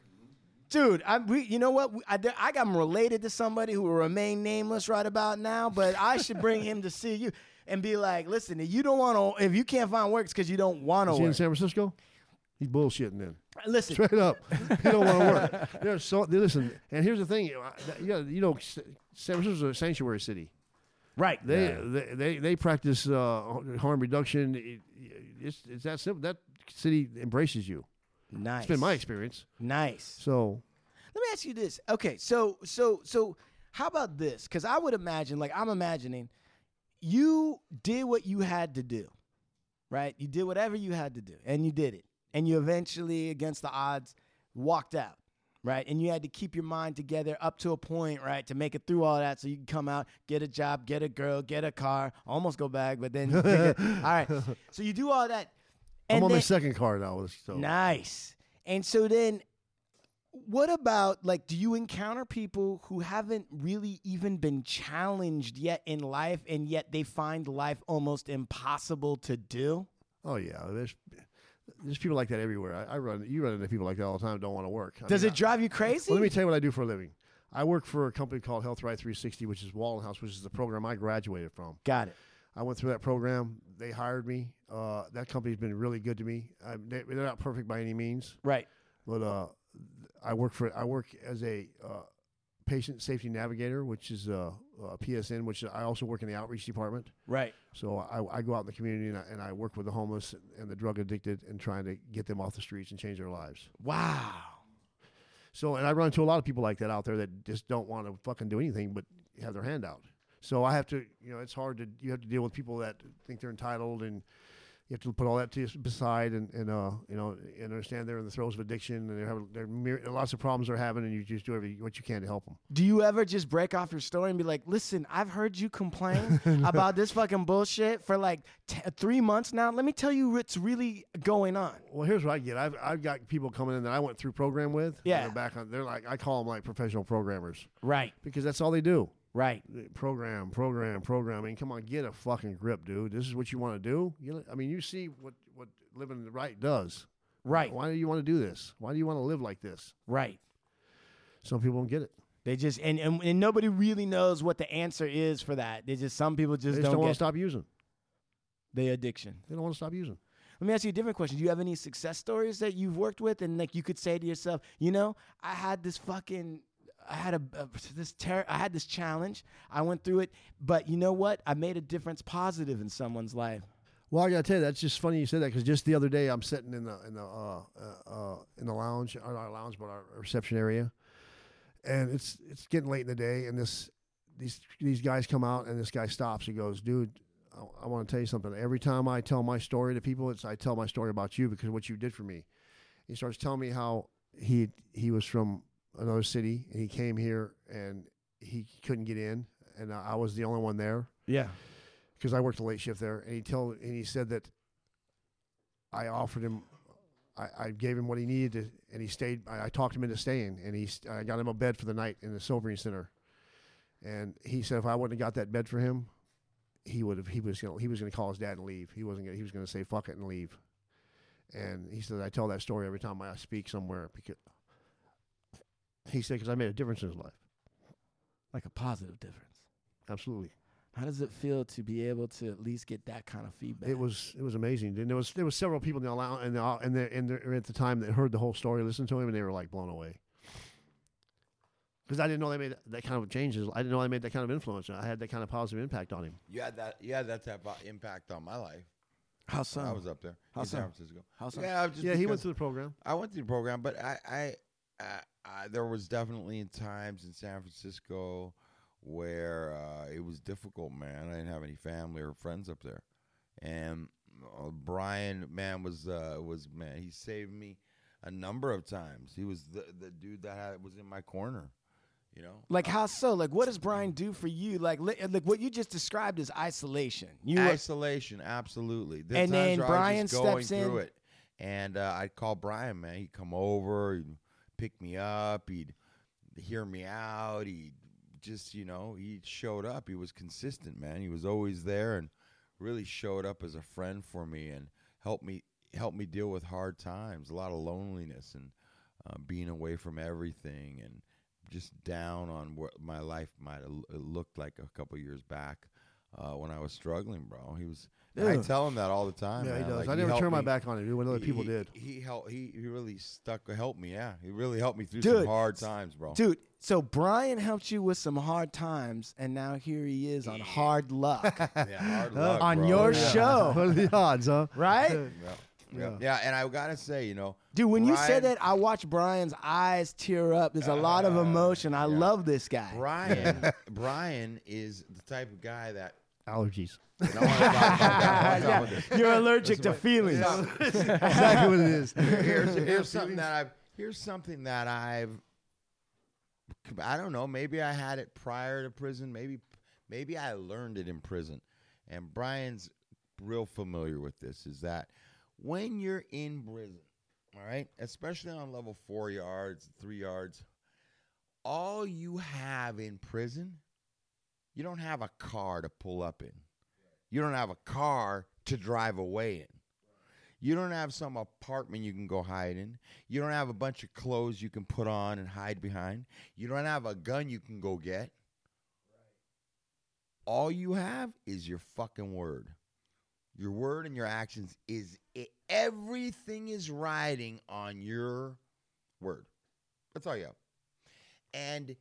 [SPEAKER 4] dude. I, we, you know what? We- I, there- I got related to somebody who will remain nameless right about now, but I should bring him to see you and be like, listen, if you don't want to, if you can't find work, it's because you don't want to
[SPEAKER 6] Is he in
[SPEAKER 4] work.
[SPEAKER 6] San Francisco? He's bullshitting then.
[SPEAKER 4] Listen,
[SPEAKER 6] Straight up, you don't want to work. There's so listen. And here's the thing. Yeah, you know, San Francisco's a sanctuary city.
[SPEAKER 4] right?
[SPEAKER 6] They, they they they practice uh, harm reduction. It, it's it's that simple. That city embraces you.
[SPEAKER 4] Nice.
[SPEAKER 6] It's been my experience.
[SPEAKER 4] Nice.
[SPEAKER 6] So
[SPEAKER 4] Let me ask you this. Okay, so so so how about this? Because I would imagine, like I'm imagining, you did what you had to do, right? You did whatever you had to do, and you did it, and you eventually, against the odds, walked out, right? And you had to keep your mind together up to a point, right, to make it through all that, so you can come out, get a job, get a girl, get a car, almost go back, but then, you figure- all right. So you do all that.
[SPEAKER 6] I'm on my
[SPEAKER 4] then-
[SPEAKER 6] second car now. So
[SPEAKER 4] Nice. And so then, what about like, do you encounter people who haven't really even been challenged yet in life and yet they find life almost impossible to do?
[SPEAKER 6] oh yeah, there's there's people like that everywhere. I, I run you run into people like that all the time. who Don't want to work. I
[SPEAKER 4] Does
[SPEAKER 6] mean,
[SPEAKER 4] it
[SPEAKER 6] I-
[SPEAKER 4] drive you crazy?
[SPEAKER 6] well, let me tell you what I do for a living. I work for a company called Health Right 360, which is Wallenhouse, which is the program I graduated from.
[SPEAKER 4] Got it.
[SPEAKER 6] I went through that program. They hired me. Uh, that company's been really good to me. I, they, they're not perfect by any means.
[SPEAKER 4] Right.
[SPEAKER 6] but uh, I work for I work as a uh, Patient Safety Navigator, which is uh, a, a PSN, which I also work in the outreach department.
[SPEAKER 4] Right.
[SPEAKER 6] So I, I go out in the community and I, and I work with the homeless and the drug addicted and trying to get them off the streets and change their lives.
[SPEAKER 4] Wow.
[SPEAKER 6] So, and I run into a lot of people like that out there that just don't want to fucking do anything but have their hand out. So I have to, you know, it's hard to, you have to deal with people that think they're entitled and you have to put all that to the side and, and uh, you know, and understand they're in the throes of addiction and they're having, they're mir- lots of problems they're having and you just do everything, what you can to help them.
[SPEAKER 4] Do you ever just break off your story and be like, listen, I've heard you complain about this fucking bullshit for like t- three months now. Let me tell you what's really going on.
[SPEAKER 6] Well, here's what I get. I've, I've got people coming in that I went through program with. and
[SPEAKER 4] Yeah.
[SPEAKER 6] They're back on, they're like, I call them like professional programmers
[SPEAKER 4] Right.
[SPEAKER 6] because that's all they do.
[SPEAKER 4] Right.
[SPEAKER 6] program, program, programming. Come on, get a fucking grip, dude. This is what you want to do. You, li- I mean, you see what what living the right does.
[SPEAKER 4] Right.
[SPEAKER 6] Why do you want to do this? Why do you want to live like this?
[SPEAKER 4] Right.
[SPEAKER 6] Some people don't get it.
[SPEAKER 4] They just and, and and nobody really knows what the answer is for that. They just some people
[SPEAKER 6] They
[SPEAKER 4] just
[SPEAKER 6] just
[SPEAKER 4] don't,
[SPEAKER 6] don't, want to
[SPEAKER 4] get
[SPEAKER 6] stop using.
[SPEAKER 4] the addiction.
[SPEAKER 6] They don't want to stop using.
[SPEAKER 4] Let me ask you a different question. Do you have any success stories that you've worked with and like you could say to yourself, you know, I had this fucking I had a, a this ter- I had this challenge. I went through it, but you know what? I made a difference positive in someone's life.
[SPEAKER 6] Well, I gotta tell you, that's just funny you said that because just the other day I'm sitting in the in the uh, uh, uh, in the lounge, or not our lounge, but our reception area, and it's it's getting late in the day, and this these these guys come out, and this guy stops. He goes, "Dude, I, I want to tell you something. Every time I tell my story to people, it's I tell my story about you because what you did for me." He starts telling me how he he was from another city and he came here and he couldn't get in, and I I was the only one there
[SPEAKER 4] Yeah.
[SPEAKER 6] because I worked a late shift there, and he told and he said that I offered him, I, I gave him what he needed, to, and he stayed. I, I talked him into staying, and he st- I got him a bed for the night in the Sobering Center, and he said if I wouldn't have got that bed for him, he would have. He was gonna he was gonna call his dad and leave. He wasn't. Gonna, he was gonna say fuck it and leave. And he said I tell that story every time I speak somewhere because he said because I made a difference in his life.
[SPEAKER 4] Like a positive difference.
[SPEAKER 6] Absolutely.
[SPEAKER 4] How does it feel to be able to at least get that kind of feedback?
[SPEAKER 6] It was it was amazing, and there was there was several people in the allow and the, and the, and the, at the time that heard the whole story, listened to him, and they were like blown away. Because I didn't know they made that kind of changes. I didn't know I made that kind of influence. I had that kind of positive impact on him.
[SPEAKER 3] You had that. You had that type of impact on my life.
[SPEAKER 4] How
[SPEAKER 3] when I
[SPEAKER 4] so?
[SPEAKER 3] was up there
[SPEAKER 4] How
[SPEAKER 3] in San
[SPEAKER 4] so?
[SPEAKER 3] Francisco.
[SPEAKER 4] How so?
[SPEAKER 3] Yeah, just
[SPEAKER 6] yeah, he went
[SPEAKER 3] because-
[SPEAKER 6] through the program.
[SPEAKER 3] I went through the program, but I, I, I, I there was definitely in times in San Francisco where uh, it was difficult, man. I didn't have any family or friends up there, and uh, Brian, man, was uh, was man. He saved me a number of times. He was the the dude that had, was in my corner, you know.
[SPEAKER 4] Like how so? Like what does Brian do for you? Like li- like what you just described is isolation. You were-
[SPEAKER 3] isolation, absolutely. There are
[SPEAKER 4] And
[SPEAKER 3] times
[SPEAKER 4] then
[SPEAKER 3] where I was just
[SPEAKER 4] Brian
[SPEAKER 3] going
[SPEAKER 4] steps
[SPEAKER 3] through
[SPEAKER 4] in.
[SPEAKER 3] it, and uh, I'd call Brian. Man, he'd come over, he'd pick me up, he'd hear me out. He just, you know, he showed up. He was consistent, man. He was always there, and really showed up as a friend for me and helped me helped me deal with hard times, a lot of loneliness and uh, being away from everything and just down on what my life might have l- looked like a couple years back uh, when I was struggling, bro. He was. and I
[SPEAKER 6] Yeah.
[SPEAKER 3] tell him that all the time.
[SPEAKER 6] yeah, he
[SPEAKER 3] man.
[SPEAKER 6] does.
[SPEAKER 3] Like,
[SPEAKER 6] I never
[SPEAKER 3] helped
[SPEAKER 6] turned my
[SPEAKER 3] me-
[SPEAKER 6] back on him. dude, When other
[SPEAKER 3] he-
[SPEAKER 6] people
[SPEAKER 3] he-
[SPEAKER 6] did.
[SPEAKER 3] He helped. He, he really stuck. Helped me. Yeah, he really helped me through some
[SPEAKER 4] Dude,
[SPEAKER 3] hard times, bro.
[SPEAKER 4] Dude, so Brian helped you with some hard times, and now here he is on hard luck.
[SPEAKER 3] Yeah, hard luck,
[SPEAKER 4] on
[SPEAKER 3] bro.
[SPEAKER 4] your
[SPEAKER 3] Oh, Yeah.
[SPEAKER 4] show,
[SPEAKER 6] what are the odds, huh?
[SPEAKER 4] right?
[SPEAKER 3] Yeah. Yeah. yeah, and I gotta say, you know,
[SPEAKER 4] Dude, when you
[SPEAKER 3] Brian-
[SPEAKER 4] said that, I watched Brian's eyes tear up. There's a lot of emotion. I love this guy.
[SPEAKER 3] Brian, Brian is the type of guy that.
[SPEAKER 6] Allergies.
[SPEAKER 3] and I wanna talk about that. I wanna talk about this.
[SPEAKER 4] You're allergic to feelings.
[SPEAKER 6] exactly what it is.
[SPEAKER 3] here's, here's something that I've here's something that I've I don't know maybe I had it prior to prison maybe maybe I learned it in prison and Brian's real familiar with this is that when you're in prison all right especially on level 4 yards 3 yards all you have in prison you don't have a car to pull up in you don't have a car to drive away in you don't have some apartment you can go hide in. You don't have a bunch of clothes you can put on and hide behind. You don't have a gun you can go get. All you have is your fucking word. Your word and your actions is it. Everything is riding on your word. That's all you have. And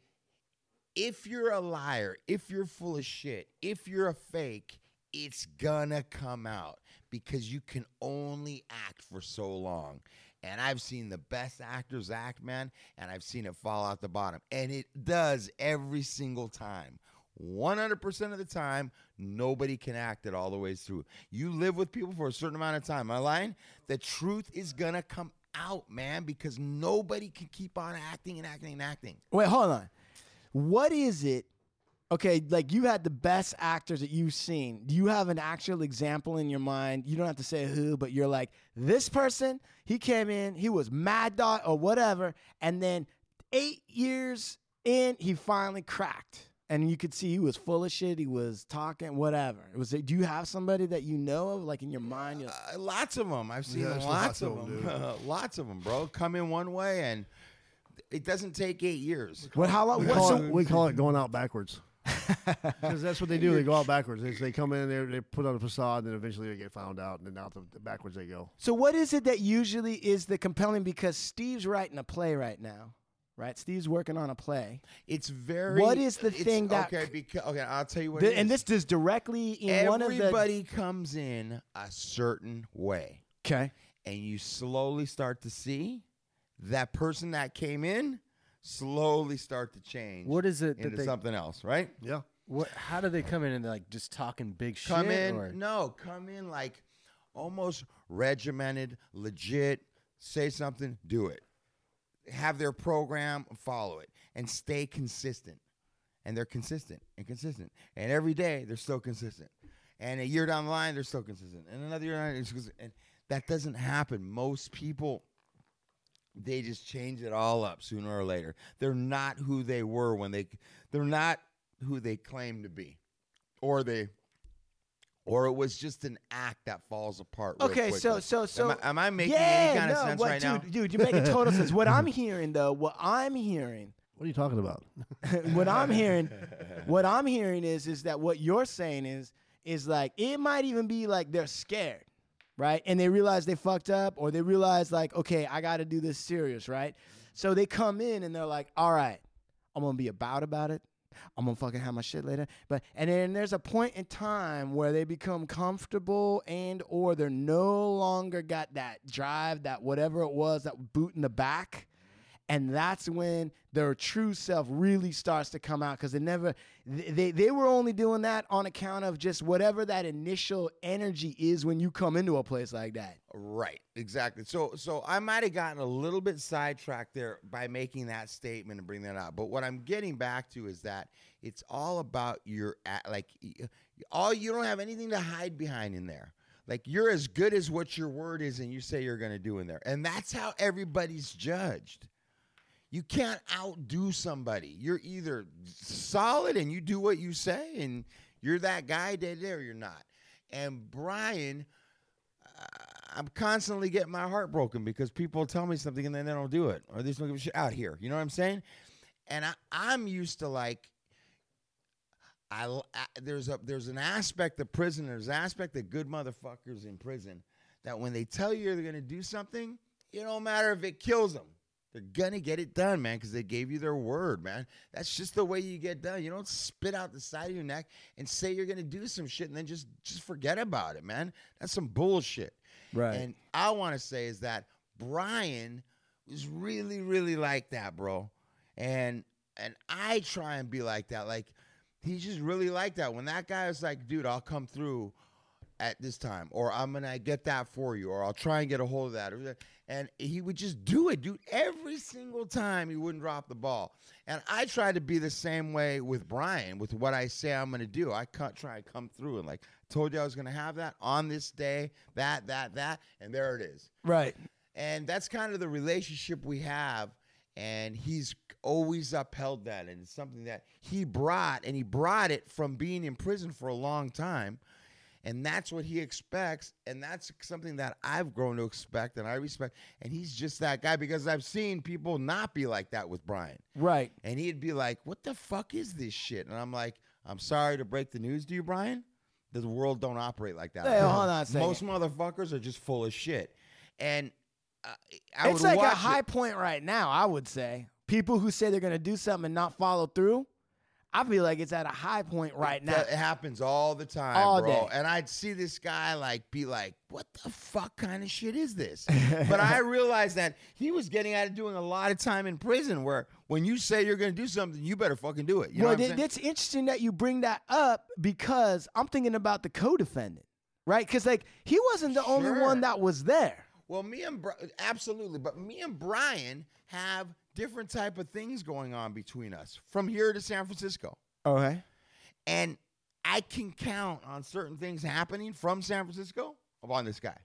[SPEAKER 3] if you're a liar, if you're full of shit, if you're a fake, it's gonna come out because you can only act for so long. And I've seen the best actors act, man, and I've seen it fall out the bottom. And it does every single time. 100% of the time, nobody can act it all the way through. You live with people for a certain amount of time. Am I lying? The truth is gonna come out, man, because nobody can keep on acting and acting and acting.
[SPEAKER 4] Wait, hold on. What is it? Okay, like you had the best actors that you've seen. Do you have an actual example in your mind? You don't have to say who, but you're like, this person, he came in, he was mad dog or whatever, and then eight years in, he finally cracked. And you could see he was full of shit, he was talking, whatever. It was do you have somebody that you know of, like in your mind? You're like,
[SPEAKER 3] Uh, lots of them. I've seen
[SPEAKER 6] Yeah,
[SPEAKER 3] lots,
[SPEAKER 6] there's
[SPEAKER 3] of them. lots of them, bro. Come in one way, and it doesn't take eight years.
[SPEAKER 4] what how long
[SPEAKER 6] We
[SPEAKER 4] what,
[SPEAKER 6] call,
[SPEAKER 4] so-
[SPEAKER 6] it, we call it going out backwards. Because that's what they do. They go out backwards. They, they come in there, they put on a facade, and then eventually they get found out, and then out the, the backwards they go.
[SPEAKER 4] So what is it that usually is the compelling? Because Steve's writing a play right now, right? Steve's working on a play,
[SPEAKER 3] It's very.
[SPEAKER 4] What is the
[SPEAKER 3] it's-
[SPEAKER 4] thing that-
[SPEAKER 3] Okay, because okay, I'll tell you what.
[SPEAKER 4] Th-
[SPEAKER 3] it
[SPEAKER 4] and
[SPEAKER 3] is.
[SPEAKER 4] this is directly in one of the.
[SPEAKER 3] everybody comes in a certain way,
[SPEAKER 4] Okay.
[SPEAKER 3] and you slowly start to see that person that came in slowly start to change
[SPEAKER 5] What is it that
[SPEAKER 3] into
[SPEAKER 5] they?
[SPEAKER 3] something else, right?
[SPEAKER 6] Yeah.
[SPEAKER 5] What, how do they come in and they're like just talking big shit?
[SPEAKER 3] come in
[SPEAKER 5] or-
[SPEAKER 3] no come in like almost regimented legit say something do it have their program follow it and stay consistent and they're consistent and consistent and every day they're still consistent and a year down the line they're still consistent and another year down the line, it's consistent. and that doesn't happen most people they just change it all up sooner or later they're not who they were when they they're not who they claim to be or they or it was just an act that falls apart. real
[SPEAKER 4] Okay, so
[SPEAKER 3] quickly.
[SPEAKER 4] so so.
[SPEAKER 3] am I, am I making
[SPEAKER 4] yeah,
[SPEAKER 3] any kind
[SPEAKER 4] no,
[SPEAKER 3] of sense
[SPEAKER 4] what,
[SPEAKER 3] right
[SPEAKER 4] dude,
[SPEAKER 3] now?
[SPEAKER 4] Dude, you're making total sense. What I'm hearing though, what I'm hearing,
[SPEAKER 6] What are you talking about?
[SPEAKER 4] what I'm hearing, what I'm hearing is is that what you're saying is is like it might even be like they're scared, right? And they realize they fucked up, or they realize like, okay, I got to do this serious, right? So they come in and they're like, all right, I'm gonna be about about it. I'm gonna fucking have my shit later. But and then there's a point in time where they become comfortable and or they're no longer got that drive, that whatever it was, that boot in the back. And that's when their true self really starts to come out because they never th- they they were only doing that on account of just whatever that initial energy is when you come into a place like that.
[SPEAKER 3] Right, exactly. So, so I might have gotten a little bit sidetracked there by making that statement and bringing that out. But what I'm getting back to is that it's all about your a- like y- all you don't have anything to hide behind in there. Like you're as good as what your word is, and you say you're going to do in there, and that's how everybody's judged. You can't outdo somebody. You're either solid and you do what you say, and you're that guy day to day, or you're not. And Brian, I'm constantly getting my heart broken because people tell me something and then they don't do it, or they just don't give a shit out here. You know what I'm saying? And I, I'm used to like, I, l- I- there's a there's an aspect of prison, there's an aspect of good motherfuckers in prison that when they tell you they're gonna do something, it don't matter if it kills them. They're gonna get it done, man, because they gave you their word, man. That's just the way you get done. You don't spit out the side of your neck and say you're gonna do some shit and then just just forget about it, man. That's some bullshit.
[SPEAKER 5] Right.
[SPEAKER 3] And I want to say is that Brian was really, really like that, bro. And and I try and be like that. Like he's just really like that. When that guy is like, dude, I'll come through at this time, or I'm gonna get that for you, or I'll try and get a hold of that. or that- And he would just do it, dude. Every single time he wouldn't drop the ball. And I try to be the same way with Brian, with what I say I'm gonna do. I cut, try and come through and like told you I was gonna have that on this day, that, that, that, and there it is.
[SPEAKER 4] Right.
[SPEAKER 3] And that's kind of the relationship we have. And he's always upheld that. And it's something that he brought, and he brought it from being in prison for a long time. And that's what he expects. And that's something that I've grown to expect and I respect. And he's just that guy because I've seen people not be like that with Brian.
[SPEAKER 4] Right.
[SPEAKER 3] And he'd be like, What the fuck is this shit? And I'm like, I'm sorry to break the news to you, Brian. The world don't operate like that.
[SPEAKER 4] Hey, hold on a second.
[SPEAKER 3] Most motherfuckers are just full of shit. And uh, I
[SPEAKER 4] it's
[SPEAKER 3] would
[SPEAKER 4] like a
[SPEAKER 3] watch it.
[SPEAKER 4] high point right now, I would say. People who say they're going to do something and not follow through, I feel like it's at a high point right now.
[SPEAKER 3] That- eh, it happens all the time,
[SPEAKER 4] All
[SPEAKER 3] bro.
[SPEAKER 4] day.
[SPEAKER 3] And I'd see this guy like be like, "What the fuck kind of shit is this?" but I realized that he was getting out of doing a lot of time in prison. Where when you say you're gonna do something, you better fucking do it. You know
[SPEAKER 4] well,
[SPEAKER 3] what I'm saying?
[SPEAKER 4] th- it's interesting that you bring that up because I'm thinking about the co-defendant, right? Because like he wasn't the only
[SPEAKER 3] Sure.
[SPEAKER 4] one that was there.
[SPEAKER 3] Well, me and Bri- absolutely, but me and Brian have different type of things going on between us from here to San Francisco,
[SPEAKER 4] Okay.
[SPEAKER 3] and I can count on certain things happening from San Francisco upon this guy.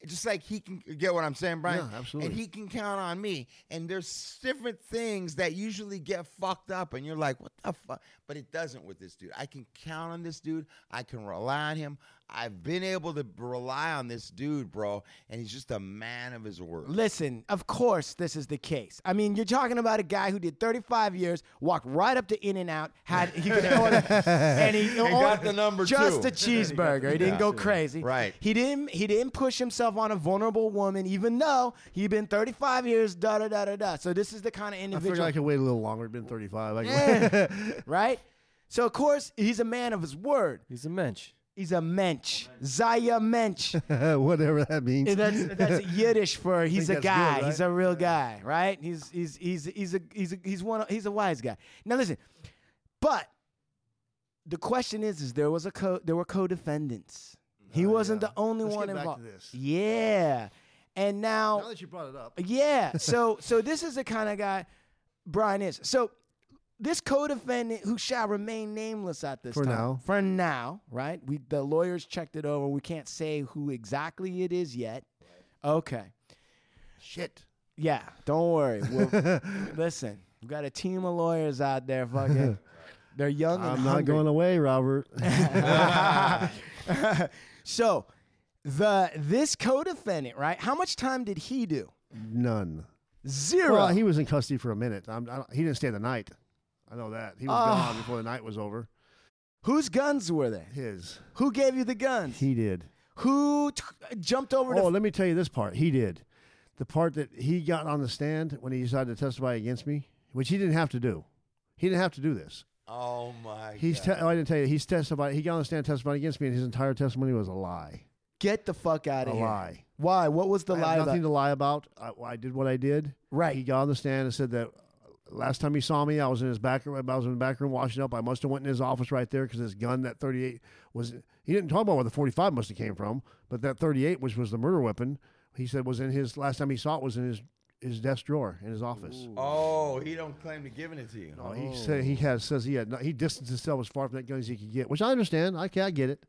[SPEAKER 3] It's just like he can you get what I'm saying, Brian.
[SPEAKER 6] Yeah, absolutely.
[SPEAKER 3] And he can count on me. And there's different things that usually get fucked up, and you're like, what the fuck? But it doesn't with this dude. I can count on this dude. I can rely on him. I've been able to rely on this dude, bro. And he's just a man of his word.
[SPEAKER 4] Listen, of course this is the case. I mean, you're talking about a guy who did 35 years, walked right up to In and Out, had he could order, and he
[SPEAKER 3] And got the number
[SPEAKER 4] just
[SPEAKER 3] two.
[SPEAKER 4] a cheeseburger. He, didn't go crazy.
[SPEAKER 3] Right.
[SPEAKER 4] He didn't he didn't push himself on a vulnerable woman, even though he'd been 35 years. Da da da da da. So this is the kind of
[SPEAKER 6] I figured
[SPEAKER 4] individual.
[SPEAKER 6] I could wait a little longer. It'd been 35. I could
[SPEAKER 4] right? So of course he's a man of his word.
[SPEAKER 5] He's a mensch.
[SPEAKER 4] He's a mensch, Zaya mensch.
[SPEAKER 6] wait. Whatever that means.
[SPEAKER 4] And that's that's Yiddish for he's a
[SPEAKER 6] think that's
[SPEAKER 4] guy.
[SPEAKER 6] good,
[SPEAKER 4] He's
[SPEAKER 6] right?
[SPEAKER 4] a real guy, right? He's he's he's he's a he's a, he's one he's a wise guy. Now listen, but the question is, is there was a co- there were co-defendants. He wasn't the only
[SPEAKER 6] Let's
[SPEAKER 4] one
[SPEAKER 6] get back to
[SPEAKER 4] involved.
[SPEAKER 6] this.
[SPEAKER 4] Yeah, and
[SPEAKER 6] Now that you brought it up,
[SPEAKER 4] yeah. So so this is the kind of guy Brian is. So this co-defendant who shall remain nameless at this
[SPEAKER 6] For
[SPEAKER 4] time.
[SPEAKER 6] now.
[SPEAKER 4] For now, right? We the lawyers checked it over. We can't say who exactly it is yet. Okay.
[SPEAKER 6] shit.
[SPEAKER 4] Yeah, don't worry. We'll, listen, we got a team of lawyers out there fucking they're young and
[SPEAKER 6] I'm not
[SPEAKER 4] hungry.
[SPEAKER 6] going away, Robert.
[SPEAKER 4] so the this co-defendant, right? How much time did he do?
[SPEAKER 6] None.
[SPEAKER 4] Zero.
[SPEAKER 6] Well, he was in custody for a minute. I'm, I don't, he didn't stay the night. I know that. He was gone before the night was over.
[SPEAKER 4] Whose guns were they?
[SPEAKER 6] His.
[SPEAKER 4] Who gave you the guns?
[SPEAKER 6] He did.
[SPEAKER 4] who t- jumped over to
[SPEAKER 6] Oh, let me tell you this part. He did. The part that he got on the stand when he decided to testify against me, which he didn't have to do. He didn't have to do this.
[SPEAKER 3] Oh my
[SPEAKER 6] He's. Te-
[SPEAKER 3] god.
[SPEAKER 6] oh, I didn't tell you. He's testified. He got on the stand, testified against me, and his entire testimony was a lie.
[SPEAKER 4] get the fuck out of
[SPEAKER 6] A
[SPEAKER 4] here.
[SPEAKER 6] lie.
[SPEAKER 4] Why? What was the
[SPEAKER 6] I
[SPEAKER 4] lie
[SPEAKER 6] have nothing
[SPEAKER 4] about?
[SPEAKER 6] to lie about. I, I did what I did.
[SPEAKER 4] Right.
[SPEAKER 6] He got on the stand and said that uh, last time he saw me, I was in his back room. I was in the back room washing up. I must have went in his office right there because his gun, that 38, was. He didn't talk about where the 45 must have came from, but that 38, which was the murder weapon, he said was in his. Last time he saw it was in his his desk drawer in his office.
[SPEAKER 3] Oh, he don't claim to giving it to you.
[SPEAKER 6] Uh,
[SPEAKER 4] Oh.
[SPEAKER 6] He said he has says he had no, he distanced himself as far from that gun as he could get, which I understand. I, ca- I get it.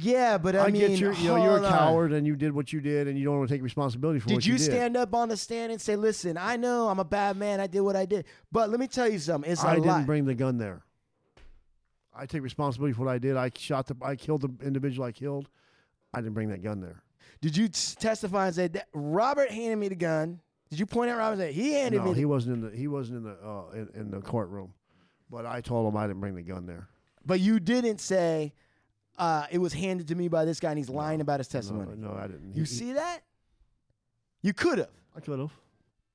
[SPEAKER 4] yeah, but I, mean,
[SPEAKER 6] get your, you know, you're a
[SPEAKER 4] hold on.
[SPEAKER 6] coward and you did what you did and you don't want to take responsibility for
[SPEAKER 4] Did
[SPEAKER 6] what
[SPEAKER 4] you,
[SPEAKER 6] you, did.
[SPEAKER 4] stand up on the stand and say, "Listen, I know I'm a bad man. I did what I did, but let me tell you something. It's a
[SPEAKER 6] I didn't
[SPEAKER 4] lie."
[SPEAKER 6] bring the gun there. I take responsibility for what I did. I shot the, I killed the individual I killed. I didn't bring that gun there.
[SPEAKER 4] did you t- testify and say that Robert handed me the gun? Did you point at Robert and say he handed
[SPEAKER 6] No,
[SPEAKER 4] me? The-
[SPEAKER 6] he wasn't in the, he wasn't in the, uh, in, in the courtroom. But I told him I didn't bring the gun there.
[SPEAKER 4] but you didn't say uh, it was handed to me by this guy, and he's lying about his
[SPEAKER 6] No,
[SPEAKER 4] testimony.
[SPEAKER 6] no, I didn't. He-
[SPEAKER 4] You
[SPEAKER 6] he-
[SPEAKER 4] see that? You could have,
[SPEAKER 6] I could have,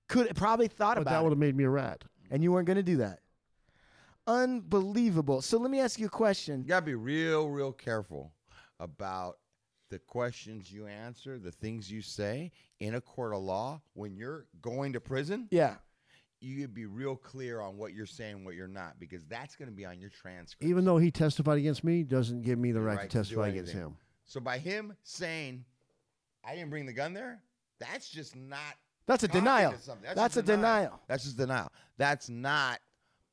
[SPEAKER 4] could probably thought
[SPEAKER 6] but
[SPEAKER 4] about
[SPEAKER 6] that
[SPEAKER 4] it.
[SPEAKER 6] would have made me a rat.
[SPEAKER 4] and you weren't going to do that. Unbelievable. So let me ask you a question.
[SPEAKER 3] You gotta be real, real careful about the questions you answer, the things you say in a court of law. When you're going to prison,
[SPEAKER 4] Yeah.
[SPEAKER 3] you gotta be real clear on what you're saying, what you're not, because that's gonna be on your transcript.
[SPEAKER 6] Even though he testified against me, doesn't give me the right,
[SPEAKER 3] right to
[SPEAKER 6] to
[SPEAKER 3] do
[SPEAKER 6] testify against
[SPEAKER 3] anything.
[SPEAKER 6] him.
[SPEAKER 3] So by him saying, "I didn't bring the gun there," that's just not.
[SPEAKER 4] That's a
[SPEAKER 3] talking
[SPEAKER 4] denial.
[SPEAKER 3] to something.
[SPEAKER 4] That's a denial.
[SPEAKER 3] That's just denial. That's not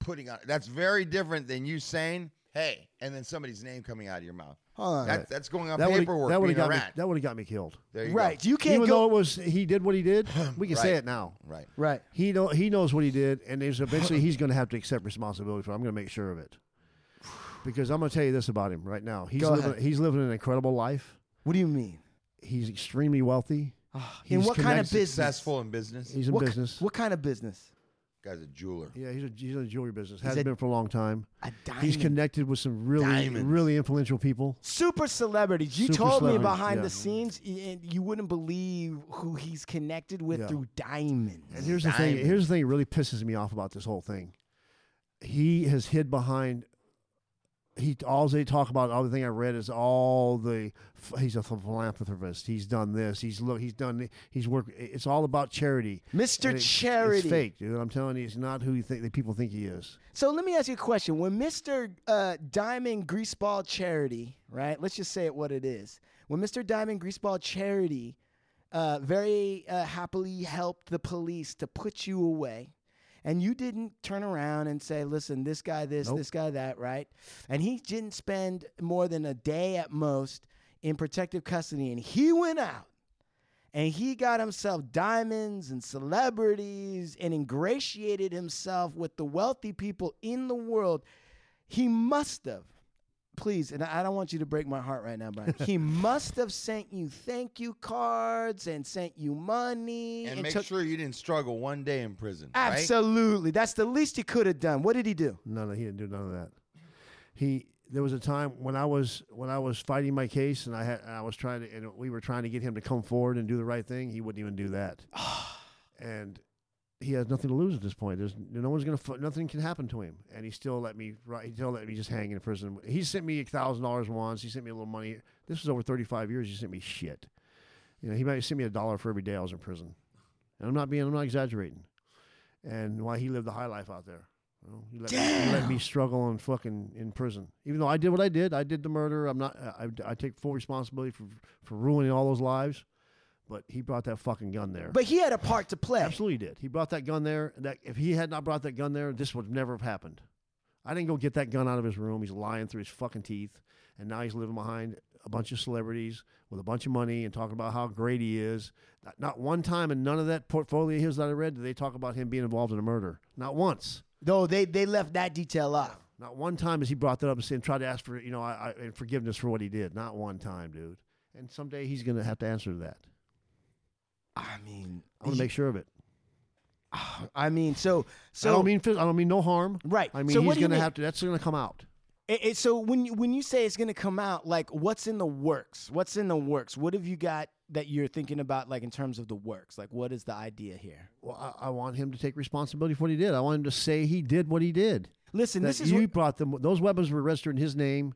[SPEAKER 3] putting on. That's very different than you saying, "Hey," and then somebody's name coming out of your mouth.
[SPEAKER 4] Hold on.
[SPEAKER 3] That, that's going on
[SPEAKER 6] That would've-
[SPEAKER 3] paperwork.
[SPEAKER 6] that
[SPEAKER 3] being
[SPEAKER 6] would've
[SPEAKER 3] a
[SPEAKER 6] got me.
[SPEAKER 3] rat.
[SPEAKER 6] That would have got me killed.
[SPEAKER 3] there you
[SPEAKER 4] right.
[SPEAKER 3] go.
[SPEAKER 4] You can't
[SPEAKER 6] Even
[SPEAKER 4] go.
[SPEAKER 6] though it was he did what he did, we can say
[SPEAKER 3] Right.
[SPEAKER 6] it now.
[SPEAKER 3] Right.
[SPEAKER 4] right.
[SPEAKER 6] He know he knows what he did, and there's eventually he's going to have to accept responsibility for. it. I'm going to make sure of it, because I'm going to tell you this about him right now. He's
[SPEAKER 4] Go
[SPEAKER 6] living,
[SPEAKER 4] ahead.
[SPEAKER 6] he's living an incredible life.
[SPEAKER 4] What do you mean?
[SPEAKER 6] He's extremely wealthy.
[SPEAKER 4] in
[SPEAKER 6] He's
[SPEAKER 4] Ah, what kind of
[SPEAKER 6] connected-
[SPEAKER 4] business?
[SPEAKER 3] Successful in business.
[SPEAKER 6] He's in
[SPEAKER 4] What,
[SPEAKER 6] business.
[SPEAKER 4] what kind of business?
[SPEAKER 3] Guy's a jeweler.
[SPEAKER 6] Yeah, he's a, he's in the jewelry business. Has
[SPEAKER 4] a-
[SPEAKER 6] not been for a long time.
[SPEAKER 4] A diamond.
[SPEAKER 6] He's connected with some really
[SPEAKER 3] Diamonds.
[SPEAKER 6] really influential people.
[SPEAKER 4] Super celebrities. You
[SPEAKER 6] Super
[SPEAKER 4] told me
[SPEAKER 6] celebrities,
[SPEAKER 4] behind
[SPEAKER 6] yeah.
[SPEAKER 4] the scenes, y- and you wouldn't believe who he's connected with
[SPEAKER 6] Yeah.
[SPEAKER 4] through diamonds.
[SPEAKER 6] And here's the thing. Here's the thing that really pisses me off about this whole thing. He has hid behind he all they talk about. All the thing I read is all the f- he's a philanthropist. He's done this. He's look. He's done. th- He's worked. It's all about charity.
[SPEAKER 4] Mr.
[SPEAKER 6] And it-
[SPEAKER 4] Charity.
[SPEAKER 6] It's fake, dude. I'm telling you, he's not who you think that people think he is.
[SPEAKER 4] So let me ask you a question. When Mr. Uh, Diamond Greaseball Charity, right? Let's just say it what it is. When Mr. Diamond Greaseball Charity uh, very uh, happily helped the police to put you away, and you didn't turn around and say, listen, this guy this, this guy that, right? And he didn't spend more than a day at most in protective custody, and he went out and he got himself diamonds and celebrities and ingratiated himself with the wealthy people in the world. He must have, please, and I don't want you to break my heart right now, Brian. he must have sent you thank you cards and sent you money
[SPEAKER 3] And make
[SPEAKER 4] took-
[SPEAKER 3] sure you didn't struggle one day in prison. right?
[SPEAKER 4] Absolutely, that's the least he could have done. What did he do?
[SPEAKER 6] No, no, he didn't do none of that. He there was a time when I was when I was fighting my case and I had and I was trying to and we were trying to get him to come forward and do the right thing. He wouldn't even do that. and he has nothing to lose at this point. There's no one's gonna fu- nothing can happen to him, and he still let me ri- he still let me just hang in prison. He sent me a thousand dollars once. He sent me a little money. This was over thirty five years. He sent me shit. You know, he might send me a dollar for every day I was in prison. And I'm not being I'm not exaggerating. And why he lived the high life out there. You know, he, let Me, he let me struggle and fucking in prison, even though I did what I did. I did the murder. I'm not. I, I take full responsibility for for ruining all those lives. But he brought that fucking gun there.
[SPEAKER 4] But he had a part to play.
[SPEAKER 6] Absolutely did. He brought that gun there. That if he had not brought that gun there, this would never have happened. I didn't go get that gun out of his room. He's lying through his fucking teeth, and now he's living behind a bunch of celebrities with a bunch of money and talking about how great he is. Not, not one time in none of that portfolio of his that I read did they talk about him being involved in a murder. Not once.
[SPEAKER 4] Though they they left that detail off.
[SPEAKER 6] Not one time has he brought that up and said, tried to ask for you know I, I, and forgiveness for what he did. Not one time, dude. And someday he's gonna have to answer to that.
[SPEAKER 4] I mean,
[SPEAKER 6] I want to make sure of it.
[SPEAKER 4] I mean, so so
[SPEAKER 6] I don't mean phys- I don't mean no harm.
[SPEAKER 4] Right.
[SPEAKER 6] I mean
[SPEAKER 4] So what
[SPEAKER 6] he's
[SPEAKER 4] do you
[SPEAKER 6] gonna
[SPEAKER 4] mean?
[SPEAKER 6] have to. That's gonna come out.
[SPEAKER 4] It, it- so when you, when you say it's going to come out, like what's in the works? What's in the works? What have you got that you're thinking about, like in terms of the works? Like what is the idea here?
[SPEAKER 6] Well, I, I want him to take responsibility for what he did. I want him to say he did what he did.
[SPEAKER 4] Listen,
[SPEAKER 6] That
[SPEAKER 4] this is
[SPEAKER 6] you
[SPEAKER 4] what,
[SPEAKER 6] brought them. Those weapons were registered in his name.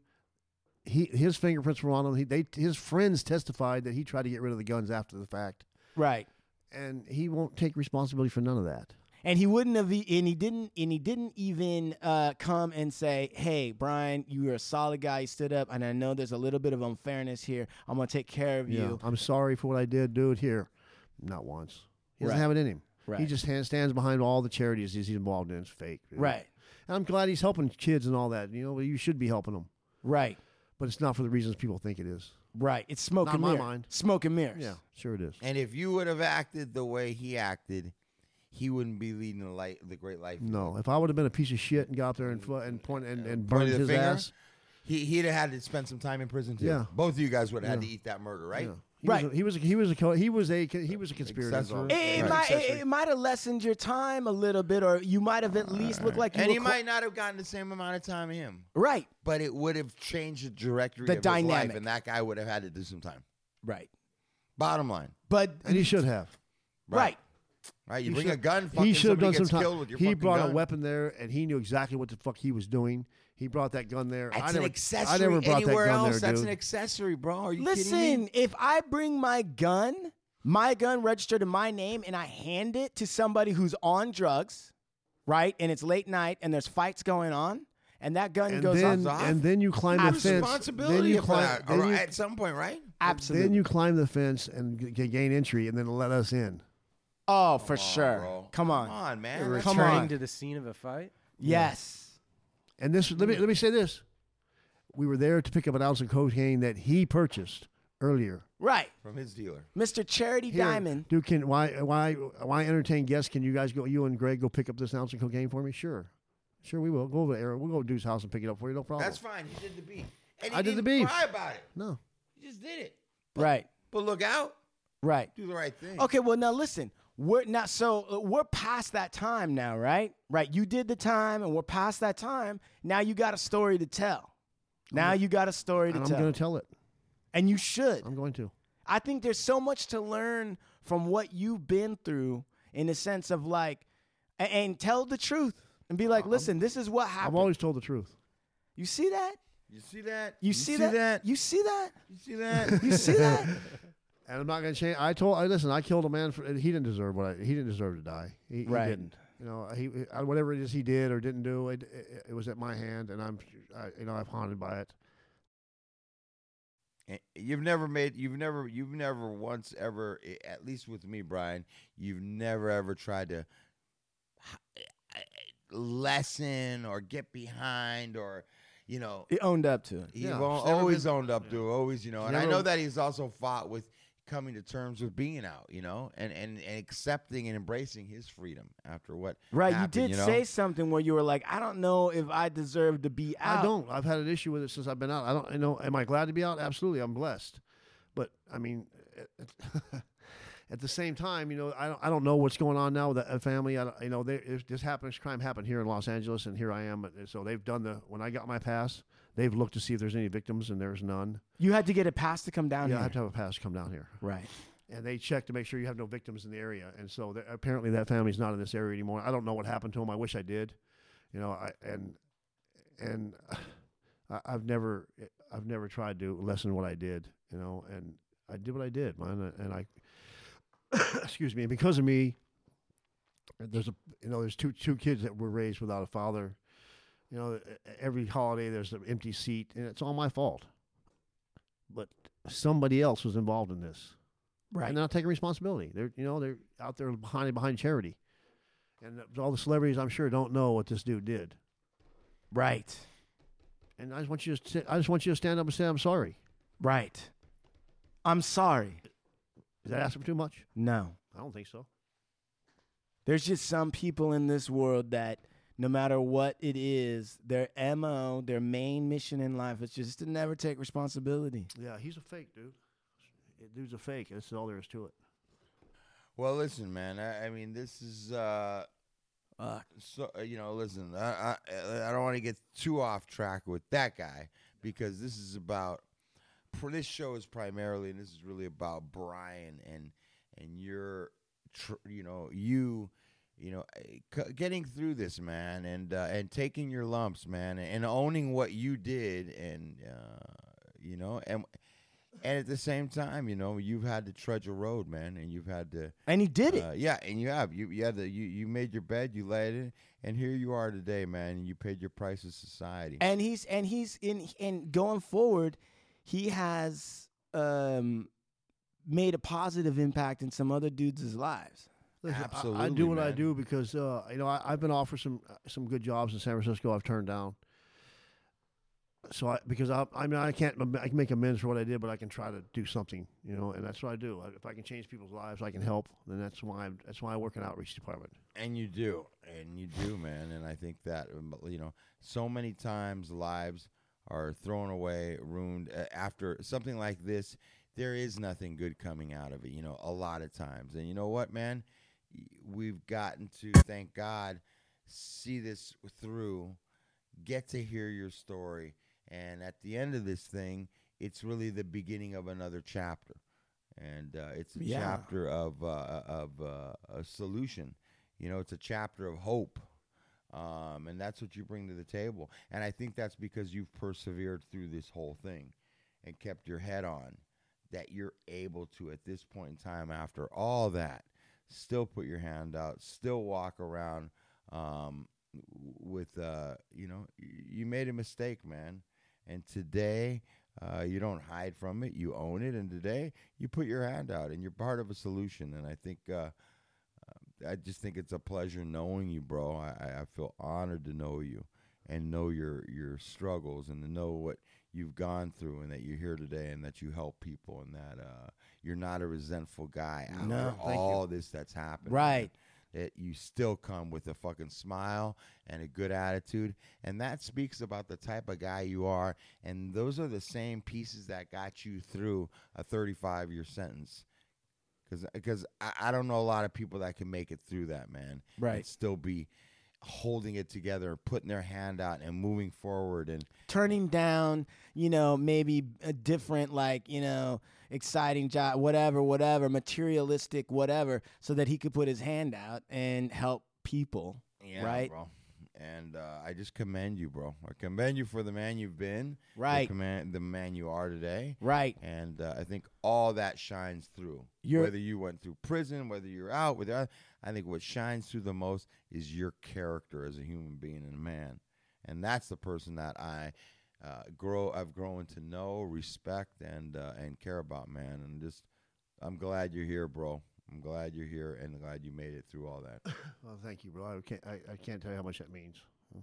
[SPEAKER 6] He his fingerprints were on them. He, they his friends testified that he tried to get rid of the guns after the fact,
[SPEAKER 4] right,
[SPEAKER 6] and he won't take responsibility for none of that.
[SPEAKER 4] and he wouldn't have, e- and he didn't, and he didn't even uh, come and say, "Hey, Brian, you were a solid guy. You stood up, and I know there's a little bit of unfairness here. I'm going to take care of you."
[SPEAKER 6] I'm sorry for what I did, dude. Here, not once. He doesn't
[SPEAKER 4] Right.
[SPEAKER 6] have it in him. He
[SPEAKER 4] Right.
[SPEAKER 6] just hand, stands behind all the charities he's involved in. It's fake, dude.
[SPEAKER 4] Right,
[SPEAKER 6] And I'm glad he's helping kids and all that. You know, you should be helping them,
[SPEAKER 4] right,
[SPEAKER 6] but it's not for the reasons people think it is.
[SPEAKER 4] right. It's smoke
[SPEAKER 6] Not
[SPEAKER 4] and
[SPEAKER 6] in my
[SPEAKER 4] mirrors.
[SPEAKER 6] mind.
[SPEAKER 4] Smoke and mirrors.
[SPEAKER 6] Yeah, sure it is.
[SPEAKER 3] And if you would have acted the way he acted, he wouldn't be leading the light, the great life. he
[SPEAKER 6] No, if I would have been a piece of shit and got up there and fu- and point and, and burned
[SPEAKER 3] Pointed the
[SPEAKER 6] his
[SPEAKER 3] finger,
[SPEAKER 6] ass,
[SPEAKER 3] He he'd have had to spend some time in prison too.
[SPEAKER 6] Yeah.
[SPEAKER 3] Both of you guys would have had to eat that murder, right? Eh,
[SPEAKER 6] yeah. He
[SPEAKER 4] Right.
[SPEAKER 6] Was a, he was a, he was a co- he was a co- he was a conspirator.
[SPEAKER 3] Accessory.
[SPEAKER 4] It, it
[SPEAKER 3] Right.
[SPEAKER 4] might, it, it might have lessened your time a little bit, or you might have at least looked like you
[SPEAKER 3] And
[SPEAKER 4] were
[SPEAKER 3] he
[SPEAKER 4] clo-
[SPEAKER 3] might not have gotten the same amount of time him,
[SPEAKER 4] Right,
[SPEAKER 3] but it would have changed the directory
[SPEAKER 4] The
[SPEAKER 3] of his life,
[SPEAKER 4] dynamic.
[SPEAKER 3] and that guy would have had to do some time.
[SPEAKER 4] right.
[SPEAKER 3] Bottom line,
[SPEAKER 4] But
[SPEAKER 6] and he should have.
[SPEAKER 4] right.
[SPEAKER 3] right? You
[SPEAKER 6] He
[SPEAKER 3] bring a
[SPEAKER 6] should-
[SPEAKER 3] gun.
[SPEAKER 6] He
[SPEAKER 3] fucking
[SPEAKER 6] should have
[SPEAKER 3] somebody
[SPEAKER 6] done some
[SPEAKER 3] gets
[SPEAKER 6] time.
[SPEAKER 3] killed With your
[SPEAKER 6] he
[SPEAKER 3] fucking
[SPEAKER 6] brought
[SPEAKER 3] gun.
[SPEAKER 6] a weapon there, and he knew exactly what the fuck he was doing. He brought that gun there.
[SPEAKER 3] That's
[SPEAKER 6] I
[SPEAKER 3] an
[SPEAKER 6] never,
[SPEAKER 3] accessory
[SPEAKER 6] I never brought
[SPEAKER 3] anywhere
[SPEAKER 6] that gun
[SPEAKER 3] else.
[SPEAKER 6] there,
[SPEAKER 3] That's
[SPEAKER 6] dude.
[SPEAKER 3] an accessory, bro. Are you kidding me?
[SPEAKER 4] Listen, if I bring my gun, my gun registered in my name, and I hand it to somebody who's on drugs, right? And it's late night, and there's fights going on, and that gun
[SPEAKER 6] and
[SPEAKER 4] goes
[SPEAKER 6] then
[SPEAKER 4] off.
[SPEAKER 3] off.
[SPEAKER 6] and then you climb
[SPEAKER 3] You
[SPEAKER 6] the
[SPEAKER 3] have
[SPEAKER 6] fence. Then
[SPEAKER 3] responsibility
[SPEAKER 6] you
[SPEAKER 3] for
[SPEAKER 6] climb.
[SPEAKER 3] that,
[SPEAKER 6] then
[SPEAKER 3] or
[SPEAKER 6] you-
[SPEAKER 3] at some point, right?
[SPEAKER 4] Absolutely.
[SPEAKER 6] Then you climb the fence and g- g- gain entry, and then let us in.
[SPEAKER 4] oh, for sure.
[SPEAKER 3] Bro.
[SPEAKER 4] Come on.
[SPEAKER 3] come on, man.
[SPEAKER 5] You're
[SPEAKER 3] That's-
[SPEAKER 4] Come
[SPEAKER 5] returning
[SPEAKER 4] on.
[SPEAKER 5] to the scene of a fight.
[SPEAKER 4] Yes.
[SPEAKER 6] And this, let me let me say this: we were there to pick up an ounce of cocaine that he purchased earlier.
[SPEAKER 4] Right.
[SPEAKER 3] From his dealer.
[SPEAKER 4] Mr. Charity
[SPEAKER 6] Here,
[SPEAKER 4] Diamond.
[SPEAKER 6] dude. Can why why why entertain guests? Can you guys go? You and Greg go pick up this ounce of cocaine for me? Sure, sure. We will go over there. We'll go to Dude's house and pick it up for you. No problem.
[SPEAKER 3] That's fine. He did the beat. And he
[SPEAKER 6] Oh. I did the
[SPEAKER 3] didn't
[SPEAKER 6] beef.
[SPEAKER 3] Cry about it.
[SPEAKER 6] no.
[SPEAKER 3] He just did it.
[SPEAKER 4] Right.
[SPEAKER 3] But look out.
[SPEAKER 4] Right.
[SPEAKER 3] Do the right thing.
[SPEAKER 4] Okay, well now listen, we're now so uh, we're past that time now, right? Right, you did the time, and we're past that time. Now you got a story to tell. Now you got a story to
[SPEAKER 6] And I'm
[SPEAKER 4] tell,
[SPEAKER 6] going to tell it.
[SPEAKER 4] and you should.
[SPEAKER 6] I'm going to.
[SPEAKER 4] I think there's so much to learn from what you've been through, in the sense of like, and, and tell the truth, and be like, listen, this is what
[SPEAKER 6] I've
[SPEAKER 4] happened.
[SPEAKER 6] always told the truth.
[SPEAKER 4] you see that?
[SPEAKER 3] You see that?
[SPEAKER 4] You, see, that? You see that?
[SPEAKER 3] You see that?
[SPEAKER 4] You see that?
[SPEAKER 6] And I'm not going to change. I told. I listen. I killed a man. For, and he didn't deserve what. I, he didn't deserve to die. He,
[SPEAKER 4] Right.
[SPEAKER 6] he didn't. You know. He I, whatever it is he did or didn't do. It, it, it was at my hand, and I'm. I, you know. I'm haunted by it.
[SPEAKER 3] And You've never made. You've never. You've never once ever. i- At least with me, Brian. You've never ever tried to h- I- I- lessen or get behind or, you know.
[SPEAKER 4] He owned up to it.
[SPEAKER 3] He
[SPEAKER 6] Yeah,
[SPEAKER 3] al-
[SPEAKER 6] it's never
[SPEAKER 3] always
[SPEAKER 6] been-
[SPEAKER 3] owned up to. it, Always, you know. And I
[SPEAKER 6] never-
[SPEAKER 3] know that he's also fought with coming to terms with being out. You know, and and, and accepting and embracing his freedom after what.
[SPEAKER 4] Right.
[SPEAKER 3] happened,
[SPEAKER 4] you did
[SPEAKER 3] know?
[SPEAKER 4] say something where you were like, I don't know if I deserve to be out.
[SPEAKER 6] I don't. I've had an issue with it since I've been out. I don't. I know. Am I glad to be out? Absolutely. I'm blessed. But I mean, at, at the same time, you know, I don't. I don't know what's going on now with that family. I don't, you know, they, if this happens, crime happened here in Los Angeles, and here I am. And So they've done the. When I got my pass, they've looked to see if there's any victims, and there's none.
[SPEAKER 4] You had to get a pass to come down
[SPEAKER 6] Yeah, I
[SPEAKER 4] here.
[SPEAKER 6] have to have a pass to come down here.
[SPEAKER 4] right.
[SPEAKER 6] And they check to make sure you have no victims in the area. And so there- apparently that family's not in this area anymore. I don't know what happened to them. I wish I did. You know, I and and I, I've never I've never tried to lessen what I did. You know, and I did what I did, man. And I excuse me. And because of me, there's a you know there's two two kids that were raised without a father. You know, e, every holiday there's an empty seat, and it's all my fault. But somebody else was involved in this
[SPEAKER 4] Right.
[SPEAKER 6] and they're not taking responsibility. They're you know they're out there behind behind charity, and all the celebrities I'm sure don't know what this dude did.
[SPEAKER 4] Right.
[SPEAKER 6] And I just want you to sit, I just want you to stand up and say I'm sorry.
[SPEAKER 4] Right. I'm sorry.
[SPEAKER 6] Is that asking for too much?
[SPEAKER 4] No.
[SPEAKER 6] I don't think so.
[SPEAKER 4] There's just some people in this world that no matter what it is, their MO, their main mission in life is just to never take responsibility.
[SPEAKER 6] Yeah, he's a fake dude. That Dude's a fake. That's all there is to it.
[SPEAKER 3] Well, listen, man. I, I mean, this is. uh
[SPEAKER 4] Fuck.
[SPEAKER 3] so uh, you know, listen, I I, I don't want to get too off track with that guy because this is about pr- this show is primarily and this is really about Brian and and your tr- you know you you know eh, c- getting through this man and uh, and taking your lumps man and owning what you did and uh, you know and and at the same time you know you've had to trudge a road man and you've had to
[SPEAKER 4] And he did it.
[SPEAKER 3] uh, yeah, and you have you yeah the, you you made your bed, you laid in, and here you are today, man. And you paid your price to society.
[SPEAKER 4] and he's and he's in and going forward, he has um made a positive impact in some other dudes' lives.
[SPEAKER 6] Listen, I- I,
[SPEAKER 3] Absolutely,
[SPEAKER 6] do what I
[SPEAKER 3] man.
[SPEAKER 6] do because uh, you know I, I've been offered some some good jobs in San Francisco. I've turned down. So I because I I mean I can't I can make amends for what I did, but I can try to do something, you know, and that's what I do. I, if I can change people's lives, I can help. Then that's why I'm, that's why I work in outreach department.
[SPEAKER 3] And you do, and you do, man. And I think that um, you know, so many times lives are thrown away, ruined uh, after something like this. There is nothing good coming out of it, you know. A lot of times, and you know what, man, Y- we've gotten to thank God see this through, get to hear your story, and at the end of this thing, it's really the beginning of another chapter, and uh, it's a
[SPEAKER 4] Yeah.
[SPEAKER 3] chapter of uh, of uh, a solution you know it's a chapter of hope um, and that's what you bring to the table and i think that's because you've persevered through this whole thing and kept your head on that you're able to at this point in time after all that still put your hand out still walk around um, w- with uh, you know y- you made a mistake man and today uh, you don't hide from it you own it and today you put your hand out and you're part of a solution and i think uh, I just think it's a pleasure knowing you, bro. I, I- I feel honored to know you and know your your struggles and to know what you've gone through and that you're here today and that you help people and that uh, you're not a resentful guy after
[SPEAKER 4] No. Thank you.
[SPEAKER 3] all this that's happened. man.
[SPEAKER 4] Right.
[SPEAKER 3] That you still come with a fucking smile and a good attitude. And that speaks about the type of guy you are. And those are the same pieces that got you through a 35 year sentence because because I, I don't know a lot of people that can make it through that man
[SPEAKER 4] Right.
[SPEAKER 3] and still be holding it together putting their hand out and moving forward and
[SPEAKER 4] turning down, you know, maybe a different, like, you know, exciting job, whatever, whatever, materialistic, whatever, so that he could put his hand out and help people.
[SPEAKER 3] yeah,
[SPEAKER 4] right?
[SPEAKER 3] bro And uh, I just commend you, bro. I commend you for the man you've been. the
[SPEAKER 4] Right.
[SPEAKER 3] command, the man you are today.
[SPEAKER 4] Right.
[SPEAKER 3] And uh, I think all that shines through.
[SPEAKER 4] You're-
[SPEAKER 3] whether you went through prison, whether you're out, whether I think what shines through the most is your character as a human being and a man, and that's the person that I uh, grow. I've grown to know, respect, and uh, and care about, man. And just, I'm glad you're here, bro. I'm glad you're here, and glad you made it through all that.
[SPEAKER 6] Well, Oh, thank you, bro. I can't, I, I can't tell you how much that means. I,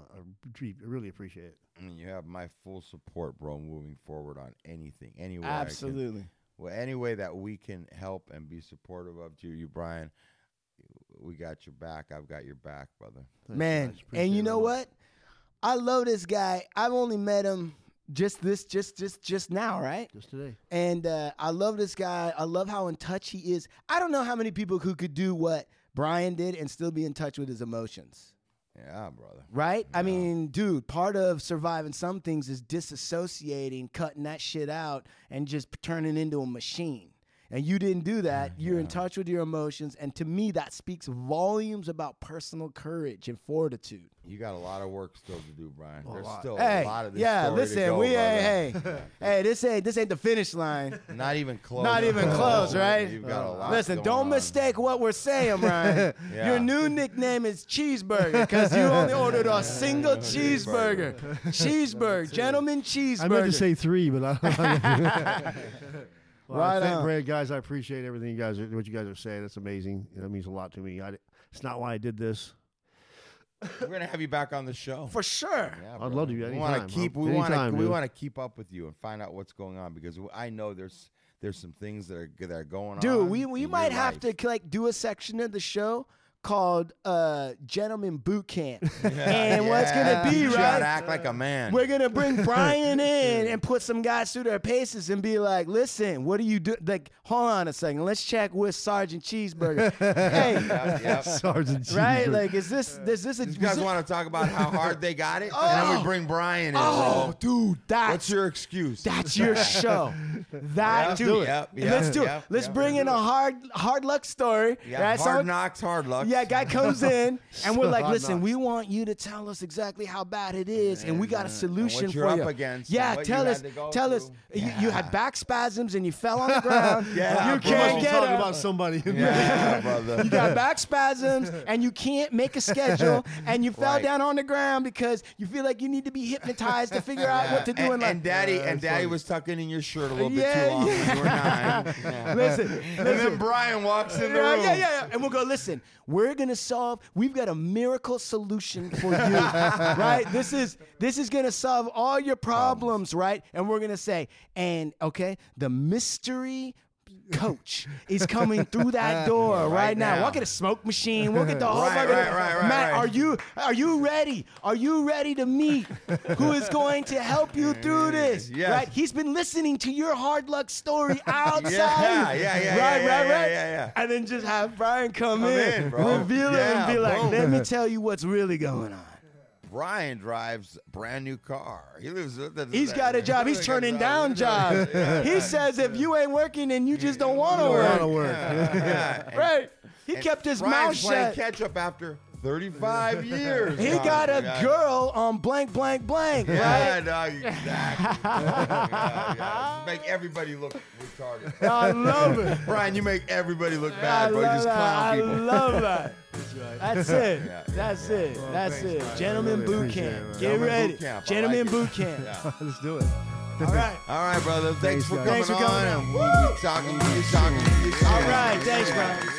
[SPEAKER 6] I re- really appreciate it.
[SPEAKER 3] And you have my full support, bro, moving forward on anything, anywhere. I can-
[SPEAKER 4] Absolutely.
[SPEAKER 3] Well, any way that we can help and be supportive of you, you Brian, we got your back. I've got your back, brother.
[SPEAKER 6] Thanks,
[SPEAKER 4] man.
[SPEAKER 6] guys. Appreciate
[SPEAKER 4] And you
[SPEAKER 6] it
[SPEAKER 4] know
[SPEAKER 6] very much.
[SPEAKER 4] what? I love this guy. I've only met him just this, just, just, just now, right?
[SPEAKER 6] Just today.
[SPEAKER 4] And uh, I love this guy. I love how in touch he is. I don't know how many people who could do what Brian did and still be in touch with his emotions.
[SPEAKER 3] Yeah, brother.
[SPEAKER 4] Right? I mean, dude, part of surviving some things is disassociating, cutting that shit out, and just turning into a machine. And you didn't do that. You're in touch with your emotions. And to me, that speaks volumes about personal courage and fortitude.
[SPEAKER 3] You got a lot of work still to do, Brian. There's
[SPEAKER 6] lot.
[SPEAKER 3] still
[SPEAKER 4] Hey,
[SPEAKER 3] Oh, a lot of this
[SPEAKER 4] yeah,
[SPEAKER 3] story
[SPEAKER 4] listen,
[SPEAKER 3] to go,
[SPEAKER 4] we ain't,
[SPEAKER 3] brother.
[SPEAKER 4] hey, hey, this ain't this ain't the finish line.
[SPEAKER 3] Not even close.
[SPEAKER 4] Not even close, right?
[SPEAKER 3] Oh, You've got a lot.
[SPEAKER 4] Listen,
[SPEAKER 3] going
[SPEAKER 4] don't
[SPEAKER 3] on.
[SPEAKER 4] mistake what we're saying, Ryan.
[SPEAKER 3] Yeah.
[SPEAKER 4] Your new nickname is Cheeseburger because you only ordered a single cheeseburger. Cheeseburger, gentleman cheeseburger.
[SPEAKER 6] I meant to say three, but I. well,
[SPEAKER 4] Right
[SPEAKER 6] I thank
[SPEAKER 4] on.
[SPEAKER 6] Brad, guys. I appreciate everything you guys, are, what you guys are saying. That's amazing. That means a lot to me. I, di- it's not why I did this.
[SPEAKER 3] We're gonna have you back on the show.
[SPEAKER 4] for sure.
[SPEAKER 3] Yeah,
[SPEAKER 6] I'd love
[SPEAKER 3] brother.
[SPEAKER 6] to be
[SPEAKER 3] We
[SPEAKER 6] anytime.
[SPEAKER 3] wanna
[SPEAKER 6] I'm-
[SPEAKER 3] keep. We want to.
[SPEAKER 6] anytime,
[SPEAKER 3] We
[SPEAKER 6] dude.
[SPEAKER 3] want to keep up with you and find out what's going on because I know there's there's some things that are that are going on.
[SPEAKER 4] Dude, we,
[SPEAKER 3] in
[SPEAKER 4] we
[SPEAKER 3] your
[SPEAKER 4] might have
[SPEAKER 3] life.
[SPEAKER 4] to like do a section of the show called uh Gentleman Boot Camp. and what's gonna
[SPEAKER 3] Yeah,
[SPEAKER 4] be,
[SPEAKER 3] teach you how to
[SPEAKER 4] right?
[SPEAKER 3] Act like a man.
[SPEAKER 4] We're gonna bring Brian in and put some guys through their paces and be like, "Listen, what do you do? Like, hold on a second, let's check with Sergeant Cheeseburger. hey,
[SPEAKER 3] Yep, yep.
[SPEAKER 6] Sergeant.
[SPEAKER 4] right?
[SPEAKER 6] Cheeseburger.
[SPEAKER 4] Like, is this is this a
[SPEAKER 3] You guys want to talk about how hard they got it, and then we bring Brian in.
[SPEAKER 4] Oh,
[SPEAKER 3] bro.
[SPEAKER 4] dude, that's
[SPEAKER 3] What's your excuse?
[SPEAKER 4] that's your show. That
[SPEAKER 3] Yep,
[SPEAKER 4] dude,
[SPEAKER 3] do it. Yep, yep,
[SPEAKER 4] let's do
[SPEAKER 3] yep,
[SPEAKER 4] it. Let's
[SPEAKER 3] yep.
[SPEAKER 4] bring in a hard hard luck story.
[SPEAKER 3] yeah,
[SPEAKER 4] right?
[SPEAKER 3] hard
[SPEAKER 4] Someone-
[SPEAKER 3] knocks, hard luck.
[SPEAKER 4] Yeah, guy comes in and we're like,
[SPEAKER 6] Hard
[SPEAKER 4] listen,
[SPEAKER 6] knocks.
[SPEAKER 4] we want you to tell us exactly how bad it is, and we got a
[SPEAKER 3] And, uh,
[SPEAKER 4] solution
[SPEAKER 3] what you're
[SPEAKER 4] for
[SPEAKER 3] up
[SPEAKER 4] you.
[SPEAKER 3] against and
[SPEAKER 4] yeah,
[SPEAKER 3] what you
[SPEAKER 4] tell
[SPEAKER 3] had
[SPEAKER 4] us,
[SPEAKER 3] to go
[SPEAKER 4] tell us,
[SPEAKER 3] through.
[SPEAKER 4] you, you had back spasms and you fell on the ground.
[SPEAKER 3] Yeah,
[SPEAKER 4] you
[SPEAKER 3] bro.
[SPEAKER 4] can't
[SPEAKER 6] We're
[SPEAKER 4] get
[SPEAKER 6] talking
[SPEAKER 4] up.
[SPEAKER 6] about somebody.
[SPEAKER 3] yeah, brother.
[SPEAKER 4] You got back spasms and you can't make a schedule and you fell
[SPEAKER 3] Right.
[SPEAKER 4] down on the ground because you feel like you need to be hypnotized to figure out what to do
[SPEAKER 3] and,
[SPEAKER 4] in life.
[SPEAKER 3] and daddy and daddy was tucking in your shirt a little bit
[SPEAKER 4] Yeah,
[SPEAKER 3] too long
[SPEAKER 4] yeah.
[SPEAKER 3] when you were nine. Yeah.
[SPEAKER 4] listen,
[SPEAKER 3] and then Brian walks in the
[SPEAKER 4] yeah,
[SPEAKER 3] room.
[SPEAKER 4] yeah, yeah, yeah. And we'll go, listen, we're gonna solve, we've got a miracle solution for you. right? This is this is gonna solve all your problems, right? And we're gonna say, and okay, the mystery coach is coming through that door right, now.
[SPEAKER 3] now.
[SPEAKER 4] We'll get a smoke machine. We'll get the whole
[SPEAKER 3] Right,
[SPEAKER 4] fucking-
[SPEAKER 3] right, right, right,
[SPEAKER 4] Matt,
[SPEAKER 3] right.
[SPEAKER 4] are you are you ready? Are you ready to meet who is going to help you through this?
[SPEAKER 3] Yes.
[SPEAKER 4] Right? He's been listening to your hard luck story outside.
[SPEAKER 3] Yeah, yeah, yeah, yeah,
[SPEAKER 4] Right,
[SPEAKER 3] yeah,
[SPEAKER 4] right,
[SPEAKER 3] yeah,
[SPEAKER 4] right.
[SPEAKER 3] yeah, yeah.
[SPEAKER 4] And then just have Brian come
[SPEAKER 3] Come
[SPEAKER 4] in,
[SPEAKER 3] in, bro.
[SPEAKER 4] reveal it,
[SPEAKER 3] Yeah,
[SPEAKER 4] and be like,
[SPEAKER 3] boom.
[SPEAKER 4] "Let me tell you what's really going on."
[SPEAKER 3] Brian drives a brand new car. He lives.
[SPEAKER 4] He's got a job. He's turning down jobs. He says, "If you ain't working, then you just don't want to
[SPEAKER 6] don't
[SPEAKER 4] work."
[SPEAKER 6] wanna work.
[SPEAKER 3] Yeah, yeah. And-
[SPEAKER 4] Right? He
[SPEAKER 3] and
[SPEAKER 4] kept his
[SPEAKER 3] Brian's
[SPEAKER 4] mouth
[SPEAKER 3] playing
[SPEAKER 4] shut.
[SPEAKER 3] catch up after 35 years.
[SPEAKER 4] He
[SPEAKER 3] dog.
[SPEAKER 4] got a
[SPEAKER 3] Yeah.
[SPEAKER 4] girl on blank, blank, blank.
[SPEAKER 3] Yeah,
[SPEAKER 4] Right?
[SPEAKER 3] dog, exactly. Yeah, yeah. Make everybody look retarded.
[SPEAKER 4] I love it.
[SPEAKER 3] Brian, you make everybody look
[SPEAKER 4] I
[SPEAKER 3] bad, bro. You
[SPEAKER 4] love
[SPEAKER 3] just
[SPEAKER 4] that.
[SPEAKER 3] clown
[SPEAKER 4] I
[SPEAKER 3] people.
[SPEAKER 4] love that. That's it.
[SPEAKER 3] Yeah, yeah,
[SPEAKER 4] That's it. That's
[SPEAKER 6] thanks,
[SPEAKER 4] it.
[SPEAKER 6] guys. I
[SPEAKER 4] Gentlemen
[SPEAKER 6] really
[SPEAKER 4] boot
[SPEAKER 6] appreciate
[SPEAKER 4] camp.
[SPEAKER 6] it, man.
[SPEAKER 3] Gentlemen boot
[SPEAKER 4] Get ready.
[SPEAKER 3] camp. I
[SPEAKER 4] Gentlemen
[SPEAKER 3] like it.
[SPEAKER 4] boot camp.
[SPEAKER 3] Yeah.
[SPEAKER 6] Let's do it.
[SPEAKER 4] All right.
[SPEAKER 3] All right, brother. Thanks, for coming
[SPEAKER 4] guys. Thanks for coming
[SPEAKER 3] on. and We'll be talking to you, talking to you.
[SPEAKER 4] All right. Thanks, bro.